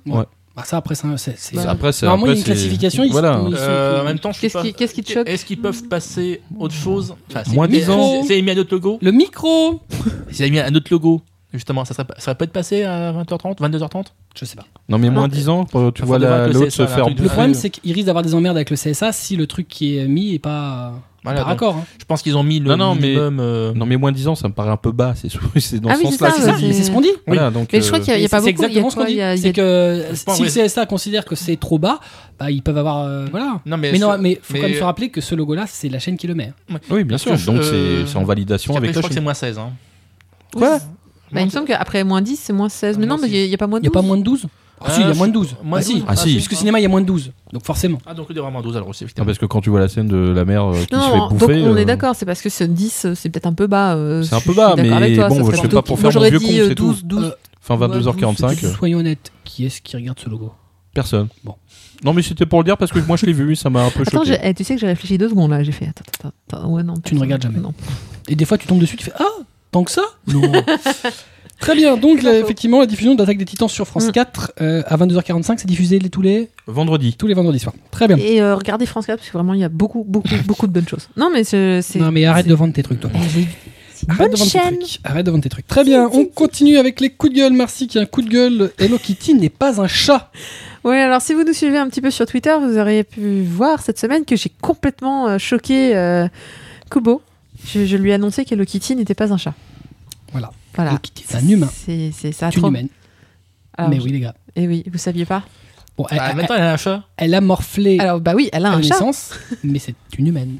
A: Bah, ça, après, ça, c'est. c'est-
B: Bah,
E: Après, c'est-
A: Normalement, il y a une
E: après, c'est-
A: classification. Ils
D: Voilà.
A: sont- ils sont-
C: Euh, en même temps, je suis
B: Qu'est-ce
C: pas-
B: qui, qu'est-ce qui te choque
C: Est-ce qu'ils peuvent passer autre chose Enfin, c'est
D: Moins
C: émis-
A: 10 ans.
C: c'est- C'est émis à d'autres logos
A: Le micro
C: C'est émis à un autre logo, justement. Ça serait, pas- ça serait peut-être passé à 20h30, 22h30,
A: Je sais pas.
D: Non, mais moins
B: Non.
D: 10 ans, euh, tu
C: Enfin,
D: vois
C: de voir
D: la-
C: que
D: l'autre
C: c'est ça,
D: se faire.
C: un truc de-
D: bouffer.
A: Le problème, c'est qu'ils risquent d'avoir des emmerdes avec le CSA si le truc qui est mis est pas,
C: Voilà,
A: pas
C: donc-
A: raccord. hein.
C: Je pense qu'ils ont mis le
D: Non, non, mais-
C: minimum. euh,
D: Non, mais moins 10 ans, ça me paraît un peu bas, c'est c'est dans
B: Ah
D: ce
B: oui, c'est
D: sens-là.
B: ça,
D: que
A: C'est
B: ouais,
A: ça,
D: c'est-
B: c'est-
A: mais c'est ce qu'on dit.
D: Voilà, donc.
B: Mais je crois
D: euh,
B: qu'il y a- il y a
A: C'est
B: pas beaucoup. il y a
A: exactement ce qu'on
B: quoi, il
A: dit.
B: y a- il y a-
A: C'est que
C: pense,
A: si le
C: ouais.
A: CSA considère que c'est trop bas, bah, ils peuvent avoir. euh, voilà.
C: Non, mais,
A: Mais non,
C: ce-
A: mais faut quand
C: mais-
A: même se rappeler que ce logo-là, c'est la chaîne qui le met. hein.
D: Oui, bien sûr.
C: Parce que
E: Donc,
C: euh,
E: c'est- c'est en validation
C: Après,
E: avec
C: je
E: la
C: crois que c'est
E: chaîne.
C: moins 16. hein.
D: Quoi
B: Bah, il me semble qu'après moins 10, c'est moins 16. Mais
C: Ah,
B: non,
C: moins
B: mais il n'y a, il y a pas moins
A: Il n'y
B: 12.
A: a pas moins de 12 Ah, si, il y a
C: Ah,
A: moins de 12.
C: moins
A: Ah,
C: de
A: si.
C: 12.
E: Ah, si.
A: Puisque cinéma, il y a moins de 12. Donc forcément.
C: Ah, donc le devrait moins 12 alors aussi,
E: Ah,
C: effectivement.
E: parce que quand tu vois la scène de la mère euh, qui se
B: Non,
E: fait
B: non, donc
E: bouffer.
B: on
E: euh,
B: est d'accord, c'est parce que ce 10, euh, c'est peut-être un peu bas. euh,
E: C'est un
B: je-
E: peu
B: je suis
E: bas,
B: d'accord
E: mais
B: avec toi,
E: bon,
B: ça
E: je
B: serait
E: fais
B: plutôt-
E: pas pour
B: Moi,
E: faire mon
B: j'aurais
E: vieux
B: dit,
E: con,
B: euh,
E: c'est tout.
B: 12, 12.
E: Enfin,
A: Soyons-
E: 22h45,
A: Soyons honnêtes, qui est-ce qui regarde ce logo
E: personne.
A: Bon.
E: Non, mais c'était pour le dire parce que moi je l'ai vu, ça m'a un peu
B: Attends,
E: choqué.
B: j'ai- eh, tu sais que j'ai réfléchi deux secondes là, j'ai fait. Attends, attends, attends, ouais, non,
A: Tu ne
B: personne-
A: regardes jamais.
B: Non.
A: Et des fois, tu tombes dessus, tu fais Ah, tant que ça Non. Très bien, donc là, effectivement, la diffusion d'Attaque des Titans sur France
B: Mm.
A: 4 euh, à 22h45, c'est diffusé les- tous les,
E: Vendredi.
A: tous les vendredis soirs. Très bien.
B: Et euh, regardez France 4 parce que vraiment il y a beaucoup, beaucoup, beaucoup de bonnes choses. Non, mais c'est. c'est-
A: Non, mais arrête
B: c'est-
A: de vendre tes trucs, toi.
B: Eh, j'ai- c'est une
A: Arrête
B: Bonne
A: de vendre tes
B: chaîne.
A: trucs. Arrête de vendre tes trucs. Très bien, on continue avec les coups de gueule. Merci qui a un coup de gueule. Hello Kitty n'est pas un chat.
B: Oui, alors si vous nous suivez un petit peu sur Twitter, vous auriez pu voir cette semaine que j'ai complètement euh, choqué euh, Kubo. Je, je lui ai annoncé qu'Hello Kitty n'était pas un chat.
A: Voilà.
B: Voilà.
A: Hello Kitty est un humain.
B: C'est c'est- ça.
A: C'est une humaine. Mais oui, les gars.
B: Et eh oui, vous saviez pas
A: Bon, elle,
C: Bah,
A: elle-
C: maintenant, elle a un chat.
A: elle a morflé
B: Alors bah oui, elle a
A: à
B: un
A: la
B: chat.
A: naissance, mais c'est une humaine.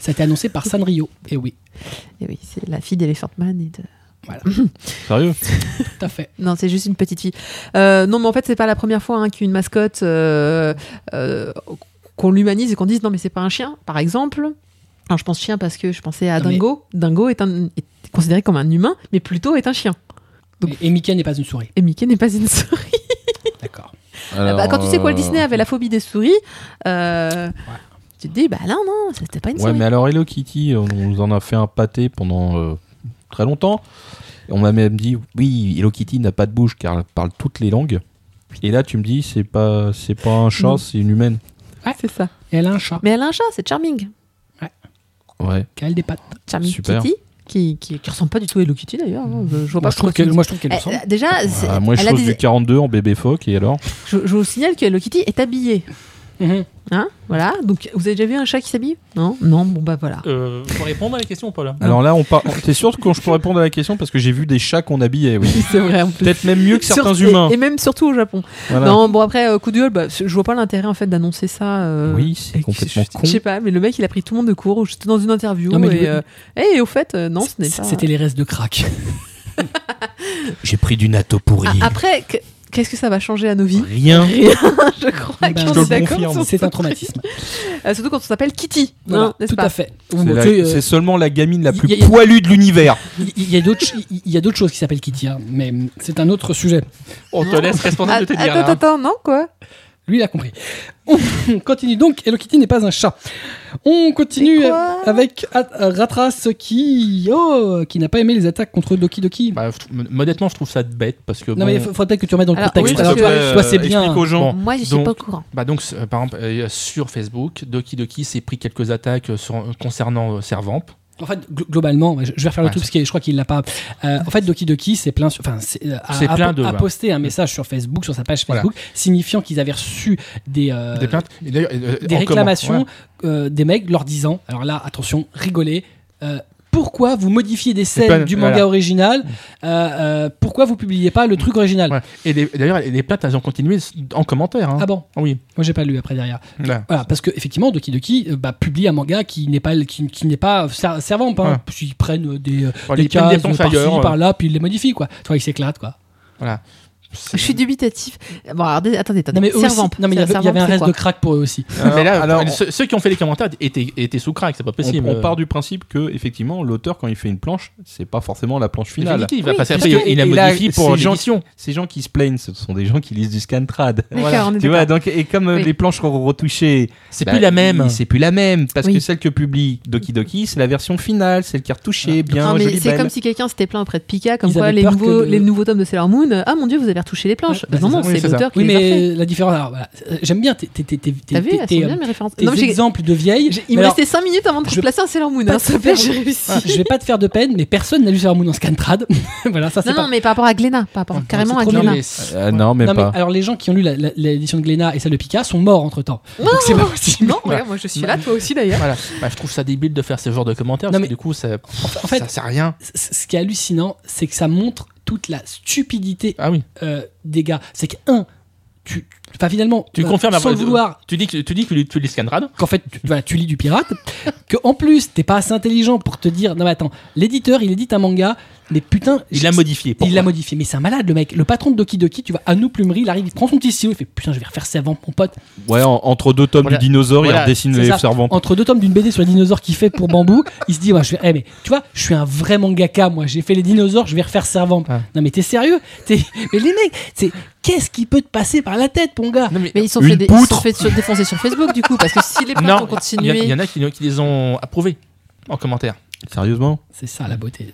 A: Ça a été annoncé par Sanrio. Et oui,
B: Et Eh oui, c'est la fille d'Elephant Man et de
E: Sérieux
A: tout à fait.
B: Non, c'est juste une petite fille. Euh, non, mais en fait, c'est pas la première fois hein, qu'une mascotte euh, euh, qu'on l'humanise et qu'on dise non, mais c'est pas un chien, par exemple. Alors, je pense chien parce que je pensais à
A: Non, mais-
B: Dingo. Dingo est, un- est considéré comme un humain, mais plutôt est un chien. Donc-
A: Et, et Mickey n'est pas une souris.
B: Et Mickey n'est pas une souris.
A: D'accord.
E: Alors,
B: Bah, quand tu sais quoi,
E: euh,
B: le Disney avait la phobie des souris, euh, tu te dis bah non, non, ça, c'était pas une
E: Euh, Ouais,
B: souris.
E: mais alors Hello Kitty, on nous en a fait un pâté pendant euh, très longtemps. Et on m'a même dit, oui, Hello Kitty n'a pas de bouche car elle parle toutes les langues. Et là, tu me dis, c'est pas, c'est pas un chat,
B: Non.
E: c'est une humaine.
B: C'est ça.
A: Et elle a un chat
B: Mais elle a un chat, c'est Charming.
E: Ouais.
A: qui a des pattes.
B: Charming
E: Super.
B: Kitty, qui, qui, qui ressemble pas du tout à Hello Kitty d'ailleurs. hein. Je, je vois
A: Moi
B: pas
A: je, trouve
B: pourquoi
A: qu'elle,
B: tu
A: moi, je trouve qu'elle
B: dis-
A: ressemble.
B: Eh, déjà, c'est-
E: Ah, moi, je
B: elle a
E: chose
B: des,
E: du 42 en bébé phoque et alors
B: Je, je vous signale que Hello Kitty est habillée.
A: Mhm.
B: Hein voilà. Donc, vous avez déjà vu un chat qui s'habille Non Non, bon, bah voilà.
C: Euh, faut répondre à la question ou pas là
E: Alors là, on parle. T'es sûr que je peux répondre à la question parce que j'ai vu des chats qu'on habillait, oui.
B: C'est vrai, en
E: Peut-être même mieux que certains
B: Sur- et-
E: humains.
B: Et, même surtout au Japon.
A: Ah bah.
E: Voilà.
B: Non, bon, après, euh, coup de gueule, bah, je vois pas l'intérêt en fait d'annoncer ça. euh,
E: Oui, c'est
B: et que-
E: complètement
B: je-
E: con.
B: Je sais pas, mais le mec, il a pris tout le monde de cours. J'étais dans une interview.
A: Non, mais
B: et,
A: lui-
B: euh, Eh, au fait, euh, non, ce n'est
A: C-
B: pas.
A: C'était les restes de crack.
E: J'ai pris du natto pourri.
B: Ah, après, que- qu'est-ce que ça va changer à nos vies
E: Rien.
B: Rien, je crois
A: Ben,
B: qu'on
A: je
B: est
A: te le
B: d'accord. sur
A: C'est
B: ce
A: un
B: truc.
A: traumatisme.
B: Euh, surtout quand on s'appelle Kitty,
A: Voilà,
B: hein, n'est-ce
A: tout
B: pas
A: à fait. Bon,
E: C'est la-
A: tu sais, euh,
E: c'est seulement la gamine la
A: y-
E: plus
A: y- y-
E: poilue de l'univers.
A: Il il y, a d'autres, ch- il y a d'autres choses qui s'appellent Kitty, hein, mais c'est un autre sujet.
C: On te laisse responsable de tes
B: Ah,
C: dires.
B: Attends,
C: là, hein.
B: attends, non, quoi
A: Lui, il a compris. On continue donc. Hello Kitty n'est pas un chat. On continue
B: C'est quoi
A: avec At- Ratras qui, oh, qui n'a pas aimé les attaques contre Doki Doki.
C: Bah, je trouve- honnêtement, je trouve ça bête parce que.
A: non,
C: bon,
A: mais il faudrait peut-être que tu remettes dans le
B: Alors,
A: contexte.
B: oui, euh,
A: Alors,
B: parce
A: toi,
B: que-
C: euh,
A: toi, c'est bien.
E: Explique aux
C: Bon.
E: gens.
B: Moi, je suis
C: donc-
B: pas au courant.
C: Bah donc, euh, par exemple, euh, sur Facebook, Doki Doki s'est pris quelques attaques euh, sur- euh, concernant euh, Servamp.
A: En fait, gl- globalement, je je vais refaire le
C: Ouais,
A: tout parce que je crois qu'il l'a pas. Euh, en fait, Doki Doki, c'est plein sur, enfin, c'est, euh, a,
C: C'est
A: a-
C: plein de-
A: a posté un message sur Facebook, sur sa page
C: Voilà.
A: Facebook, signifiant qu'ils avaient reçu des, euh,
C: des plaintes. Et d'ailleurs, euh,
A: des
C: en comment-
A: réclamations
C: ouais.
A: euh, des mecs leur disant, alors là, attention, rigolez. euh, pourquoi vous modifiez des scènes
C: plein de-
A: du manga
C: voilà. Mm.
A: original euh, euh, Pourquoi vous publiez pas le truc original
C: Ouais. Et les- d'ailleurs, les plaintes, elles ont continué en commentaire. hein.
A: Ah bon
C: Ah oui.
A: Moi j'ai pas lu après derrière.
C: Là.
A: Voilà, parce que effectivement, Doki Doki euh, bah, publie un manga qui n'est pas qui, qui n'est pas ser- servant. hein.
C: Ouais.
A: Puis Ils prennent euh, des, euh,
C: Bon,
A: des
C: ils prennent des
A: cases
C: ponces
A: par-ci,
C: ailleurs, euh.
A: par là, puis ils les modifient quoi. Toi ils s'éclatent quoi.
C: Voilà.
A: Ah,
B: Je suis dubitatif. Bon, alors, dé- attendez,
A: Non,
B: attendez.
A: mais eux aussi-
B: Servamp.
A: non, mais il y avait- il y avait un
B: Servamp, c'est
A: reste
B: quoi
A: de crack pour eux aussi.
C: Mais là,
D: alors,
C: ceux, ceux qui ont fait les commentaires étaient, étaient sous crack, c'est pas
E: Ah, On,
C: possible.
E: on part du principe que effectivement l'auteur quand il fait une planche, c'est pas forcément la planche finale.
C: Il va
B: Oui,
C: passer
B: parce
C: après,
D: que-
C: il la
D: et là,
C: modifie pour
D: ces gens-
C: l'édition.
E: Ces gens qui se plaignent, ce sont des gens qui lisent du scantrad.
B: D'accord,
D: Voilà.
B: on est
E: Tu vois,
B: d'accord.
E: donc et comme euh,
B: Oui.
E: les planches re- retouchées,
C: C'est
E: bah,
C: plus la même.
E: il- C'est plus la même parce
B: Oui.
E: que celle que publie Doki Doki, c'est la version finale, celle qui est retouchée, bien
B: Non, mais
E: jolie,
B: c'est
E: belle.
B: comme si quelqu'un s'était plaint auprès de Pika, comme
A: Ils
B: quoi
A: avaient
B: les
A: peur
B: nouveaux,
A: que le-
B: les nouveaux tomes de Sailor Moon, euh, ah mon dieu, vous avez retouché les planches.
A: Ouais, bah,
B: non,
A: c'est
B: non,
A: ça,
E: oui,
B: c'est
E: c'est
B: l'auteur qui
A: Oui,
B: les a fait.
A: mais la différence. alors, voilà, euh, J'aime bien tes, tes, tes, tes,
B: T'as
A: tes,
B: vu, elles sont
A: tes-
B: bien mes références.
A: tes
B: Non, mais j'ai-
A: exemples de vieilles.
B: j'ai-
A: Mais
B: il me
A: alors,
B: restait 5 minutes avant de
A: je-
B: replacer un Sailor Moon.
A: pas
B: hein,
A: te
B: Ça fait,
A: faire-
B: j'ai réussi.
A: voilà, je vais pas te faire de peine, mais personne n'a lu Sailor Moon en scantrad. voilà, ça c'est
B: Non,
A: pas.
B: non, mais par rapport à Glénat, par rapport
A: Non,
B: carrément
A: c'est
B: à
A: trop
B: Glénat.
A: mignon.
C: mais
E: Euh, non, même
A: Non, mais
E: pas.
A: alors les gens qui ont lu la- la- l'édition de Glénat et celle de Pika sont morts entre temps. Donc c'est pas possible.
B: Non, ouais, moi je suis là, toi aussi d'ailleurs.
C: Voilà. Bah, je trouve ça débile de faire ce genre de commentaires,
A: Non,
C: parce
A: mais-
C: que du coup, ça,
A: en fait-
C: ça sert à rien.
A: C- Ce qui est hallucinant, c'est que ça montre toute la stupidité
C: Ah oui.
A: euh, des gars. C'est que un, tu, enfin finalement,
C: Tu
A: euh,
C: confirmes
A: sans
C: après-
A: le vouloir,
C: Tu dis que tu dis que tu lis Scanrad.
A: qu'en fait, tu, voilà, tu lis du pirate, que en plus, t'es pas assez intelligent pour te dire, non mais attends, l'éditeur, il édite un manga, mais putain,
C: Il
A: je-
C: l'a modifié.
A: il
C: Pourquoi
A: l'a modifié, mais c'est un malade le mec. Le patron de Doki Doki, tu vas à nous plumerie, il arrive, il prend son petit stylo, il fait putain, je vais refaire ça avant mon pote.
E: Ouais, en- entre deux tomes
C: Voilà.
E: du dinosaure,
C: Voilà,
E: il redessine
A: c'est
E: les
A: ça.
E: servants.
A: Entre deux tomes d'une BD sur les dinosaures qu'il fait pour Bambou, il se dit ouais, je vais, eh, mais tu vois, je suis un vrai mangaka moi, j'ai fait les dinosaures, je vais refaire Servamp.
C: Ah.
A: Non mais t'es sérieux T'es- Mais les mecs, c'est qu'est-ce qui peut te passer par la tête, mon gars
B: Mais ils sont
E: Une
B: fait, dé- ils
E: poutre.
B: sont fait sur- défoncer sur Facebook du coup, parce que si les plaintes ont
C: Non, il y, a- il y
B: continué.
C: en a qui, qui les ont approuvés en commentaire.
E: Sérieusement
A: C'est ça la beauté.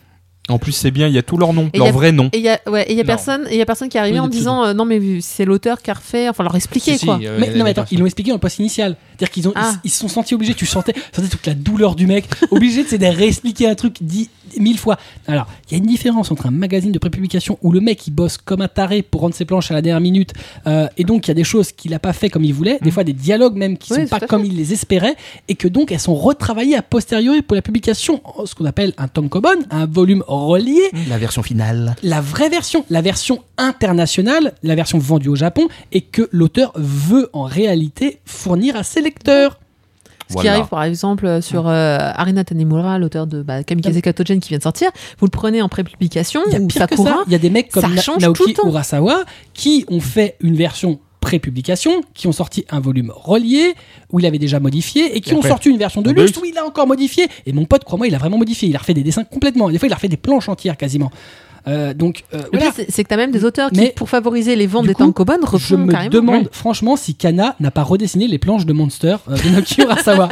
E: En plus, c'est bien, il y a tous leurs noms,
B: Et il y
E: leurs
B: a-
E: vrais noms.
B: Et il y a, ouais, et il y a
C: Non.
B: personne, et il y a personne qui est arrivé
A: Oui,
B: en
A: depuis
B: disant euh, non mais c'est l'auteur qui a refait, enfin leur expliquer
C: Si, si,
B: quoi.
C: euh,
A: mais
C: il y en a
A: non mais
C: des
A: attends,
C: personnes.
A: ils l'ont expliqué dans le post initial, c'est-à-dire qu'ils ont
B: Ah.
A: ils, ils se sont sentis obligés, tu sentais, sentais toute la douleur du mec, obligé de c'est de réexpliquer un truc dit mille fois. Alors il y a une différence entre un magazine de prépublication où le mec il bosse comme un taré pour rendre ses planches à la dernière minute euh, et donc il y a des choses qu'il a pas fait comme il voulait, des fois des dialogues même qui
B: Mhm. Oui,
A: sont
B: tout
A: pas
B: à fait.
A: comme il les espérait et que donc elles sont retravaillées à posteriori pour la publication, en ce qu'on appelle un tankobon, un volume relié
B: Mhm.
E: La version finale.
A: la vraie version, la version internationale, la version vendue au Japon, et que l'auteur veut en réalité fournir à ses lecteurs.
B: Ce
E: Voilà.
B: qui arrive par exemple euh, sur euh, Arina Tanemura, l'auteur de bah, Kamikaze Katogen qui vient de sortir, vous le prenez en prépublication
A: Il y a
B: ou
A: pire que ça.
B: Sakura.
A: Il y a des mecs
B: ça
A: comme Na-
B: change tout le
A: Naoki
B: temps.
A: Urasawa qui ont fait une version pré-publication, qui ont sorti un volume relié où il avait déjà modifié et qui
C: Et
A: ont
C: après,
A: sorti une version de
C: en
A: luxe
C: plus.
A: où il a encore modifié. Et mon pote, crois-moi, il a vraiment modifié. Il a refait des dessins complètement. Des fois, il a refait des planches entières quasiment. Euh, donc euh,
B: Le
A: voilà.
B: pire, c'est- c'est que t'as même des auteurs qui,
A: Mais-
B: pour favoriser les ventes
A: du
B: des
A: coup,
B: tankobon,
A: Je
B: refont
A: me
B: carrément.
A: demande franchement si Kana n'a pas redessiné les planches de Monster euh, de Naoki Urasawa.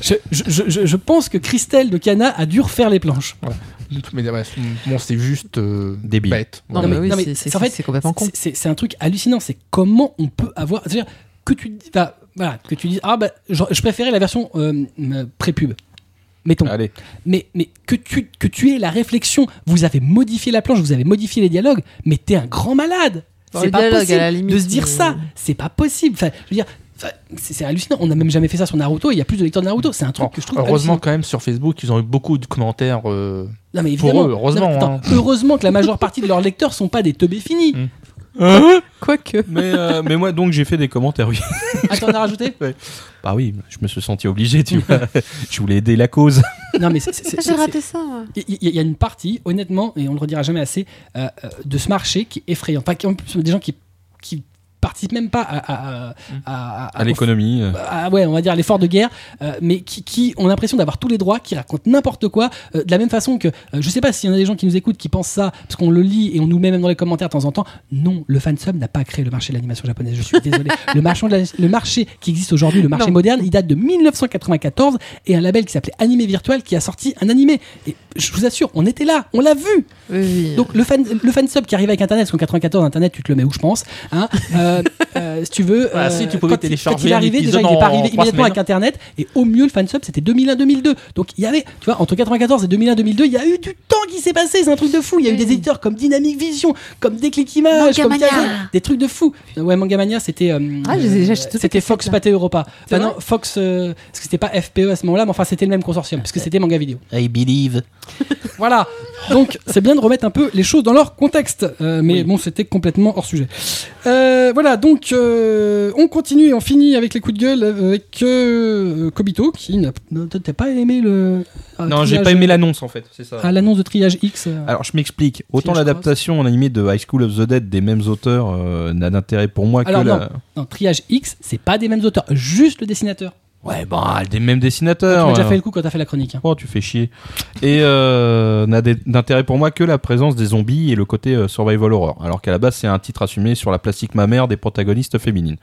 A: je, je- je- je- je pense que Christelle de Kana a dû refaire les planches.
C: Mais ouais, c'est- bon, c'est juste euh,
E: Débile.
C: bête.
B: Non,
A: Non,
B: mais
A: mais-
B: oui,
A: non, mais
B: c'est- c'est
A: en fait,
B: c'est complètement con.
A: C'est- C'est c'est un truc hallucinant. C'est comment on peut avoir. C'est-à-dire que tu dis. bah, voilà, que tu dis. Ah, bah, je, je préférais la version euh, euh, pré-pub. Mettons.
E: Allez.
A: Mais, mais que, tu, que tu aies la réflexion. Vous avez modifié la planche, vous avez modifié les dialogues, mais t'es un grand malade.
B: Bon,
A: c'est
B: les
A: pas
B: dialogues,
A: possible
B: à la limite,
A: de se dire
B: mais-
A: ça. C'est pas possible. Enfin, je veux dire, enfin, c'est c'est hallucinant. On n'a même jamais fait ça sur Naruto. Il y a plus de lecteurs de Naruto. C'est un truc
C: Bon,
A: que je trouve.
C: heureusement quand même sur Facebook, ils ont eu beaucoup de commentaires. euh,
A: hallucinant. Non, mais
C: pour
A: évidemment.
C: eux, heureusement,
A: Non, mais attends,
C: hein.
A: heureusement que la majeure partie de leurs lecteurs sont pas des teubés finis.
B: Quoique.
E: Mais, euh, mais moi, donc, j'ai fait des commentaires, oui.
A: Attends, on a rajouté
E: Bah oui, je me suis senti obligé, tu vois. je voulais aider la cause.
A: Non, mais c'est- c'est- c'est-
B: J'ai
A: c'est-
B: raté ça. moi.
A: Il y, il y a une partie, honnêtement, et on ne le redira jamais assez, euh, euh, de ce marché qui est effrayant. Enfin, qui- en plus, des gens qui, qui participent même pas à, à, à- à- à-
E: À l'économie. euh,
A: à- ah ouais, on va dire à l'effort de guerre, euh, mais qui, qui ont l'impression d'avoir tous les droits, qui racontent n'importe quoi, euh, de la même façon que, euh, je sais pas s'il y en a des gens qui nous écoutent qui pensent ça, parce qu'on le lit et on nous met même dans les commentaires de temps en temps. Non, le fansub n'a pas créé le marché de l'animation japonaise, je suis désolé. le, marchand de la- le marché qui existe aujourd'hui, le marché
B: Non.
A: moderne, il date de 1994 et un label qui s'appelait Animé Virtuel qui a sorti un animé. Et je vous assure, on était là, on l'a vu,
B: Oui, oui.
A: donc le fan le fansub qui arrive avec internet parce qu'en 94 internet tu te le mets où je pense hein, euh, euh, si tu veux
C: Voilà,
A: euh,
C: si, tu pouvais
A: quand il-
C: télécharger
A: quand il est arrivé déjà il
C: l'épisode
A: n'est pas
C: en
A: arrivé
C: trois
A: immédiatement
C: semaines.
A: avec internet et au mieux le fansub c'était 2001 2002 donc il y avait tu vois entre 94 et 2001 2002 il y a eu du temps qui s'est passé c'est un truc de fou il y a eu
B: Oui.
A: des éditeurs comme Dynamic Vision comme Déclic Image comme
B: Mangamania.
A: Kazé, des trucs de fou ouais Mangamania c'était euh,
B: Ah, je les ai- j'ai acheté
A: euh,
B: toutes
A: c'était
B: les
A: Fox
B: cassettes, là.
A: Pathé Europa
B: C'est
A: E enfin non Fox euh, parce que c'était pas FPE à ce moment-là mais enfin c'était le même consortium parce que c'était Manga Vidéo
E: I believe.
A: Voilà. Donc, c'est bien de remettre un peu les choses dans leur contexte. Euh, mais bon, c'était complètement hors sujet. Euh, voilà, donc, euh, on continue et on finit avec les coups de gueule avec euh, Kobito, qui n'a t'as pas aimé le. euh,
D: Non, j'ai
A: triage-
D: pas aimé Ah. l'annonce en fait, c'est ça.
A: à l'annonce de triage X. euh,
E: Alors je m'explique. Autant
A: Flash
E: l'adaptation en animé de High School of the Dead des mêmes auteurs euh, n'a d'intérêt pour moi
A: Alors,
E: que la.
A: non, triage X, c'est pas des mêmes auteurs, juste le dessinateur.
E: Ouais, bah des mêmes
A: Tu
E: dessinateurs.
A: m'as déjà
E: euh.
A: fait le coup quand t'as fait la chronique. hein.
E: Oh, tu fais chier. Et euh, n'a d- d'intérêt pour moi que la présence des zombies et le côté euh, survival horror. Alors qu'à la base, c'est un titre assumé sur la plastique mammaire des protagonistes féminines.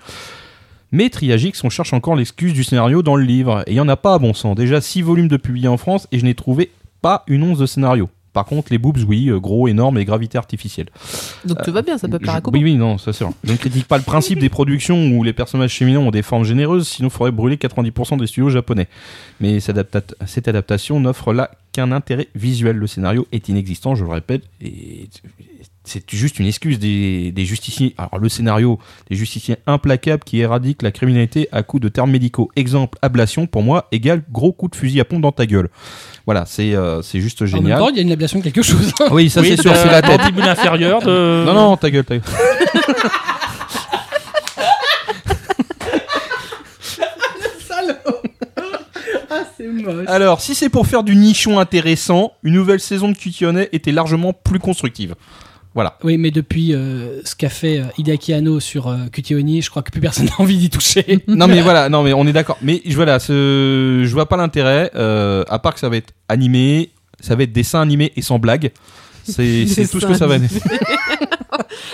E: Mais Triagix, on cherche encore l'excuse du scénario dans le livre. Et il n'y en a pas à bon sens. Déjà 6 volumes de publiés en France et je n'ai trouvé pas une once de scénario. Par contre, les boobs, oui, euh, gros, énormes et gravité artificielle.
B: Donc tout va bien, ça peut
E: Euh, Je-
B: paraître
E: Oui, oui, non, ça c'est vrai. Je ne critique pas le principe des productions où les personnages féminins ont des formes généreuses, sinon il faudrait brûler 90% des studios japonais. Mais cette adapta- cette adaptation n'offre là qu'un intérêt visuel. Le scénario est inexistant, je le répète, et c'est juste une excuse des, des justiciers. Alors le scénario des justiciers implacables qui éradiquent la criminalité à coups de termes médicaux. Exemple, ablation, pour moi, égale gros coup de fusil à pompe dans ta gueule. Voilà, c'est euh, c'est juste
A: En même
E: génial.
A: temps, il y a une ablation de quelque chose. hein.
E: Ah oui, ça
C: Oui,
E: c'est sûr,
C: euh,
E: c'est la tête.
C: mandibule inférieure de.
E: Non, non, ta gueule, ta gueule.
A: Ah,
E: Alors, si c'est pour faire du nichon intéressant, une nouvelle saison de Cutionnet était largement plus constructive.
A: Oui, mais depuis euh, ce qu'a fait euh, Hideaki Anno sur euh, QT Oni, je crois que plus personne n'a envie d'y toucher.
E: non mais voilà, non mais on est d'accord. Mais je voilà, ce- je vois pas l'intérêt. euh, à part que ça va être animé, ça va être dessin animé et sans blague. C'est c'est tout ce que ça va être.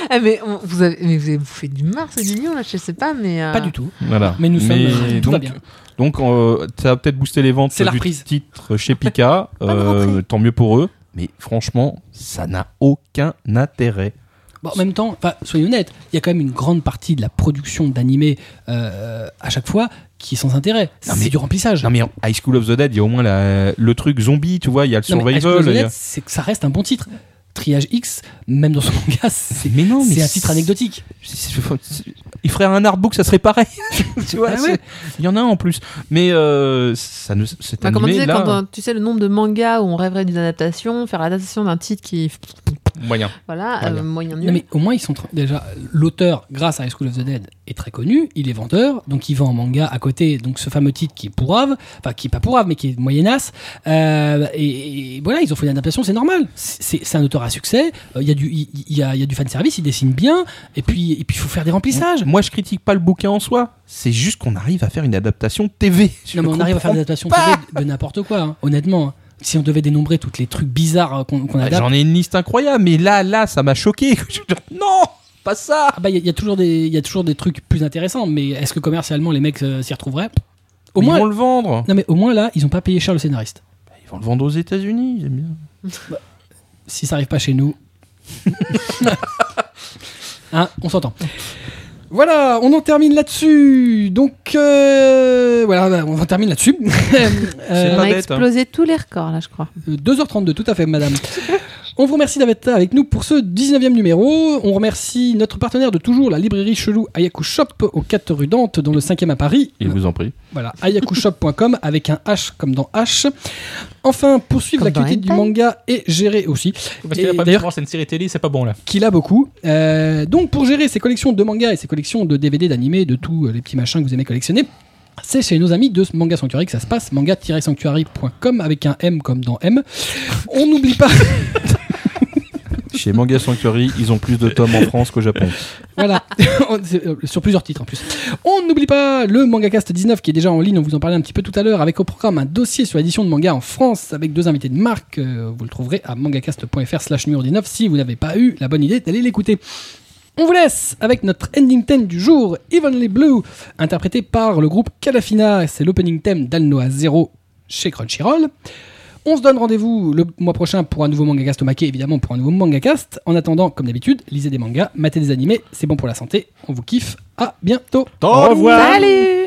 B: Ah, mais, on- vous avez, mais vous avez bouffé du mars et du lion, là, je sais pas, mais.
D: Ah.
B: euh,
A: Pas du tout.
E: Voilà.
A: Mais nous sommes- euh, tout
E: donc,
A: va bien.
E: Donc euh, ça va peut-être booster les ventes
A: C'est la
E: du
A: reprise.
E: titre chez Pika.
B: de
E: euh,
B: rentrée.
E: tant mieux pour eux. Mais franchement, ça n'a aucun intérêt.
A: Bon, en même temps, enfin, soyons honnêtes, il y a quand même une grande partie de la production d'animés euh, à chaque fois qui est sans intérêt.
E: Non,
A: C'est
E: mais-
A: du remplissage.
E: Non mais en High School of the Dead, il y a au moins la- le truc zombie, tu vois, il y a le
A: Non, mais High School
E: survival.
A: of the
E: il y a-
A: Dead, c'est que ça reste un bon titre. Triage X, même dans son manga, c'est
E: Mais non, mais
A: c'est un titre anecdotique.
E: C'est- c'est- c'est- Il ferait un artbook, ça serait pareil. tu vois,
A: Ah
E: c'est-
A: ouais.
E: il y en a un en plus. Mais euh, ça ne, cet
B: Bah, comme on
E: animé,
B: disait,
E: là,
B: quand, euh, tu sais, le nombre de mangas où on rêverait d'une adaptation, faire l'adaptation d'un titre qui.
E: moyen.
B: Voilà, euh, moyen nul.
A: Non, mais au moins, ils sont tra- déjà l'auteur, grâce à High School of the Dead, est très connu. Il est vendeur, donc il vend en manga à côté. Donc ce fameux titre qui est pourrave, enfin qui est pas pourrave, mais qui est moyenasse. Euh, et, et voilà, ils ont fait une adaptation, c'est normal. C'est c'est un auteur à succès. Euh, Il y a du, il il y, a, il y a du fan service, il dessine bien. Et puis, et puis, il faut faire des remplissages.
E: Moi, je critique pas le bouquin en soi. C'est juste qu'on arrive à faire une adaptation TV. Je
A: Non, mais on arrive à faire des
E: comprends
A: adaptations
E: pas.
A: TV de n'importe quoi, hein, honnêtement. hein. Si on devait dénombrer tous les trucs bizarres euh, qu'on qu'on
E: Ouais,
A: adapte,
E: J'en ai une liste incroyable, mais là, là, ça m'a choqué. Je- je- non, pas ça.
A: ah bah, il y, a- il y a toujours des, il y a toujours des trucs plus intéressants. Mais est-ce que commercialement les mecs euh, s'y retrouveraient Au
E: Mais
A: moins,
E: ils vont le vendre.
A: Non mais au moins là, ils ont pas payé cher le scénariste.
E: Ils vont le vendre aux États-Unis. j'aime bien.
A: Si ça arrive pas chez nous. Hein, on s'entend. Voilà, on en termine là-dessus. Donc euh, voilà, bah, on en termine là-dessus.
E: C'est
B: on
E: pas
B: a
E: bête,
B: explosé tous les records, là, je crois.
A: Euh, 2h32, tout à fait, madame. On vous remercie d'avoir été avec nous pour ce 19e numéro. On remercie notre partenaire de toujours, la librairie Chelou Ayaku Shop, aux 4 rue Dante, dans le 5e à Paris.
E: Il vous en prie.
A: Voilà, ayakushop.com avec un H comme dans H. Enfin, poursuivre
B: Comme dans
A: l'actualité du
B: hentai.
A: manga et gérer aussi.
C: Parce
A: Et
C: qu'il a pas pu
A: d'ailleurs-
C: voir, c'est une série télé, c'est pas bon là.
A: qu'il a beaucoup. Euh, donc pour gérer ses collections de mangas et ses collections de DVD, d'animés, de tous euh, les petits machins que vous aimez collectionner, c'est chez nos amis de Manga Sanctuary que ça se passe, manga-sanctuary.com avec un M comme dans M. On n'oublie pas,
E: Chez Manga Sanctuary, ils ont plus de tomes en France qu'au Japon.
A: voilà, On- c'est, euh, sur plusieurs titres en plus. On n'oublie pas le MangaCast 19 qui est déjà en ligne, on vous en parlait un petit peu tout à l'heure, avec au programme un dossier sur l'édition de manga en France avec deux invités de marque. Euh, vous le trouverez à mangacast.fr slash numéro 19 si vous n'avez pas eu la bonne idée d'aller l'écouter. On vous laisse avec notre ending theme du jour, Evenly Blue, interprété par le groupe Calafina. C'est l'opening theme d'Alnoa Zero chez Crunchyroll. On se donne rendez-vous le mois prochain pour un nouveau mangacast au maquet, évidemment pour un nouveau mangacast. En attendant, comme d'habitude, lisez des mangas, matez des animés, c'est bon pour la santé. On vous kiffe, à bientôt
E: Au revoir.
B: Salut